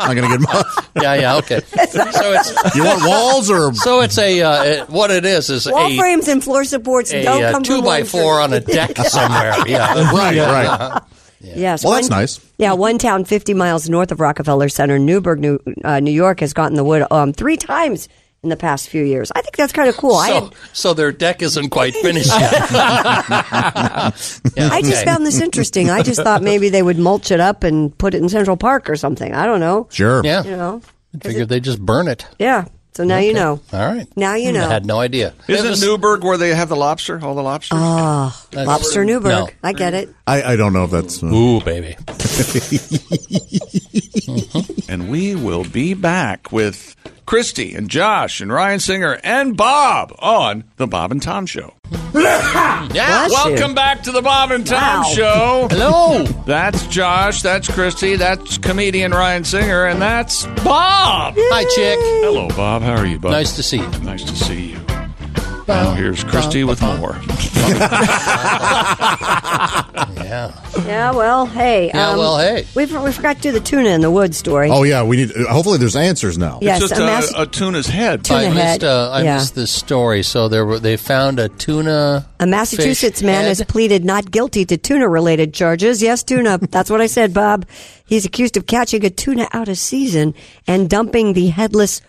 [SPEAKER 9] I'm going to get much.
[SPEAKER 6] yeah, yeah, okay. So it's
[SPEAKER 9] You want walls or
[SPEAKER 6] so it's a uh, it, what it is is
[SPEAKER 7] Wall
[SPEAKER 6] a,
[SPEAKER 7] frames and floor supports
[SPEAKER 6] a,
[SPEAKER 7] don't
[SPEAKER 6] uh,
[SPEAKER 7] come
[SPEAKER 6] two
[SPEAKER 7] from
[SPEAKER 6] by
[SPEAKER 7] one
[SPEAKER 6] four
[SPEAKER 7] tree.
[SPEAKER 6] on a deck somewhere. Yeah,
[SPEAKER 9] Right, right.
[SPEAKER 7] Yes.
[SPEAKER 9] Well, that's nice.
[SPEAKER 7] Yeah, one town 50 miles north of Rockefeller Center, Newburgh, New, uh, New York, has gotten the wood um, three times in the past few years. I think that's kind of cool. I,
[SPEAKER 6] So,
[SPEAKER 7] had,
[SPEAKER 6] so their deck isn't quite finished yet. Yeah,
[SPEAKER 7] I just
[SPEAKER 6] okay.
[SPEAKER 7] found this interesting. I just thought maybe they would mulch it up and put it in Central Park or something. I don't know.
[SPEAKER 9] Sure.
[SPEAKER 6] Yeah.
[SPEAKER 7] You know?
[SPEAKER 6] Figured they just burn it.
[SPEAKER 7] Yeah. So now you know.
[SPEAKER 6] All right.
[SPEAKER 7] Now you
[SPEAKER 6] I
[SPEAKER 7] know.
[SPEAKER 6] had no idea.
[SPEAKER 2] Isn't
[SPEAKER 6] It was-
[SPEAKER 2] Newburgh where they have the lobster, all the lobsters?
[SPEAKER 7] Ah, Lobster Newburgh.
[SPEAKER 6] No.
[SPEAKER 7] I get it.
[SPEAKER 9] I, I don't know if that's. uh,
[SPEAKER 6] Ooh, baby.
[SPEAKER 2] and we will be back with Christy and Josh and Ryan Singer and Bob on the Bob and Tom Show.
[SPEAKER 6] Yeah.
[SPEAKER 2] Welcome back to the Bob and Tom
[SPEAKER 6] Wow.
[SPEAKER 2] Show.
[SPEAKER 6] Hello.
[SPEAKER 2] That's Josh. That's Christy. That's comedian Ryan Singer, and that's Bob.
[SPEAKER 6] Hi, chick.
[SPEAKER 2] Hello, Bob. How are you, Bob?
[SPEAKER 6] Nice to see you.
[SPEAKER 2] Nice to see you. Now here's Christy with more.
[SPEAKER 6] yeah.
[SPEAKER 7] Yeah, well, hey.
[SPEAKER 6] Yeah,
[SPEAKER 7] um,
[SPEAKER 6] well, hey.
[SPEAKER 7] We, for- we forgot to do the tuna in the wood story.
[SPEAKER 9] Oh yeah, we need. Hopefully, there's answers now.
[SPEAKER 7] Yes,
[SPEAKER 2] Just
[SPEAKER 7] a
[SPEAKER 2] a,
[SPEAKER 7] mass-
[SPEAKER 2] a tuna's head.
[SPEAKER 7] Tuna
[SPEAKER 6] I
[SPEAKER 7] head,
[SPEAKER 6] missed, uh, I
[SPEAKER 7] yeah.
[SPEAKER 6] missed this story. So there were they found a tuna.
[SPEAKER 7] A Massachusetts
[SPEAKER 6] fish
[SPEAKER 7] man
[SPEAKER 6] head.
[SPEAKER 7] has pleaded not guilty to tuna related charges. Yes, tuna. That's what I said, Bob. He's accused of catching a tuna out of season and dumping the headless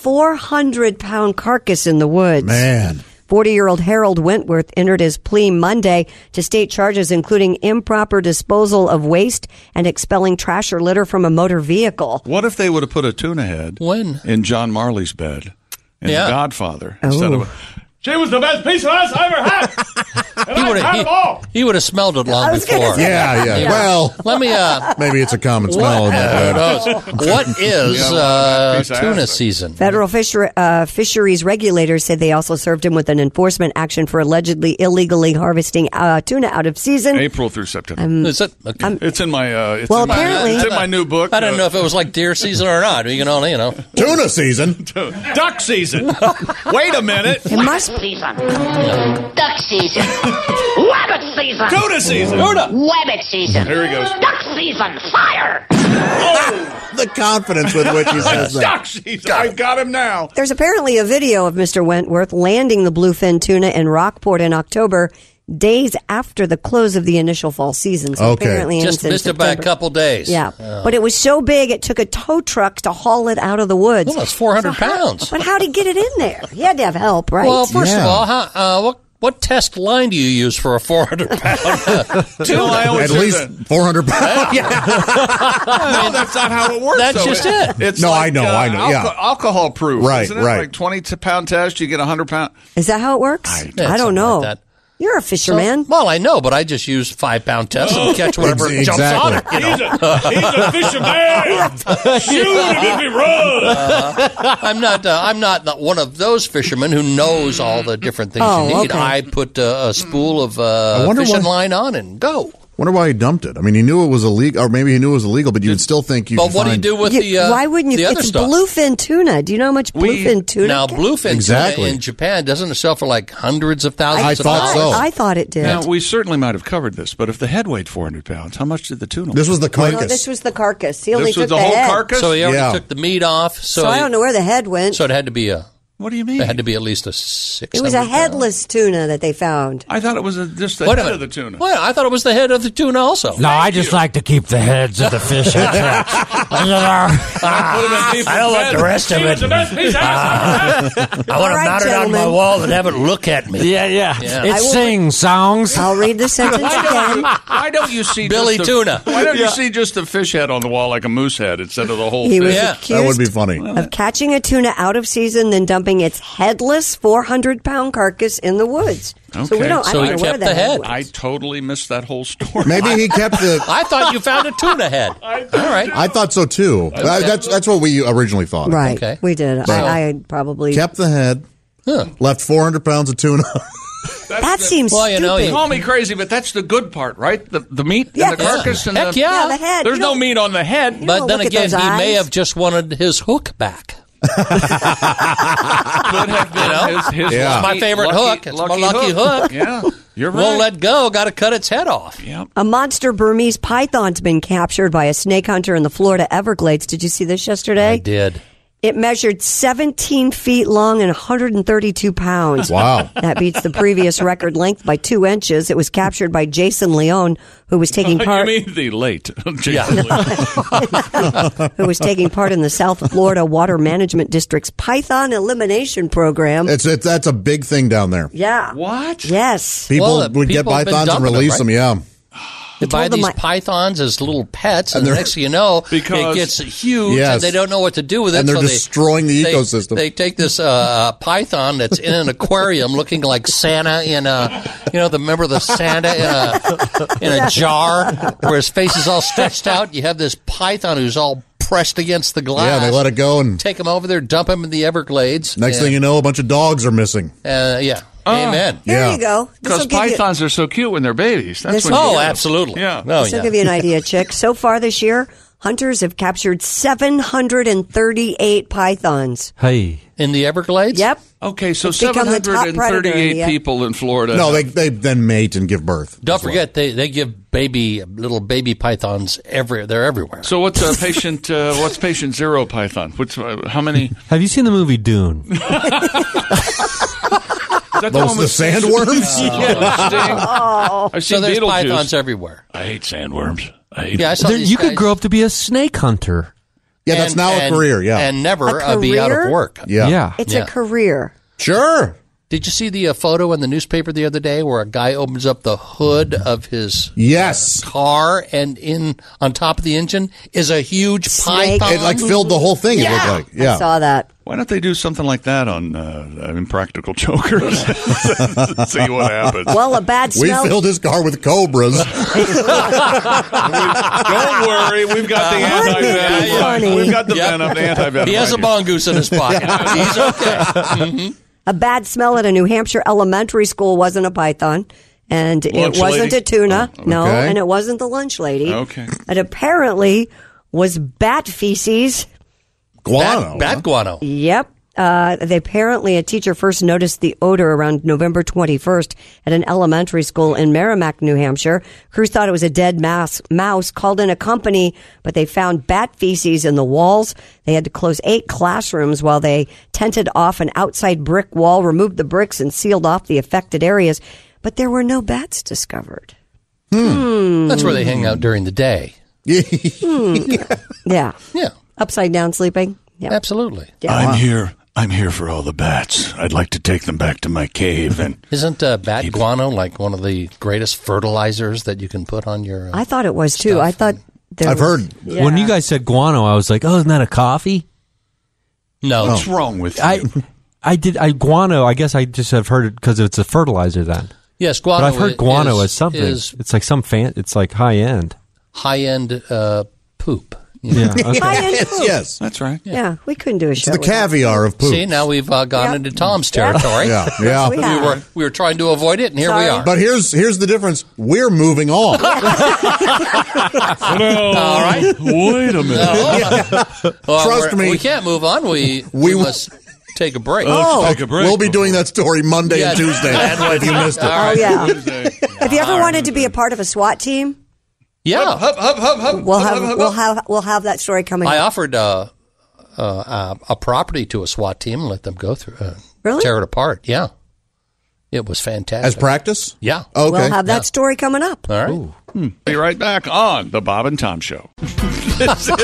[SPEAKER 7] 400 pound carcass in the woods.
[SPEAKER 9] Man.
[SPEAKER 7] 40 year old Harold Wentworth entered his plea Monday to state charges including improper disposal of waste and expelling trash or litter from a motor vehicle.
[SPEAKER 2] What if they would have put a tuna head
[SPEAKER 6] when
[SPEAKER 2] in John Marley's bed in
[SPEAKER 6] Yeah.
[SPEAKER 2] The Godfather instead
[SPEAKER 6] Oh.
[SPEAKER 2] of a,
[SPEAKER 4] She was the best piece of ice I ever had. and
[SPEAKER 6] He
[SPEAKER 4] I
[SPEAKER 6] would
[SPEAKER 4] had
[SPEAKER 6] have
[SPEAKER 4] it all.
[SPEAKER 6] he, he would have smelled it long
[SPEAKER 4] I was gonna
[SPEAKER 6] before.
[SPEAKER 4] say Yeah, that. yeah. Yeah. Well,
[SPEAKER 6] let me. Uh,
[SPEAKER 9] Maybe it's a common smell. in that
[SPEAKER 6] what,
[SPEAKER 9] bed.
[SPEAKER 6] who knows? what is
[SPEAKER 9] Yeah, well,
[SPEAKER 6] uh,
[SPEAKER 9] piece of
[SPEAKER 6] tuna
[SPEAKER 9] ass.
[SPEAKER 6] season?
[SPEAKER 7] Federal fisher, uh, fisheries regulators said they also served him with an enforcement action for allegedly illegally harvesting uh, tuna out of season.
[SPEAKER 2] April through September.
[SPEAKER 7] Mm. I'm-
[SPEAKER 6] Is it?
[SPEAKER 2] it's in my. Uh, it's
[SPEAKER 7] Well,
[SPEAKER 2] in my-
[SPEAKER 7] apparently-
[SPEAKER 2] it's in my new book. uh,
[SPEAKER 6] I don't know if it was like deer season or not. You can only you know
[SPEAKER 9] tuna season.
[SPEAKER 4] Duck season. Wait a minute.
[SPEAKER 7] It must
[SPEAKER 22] season. Duck season. Rabbit season.
[SPEAKER 4] Tuna season.
[SPEAKER 9] Tuna.
[SPEAKER 22] Rabbit season.
[SPEAKER 4] Here he goes.
[SPEAKER 22] Duck season. Fire.
[SPEAKER 9] the confidence with which he says that.
[SPEAKER 4] Duck season. I got him now.
[SPEAKER 7] There's apparently a video of Mr. Wentworth landing the bluefin tuna in Rockport in October, days after the close of the initial fall season. So apparently it
[SPEAKER 6] just
[SPEAKER 7] ends in
[SPEAKER 6] missed it by a
[SPEAKER 7] September.
[SPEAKER 6] couple days.
[SPEAKER 7] Yeah, but it was so big it took a tow truck to haul it out of the woods.
[SPEAKER 6] Well, that's 400
[SPEAKER 7] So how-
[SPEAKER 6] pounds.
[SPEAKER 7] But how'd he get it in there? He had to have help, right?
[SPEAKER 6] Well, first of all, how, uh, what what test line do you use for a 400 pound uh, tuna?
[SPEAKER 9] At least 400 pounds.
[SPEAKER 2] no, that's not how it works.
[SPEAKER 6] That's
[SPEAKER 2] though.
[SPEAKER 6] just it.
[SPEAKER 2] It's
[SPEAKER 9] No,
[SPEAKER 2] like,
[SPEAKER 9] I know,
[SPEAKER 2] uh,
[SPEAKER 9] I know, yeah.
[SPEAKER 2] alco- alcohol proof,
[SPEAKER 9] Right,
[SPEAKER 2] Isn't it?
[SPEAKER 9] right.
[SPEAKER 2] Like twenty t- pound test, you get hundred pound.
[SPEAKER 7] Is that how it works? I, don't know. You're a fisherman.
[SPEAKER 6] well, I know, but I just use five pound test and catch whatever
[SPEAKER 9] Oh. Ex-
[SPEAKER 6] jumps on it.
[SPEAKER 9] exactly.
[SPEAKER 6] You know?
[SPEAKER 4] He's a fisherman. Shoot him if he runs.
[SPEAKER 6] Uh, I'm not. Uh, I'm not the- one of those fishermen who knows all the different things
[SPEAKER 9] Oh,
[SPEAKER 6] you need.
[SPEAKER 9] okay.
[SPEAKER 6] I put uh, a spool of uh,
[SPEAKER 9] wonder
[SPEAKER 6] fishing
[SPEAKER 9] why-
[SPEAKER 6] line on and go.
[SPEAKER 9] Wonder why he dumped it. I mean, he knew it was illegal, or maybe he knew it was illegal, but you'd still think you.
[SPEAKER 6] But
[SPEAKER 9] could
[SPEAKER 6] what do you
[SPEAKER 9] find-
[SPEAKER 6] do with
[SPEAKER 7] You-
[SPEAKER 6] the? Uh,
[SPEAKER 7] why wouldn't you?
[SPEAKER 6] The other
[SPEAKER 7] it's
[SPEAKER 6] stuff.
[SPEAKER 7] bluefin tuna. Do you know how much bluefin tuna?
[SPEAKER 6] Now, bluefin
[SPEAKER 9] Exactly.
[SPEAKER 6] tuna in Japan doesn't it sell for like hundreds of thousands? of dollars?
[SPEAKER 7] I thought it did.
[SPEAKER 2] Now we certainly might have covered this, but if the head weighed four hundred pounds, how much did the tuna?
[SPEAKER 9] This was the
[SPEAKER 7] No, this was the carcass. He only
[SPEAKER 2] This
[SPEAKER 7] took
[SPEAKER 2] was the whole
[SPEAKER 7] head.
[SPEAKER 2] carcass?
[SPEAKER 6] So he already
[SPEAKER 2] Yeah.
[SPEAKER 6] took the meat off. So,
[SPEAKER 7] So I
[SPEAKER 6] he-
[SPEAKER 7] don't know where the head went.
[SPEAKER 6] So it had to be a.
[SPEAKER 2] What do you mean?
[SPEAKER 6] It had to be at least a six.
[SPEAKER 7] It was a headless tuna that they found.
[SPEAKER 2] I thought it was a, just the
[SPEAKER 6] Wait a
[SPEAKER 2] head
[SPEAKER 6] minute.
[SPEAKER 2] of the tuna.
[SPEAKER 6] Well, I thought it was the head of the tuna also.
[SPEAKER 23] No, I just like to keep the heads of the fish I catch. I don't know.
[SPEAKER 6] Ah,
[SPEAKER 23] I don't like the rest of it. I
[SPEAKER 7] All
[SPEAKER 23] want
[SPEAKER 7] right,
[SPEAKER 23] to mount it on my
[SPEAKER 7] gentlemen.
[SPEAKER 23] wall and have it look at me. Yeah, yeah.
[SPEAKER 6] Yeah.
[SPEAKER 23] It
[SPEAKER 6] I will-
[SPEAKER 23] sings songs.
[SPEAKER 7] I'll read the sentence again.
[SPEAKER 2] Why don't you see
[SPEAKER 6] Billy
[SPEAKER 2] just a-
[SPEAKER 6] Tuna.
[SPEAKER 2] Why don't you
[SPEAKER 6] Yeah.
[SPEAKER 2] see just a fish head on the wall like a moose head instead of the whole
[SPEAKER 7] He
[SPEAKER 2] thing?
[SPEAKER 7] was accused
[SPEAKER 9] That would be funny.
[SPEAKER 7] of catching a tuna out of season, then dumping its headless 400 pound carcass in the woods. So we don't, I don't know where that went.
[SPEAKER 2] I totally missed that whole story.
[SPEAKER 9] Maybe he kept the.
[SPEAKER 6] I thought you found a tuna head. All right.
[SPEAKER 9] I thought so too. Uh, that's that's what we originally thought. I
[SPEAKER 7] Right.
[SPEAKER 9] think.
[SPEAKER 7] We did.
[SPEAKER 9] So-
[SPEAKER 7] I, I probably.
[SPEAKER 9] Kept the head. Left 400 pounds of tuna.
[SPEAKER 7] That seems
[SPEAKER 6] Well, you know,
[SPEAKER 7] stupid.
[SPEAKER 6] you-
[SPEAKER 2] Call me crazy, but that's the good part, right? The the meat
[SPEAKER 7] Yeah,
[SPEAKER 2] and the carcass and
[SPEAKER 6] Heck
[SPEAKER 2] the
[SPEAKER 6] yeah.
[SPEAKER 7] Yeah, the head.
[SPEAKER 2] There's
[SPEAKER 7] You
[SPEAKER 2] no
[SPEAKER 7] don't-
[SPEAKER 2] meat on the head.
[SPEAKER 6] But
[SPEAKER 7] don't
[SPEAKER 6] then
[SPEAKER 7] look at
[SPEAKER 6] again, he
[SPEAKER 7] those
[SPEAKER 6] may
[SPEAKER 7] eyes.
[SPEAKER 6] have just wanted his hook back.
[SPEAKER 2] Could have been his, his
[SPEAKER 9] Yeah.
[SPEAKER 2] lucky-
[SPEAKER 6] My favorite
[SPEAKER 2] lucky-
[SPEAKER 6] hook. It's
[SPEAKER 2] lucky
[SPEAKER 6] my lucky hook.
[SPEAKER 2] Yeah, you're right.
[SPEAKER 6] Won't let go. Got to cut its head off.
[SPEAKER 7] A monster Burmese python's been captured by a snake hunter in the Florida Everglades. Did you see this yesterday?
[SPEAKER 6] I did.
[SPEAKER 7] It measured 17 feet long and 132 pounds.
[SPEAKER 9] Wow.
[SPEAKER 7] That beats the previous record length by two inches. It was captured by Jason Leone, who was taking
[SPEAKER 2] you
[SPEAKER 7] part
[SPEAKER 2] mean the late? Jason
[SPEAKER 6] Yeah.
[SPEAKER 2] Lee.
[SPEAKER 7] who was taking part in the South Florida Water Management District's Python Elimination Program.
[SPEAKER 9] it's, it's That's a big thing down there.
[SPEAKER 7] yeah.
[SPEAKER 2] What?
[SPEAKER 7] Yes.
[SPEAKER 9] People
[SPEAKER 6] Well, the
[SPEAKER 9] would get
[SPEAKER 6] people have been
[SPEAKER 9] pythons and
[SPEAKER 6] dumping them,
[SPEAKER 9] release
[SPEAKER 6] right?
[SPEAKER 9] them, yeah.
[SPEAKER 6] They buy
[SPEAKER 7] told them
[SPEAKER 6] these
[SPEAKER 7] I-
[SPEAKER 6] pythons as little pets, and,
[SPEAKER 9] And
[SPEAKER 6] the
[SPEAKER 9] they're-
[SPEAKER 6] next thing you know, it
[SPEAKER 2] Because-
[SPEAKER 6] gets huge,
[SPEAKER 9] Yes.
[SPEAKER 6] and they don't know what to do with it.
[SPEAKER 9] And they're
[SPEAKER 6] so
[SPEAKER 9] destroying
[SPEAKER 6] they,
[SPEAKER 9] the
[SPEAKER 6] they-
[SPEAKER 9] ecosystem.
[SPEAKER 6] They take this uh, python that's in an aquarium, looking like Santa in a, you know, the member of the Santa in a, in a jar, where his face is all stretched out. You have this python who's all pressed against the glass.
[SPEAKER 9] Yeah, they let it go, and
[SPEAKER 6] Take him over there, dump him in the Everglades.
[SPEAKER 9] next
[SPEAKER 6] and,
[SPEAKER 9] thing you know, a bunch of dogs are missing.
[SPEAKER 6] uh, yeah,
[SPEAKER 2] Oh.
[SPEAKER 6] amen.
[SPEAKER 7] There
[SPEAKER 9] yeah.
[SPEAKER 7] you go. This'll
[SPEAKER 2] Because
[SPEAKER 7] give you-
[SPEAKER 2] pythons are so cute when they're babies. That's
[SPEAKER 7] This
[SPEAKER 2] when
[SPEAKER 7] will
[SPEAKER 2] you
[SPEAKER 6] Oh,
[SPEAKER 2] get 'em.
[SPEAKER 6] absolutely.
[SPEAKER 2] Yeah.
[SPEAKER 6] No,
[SPEAKER 7] This will
[SPEAKER 6] yeah.
[SPEAKER 7] give you an idea, chick. So far this year, hunters have captured 738 pythons.
[SPEAKER 10] Hey.
[SPEAKER 6] In the Everglades?
[SPEAKER 7] Yep.
[SPEAKER 2] Okay, so
[SPEAKER 7] It's become the top predator in
[SPEAKER 2] 738
[SPEAKER 7] the-
[SPEAKER 2] people in Florida.
[SPEAKER 9] No, they they then mate and give birth.
[SPEAKER 6] Don't forget they, they give baby little baby pythons every they're everywhere.
[SPEAKER 2] So what's uh, patient? Uh, what's patient zero python? What's uh, how many? Is
[SPEAKER 10] Have you seen the movie Dune?
[SPEAKER 2] that
[SPEAKER 10] Those
[SPEAKER 2] one
[SPEAKER 10] the
[SPEAKER 2] with-
[SPEAKER 10] sandworms?
[SPEAKER 2] Yeah, Sting.
[SPEAKER 6] Oh.
[SPEAKER 2] I've
[SPEAKER 6] So
[SPEAKER 2] seen
[SPEAKER 6] there's
[SPEAKER 2] Beetlejuice.
[SPEAKER 6] pythons everywhere.
[SPEAKER 2] I hate sandworms. I hate.
[SPEAKER 6] Yeah, I saw
[SPEAKER 10] There-
[SPEAKER 6] these
[SPEAKER 10] you
[SPEAKER 6] guys-
[SPEAKER 10] could grow up to be a snake hunter.
[SPEAKER 9] Yeah, that's
[SPEAKER 6] And-
[SPEAKER 9] now
[SPEAKER 6] and-
[SPEAKER 9] a career. Yeah,
[SPEAKER 6] and never uh, be out of work.
[SPEAKER 9] Yeah,
[SPEAKER 10] yeah.
[SPEAKER 7] It's
[SPEAKER 6] Yeah.
[SPEAKER 7] a career.
[SPEAKER 9] Sure.
[SPEAKER 6] Did you see the uh, photo in the newspaper the other day where a guy opens up the hood of his
[SPEAKER 9] yes
[SPEAKER 6] car and in on top of the engine is a huge python?
[SPEAKER 9] It like filled the whole thing. It looked like yeah.
[SPEAKER 7] that.
[SPEAKER 2] Why don't they do something like that on uh, Impractical Jokers? See what happens.
[SPEAKER 7] Well, Oh, a bad
[SPEAKER 9] We
[SPEAKER 7] smell-
[SPEAKER 9] filled his car with cobras.
[SPEAKER 2] Don't worry, we've got the
[SPEAKER 6] Uh-huh.
[SPEAKER 2] anti venom.
[SPEAKER 6] Yeah, yeah.
[SPEAKER 2] We've got the
[SPEAKER 6] Yep.
[SPEAKER 2] venom, the anti venom.
[SPEAKER 6] He has a mongoose in his pocket. He's okay. Mhm.
[SPEAKER 7] A bad smell at a New Hampshire elementary school wasn't a python, and
[SPEAKER 6] Lunch
[SPEAKER 7] it wasn't
[SPEAKER 6] lady?
[SPEAKER 7] a tuna.
[SPEAKER 6] Oh,
[SPEAKER 7] No,
[SPEAKER 6] okay.
[SPEAKER 7] and it wasn't the lunch lady.
[SPEAKER 6] Okay.
[SPEAKER 7] It apparently was bat feces.
[SPEAKER 6] Guano, Bat- bat huh? guano.
[SPEAKER 7] Yep. Uh, they apparently a teacher first noticed the odor around November 21st at an elementary school in Merrimack, New Hampshire. Crews thought it was a dead mouse. Mouse called in a company, but they found bat feces in the walls. They had to close eight classrooms while they tented off an outside brick wall, removed the bricks, and sealed off the affected areas. But there were no bats discovered.
[SPEAKER 9] Hmm.
[SPEAKER 6] That's where they hang out during the day.
[SPEAKER 7] Yeah.
[SPEAKER 6] Yeah.
[SPEAKER 7] Upside down sleeping. Yeah.
[SPEAKER 6] Absolutely.
[SPEAKER 2] I'm here. I'm here for all the bats. I'd like to take them back to my cave and.
[SPEAKER 6] Isn't uh, bat guano like one of the greatest fertilizers that you can put on your? Uh,
[SPEAKER 7] I thought it was too. I thought there was- Yeah.
[SPEAKER 10] When you guys said guano, I was like, "Oh, isn't that a coffee?"
[SPEAKER 6] No. Oh.
[SPEAKER 10] What's
[SPEAKER 2] wrong with you?
[SPEAKER 10] I, I did. I guano. I guess I just have heard it because it's a fertilizer. Then
[SPEAKER 6] yes, guano.
[SPEAKER 10] But I've heard
[SPEAKER 6] i-
[SPEAKER 10] guano
[SPEAKER 6] is,
[SPEAKER 10] as something.
[SPEAKER 6] is
[SPEAKER 10] it's like some fan. It's like high end.
[SPEAKER 6] high-end uh, poop. you
[SPEAKER 10] Yeah,
[SPEAKER 6] know?
[SPEAKER 10] okay.
[SPEAKER 7] High-end Yes, poop. yes.
[SPEAKER 2] That's right.
[SPEAKER 7] Yeah. we couldn't do a show.
[SPEAKER 9] the
[SPEAKER 7] without it.
[SPEAKER 9] caviar of poop.
[SPEAKER 6] See, now we've uh, gone
[SPEAKER 7] Yeah.
[SPEAKER 6] into Tom's
[SPEAKER 7] Yeah.
[SPEAKER 6] territory.
[SPEAKER 9] Yeah, yeah.
[SPEAKER 7] We
[SPEAKER 6] We,
[SPEAKER 7] have.
[SPEAKER 6] were we were trying to avoid it, and here we are.
[SPEAKER 9] But here's here's the difference. We're moving on.
[SPEAKER 6] All right.
[SPEAKER 2] Wait a
[SPEAKER 6] Well,
[SPEAKER 9] Trust
[SPEAKER 6] we're-
[SPEAKER 9] me.
[SPEAKER 6] We can't move on. We we, must take a break.
[SPEAKER 9] Oh. We'll be doing that story Monday
[SPEAKER 6] Oh. Yeah.
[SPEAKER 9] and Tuesday.
[SPEAKER 6] And
[SPEAKER 9] if you missed it.
[SPEAKER 6] All right.
[SPEAKER 7] Oh, yeah. Have you ever wanted to be a part of a SWAT team?
[SPEAKER 6] Yeah.
[SPEAKER 7] We'll have we'll have we'll have that story coming.
[SPEAKER 6] I
[SPEAKER 7] up.
[SPEAKER 6] offered uh, uh, uh, a property to a SWAT team and let them go through. Uh,
[SPEAKER 7] Really?
[SPEAKER 6] Tear it apart. Yeah. It was fantastic.
[SPEAKER 9] As practice?
[SPEAKER 6] Yeah.
[SPEAKER 7] We'll have that story coming up.
[SPEAKER 6] All right. Hmm.
[SPEAKER 2] Be right back on the Bob and Tom Show. this is the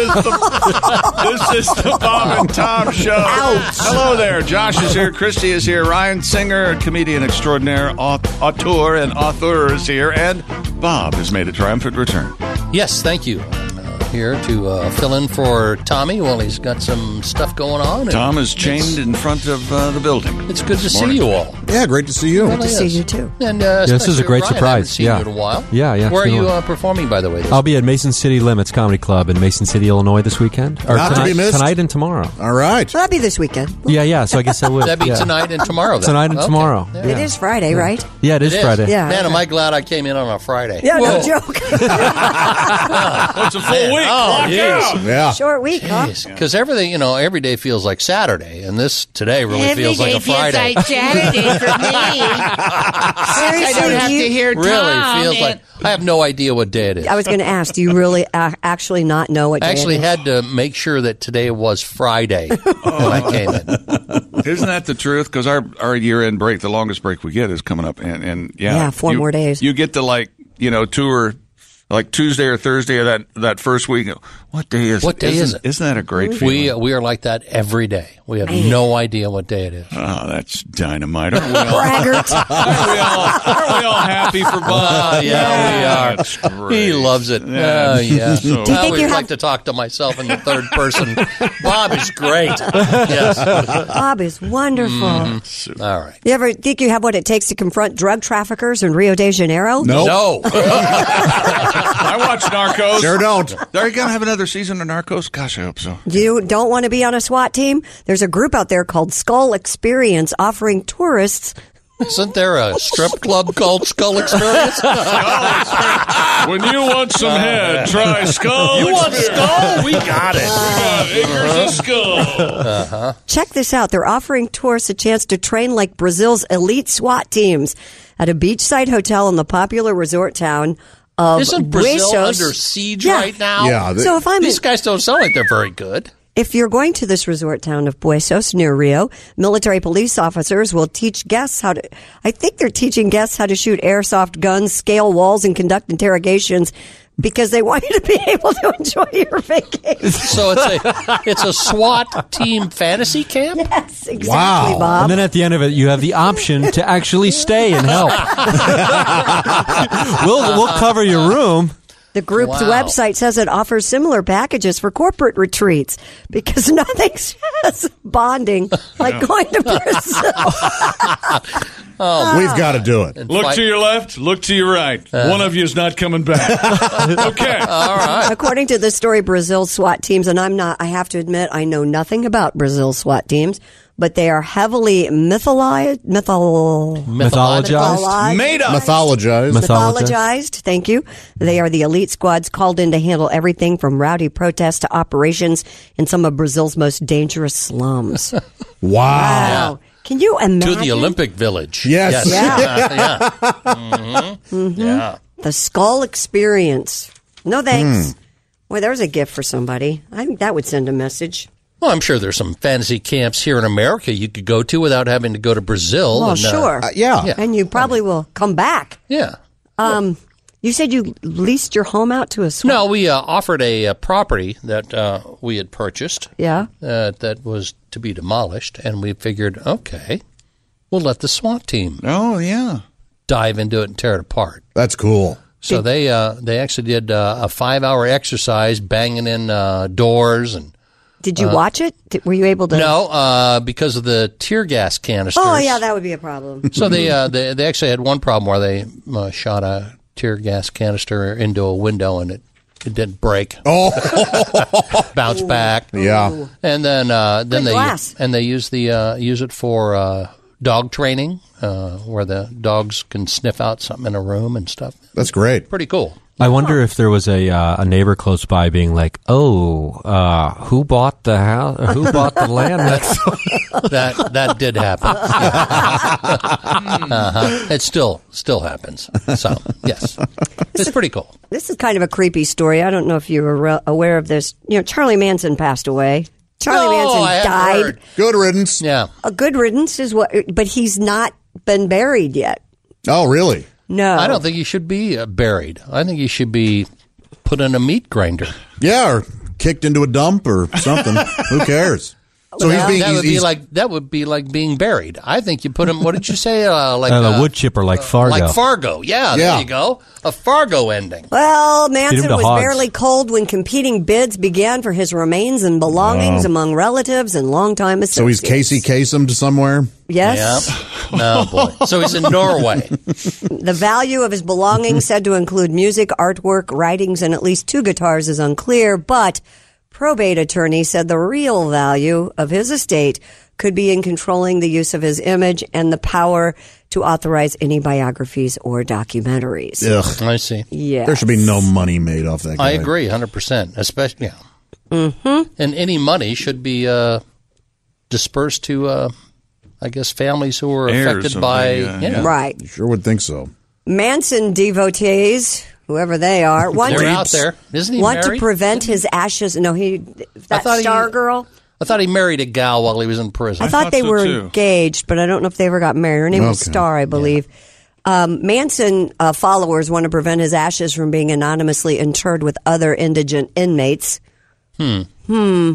[SPEAKER 2] this is the Bob and Tom Show. Hello there. Josh is here. Christy is here. Ryan Singer, comedian extraordinaire, au- auteur, and author is here. And Bob has made a triumphant return.
[SPEAKER 6] Yes, thank you. I'm uh, here to uh, fill in for Tommy while he's got some stuff going on. and
[SPEAKER 2] Tom is chained in front of uh, the building.
[SPEAKER 6] It's good to
[SPEAKER 2] This
[SPEAKER 6] see
[SPEAKER 2] morning.
[SPEAKER 6] you all.
[SPEAKER 9] Yeah, great to see you.
[SPEAKER 6] Really is.
[SPEAKER 7] too.
[SPEAKER 6] And uh,
[SPEAKER 10] Yeah, this is a
[SPEAKER 6] especially
[SPEAKER 10] great
[SPEAKER 6] Ryan. I
[SPEAKER 10] surprise.
[SPEAKER 6] haven't seen
[SPEAKER 10] Yeah.
[SPEAKER 6] you in a while.
[SPEAKER 10] Yeah, yeah, it's
[SPEAKER 6] Where are
[SPEAKER 10] been a
[SPEAKER 6] you
[SPEAKER 10] while.
[SPEAKER 6] uh, performing, by the way?
[SPEAKER 10] I'll be at Mason City Limits Comedy Club in Mason City, Illinois this weekend. Or
[SPEAKER 6] Not to
[SPEAKER 10] tonight,
[SPEAKER 6] be missed.
[SPEAKER 10] tonight and tomorrow.
[SPEAKER 9] All right.
[SPEAKER 7] Well, that'd be this weekend.
[SPEAKER 10] Yeah, yeah. So I guess I would.
[SPEAKER 6] That'd be
[SPEAKER 10] yeah.
[SPEAKER 6] tonight and tomorrow. Then.
[SPEAKER 10] Tonight and
[SPEAKER 6] Okay.
[SPEAKER 10] tomorrow.
[SPEAKER 6] There
[SPEAKER 7] It is Friday, right?
[SPEAKER 10] Yeah, it is Friday.
[SPEAKER 7] Yeah.
[SPEAKER 6] Man, am I glad I came in on a Friday.
[SPEAKER 7] Yeah, no
[SPEAKER 6] Whoa.
[SPEAKER 7] joke.
[SPEAKER 6] it's a full week. Oh, jeez.
[SPEAKER 9] Yeah.
[SPEAKER 7] Short week, huh?
[SPEAKER 6] Because everything, you know, every day feels like Saturday, and this today really
[SPEAKER 22] Every
[SPEAKER 6] feels like
[SPEAKER 22] day
[SPEAKER 6] a Friday.
[SPEAKER 22] feels like Saturday for me. Since I
[SPEAKER 7] Seriously,
[SPEAKER 22] don't have
[SPEAKER 7] you-
[SPEAKER 22] to hear Tom.
[SPEAKER 6] really feels
[SPEAKER 22] and-
[SPEAKER 6] like I have no idea what day it is.
[SPEAKER 7] I was going to ask. Do you really uh, actually not know what?
[SPEAKER 6] I
[SPEAKER 7] day it
[SPEAKER 6] actually
[SPEAKER 7] is?
[SPEAKER 6] had to make sure that today was Friday when I came in.
[SPEAKER 2] Isn't that the truth? Because our, our year end break, the longest break we get, is coming up, and and yeah,
[SPEAKER 7] Yeah, four
[SPEAKER 2] you-
[SPEAKER 7] more days.
[SPEAKER 2] You get to like you know tour. Like Tuesday or Thursday of that, that first week. What day is
[SPEAKER 6] What day
[SPEAKER 2] isn't,
[SPEAKER 6] is it?
[SPEAKER 2] Isn't that a great feeling?
[SPEAKER 6] We we are like that every day. We have no idea what day it is.
[SPEAKER 2] Oh, that's dynamite. Aren't we all,
[SPEAKER 7] Braggart.
[SPEAKER 2] aren't we all, aren't we all happy for Bob?
[SPEAKER 6] uh, yeah, we are. He loves it. Yeah. Oh, yeah.
[SPEAKER 2] So- Do you
[SPEAKER 6] I
[SPEAKER 2] think
[SPEAKER 6] always
[SPEAKER 2] you
[SPEAKER 6] like to talk to myself in the third person. Bob is great. Yes. Mm-hmm.
[SPEAKER 7] Bob is wonderful.
[SPEAKER 6] All right.
[SPEAKER 7] You ever think you have what it takes to confront drug traffickers in Rio de Janeiro?
[SPEAKER 6] No.
[SPEAKER 2] I watch Narcos.
[SPEAKER 9] Sure don't.
[SPEAKER 2] Are you going to have another season of Narcos? Gosh, I hope so.
[SPEAKER 7] You don't want to be on a SWAT team? There's a group out there called Skull Experience offering tourists
[SPEAKER 6] Isn't there a strip club called Skull Experience?
[SPEAKER 4] When you want some head, try skull.
[SPEAKER 6] You want
[SPEAKER 4] Experience.
[SPEAKER 6] skull? We got it.
[SPEAKER 4] We got acres of skull.
[SPEAKER 6] Uh-huh.
[SPEAKER 7] Check this out. They're offering tourists a chance to train like Brazil's elite SWAT teams at a beachside hotel in the popular resort town of
[SPEAKER 6] Isn't Brazil
[SPEAKER 7] Buenos-
[SPEAKER 6] under siege
[SPEAKER 7] Yeah.
[SPEAKER 6] right now?
[SPEAKER 7] so if I'm
[SPEAKER 6] these guys don't sound like they're very good.
[SPEAKER 7] If you're going to this resort town of Buesos near Rio, military police officers will teach guests how to, I think they're teaching guests how to shoot airsoft guns, scale walls, and conduct interrogations because they want you to be able to enjoy your vacation.
[SPEAKER 6] So it's a it's a SWAT team fantasy camp.
[SPEAKER 7] Yes, exactly,
[SPEAKER 10] And
[SPEAKER 7] Bob.
[SPEAKER 10] then at the end of it, you have the option to actually stay and help. we'll we'll cover your room.
[SPEAKER 7] The group's
[SPEAKER 10] Wow.
[SPEAKER 7] website says it offers similar packages for corporate retreats because nothing says bonding like going to Brazil.
[SPEAKER 4] Oh,
[SPEAKER 2] Oh,
[SPEAKER 9] Oh, We've got to do it.
[SPEAKER 4] Look to your left. Look to your right.
[SPEAKER 6] Uh.
[SPEAKER 4] One of you is not coming back. okay. All
[SPEAKER 7] According to the story, Brazil's SWAT teams, and I'm not, I have to admit, I know nothing about Brazil's SWAT teams, but they are heavily mytholized, mythol, mythologized,
[SPEAKER 9] Mythologized.
[SPEAKER 7] Mythologized. Thank you. They are the elite squads called in to handle everything from rowdy protests to operations in some of Brazil's most dangerous slums. Wow.
[SPEAKER 9] Wow.
[SPEAKER 7] Can you imagine?
[SPEAKER 6] To the Olympic Village.
[SPEAKER 9] Yes.
[SPEAKER 6] Yeah.
[SPEAKER 7] Yeah.
[SPEAKER 6] yeah. Mhm.
[SPEAKER 7] Mhm.
[SPEAKER 6] Yeah. Hmm.
[SPEAKER 7] The skull experience. No thanks. Boy, there's a gift for somebody. I think that would send a message.
[SPEAKER 6] Well, I'm sure there's some fantasy camps here in America you could go to without having to go to Brazil.
[SPEAKER 7] Well,
[SPEAKER 6] and, uh,
[SPEAKER 7] sure. And you probably will come back.
[SPEAKER 6] Yeah.
[SPEAKER 7] Um, you said you leased your home out to a swap.
[SPEAKER 6] No, we uh, offered a, uh property that uh, we had purchased.
[SPEAKER 7] Yeah.
[SPEAKER 6] Uh, that was to be demolished, and we figured, okay, we'll let the SWAT team.
[SPEAKER 2] Oh yeah.
[SPEAKER 6] Dive into it and tear it apart.
[SPEAKER 9] That's cool.
[SPEAKER 6] So they uh, they actually did uh, a five hour exercise, banging in uh, doors and.
[SPEAKER 7] Did you
[SPEAKER 6] uh,
[SPEAKER 7] watch it? Did, were you able to?
[SPEAKER 6] No, uh, because of the tear gas canisters.
[SPEAKER 7] Oh, yeah, that would be a problem.
[SPEAKER 6] So they, uh, they they actually had one problem where they uh, shot a tear gas canister into a window and it it didn't break.
[SPEAKER 9] Oh,
[SPEAKER 6] bounced back.
[SPEAKER 9] Yeah.
[SPEAKER 6] and then uh, then
[SPEAKER 9] Good
[SPEAKER 6] they
[SPEAKER 9] glass.
[SPEAKER 6] and they use the uh, use it for uh, dog training uh, where the dogs can sniff out something in a room and stuff.
[SPEAKER 9] That's great.
[SPEAKER 6] Pretty cool.
[SPEAKER 10] I wonder if there was a uh, a neighbor close by being like, "Oh, uh, who bought the house? Or who bought the land next?" door?"
[SPEAKER 6] that that did happen. uh-huh. It still still happens. So yes, it's pretty cool.
[SPEAKER 7] This is kind of a creepy story. I don't know if you were re- aware of this. You know, Charlie Manson passed away. Charlie
[SPEAKER 6] No,
[SPEAKER 7] Manson
[SPEAKER 6] I haven't
[SPEAKER 7] died.
[SPEAKER 6] heard.
[SPEAKER 9] Good riddance.
[SPEAKER 6] Yeah.
[SPEAKER 7] A good riddance is what, but he's not been buried yet.
[SPEAKER 9] Oh, really?
[SPEAKER 7] No.
[SPEAKER 6] I don't think you should be uh, buried. I think you should be put in a meat grinder.
[SPEAKER 9] Yeah, or kicked into a dump or something. Who cares? So he's
[SPEAKER 6] That-
[SPEAKER 9] being
[SPEAKER 6] that
[SPEAKER 9] he's,
[SPEAKER 6] would be
[SPEAKER 9] he's-
[SPEAKER 6] like that would be like being buried. I think you put him. What did you say? Uh, like
[SPEAKER 10] Like a
[SPEAKER 6] uh,
[SPEAKER 10] wood chipper, like Fargo.
[SPEAKER 6] Like Fargo. Yeah,
[SPEAKER 10] Yeah.
[SPEAKER 6] There you go. A Fargo ending.
[SPEAKER 7] Well,
[SPEAKER 10] Beat him
[SPEAKER 7] Manson
[SPEAKER 10] to
[SPEAKER 7] was
[SPEAKER 10] hogs.
[SPEAKER 7] barely cold when competing bids began for his remains and belongings
[SPEAKER 9] Wow.
[SPEAKER 7] among relatives and longtime associates.
[SPEAKER 9] so he's Casey Kasem to somewhere.
[SPEAKER 7] Yes.
[SPEAKER 6] Oh boy. So he's in Norway.
[SPEAKER 7] The value of his belongings, said to include music, artwork, writings, and at least two guitars, is unclear, but probate attorney said the real value of his estate could be in controlling the use of his image and the power to authorize any biographies or documentaries.
[SPEAKER 9] Ugh.
[SPEAKER 6] I see.
[SPEAKER 7] Yes.
[SPEAKER 9] There should be no money made off that. Guy.
[SPEAKER 6] I agree, hundred percent. Especially, yeah.
[SPEAKER 7] Mm-hmm.
[SPEAKER 6] And any money should be uh, dispersed to, uh, I guess, families who are
[SPEAKER 9] Heirs
[SPEAKER 6] affected
[SPEAKER 9] of
[SPEAKER 6] by.
[SPEAKER 9] the, uh,
[SPEAKER 6] yeah.
[SPEAKER 9] yeah.
[SPEAKER 7] Right.
[SPEAKER 9] Sure would think so.
[SPEAKER 7] Manson devotees, whoever they are, want,
[SPEAKER 6] They're
[SPEAKER 7] to,
[SPEAKER 6] out there. Isn't he
[SPEAKER 7] want to
[SPEAKER 6] married?
[SPEAKER 7] prevent his ashes. No, he that
[SPEAKER 6] thought he-
[SPEAKER 7] star girl.
[SPEAKER 6] I thought he married a gal while he was in prison.
[SPEAKER 7] I, thought, they were engaged, but I don't know if they ever got married. Her name was
[SPEAKER 6] Okay.
[SPEAKER 7] Star, I believe. Um, Manson uh, followers want to prevent his ashes from being anonymously interred with other indigent inmates.
[SPEAKER 6] Hmm.
[SPEAKER 7] Hmm.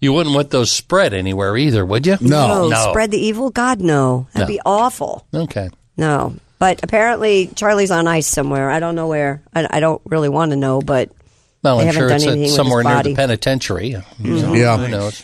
[SPEAKER 6] You wouldn't want those spread anywhere either, would you? no.
[SPEAKER 7] Spread the evil? God, no. That'd
[SPEAKER 6] No.
[SPEAKER 7] be awful.
[SPEAKER 6] Okay.
[SPEAKER 7] No. But apparently, Charlie's on ice somewhere. I don't know where. I, I don't really want to know, but
[SPEAKER 6] Well,
[SPEAKER 7] they
[SPEAKER 6] I'm
[SPEAKER 7] haven't
[SPEAKER 6] sure
[SPEAKER 7] done
[SPEAKER 6] it's at-
[SPEAKER 7] anything with his
[SPEAKER 6] somewhere near
[SPEAKER 7] body. Mm-hmm.
[SPEAKER 6] the penitentiary.
[SPEAKER 9] Mhm. Yeah.
[SPEAKER 6] Who knows?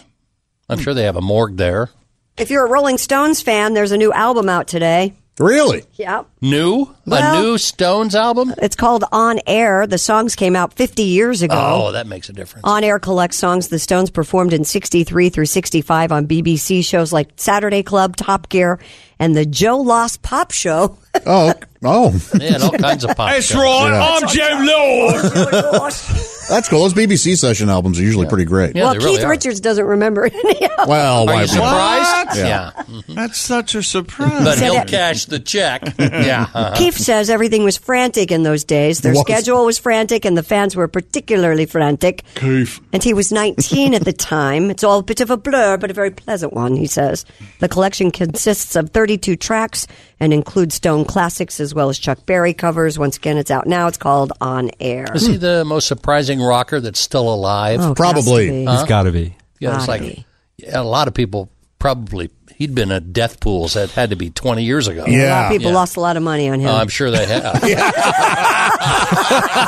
[SPEAKER 6] I'm sure they have a morgue there.
[SPEAKER 7] If you're a Rolling Stones fan, there's a new album out today.
[SPEAKER 9] Really?
[SPEAKER 7] Yep.
[SPEAKER 6] New?
[SPEAKER 7] Well-
[SPEAKER 6] a new Stones album?
[SPEAKER 7] It's called On Air. The songs came out 50 years ago.
[SPEAKER 6] Oh, that makes a difference.
[SPEAKER 7] On Air collects songs the Stones performed in 63 through 65 on BBC shows like Saturday Club, Top Gear, and the Joe Loss Pop Show.
[SPEAKER 9] Oh, oh.
[SPEAKER 6] They had all kinds of pop.
[SPEAKER 9] That's right.
[SPEAKER 7] Yeah.
[SPEAKER 9] I'm
[SPEAKER 6] Jim
[SPEAKER 9] That's cool. Those BBC session albums are usually pretty great.
[SPEAKER 7] well, Keith Richards doesn't remember any of them.
[SPEAKER 9] Well, why would-
[SPEAKER 6] surprised?
[SPEAKER 9] Yeah.
[SPEAKER 6] Yeah.
[SPEAKER 2] That's such a surprise.
[SPEAKER 6] But he'll
[SPEAKER 7] that-
[SPEAKER 6] cash the check. yeah. uh-huh.
[SPEAKER 7] Keith says everything was frantic in those days. Their
[SPEAKER 6] Was.
[SPEAKER 7] schedule was frantic, and the fans were particularly frantic.
[SPEAKER 2] Keith.
[SPEAKER 7] And he was 19 at the time. It's all a bit of a blur, but a very pleasant one, he says. The collection consists of 32 tracks and includes Stone classics as well as Chuck Berry covers. Once again, it's out now. It's called On Air.
[SPEAKER 6] Is he the most surprising rocker that's still alive?
[SPEAKER 7] Oh, Probably. has to be.
[SPEAKER 6] Huh?
[SPEAKER 7] He's gotta
[SPEAKER 10] be.
[SPEAKER 6] Yeah, it's
[SPEAKER 7] Gotta
[SPEAKER 6] like
[SPEAKER 7] be.
[SPEAKER 6] yeah, a lot of people probably. He'd been at Death Pools. That had to be 20 years ago.
[SPEAKER 7] A lot of people
[SPEAKER 6] Yeah.
[SPEAKER 7] lost a lot of money on him.
[SPEAKER 6] Oh, I'm sure they have.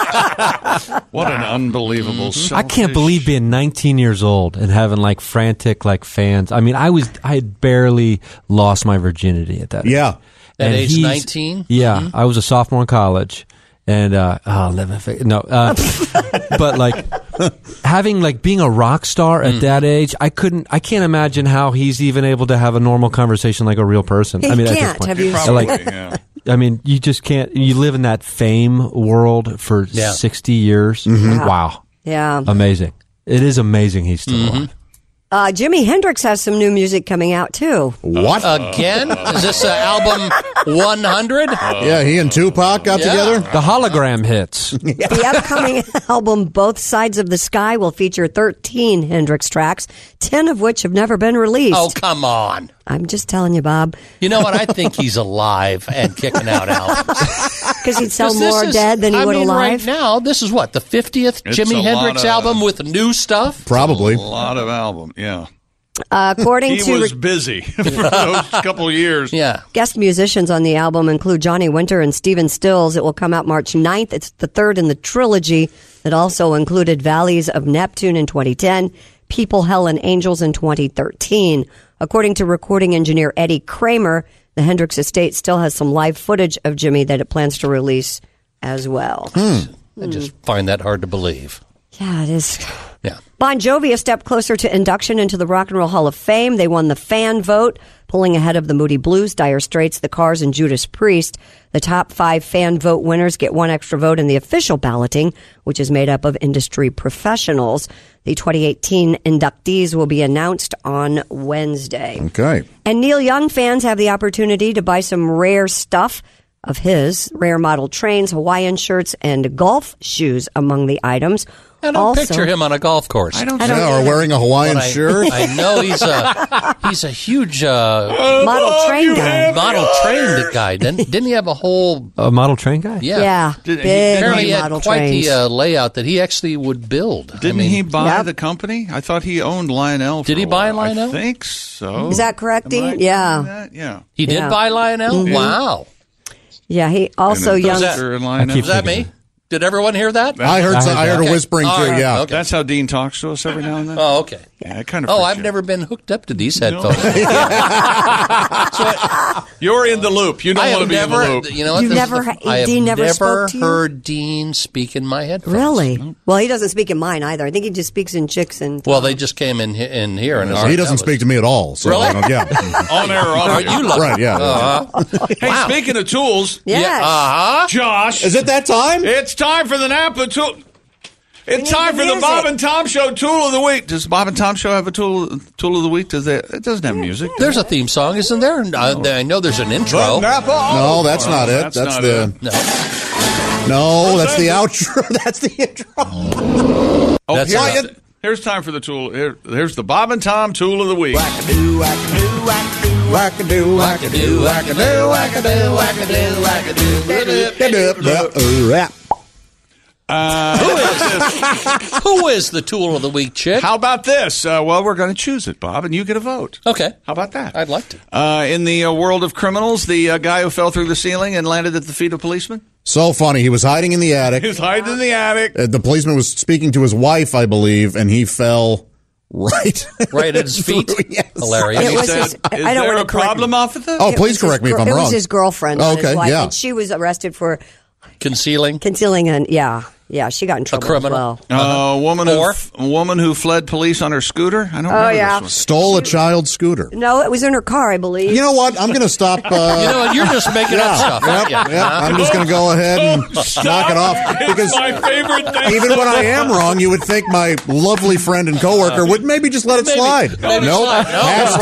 [SPEAKER 2] What an unbelievable.
[SPEAKER 6] Mm-hmm.
[SPEAKER 10] I can't believe being 19 years old and having like frantic like fans. I mean, I was I had barely lost my virginity at that.
[SPEAKER 9] Yeah.
[SPEAKER 10] age.
[SPEAKER 6] At
[SPEAKER 10] And
[SPEAKER 6] age
[SPEAKER 10] he's-
[SPEAKER 6] 19?
[SPEAKER 10] Yeah, I was a sophomore in college, and uh, oh, let me fi- no, uh, but like having like being a rock star at
[SPEAKER 6] Mm.
[SPEAKER 10] that age, I couldn't. I can't imagine how he's even able to have a normal conversation like a real person.
[SPEAKER 7] He
[SPEAKER 10] I mean, at this
[SPEAKER 7] can't.
[SPEAKER 10] point,
[SPEAKER 7] Have you-
[SPEAKER 10] like.
[SPEAKER 7] Probably,
[SPEAKER 2] yeah.
[SPEAKER 10] I mean, you just can't. You live in that fame world for
[SPEAKER 7] Yeah.
[SPEAKER 10] sixty years. Mm-hmm. Wow.
[SPEAKER 7] Yeah.
[SPEAKER 10] Amazing. It is amazing he's still
[SPEAKER 2] Mm-hmm.
[SPEAKER 10] alive.
[SPEAKER 7] Uh, Jimi Hendrix has some new music coming out, too.
[SPEAKER 9] What?
[SPEAKER 6] Again? Is this uh, album 100?
[SPEAKER 9] yeah, he and Tupac got
[SPEAKER 6] Yeah.
[SPEAKER 9] together.
[SPEAKER 10] The hologram hits.
[SPEAKER 7] The upcoming album, Both Sides of the Sky, will feature 13 Hendrix tracks, 10 of which have never been released.
[SPEAKER 6] Oh, come on.
[SPEAKER 7] I'm just telling you, Bob,
[SPEAKER 6] You know what? I think he's alive and kicking out albums.
[SPEAKER 7] because he'd sell
[SPEAKER 6] 'Cause this
[SPEAKER 7] more
[SPEAKER 6] is-
[SPEAKER 7] dead than he
[SPEAKER 6] I
[SPEAKER 7] would
[SPEAKER 6] mean, Right
[SPEAKER 7] alive.
[SPEAKER 6] now, this is what the fiftieth
[SPEAKER 2] It's
[SPEAKER 6] Jimi
[SPEAKER 2] a
[SPEAKER 6] Hendrix
[SPEAKER 2] lot of-
[SPEAKER 6] album with new stuff.
[SPEAKER 9] Probably.
[SPEAKER 2] A lot of album, yeah.
[SPEAKER 7] Uh, according
[SPEAKER 2] he
[SPEAKER 7] to
[SPEAKER 2] was busy for those couple years.
[SPEAKER 6] Yeah.
[SPEAKER 7] guest musicians on the album include Johnny Winter and Steven Stills. It will come out March 9th. It's the third in the trilogy that also included Valleys of Neptune in 2010, People, Hell, and Angels in 2013. According to recording engineer Eddie Kramer, the Hendrix estate still has some live footage of Jimmy that it plans to release as well.
[SPEAKER 6] I just
[SPEAKER 7] Hmm.
[SPEAKER 6] find that hard to believe.
[SPEAKER 7] Yeah, it is.
[SPEAKER 6] Yeah.
[SPEAKER 7] Bon Jovi a step closer to induction into the Rock and Roll Hall of Fame. They won the fan vote, pulling ahead of the Moody Blues, Dire Straits, The Cars, and Judas Priest. The top five fan vote winners get one extra vote in the official balloting, which is made up of industry professionals. The 2018 inductees will be announced on Wednesday.
[SPEAKER 9] Okay.
[SPEAKER 7] And Neil Young fans have the opportunity to buy some rare stuff of his rare model trains, Hawaiian shirts, and golf shoes among the items.
[SPEAKER 6] I don't picture him on a golf course. I don't.
[SPEAKER 9] Yeah, or wearing a Hawaiian
[SPEAKER 6] I,
[SPEAKER 9] shirt.
[SPEAKER 6] I know he's a he's a huge uh,
[SPEAKER 7] model train guy.
[SPEAKER 6] model trained guy. Didn't, didn't he have a whole
[SPEAKER 10] A model train guy?
[SPEAKER 6] yeah?
[SPEAKER 7] Yeah, Did- he- big
[SPEAKER 6] apparently he had
[SPEAKER 7] model
[SPEAKER 6] quite
[SPEAKER 7] trains.
[SPEAKER 6] the uh, layout that he actually would build.
[SPEAKER 2] Didn't he buy the company? I thought he owned Lionel. Did he buy Lionel? I think so.
[SPEAKER 7] Is that correct,
[SPEAKER 2] Oh. Am I
[SPEAKER 7] Dean? Yeah.
[SPEAKER 2] doing that? Yeah.
[SPEAKER 6] He did
[SPEAKER 7] Yeah.
[SPEAKER 6] buy Lionel.
[SPEAKER 7] Mhm.
[SPEAKER 6] Wow.
[SPEAKER 7] Yeah, he also
[SPEAKER 2] And a
[SPEAKER 7] young.
[SPEAKER 2] sister in Lionel.
[SPEAKER 6] Was that me? Did everyone hear that?
[SPEAKER 9] I heard. Some, I heard
[SPEAKER 6] Okay.
[SPEAKER 9] a whispering
[SPEAKER 6] All
[SPEAKER 9] too.
[SPEAKER 6] right.
[SPEAKER 9] Yeah.
[SPEAKER 6] Okay.
[SPEAKER 2] That's how Dean talks to us every now and then.
[SPEAKER 6] Oh, okay.
[SPEAKER 2] Yeah, I kind of.
[SPEAKER 6] Oh, I've never been hooked up to these headphones.
[SPEAKER 2] You're in the loop. You don't
[SPEAKER 6] I
[SPEAKER 2] want
[SPEAKER 6] have
[SPEAKER 2] to be
[SPEAKER 6] never,
[SPEAKER 2] in the loop.
[SPEAKER 6] you know, what,
[SPEAKER 7] You
[SPEAKER 6] this is
[SPEAKER 7] never
[SPEAKER 6] the-
[SPEAKER 7] ha-
[SPEAKER 6] I have
[SPEAKER 7] Dean never spoke to you?
[SPEAKER 6] heard Dean speak in my headphones.
[SPEAKER 7] Really? Well, he doesn't speak in mine either. I think he just speaks in chicks and.
[SPEAKER 6] Well, they just came in he- in here, and
[SPEAKER 9] So he doesn't speak to me at all. So
[SPEAKER 6] Really?
[SPEAKER 9] I don't- yeah.
[SPEAKER 2] on air, or
[SPEAKER 6] Are
[SPEAKER 2] off air.
[SPEAKER 6] you lucky?
[SPEAKER 9] right. Yeah.
[SPEAKER 6] Uh-huh.
[SPEAKER 2] Hey, speaking of tools,
[SPEAKER 7] Yes.
[SPEAKER 6] Uh-huh.
[SPEAKER 2] Josh,
[SPEAKER 9] Is it that time?
[SPEAKER 2] it's time for the Napa tool. It's
[SPEAKER 7] need
[SPEAKER 2] time
[SPEAKER 7] the
[SPEAKER 2] for the Bob
[SPEAKER 7] music.
[SPEAKER 2] and Tom Show Tool of the Week. Does Bob and Tom Show have a tool tool of the week? Does it? It doesn't have music.
[SPEAKER 6] There's a theme song, isn't there? Uh, I know there's an intro.
[SPEAKER 9] No, that's not it.
[SPEAKER 2] That's
[SPEAKER 9] That's,
[SPEAKER 2] not
[SPEAKER 9] the.
[SPEAKER 6] No.
[SPEAKER 9] No, that's the outro. that's the intro.
[SPEAKER 2] Oh,
[SPEAKER 6] That's
[SPEAKER 2] here's,
[SPEAKER 6] it.
[SPEAKER 2] here's time for the tool. Here, here's the Bob and Tom Tool of the Week.
[SPEAKER 9] Wackadoo, wackadoo, wackadoo, wackadoo, wackadoo, wackadoo.
[SPEAKER 2] Uh,
[SPEAKER 6] Who is the tool of the week chick?
[SPEAKER 2] How about this? Uh, well, we're going to choose it, Bob, and you get a vote.
[SPEAKER 6] Okay.
[SPEAKER 2] How about that?
[SPEAKER 6] I'd like to.
[SPEAKER 2] Uh, in the uh, world of criminals, the uh, guy who fell through the ceiling and landed at the feet of policemen.
[SPEAKER 9] So funny. He was hiding in the attic.
[SPEAKER 2] He's hiding in the attic.
[SPEAKER 9] Uh, The policeman was speaking to his wife, I believe, and he fell right,
[SPEAKER 6] right at his feet. Hilarious.
[SPEAKER 7] It was his, I, I don't want to
[SPEAKER 6] off with
[SPEAKER 9] Oh, please correct me if I'm
[SPEAKER 7] It
[SPEAKER 9] wrong.
[SPEAKER 7] was his girlfriend.
[SPEAKER 9] Oh,
[SPEAKER 7] not his
[SPEAKER 9] okay,
[SPEAKER 7] wife,
[SPEAKER 9] yeah.
[SPEAKER 7] And she was arrested for
[SPEAKER 6] concealing,
[SPEAKER 7] concealing, and yeah, yeah, she got in trouble. As well.
[SPEAKER 2] A Uh,
[SPEAKER 6] Uh-huh.
[SPEAKER 2] woman, who, a woman who fled police on her scooter. I don't.
[SPEAKER 7] Oh,
[SPEAKER 2] remember
[SPEAKER 7] yeah.
[SPEAKER 2] This one.
[SPEAKER 9] Stole a child's scooter.
[SPEAKER 7] No, it was in her car, I believe.
[SPEAKER 9] You know what? I'm going to stop. Uh,
[SPEAKER 7] You know what? You're just making up
[SPEAKER 9] yeah,
[SPEAKER 7] stuff,
[SPEAKER 9] Yep,
[SPEAKER 7] aren't you?
[SPEAKER 9] yep. I'm just going to go ahead and
[SPEAKER 4] Oh,
[SPEAKER 23] Stop.
[SPEAKER 9] knock it off because
[SPEAKER 23] my favorite thing.
[SPEAKER 9] even when I am wrong, you would think my lovely friend and coworker would maybe just let it slide. Nope. has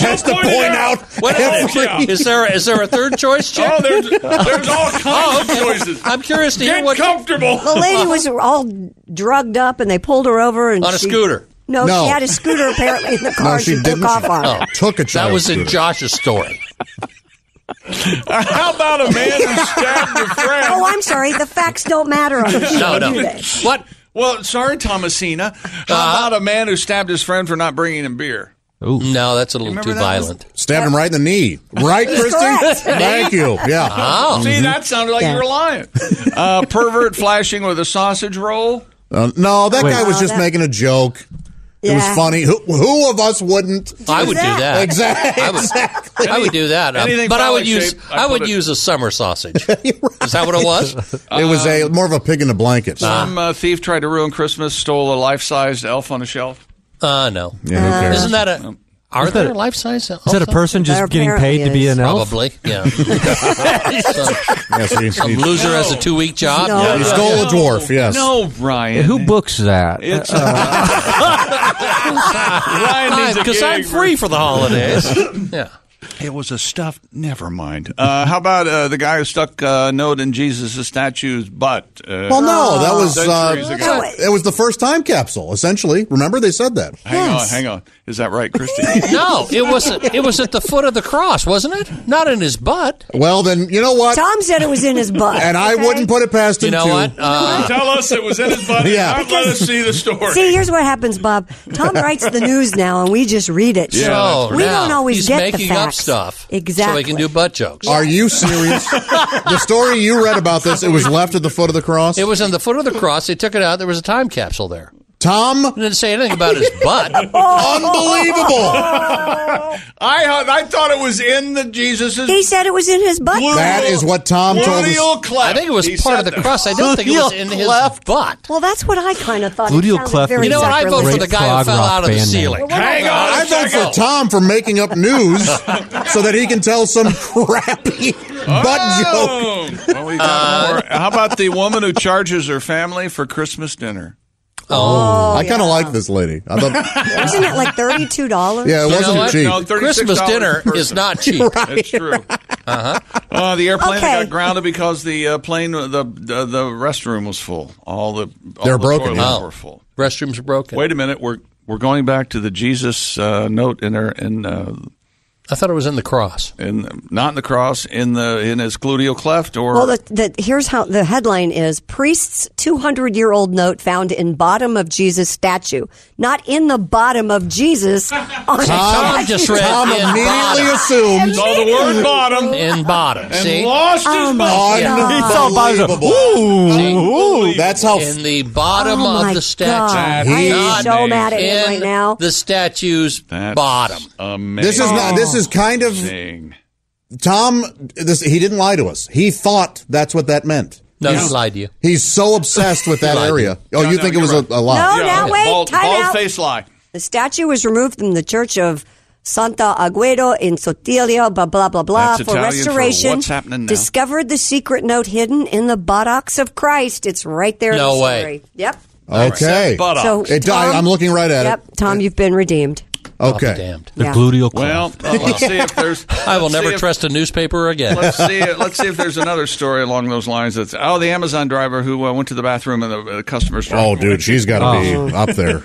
[SPEAKER 9] to, has to point out. every-
[SPEAKER 6] is there is there a third choice, Chip?
[SPEAKER 23] Oh, there's- there's all kinds
[SPEAKER 6] Oh,
[SPEAKER 23] of
[SPEAKER 6] okay.
[SPEAKER 23] choices.
[SPEAKER 6] I'm curious to hear
[SPEAKER 23] Get
[SPEAKER 6] what
[SPEAKER 23] comfortable.
[SPEAKER 7] The lady was all drugged up, and they pulled her over and
[SPEAKER 6] On a
[SPEAKER 7] she-
[SPEAKER 6] scooter.
[SPEAKER 7] No,
[SPEAKER 6] No.
[SPEAKER 7] she had a scooter apparently in the car.
[SPEAKER 6] No,
[SPEAKER 7] and
[SPEAKER 6] she
[SPEAKER 7] she, took
[SPEAKER 6] didn't.
[SPEAKER 7] off on
[SPEAKER 6] Oh.
[SPEAKER 7] it.
[SPEAKER 9] Took a
[SPEAKER 6] That
[SPEAKER 9] child's
[SPEAKER 6] was in
[SPEAKER 9] scooter.
[SPEAKER 6] Josh's story. Oh.
[SPEAKER 21] How about a man who stabbed a friend?
[SPEAKER 7] Oh, I'm sorry. The facts don't matter on the show, do they?
[SPEAKER 6] What?
[SPEAKER 2] Well, sorry, Thomasina.
[SPEAKER 6] Uh-huh.
[SPEAKER 2] How about a man who stabbed his friend for not bringing him beer?
[SPEAKER 6] No, that's a little too violent.
[SPEAKER 9] Stabbed him right in the knee. Right,
[SPEAKER 2] Correct.
[SPEAKER 9] Christy? Thank you. Yeah.
[SPEAKER 2] See,
[SPEAKER 6] Oh. Mm-hmm.
[SPEAKER 9] Mhm.
[SPEAKER 2] that sounded like
[SPEAKER 9] Yeah.
[SPEAKER 2] you were lying. Uh, pervert flashing with a sausage roll.
[SPEAKER 9] Uh, no, that
[SPEAKER 2] Wait.
[SPEAKER 9] guy was
[SPEAKER 2] No,
[SPEAKER 9] just
[SPEAKER 2] that-
[SPEAKER 9] making a joke. It
[SPEAKER 2] Yeah.
[SPEAKER 9] was funny. Who, who of us wouldn't?
[SPEAKER 6] I would do that.
[SPEAKER 9] Exactly.
[SPEAKER 6] I would,
[SPEAKER 9] exactly.
[SPEAKER 6] I would do that. Um,
[SPEAKER 9] Anything
[SPEAKER 6] but I would
[SPEAKER 9] phallic
[SPEAKER 6] use
[SPEAKER 9] shaped,
[SPEAKER 6] I,
[SPEAKER 9] I
[SPEAKER 6] would
[SPEAKER 9] put it-
[SPEAKER 6] use a summer sausage. Is that what it was?
[SPEAKER 9] It was a more of a pig in a blanket.
[SPEAKER 2] Some
[SPEAKER 6] Ah.
[SPEAKER 2] uh, thief tried to ruin Christmas, stole a life-sized elf on a shelf. Uh,
[SPEAKER 6] Uh no.
[SPEAKER 9] Yeah, who cares?
[SPEAKER 6] Isn't that a are
[SPEAKER 2] Is that
[SPEAKER 6] there
[SPEAKER 2] a-
[SPEAKER 6] life size?
[SPEAKER 10] Is that a person just getting paid to be an elf?
[SPEAKER 6] Probably, yeah. Some-
[SPEAKER 9] Yes, he-
[SPEAKER 6] some
[SPEAKER 9] he-
[SPEAKER 6] loser has a two-week job.
[SPEAKER 9] No. He stole a dwarf, yes.
[SPEAKER 2] No, Brian.
[SPEAKER 10] Who books that?
[SPEAKER 2] It's
[SPEAKER 6] Hi,
[SPEAKER 2] needs a
[SPEAKER 6] because Ah, I'm
[SPEAKER 2] gig.
[SPEAKER 6] free for the holidays. yeah.
[SPEAKER 2] It was a stuffed. Never mind. Uh, how about uh, the guy who stuck a note in Jesus' statue's butt? Uh,
[SPEAKER 9] Well, no, that was
[SPEAKER 2] centuries
[SPEAKER 9] uh,
[SPEAKER 2] ago.
[SPEAKER 9] it was the first time capsule. Essentially, remember they said that.
[SPEAKER 2] Hang on, hang on. Is that right, Christy?
[SPEAKER 6] No, it was it was at the foot of the cross, wasn't it? Not in his butt.
[SPEAKER 9] Well, then you know what?
[SPEAKER 7] Tom said it was in his butt.
[SPEAKER 9] and I
[SPEAKER 7] okay?
[SPEAKER 9] wouldn't put it past him.
[SPEAKER 6] You know
[SPEAKER 9] too.
[SPEAKER 6] what? Uh,
[SPEAKER 21] Tell us it was in his butt.
[SPEAKER 9] Yeah.
[SPEAKER 21] Not let us see the story.
[SPEAKER 7] See, here's what happens, Bob. Tom writes the news now, and we just read it.
[SPEAKER 6] Yeah,
[SPEAKER 7] so
[SPEAKER 6] that's
[SPEAKER 7] we
[SPEAKER 6] right.
[SPEAKER 7] don't always
[SPEAKER 6] He's
[SPEAKER 7] get
[SPEAKER 6] making
[SPEAKER 7] the
[SPEAKER 6] up
[SPEAKER 7] facts.
[SPEAKER 6] stuff
[SPEAKER 7] Exactly.
[SPEAKER 6] So he can do butt jokes.
[SPEAKER 9] Are you serious? the story you read about this, it was left at the foot of the cross.
[SPEAKER 6] It was on the foot of the cross. They took it out. There was a time capsule there.
[SPEAKER 9] Tom
[SPEAKER 6] didn't say anything about his butt.
[SPEAKER 9] Unbelievable.
[SPEAKER 2] I I thought it was in the Jesus'
[SPEAKER 7] He said it was in his butt.
[SPEAKER 9] That is what Tom told us.
[SPEAKER 6] I think it was part of the cross. I don't think it was in his butt.
[SPEAKER 7] Well, that's what I kind of thought. It
[SPEAKER 9] Gluteal
[SPEAKER 7] sounded
[SPEAKER 9] cleft
[SPEAKER 7] very
[SPEAKER 9] is
[SPEAKER 6] You know what? I vote for
[SPEAKER 9] Great
[SPEAKER 6] the guy who
[SPEAKER 9] prog
[SPEAKER 6] fell
[SPEAKER 9] rock
[SPEAKER 6] out of the
[SPEAKER 9] band name.
[SPEAKER 6] ceiling.
[SPEAKER 2] Hang on.
[SPEAKER 9] I vote for Tom for making up news so that he can tell some crappy butt
[SPEAKER 2] Oh,
[SPEAKER 9] joke.
[SPEAKER 2] Well, we got more. Uh, How about the woman who charges her family for Christmas dinner?
[SPEAKER 9] Oh, I kind of like this lady. I thought,
[SPEAKER 7] Wasn't it like thirty-two dollars?
[SPEAKER 9] Yeah,
[SPEAKER 6] You
[SPEAKER 9] it
[SPEAKER 6] know
[SPEAKER 9] wasn't
[SPEAKER 6] what?
[SPEAKER 9] cheap.
[SPEAKER 6] No, Christmas dinner is not cheap.
[SPEAKER 2] That's true. Uh-huh. Uh, the airplane
[SPEAKER 7] Okay.
[SPEAKER 2] got grounded because the uh, plane, the, the the restroom was full. All the all
[SPEAKER 9] They're
[SPEAKER 2] the
[SPEAKER 9] broken,
[SPEAKER 2] toilets
[SPEAKER 9] yeah.
[SPEAKER 2] were full.
[SPEAKER 6] Restrooms are broken.
[SPEAKER 2] Wait a minute, we're we're going back to the Jesus uh, note in her in. Uh,
[SPEAKER 6] I thought it was in the cross.
[SPEAKER 2] In not in the cross, in the in his gluteal cleft, or
[SPEAKER 7] Well, the, the, here's how the headline is: Priest's 200-year-old note found in bottom of Jesus statue, not in the bottom of Jesus. On a
[SPEAKER 6] Tom
[SPEAKER 7] statue.
[SPEAKER 6] just read
[SPEAKER 9] Tom
[SPEAKER 6] in
[SPEAKER 9] immediately
[SPEAKER 6] bottom.
[SPEAKER 9] assumed.
[SPEAKER 2] Saw Oh, the word bottom.
[SPEAKER 6] in bottom.
[SPEAKER 2] And
[SPEAKER 6] see?
[SPEAKER 2] lost his
[SPEAKER 7] Oh, my
[SPEAKER 2] mind.
[SPEAKER 7] God.
[SPEAKER 9] It's all about the-
[SPEAKER 6] Unbelievable.
[SPEAKER 9] Ooh, that's how.
[SPEAKER 6] in the bottom
[SPEAKER 7] Oh, my
[SPEAKER 6] of the
[SPEAKER 7] God.
[SPEAKER 6] statue.
[SPEAKER 7] I am
[SPEAKER 6] Not
[SPEAKER 7] so mad at him
[SPEAKER 6] in
[SPEAKER 7] right now.
[SPEAKER 6] The statue's bottom.
[SPEAKER 2] Amazing.
[SPEAKER 9] This is not. This is kind of Tom. This he didn't lie to us. He thought that's what that meant.
[SPEAKER 6] No,
[SPEAKER 9] he's,
[SPEAKER 6] he lied to you.
[SPEAKER 9] He's so obsessed with that
[SPEAKER 6] He lied to
[SPEAKER 9] area. Oh,
[SPEAKER 2] No,
[SPEAKER 9] you
[SPEAKER 2] no,
[SPEAKER 9] think it
[SPEAKER 2] you're
[SPEAKER 9] was
[SPEAKER 2] right.
[SPEAKER 9] a, a lie?
[SPEAKER 7] No, now wait,
[SPEAKER 2] Oh, bald,
[SPEAKER 7] time
[SPEAKER 2] bald
[SPEAKER 7] out.
[SPEAKER 2] face lie.
[SPEAKER 7] The statue was removed from the church of Santa Aguero in Sotilia, blah, blah, blah, blah,
[SPEAKER 2] That's
[SPEAKER 7] for
[SPEAKER 2] Italian for
[SPEAKER 7] restoration.
[SPEAKER 2] what's happening now.
[SPEAKER 7] Discovered the secret note hidden in the buttocks of Christ. It's right there
[SPEAKER 6] No
[SPEAKER 7] in the
[SPEAKER 6] way.
[SPEAKER 7] story. Yep.
[SPEAKER 9] Okay.
[SPEAKER 7] So,
[SPEAKER 9] It- I-
[SPEAKER 7] Tom-
[SPEAKER 9] I'm looking right at
[SPEAKER 7] Yep, Tom, you've been redeemed.
[SPEAKER 9] it. Okay.
[SPEAKER 6] Damned.
[SPEAKER 10] The
[SPEAKER 7] Yeah.
[SPEAKER 10] gluteal
[SPEAKER 2] Well, uh,
[SPEAKER 10] cleft.
[SPEAKER 2] let's see if there's.
[SPEAKER 6] I will
[SPEAKER 2] let's
[SPEAKER 6] never
[SPEAKER 2] see if-
[SPEAKER 6] trust a newspaper again.
[SPEAKER 2] Let's see. Let's see if there's another story along those lines. That's oh, the Amazon driver who uh, went to the bathroom and the, uh, the customer.
[SPEAKER 9] Oh, dude, she's got to
[SPEAKER 10] oh.
[SPEAKER 9] be up there.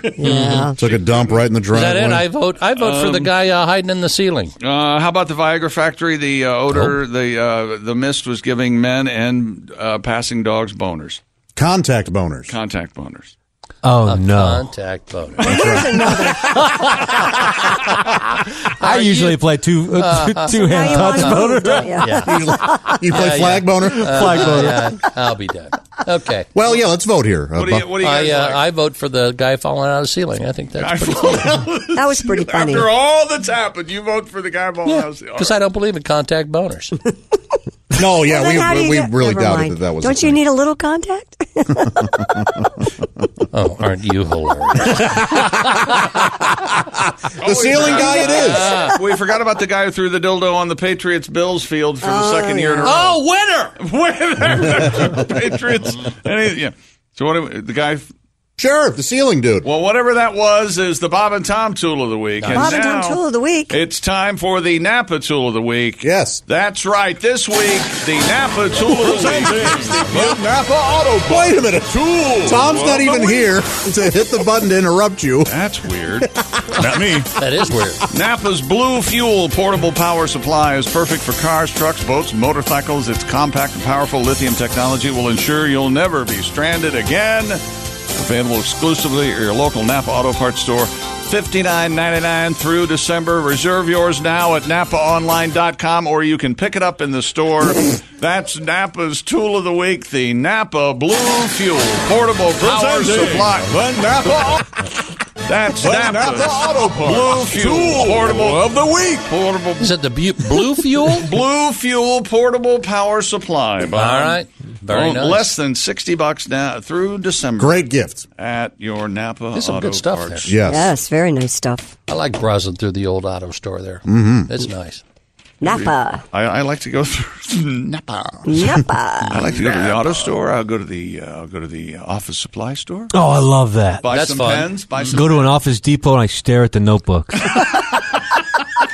[SPEAKER 9] Took a dump right in the
[SPEAKER 6] Is
[SPEAKER 9] driveway.
[SPEAKER 6] that it? I vote. I vote
[SPEAKER 2] Um,
[SPEAKER 6] for the guy uh, hiding in the ceiling.
[SPEAKER 2] Uh, how about the Viagra factory? The uh, odor,
[SPEAKER 7] Oh.
[SPEAKER 2] the uh, the mist was giving men and uh, passing dogs boners,
[SPEAKER 9] Contact boners.
[SPEAKER 2] contact boners.
[SPEAKER 10] Oh
[SPEAKER 6] a
[SPEAKER 10] no!
[SPEAKER 6] Contact boner.
[SPEAKER 10] I usually play two uh,
[SPEAKER 6] Uh-huh.
[SPEAKER 10] two
[SPEAKER 6] Now
[SPEAKER 10] hand
[SPEAKER 6] you
[SPEAKER 10] touch
[SPEAKER 6] wanna
[SPEAKER 10] boner.
[SPEAKER 6] move, don't you? Yeah.
[SPEAKER 9] You play
[SPEAKER 6] Yeah,
[SPEAKER 9] flag
[SPEAKER 6] yeah.
[SPEAKER 9] boner?
[SPEAKER 6] Uh,
[SPEAKER 9] flag boner.
[SPEAKER 6] yeah, I'll be done. Okay.
[SPEAKER 9] Well, yeah, let's vote here. What
[SPEAKER 6] I, uh, I vote for the guy falling out of the ceiling. I think
[SPEAKER 4] Oh.
[SPEAKER 6] that's pretty cool.
[SPEAKER 7] That was pretty funny.
[SPEAKER 21] After all that's happened, you vote for the guy balling out of the
[SPEAKER 6] Because
[SPEAKER 4] Oh,
[SPEAKER 6] I don't believe in contact boners.
[SPEAKER 9] no, yeah,
[SPEAKER 7] Well, then how do
[SPEAKER 9] we,
[SPEAKER 7] you
[SPEAKER 9] we,
[SPEAKER 7] get-
[SPEAKER 9] really
[SPEAKER 7] never
[SPEAKER 9] doubted
[SPEAKER 7] mind.
[SPEAKER 9] that that was.
[SPEAKER 7] Don't you need a little contact?
[SPEAKER 6] oh, aren't you hilarious?
[SPEAKER 2] the
[SPEAKER 9] ceiling guy it is.
[SPEAKER 2] we forgot about the guy who threw the dildo on the Patriots Bills field for
[SPEAKER 9] Oh,
[SPEAKER 2] the second year in a row.
[SPEAKER 6] Oh,
[SPEAKER 21] winner! Winner! Patriots. And he- yeah.
[SPEAKER 2] So what? do we- The guy.
[SPEAKER 9] Sure, the ceiling dude.
[SPEAKER 2] Well, whatever that was is the Bob and Tom tool of the week.
[SPEAKER 7] Bob and Tom
[SPEAKER 2] now
[SPEAKER 7] tool of the week.
[SPEAKER 2] It's time for the Napa tool of the week.
[SPEAKER 9] Yes,
[SPEAKER 2] that's right. This week, the Napa tool of the week is the Built
[SPEAKER 9] Napa Auto. Wait a minute.
[SPEAKER 2] Tool.
[SPEAKER 9] Tom's
[SPEAKER 2] of
[SPEAKER 9] not
[SPEAKER 2] the
[SPEAKER 9] even
[SPEAKER 2] week.
[SPEAKER 9] here to hit the button to interrupt you.
[SPEAKER 2] That's weird. Not me.
[SPEAKER 6] That is weird.
[SPEAKER 2] Napa's Blue Fuel portable power supply is perfect for cars, trucks, boats, motorcycles. Its compact and powerful lithium technology will ensure you'll never be stranded again. Available exclusively at your local Napa Auto Parts store. $59.99 through December. Reserve yours now at napaonline.com or you can pick it up in the store. That's Napa's tool of the week, the Napa Blue Fuel portable power
[SPEAKER 4] Presenting
[SPEAKER 2] supply.
[SPEAKER 4] the
[SPEAKER 2] That's
[SPEAKER 4] The
[SPEAKER 2] Napa's
[SPEAKER 4] Napa Auto Parts
[SPEAKER 2] Blue Fuel
[SPEAKER 4] Tool
[SPEAKER 2] portable
[SPEAKER 4] of
[SPEAKER 2] the week. Portable.
[SPEAKER 6] Is it the bu- blue fuel?
[SPEAKER 2] blue fuel portable power supply. Bob.
[SPEAKER 6] All right. Very
[SPEAKER 2] Oh,
[SPEAKER 6] nice.
[SPEAKER 2] Less than sixty bucks now through December.
[SPEAKER 9] Great gift
[SPEAKER 2] at your Napa.
[SPEAKER 6] There's some
[SPEAKER 2] Auto
[SPEAKER 6] good stuff
[SPEAKER 2] Parts.
[SPEAKER 6] there.
[SPEAKER 7] Yes, very nice stuff.
[SPEAKER 6] I like browsing through the old auto store there.
[SPEAKER 9] Mm-hmm.
[SPEAKER 2] Mhm.
[SPEAKER 6] It's nice.
[SPEAKER 7] Napa.
[SPEAKER 2] I, I like to go through Napa.
[SPEAKER 7] Napa.
[SPEAKER 2] I like to go to the auto store. I'll go to the uh, I'll go to the office supply store.
[SPEAKER 10] Oh, I love that.
[SPEAKER 2] Buy some pens.
[SPEAKER 9] Mm-hmm.
[SPEAKER 2] Buy some
[SPEAKER 10] Go to an Office Depot and I stare at the notebook.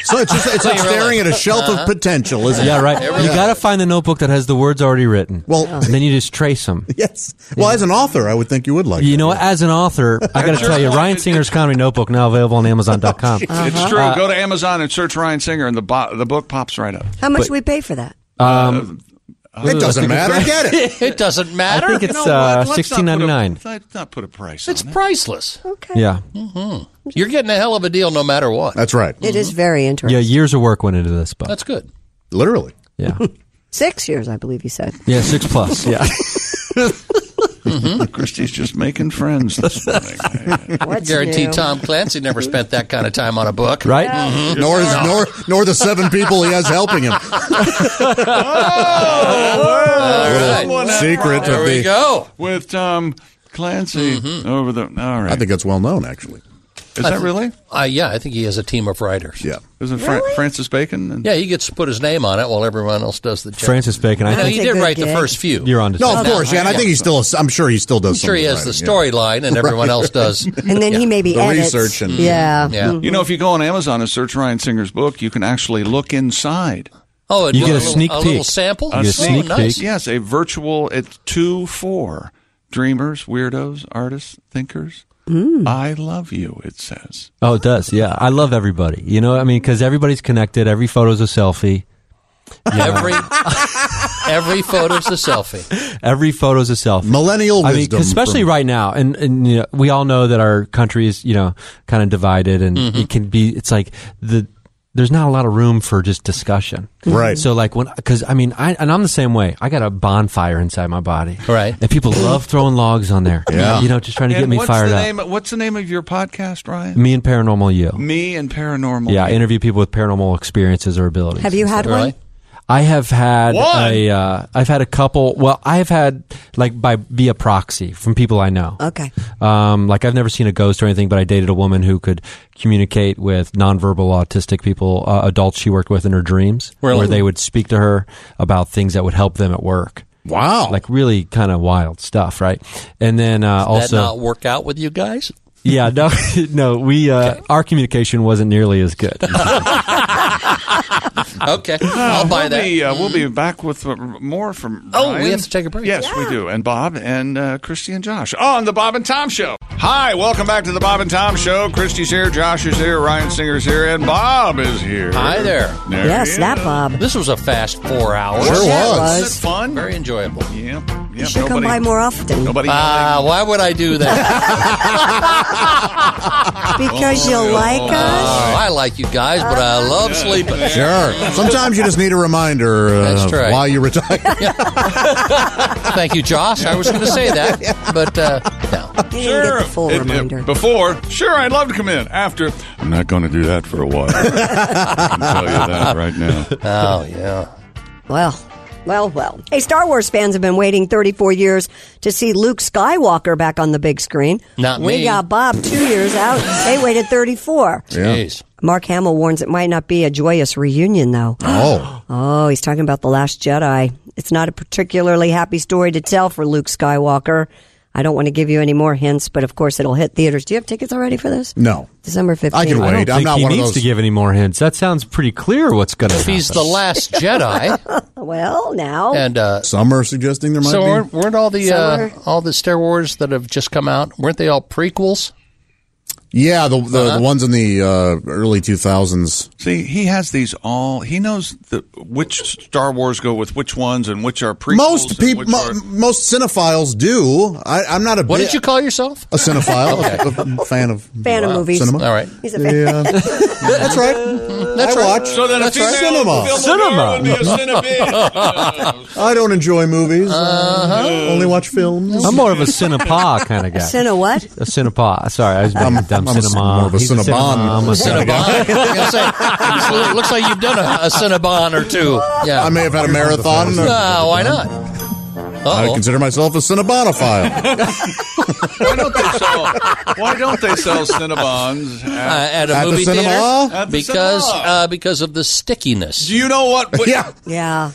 [SPEAKER 9] So it's just it's like
[SPEAKER 10] So you're
[SPEAKER 9] staring
[SPEAKER 10] like-
[SPEAKER 9] at a shelf
[SPEAKER 10] Uh-huh.
[SPEAKER 9] of potential, isn't
[SPEAKER 10] yeah,
[SPEAKER 9] it?
[SPEAKER 10] right. You got to find the notebook that has the words already written.
[SPEAKER 9] Well,
[SPEAKER 10] and then you just trace them.
[SPEAKER 9] Yes. Well, as an author, I would think you would like.
[SPEAKER 10] You know, as an author, I got to tell you, Ryan Singer's comedy notebook now available on Amazon.com.
[SPEAKER 2] It's true.
[SPEAKER 7] Uh-huh.
[SPEAKER 10] Uh,
[SPEAKER 2] go to Amazon and search Ryan Singer, and the bo- the book pops right up.
[SPEAKER 7] How much
[SPEAKER 10] But-
[SPEAKER 7] we pay for that?
[SPEAKER 9] uh,
[SPEAKER 10] um,
[SPEAKER 2] It doesn't matter. Get
[SPEAKER 6] it. it doesn't matter.
[SPEAKER 10] I think it's
[SPEAKER 6] You know
[SPEAKER 10] uh,
[SPEAKER 6] what? Let's
[SPEAKER 10] sixteen ninety nine.
[SPEAKER 2] not- Let's not put a price.
[SPEAKER 6] It's priceless.
[SPEAKER 10] Yeah,
[SPEAKER 6] Mhm. You're getting a hell of a deal no matter what.
[SPEAKER 9] That's right.
[SPEAKER 7] It is very interesting.
[SPEAKER 10] yeah. Years of work went into this, but
[SPEAKER 6] That's good.
[SPEAKER 9] literally,
[SPEAKER 10] yeah,
[SPEAKER 7] Six years, I believe you said.
[SPEAKER 10] yeah, six plus. Yeah,
[SPEAKER 2] Christie's just making friends this morning.
[SPEAKER 7] What's
[SPEAKER 6] Guarantee
[SPEAKER 7] new?
[SPEAKER 6] Tom Clancy never spent that kind of time on a book.
[SPEAKER 10] Right?
[SPEAKER 6] Mhm.
[SPEAKER 9] Nor is,
[SPEAKER 6] No.
[SPEAKER 9] nor nor the seven people he has helping him.
[SPEAKER 2] Someone Oh! had
[SPEAKER 9] Secret
[SPEAKER 2] problems
[SPEAKER 9] of the.
[SPEAKER 2] with Tom Clancy over the. All right,
[SPEAKER 9] I think that's well known, actually.
[SPEAKER 2] is that really?
[SPEAKER 6] Uh, yeah, I think he has a team of writers.
[SPEAKER 9] Yeah.
[SPEAKER 2] Isn't Fran- Francis Bacon? And-
[SPEAKER 6] Yeah, he gets to put his name on it while everyone else does the job.
[SPEAKER 10] Francis Bacon, I
[SPEAKER 6] No,
[SPEAKER 10] think-
[SPEAKER 6] he
[SPEAKER 10] That's
[SPEAKER 6] did
[SPEAKER 10] a good
[SPEAKER 6] write the
[SPEAKER 10] gig.
[SPEAKER 6] first few.
[SPEAKER 10] You're onto
[SPEAKER 9] No, of
[SPEAKER 6] No,
[SPEAKER 9] course, yeah, and I
[SPEAKER 6] yeah.
[SPEAKER 9] think he still. I'm sure he still
[SPEAKER 6] I'm
[SPEAKER 9] does.
[SPEAKER 6] sure he
[SPEAKER 9] some of
[SPEAKER 6] has
[SPEAKER 9] his
[SPEAKER 6] the
[SPEAKER 9] writing, yeah.
[SPEAKER 6] storyline, and everyone
[SPEAKER 9] Right,
[SPEAKER 6] else
[SPEAKER 9] right.
[SPEAKER 6] does. Mm-hmm.
[SPEAKER 7] And then he maybe
[SPEAKER 9] The
[SPEAKER 7] edits.
[SPEAKER 9] research and-
[SPEAKER 7] yeah.
[SPEAKER 6] Yeah.
[SPEAKER 10] Mm-hmm.
[SPEAKER 7] Mhm.
[SPEAKER 2] You know, if you go on Amazon and search Ryan Singer's book, you can actually look inside.
[SPEAKER 6] Oh, and
[SPEAKER 10] You get a
[SPEAKER 6] little-
[SPEAKER 10] sneak
[SPEAKER 6] a little
[SPEAKER 10] peek.
[SPEAKER 6] sample.
[SPEAKER 10] You get a
[SPEAKER 6] Oh,
[SPEAKER 10] sneak
[SPEAKER 6] nice.
[SPEAKER 10] peek.
[SPEAKER 2] Yes, a virtual. It's two four dreamers, weirdos, artists, thinkers.
[SPEAKER 10] Mm.
[SPEAKER 2] I love you. It says.
[SPEAKER 10] Oh, it does. Yeah, I love everybody. You know, I mean, because everybody's connected. Every photo's a selfie. Yeah.
[SPEAKER 6] Every every photo's a selfie.
[SPEAKER 10] Every photo's a selfie.
[SPEAKER 9] Millennial
[SPEAKER 10] I mean,
[SPEAKER 9] wisdom
[SPEAKER 10] 'cause especially
[SPEAKER 9] from-
[SPEAKER 10] right now, and, and you know, we all know that our country is you know kind of divided, and
[SPEAKER 2] Mm-hmm.
[SPEAKER 10] it can be. It's like the there's not a lot of room for just discussion,
[SPEAKER 9] Right.
[SPEAKER 10] So like when because I mean, I and I'm the same way. I got a bonfire inside my body,
[SPEAKER 6] Right.
[SPEAKER 10] And people love throwing logs on there,
[SPEAKER 9] Yeah.
[SPEAKER 10] You know, just trying to
[SPEAKER 2] and
[SPEAKER 10] get me
[SPEAKER 2] what's
[SPEAKER 10] fired
[SPEAKER 2] the
[SPEAKER 10] up.
[SPEAKER 2] Name, what's the name of your podcast, Ryan?
[SPEAKER 10] Me and paranormal you.
[SPEAKER 2] Me and paranormal.
[SPEAKER 10] Yeah, I interview people with paranormal experiences or abilities.
[SPEAKER 7] Have you had one?
[SPEAKER 10] I have had
[SPEAKER 2] One?
[SPEAKER 10] a uh, I've had a couple. Well, I have had like by via proxy from people I know.
[SPEAKER 7] Okay.
[SPEAKER 10] Um, like I've never seen a ghost or anything, but I dated a woman who could communicate with nonverbal autistic people, uh, adults she worked with in her dreams,
[SPEAKER 6] Really?
[SPEAKER 10] where they would speak to her about things that would help them at work.
[SPEAKER 9] Wow.
[SPEAKER 10] Like really kind of wild stuff, right? And then uh,
[SPEAKER 6] that
[SPEAKER 10] also
[SPEAKER 6] not work out with you guys?
[SPEAKER 10] yeah, no, no. We uh, our communication wasn't nearly as good.
[SPEAKER 6] Okay, I'll buy
[SPEAKER 2] we'll
[SPEAKER 6] that.
[SPEAKER 2] Be, uh, We'll be back with uh, more from.
[SPEAKER 6] Oh, we
[SPEAKER 2] Ryan.
[SPEAKER 6] have to take a break.
[SPEAKER 2] Yes, we do. And Bob and uh, Christy and Josh on the Bob and Tom Show. Hi, welcome back to the Bob and Tom Show. Christy's here, Josh is here, Ryan Singer's here, and Bob is here.
[SPEAKER 6] Hi there.
[SPEAKER 2] There
[SPEAKER 7] yes,
[SPEAKER 2] he
[SPEAKER 7] that
[SPEAKER 2] is.
[SPEAKER 7] Bob.
[SPEAKER 6] This was a fast four hours.
[SPEAKER 9] Sure
[SPEAKER 7] Yeah, it
[SPEAKER 9] was.
[SPEAKER 2] Isn't that fun?
[SPEAKER 6] Very enjoyable.
[SPEAKER 2] Yeah.
[SPEAKER 7] you should come by more often.
[SPEAKER 2] Nobody.
[SPEAKER 6] Ah, why would I do that?
[SPEAKER 7] because you'll like us.
[SPEAKER 6] Oh, I like you guys, but I love sleeping.
[SPEAKER 9] Sure. Sometimes you just need a reminder uh,
[SPEAKER 6] That's right.
[SPEAKER 9] while you retire.
[SPEAKER 6] Thank you, Josh. I was going to say that, but uh,
[SPEAKER 2] Sure. It- it- before, sure, I'd love to come in. After, I'm not going to do that for a while. I can tell you that right now.
[SPEAKER 6] Oh, yeah.
[SPEAKER 7] Well, well, well. Hey, Star Wars fans have been waiting 34 years to see Luke Skywalker back on the big screen.
[SPEAKER 6] Not
[SPEAKER 7] we
[SPEAKER 6] me.
[SPEAKER 7] got Bob two years out. They waited 34.
[SPEAKER 6] Jeez.
[SPEAKER 7] Mark Hamill warns it might not be a joyous reunion, though.
[SPEAKER 9] Oh.
[SPEAKER 7] Oh, he's talking about The Last Jedi. It's not a particularly happy story to tell for Luke Skywalker. I don't want to give you any more hints, but of course it'll hit theaters. Do you have tickets already for this?
[SPEAKER 9] No.
[SPEAKER 7] December 15th.
[SPEAKER 10] I don't think he needs to give any more hints. That sounds pretty clear. What's going to
[SPEAKER 6] If
[SPEAKER 10] happen?
[SPEAKER 6] he's the last Jedi,
[SPEAKER 7] well, now.
[SPEAKER 6] and uh,
[SPEAKER 9] Some are suggesting there might
[SPEAKER 6] so
[SPEAKER 9] be.
[SPEAKER 6] weren't, weren't all the uh,
[SPEAKER 9] Somewhere.
[SPEAKER 6] all the Star Wars that have just come out weren't they all prequels?
[SPEAKER 9] Yeah, the the,
[SPEAKER 6] Uh-huh.
[SPEAKER 9] the ones in the uh, early two thousands.
[SPEAKER 2] See, he has these all. He knows the which Star Wars go with which ones and which are prequels.
[SPEAKER 9] Most
[SPEAKER 2] and
[SPEAKER 9] people,
[SPEAKER 2] which are-
[SPEAKER 9] most cinephiles do. I, I'm not a.
[SPEAKER 2] What
[SPEAKER 9] bit-
[SPEAKER 2] did you
[SPEAKER 6] call yourself?
[SPEAKER 9] A cinephile, a, a fan of
[SPEAKER 7] Fan of movies.
[SPEAKER 9] Cinema.
[SPEAKER 6] All right,
[SPEAKER 7] He's a fan.
[SPEAKER 9] Yeah. that's right.
[SPEAKER 6] That's
[SPEAKER 9] I
[SPEAKER 6] right.
[SPEAKER 9] watch.
[SPEAKER 6] So then a
[SPEAKER 9] that's
[SPEAKER 6] female
[SPEAKER 9] cinema.
[SPEAKER 6] film would be a
[SPEAKER 9] I don't enjoy movies.
[SPEAKER 6] Uh-huh.
[SPEAKER 9] I Only watch films.
[SPEAKER 10] I'm more of a cinepa kind of guy.
[SPEAKER 7] Cine what?
[SPEAKER 10] A cinepa. Sorry, I was being a dumb
[SPEAKER 9] I'm a-
[SPEAKER 10] cinema.
[SPEAKER 9] more of a
[SPEAKER 10] He's
[SPEAKER 9] Cinnabon.
[SPEAKER 10] I'm a
[SPEAKER 9] Cinnabon.
[SPEAKER 10] Cinnabon.
[SPEAKER 6] I was gonna say, it looks like you've done a, a Cinnabon or two. Yeah,
[SPEAKER 9] I may have had a marathon.
[SPEAKER 6] No, why not?
[SPEAKER 9] I consider myself a Cinnabonophile.
[SPEAKER 2] Why don't they sell? Why don't they sell Cinnabons
[SPEAKER 6] Uh, at a
[SPEAKER 9] At the
[SPEAKER 6] movie
[SPEAKER 9] cinema?
[SPEAKER 6] theater
[SPEAKER 2] At the
[SPEAKER 6] because
[SPEAKER 2] cinema.
[SPEAKER 6] uh, because of the stickiness.
[SPEAKER 2] Do you know what? what yeah.
[SPEAKER 7] Yeah.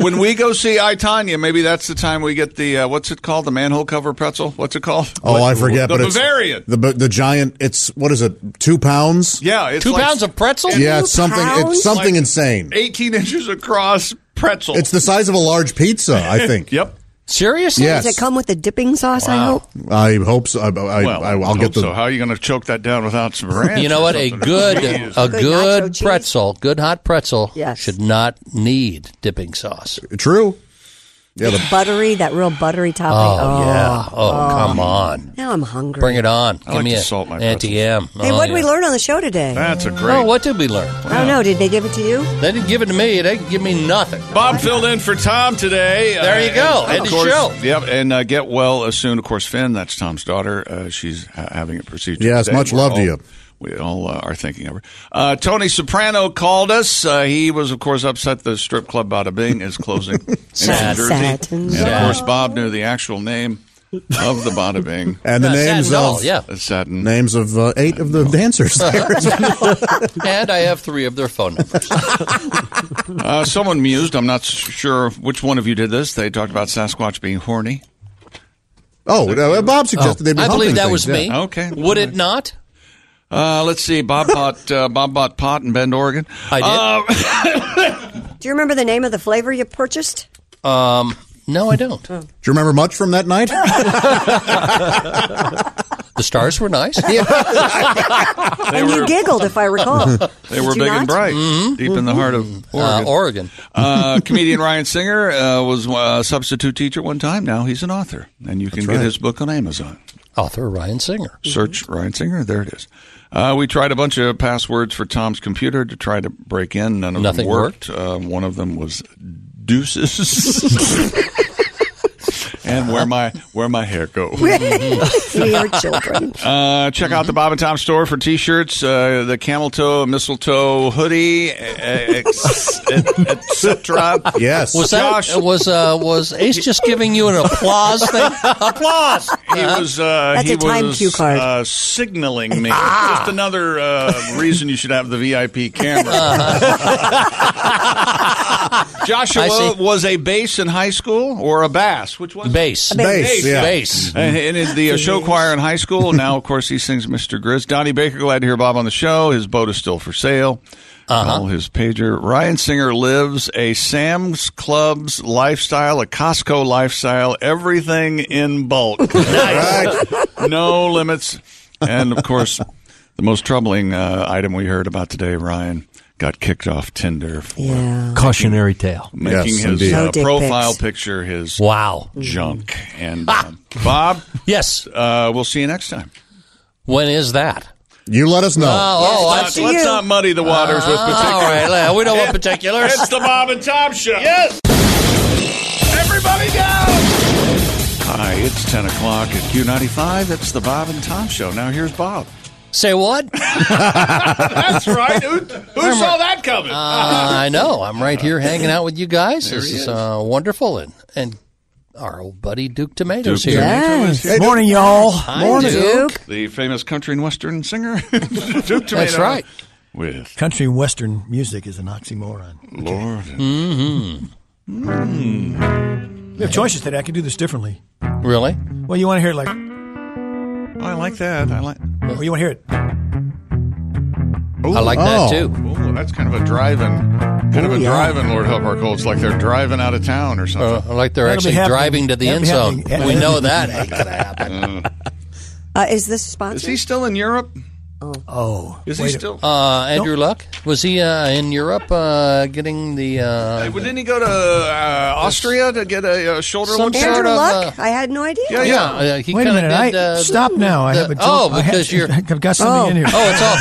[SPEAKER 2] When we go see I Tanya, maybe that's the time we get the uh, what's it called? The manhole cover pretzel. What's it called?
[SPEAKER 9] Oh, I forget.
[SPEAKER 2] The
[SPEAKER 9] but
[SPEAKER 2] Bavarian.
[SPEAKER 9] It's, the bu- the giant. It's what is it? Two pounds.
[SPEAKER 2] Yeah, it's
[SPEAKER 6] Two
[SPEAKER 2] like-
[SPEAKER 6] pounds of pretzel.
[SPEAKER 9] Yeah, it's something. It's something
[SPEAKER 2] Like
[SPEAKER 9] insane.
[SPEAKER 2] Eighteen inches across pretzel.
[SPEAKER 9] It's the size of a large pizza. I think.
[SPEAKER 2] yep.
[SPEAKER 6] Seriously?
[SPEAKER 9] Yes.
[SPEAKER 7] Does it come with the dipping sauce, I hope?
[SPEAKER 9] I hope so. I, I,
[SPEAKER 2] Well,
[SPEAKER 9] I,
[SPEAKER 2] I
[SPEAKER 9] I'll
[SPEAKER 2] hope
[SPEAKER 9] get the.
[SPEAKER 2] So how are you going to choke that down without some ranch?
[SPEAKER 6] You know
[SPEAKER 2] or
[SPEAKER 6] what? A
[SPEAKER 2] something?
[SPEAKER 6] good
[SPEAKER 2] Jeez.
[SPEAKER 6] a
[SPEAKER 7] Good
[SPEAKER 6] good
[SPEAKER 7] nacho cheese.
[SPEAKER 6] pretzel, good hot pretzel,
[SPEAKER 7] Yes.
[SPEAKER 6] should not need dipping sauce.
[SPEAKER 9] True. Yeah,
[SPEAKER 7] It's buttery, that real buttery topping.
[SPEAKER 6] Oh,
[SPEAKER 7] Oh,
[SPEAKER 6] yeah. Oh, come on.
[SPEAKER 7] Now I'm hungry.
[SPEAKER 6] Bring it on. Give
[SPEAKER 2] like
[SPEAKER 6] me
[SPEAKER 2] to
[SPEAKER 6] a
[SPEAKER 2] salt my
[SPEAKER 6] Auntie M.
[SPEAKER 7] Hey,
[SPEAKER 6] Oh,
[SPEAKER 7] what did
[SPEAKER 6] yeah.
[SPEAKER 7] we learn on the show today?
[SPEAKER 2] That's a great.
[SPEAKER 6] Oh, what did we learn?
[SPEAKER 7] I don't know. Did they give it to you?
[SPEAKER 6] They didn't give it to me. They didn't give me nothing.
[SPEAKER 2] Bob filled in for Tom today. Uh,
[SPEAKER 6] There you go.
[SPEAKER 2] and
[SPEAKER 6] End
[SPEAKER 2] of
[SPEAKER 6] of
[SPEAKER 2] course,
[SPEAKER 6] show.
[SPEAKER 2] Yep, and uh, get well uh, soon. Of course, Finn, that's Tom's daughter. Uh, she's ha- having a procedure.
[SPEAKER 9] Yes,
[SPEAKER 2] today.
[SPEAKER 9] much
[SPEAKER 2] We're
[SPEAKER 9] love to
[SPEAKER 2] all-
[SPEAKER 9] you.
[SPEAKER 2] We all uh, are thinking of her. Uh, Tony Soprano called us. Uh, he was, of course, upset the strip club Bada Bing is closing in New
[SPEAKER 7] Sad.
[SPEAKER 2] Jersey.
[SPEAKER 7] Sad.
[SPEAKER 2] And, of
[SPEAKER 7] Sad.
[SPEAKER 2] course, Bob knew the actual name of the Bada Bing.
[SPEAKER 9] And the
[SPEAKER 6] Not sad
[SPEAKER 9] names
[SPEAKER 6] at all,
[SPEAKER 9] of
[SPEAKER 6] yeah.
[SPEAKER 2] Satin. Oh.
[SPEAKER 9] names of uh, eight of the dancers there. as well.
[SPEAKER 6] and I have three of their phone numbers.
[SPEAKER 2] Uh, someone mused. I'm not s- sure which one of you did this. They talked about Sasquatch being horny.
[SPEAKER 9] oh, no, Bob suggested they'd be.
[SPEAKER 6] I believe
[SPEAKER 9] humping
[SPEAKER 6] that
[SPEAKER 9] things,
[SPEAKER 6] was
[SPEAKER 9] yeah.
[SPEAKER 6] me.
[SPEAKER 2] Okay.
[SPEAKER 6] Would it not?
[SPEAKER 2] Uh, let's see. Bob bought uh, Bob bought pot in Bend, Oregon.
[SPEAKER 6] I
[SPEAKER 7] Do you remember the name of the flavor you purchased?
[SPEAKER 2] Uh,
[SPEAKER 6] did. um, no, I don't.
[SPEAKER 9] Do you remember much from that night?
[SPEAKER 7] Oh.
[SPEAKER 6] The stars were nice.
[SPEAKER 2] They
[SPEAKER 7] and you
[SPEAKER 2] were-
[SPEAKER 7] giggled, if I recall.
[SPEAKER 2] They were big and bright, deep in the heart of
[SPEAKER 6] Mm-hmm. Uh, Oregon.
[SPEAKER 2] Oregon. uh, comedian Ryan Singer uh, was a substitute teacher one time. Now he's an author, and you can
[SPEAKER 9] That's
[SPEAKER 2] get
[SPEAKER 9] right.
[SPEAKER 2] his book on Amazon.
[SPEAKER 6] Author Ryan Singer.
[SPEAKER 2] Search Ryan Singer. There it is. Uh, we tried a bunch of passwords for Tom's computer to try to break in. None of
[SPEAKER 6] Nothing
[SPEAKER 2] them worked. Uh, one of them was deuces. and where my where my hair goes.
[SPEAKER 7] we are children.
[SPEAKER 2] Uh, check out the
[SPEAKER 7] Mm-hmm.
[SPEAKER 2] Bob and Tom store for T-shirts, uh, the camel toe, mistletoe hoodie, e-, etc.
[SPEAKER 9] yes.
[SPEAKER 6] Was that
[SPEAKER 2] Josh.
[SPEAKER 6] was uh, was Ace just giving you an applause thing? applause.
[SPEAKER 2] He was uh,
[SPEAKER 7] That's
[SPEAKER 2] he
[SPEAKER 7] a time
[SPEAKER 2] was,
[SPEAKER 7] cue card. Ah.
[SPEAKER 2] Uh, signaling me. Just another uh, reason you should have the VIP camera.
[SPEAKER 7] Uh-huh.
[SPEAKER 6] I
[SPEAKER 2] Joshua
[SPEAKER 6] see.
[SPEAKER 2] was a bass in high school or a bass, which was
[SPEAKER 6] Bass.
[SPEAKER 9] Bass, yeah.
[SPEAKER 6] Bass.
[SPEAKER 2] And, and in the uh, show choir in high school. Now, of course, he sings Mr. Grizz. Donnie Baker, glad to hear Bob on the show. His boat is still for sale.
[SPEAKER 6] Uh-huh.
[SPEAKER 2] Call his pager. Ryan Singer lives a Sam's Club's lifestyle, a Costco lifestyle, everything in bulk. no limits. And, of course, the most troubling uh, item we heard about today, Ryan. got kicked off Tinder for
[SPEAKER 7] yeah.
[SPEAKER 10] Cautionary tale.
[SPEAKER 2] making
[SPEAKER 10] Yes,
[SPEAKER 2] his
[SPEAKER 10] indeed. No
[SPEAKER 2] uh,
[SPEAKER 10] dick
[SPEAKER 2] profile
[SPEAKER 10] pics.
[SPEAKER 2] picture his
[SPEAKER 6] wow
[SPEAKER 2] junk. And um, Bob,
[SPEAKER 6] yes,
[SPEAKER 2] uh, we'll see you next time.
[SPEAKER 6] When is that?
[SPEAKER 9] You let us know.
[SPEAKER 6] Oh,
[SPEAKER 2] let's,
[SPEAKER 6] I
[SPEAKER 2] not,
[SPEAKER 6] see
[SPEAKER 2] let's
[SPEAKER 6] you. Ah,
[SPEAKER 2] not muddy the waters with particulars.
[SPEAKER 6] Oh, all right, yeah, we don't want particulars.
[SPEAKER 4] It's the Bob and Tom Show. Yes. Everybody down.
[SPEAKER 2] Hi, it's 10 o'clock at Q95. It's the Bob and Tom Show. Now here's Bob.
[SPEAKER 6] Say what?
[SPEAKER 4] That's right. Who, who saw that coming?
[SPEAKER 6] Uh, I know. I'm right here hanging out with you guys. This
[SPEAKER 4] he
[SPEAKER 6] is
[SPEAKER 4] is.
[SPEAKER 6] uh, wonderful. And, and our old buddy Duke Tomatoes here.
[SPEAKER 2] Hey, Duke.
[SPEAKER 6] Hi, Duke.
[SPEAKER 2] The famous country and western singer, Duke Tomato.
[SPEAKER 24] That's right.
[SPEAKER 2] With
[SPEAKER 24] Country and Western music is an oxymoron.
[SPEAKER 2] Lord.
[SPEAKER 24] Mm-hmm.
[SPEAKER 6] Hmm.
[SPEAKER 24] We have choices today. I could do this differently.
[SPEAKER 6] Really?
[SPEAKER 24] Well, you want to hear it like.
[SPEAKER 2] I like that. I like.
[SPEAKER 24] Or you want to hear it.
[SPEAKER 2] Ooh. Oh.
[SPEAKER 24] I like that, too.
[SPEAKER 2] Ooh, that's kind of a driving, kind of a driving. Lord help our colds, like they're driving out of town or something.
[SPEAKER 6] like they're
[SPEAKER 7] That'll be Uh, actually happening. driving to the That'll end be zone. happening. We know that ain't
[SPEAKER 6] gonna
[SPEAKER 2] happen.
[SPEAKER 7] Uh, is this sponsored?
[SPEAKER 2] Is he still in Europe?
[SPEAKER 24] Oh.
[SPEAKER 2] Is he
[SPEAKER 6] Wait a-
[SPEAKER 2] still?
[SPEAKER 6] Uh, Andrew Luck? Was he uh, in Europe uh, getting the. Uh,
[SPEAKER 2] Well, didn't he go to uh, Austria to get a, uh shoulder
[SPEAKER 6] Some
[SPEAKER 2] look?
[SPEAKER 6] sort
[SPEAKER 7] Andrew
[SPEAKER 6] of, uh,
[SPEAKER 7] Luck? I had no idea.
[SPEAKER 2] Yeah,
[SPEAKER 6] yeah. uh, he
[SPEAKER 24] Wait a
[SPEAKER 6] kinda
[SPEAKER 24] minute.
[SPEAKER 6] did,
[SPEAKER 24] I,
[SPEAKER 6] uh,
[SPEAKER 24] stop now. I
[SPEAKER 6] the-
[SPEAKER 24] have a joke.
[SPEAKER 6] Oh,
[SPEAKER 24] I had-
[SPEAKER 6] because you're.
[SPEAKER 24] I've got something
[SPEAKER 7] Oh.
[SPEAKER 24] in here.
[SPEAKER 6] Oh, it's all.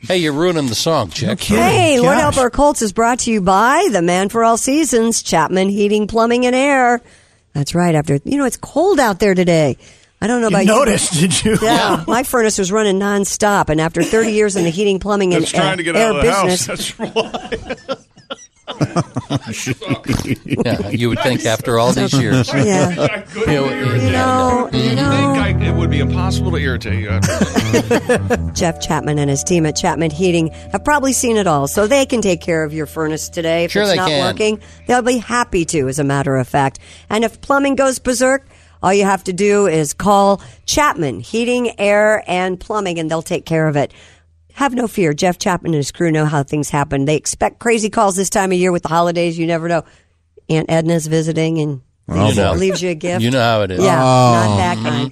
[SPEAKER 6] hey, you're ruining the song, chick.
[SPEAKER 7] Hey, Lord Help Our Colts is brought to you by the man for all seasons, Chapman Heating, Plumbing, and Air. That's right. After you know, it's cold out there today. I don't know
[SPEAKER 24] You
[SPEAKER 7] about
[SPEAKER 24] noticed,
[SPEAKER 7] you.
[SPEAKER 24] did you?
[SPEAKER 7] Yeah, my furnace was running nonstop, and after 30 years in the heating, plumbing, and
[SPEAKER 2] It's trying
[SPEAKER 7] air,
[SPEAKER 2] to get
[SPEAKER 7] air
[SPEAKER 2] out of the
[SPEAKER 7] business,
[SPEAKER 2] house. That's why.
[SPEAKER 6] yeah, you would think after all these years.
[SPEAKER 7] Yeah.
[SPEAKER 2] I couldn't irritate you.
[SPEAKER 7] know, you
[SPEAKER 2] You'd
[SPEAKER 7] know.
[SPEAKER 2] think I, it would be impossible to irritate you.
[SPEAKER 7] Jeff Chapman and his team at Chapman Heating have probably seen it all, so they can take care of your furnace today if
[SPEAKER 6] Sure
[SPEAKER 7] it's
[SPEAKER 6] they
[SPEAKER 7] not
[SPEAKER 6] can.
[SPEAKER 7] working. They'll be happy to, as a matter of fact. And if plumbing goes berserk, all you have to do is call Chapman Heating, Air, and Plumbing, and they'll take care of it. Have no fear. Jeff Chapman and his crew know how things happen. They expect crazy calls this time of year with the holidays. You never know. Aunt Edna's visiting and
[SPEAKER 6] Oh,
[SPEAKER 7] leaves,
[SPEAKER 6] boy.
[SPEAKER 7] leaves you a gift.
[SPEAKER 6] You know how it is. Oh.
[SPEAKER 7] Yeah, not that kind.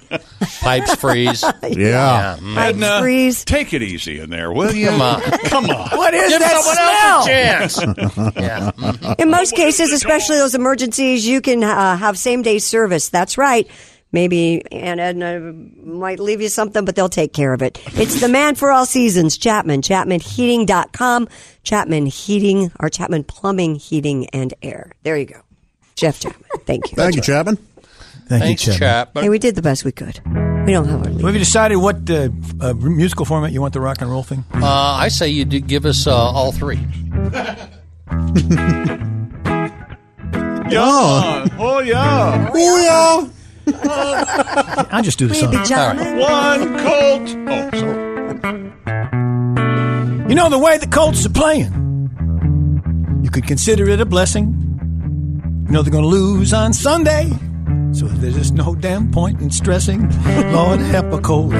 [SPEAKER 6] Pipes freeze.
[SPEAKER 7] Yeah.
[SPEAKER 2] Edna,
[SPEAKER 7] freeze.
[SPEAKER 2] take it easy in there, will you?
[SPEAKER 6] Come on.
[SPEAKER 2] Come on.
[SPEAKER 7] What is
[SPEAKER 6] Give
[SPEAKER 7] that
[SPEAKER 6] someone
[SPEAKER 7] smell?
[SPEAKER 6] else a chance. mm-hmm.
[SPEAKER 7] In most cases, especially those emergencies, you can uh, have same day service. That's right. Maybe Aunt Edna might leave you something, but they'll take care of it. It's the man for all seasons, Chapman, chapmanheating.com, Chapman Heating, or Chapman Plumbing, Heating, and Air. There you go. Jeff Chapman. Thank you.
[SPEAKER 9] Thank you, Chapman.
[SPEAKER 24] Thank you, Chapman.
[SPEAKER 7] Hey, we did the best we could. We don't have our lead.
[SPEAKER 24] Have you decided what uh, uh, musical format you want the rock and roll thing?
[SPEAKER 6] Uh, I say you do give us uh, all three.
[SPEAKER 2] Yeah. Oh, yeah.
[SPEAKER 9] Oh,
[SPEAKER 24] I'll just do the song.
[SPEAKER 2] One Colt. Oh, sorry.
[SPEAKER 24] You know, the way the Colts are playing, you could consider it a blessing. You know, they're going to lose on Sunday, so there's just no damn point in stressing. Lord, help a Colt.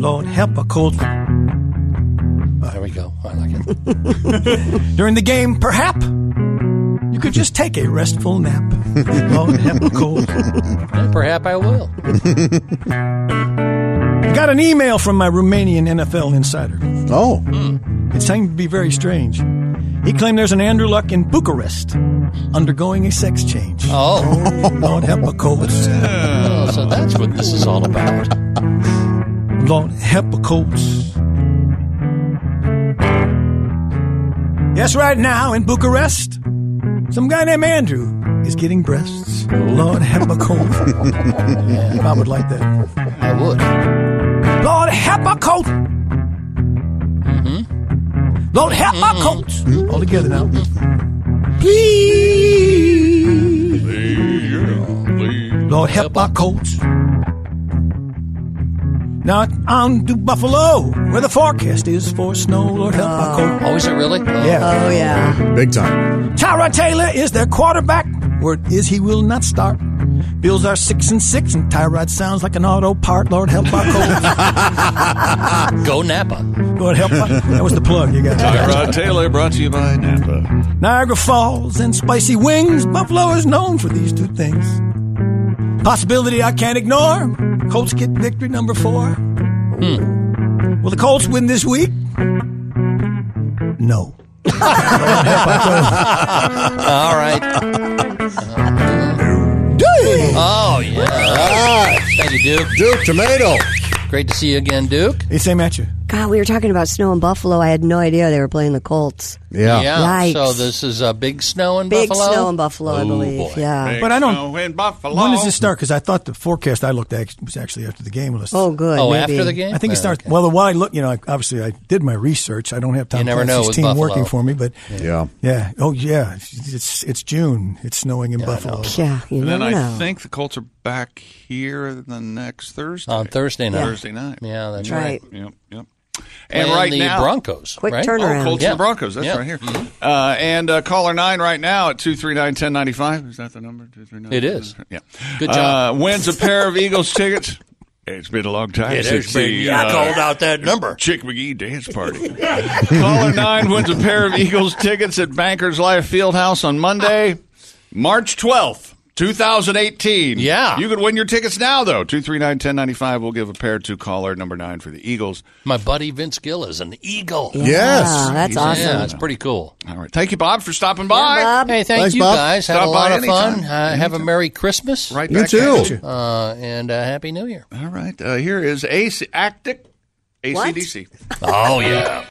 [SPEAKER 24] Lord, help a Oh, Colt.
[SPEAKER 6] There we go. I like it.
[SPEAKER 24] During the game, perhaps you could just take a restful nap. Lord, help a Colt.
[SPEAKER 6] And perhaps I will.
[SPEAKER 24] I got an email from my Romanian NFL insider.
[SPEAKER 9] Oh.
[SPEAKER 24] It seemed to be very strange. He claimed there's an Andrew Luck in Bucharest undergoing a sex change.
[SPEAKER 6] Oh.
[SPEAKER 24] Lord help a cold.
[SPEAKER 6] Oh, so that's what this is all about.
[SPEAKER 24] Lord help a cold. Yes, right now in Bucharest, some guy named Andrew is getting breasts. Lord help a cold. if I would like that.
[SPEAKER 6] I would.
[SPEAKER 24] Lord help a cold.
[SPEAKER 6] Mm-hmm.
[SPEAKER 24] Lord help my coats. All together now.
[SPEAKER 6] Mm-hmm.
[SPEAKER 24] Please. Lord help my coats. Now on to Buffalo, where the forecast is for snow. Lord help my coat.
[SPEAKER 6] Oh, is it really?
[SPEAKER 24] Yeah.
[SPEAKER 7] Oh, yeah.
[SPEAKER 9] Big time.
[SPEAKER 24] Tyra Taylor is their quarterback. Word is he will not start. Bills are six and six, and Tyrod sounds like an auto part. Lord help our coach.
[SPEAKER 6] Ah, Go Napa.
[SPEAKER 24] Lord help. Our, that was the plug you got.
[SPEAKER 2] Tyrod Taylor brought to you by Napa.
[SPEAKER 24] Niagara Falls and spicy wings. Buffalo is known for these two things. Possibility I can't ignore. Colts get victory number four.
[SPEAKER 6] Hmm.
[SPEAKER 24] Will the Colts win this week? No.
[SPEAKER 6] All right. Oh, yeah. Thank you, Duke.
[SPEAKER 9] Duke Tomato.
[SPEAKER 6] Great to see you again, Duke.
[SPEAKER 24] Hey, same at you.
[SPEAKER 7] God, we were talking about snow in Buffalo. I had no idea they were playing the Colts. Yikes.
[SPEAKER 6] So this is a big snow in
[SPEAKER 7] Big
[SPEAKER 6] Buffalo?
[SPEAKER 7] snow in Buffalo, I believe. Yeah.
[SPEAKER 24] but I don't.
[SPEAKER 2] in Buffalo.
[SPEAKER 24] When does this start? Because I thought the forecast I looked at was actually after the game list.
[SPEAKER 7] Oh, good.
[SPEAKER 6] Oh, maybe. after the game?
[SPEAKER 24] I think it
[SPEAKER 6] Oh,
[SPEAKER 24] starts. Well, the while I look, you know, I, obviously I did my research. I don't have Tom
[SPEAKER 6] You never know
[SPEAKER 24] Clancy's
[SPEAKER 6] with
[SPEAKER 24] team
[SPEAKER 6] Buffalo.
[SPEAKER 24] working for me, but
[SPEAKER 9] Yeah.
[SPEAKER 24] yeah. Oh, yeah. It's it's June. It's snowing in Buffalo.
[SPEAKER 7] Yeah, you
[SPEAKER 2] and then
[SPEAKER 7] never
[SPEAKER 2] I
[SPEAKER 7] know.
[SPEAKER 2] think the Colts are back here the next Thursday.
[SPEAKER 6] On Thursday night.
[SPEAKER 2] Thursday night.
[SPEAKER 6] Yeah, that's
[SPEAKER 7] That's right.
[SPEAKER 2] Yep, yep.
[SPEAKER 6] Playing
[SPEAKER 2] And right
[SPEAKER 6] the
[SPEAKER 2] now,
[SPEAKER 6] Broncos, Quick right? turnaround.
[SPEAKER 2] Oh, Colts
[SPEAKER 6] Yeah.
[SPEAKER 2] and Broncos. That's
[SPEAKER 6] Yeah. Mm-hmm.
[SPEAKER 2] right here. Uh, and uh, caller nine right now at two three nine ten ninety five. Is that the number? Two three nine.
[SPEAKER 6] It is.
[SPEAKER 2] Yeah.
[SPEAKER 6] Good job.
[SPEAKER 2] Uh, wins a pair of Eagles tickets. It's been a long time
[SPEAKER 21] Yeah, there's
[SPEAKER 2] since
[SPEAKER 21] been-
[SPEAKER 2] the, uh,
[SPEAKER 21] I called out that number.
[SPEAKER 2] Chick McGee dance party. Caller nine wins a pair of Eagles tickets at Bankers Life Fieldhouse on Monday, March twelfth. 2018.
[SPEAKER 6] Yeah.
[SPEAKER 2] You could win your tickets now, though. 239 1095. We'll give a pair to caller number nine for the Eagles.
[SPEAKER 6] My buddy Vince Gill is an Eagle.
[SPEAKER 2] Yeah, Yes. that's
[SPEAKER 6] He's-
[SPEAKER 2] awesome.
[SPEAKER 6] Yeah, that's pretty cool.
[SPEAKER 2] All right. Thank you, Bob, for stopping by.
[SPEAKER 6] Hey, thank
[SPEAKER 2] Thanks,
[SPEAKER 6] you
[SPEAKER 2] Bob.
[SPEAKER 6] guys. Had a
[SPEAKER 2] Stop by
[SPEAKER 6] lot of
[SPEAKER 2] anytime.
[SPEAKER 6] fun. Uh, have a Merry Christmas.
[SPEAKER 2] Right You back at too. you.
[SPEAKER 6] Uh, and uh, Happy New Year.
[SPEAKER 2] All right. Uh, here is AC Actic, ACDC.
[SPEAKER 6] Oh, yeah.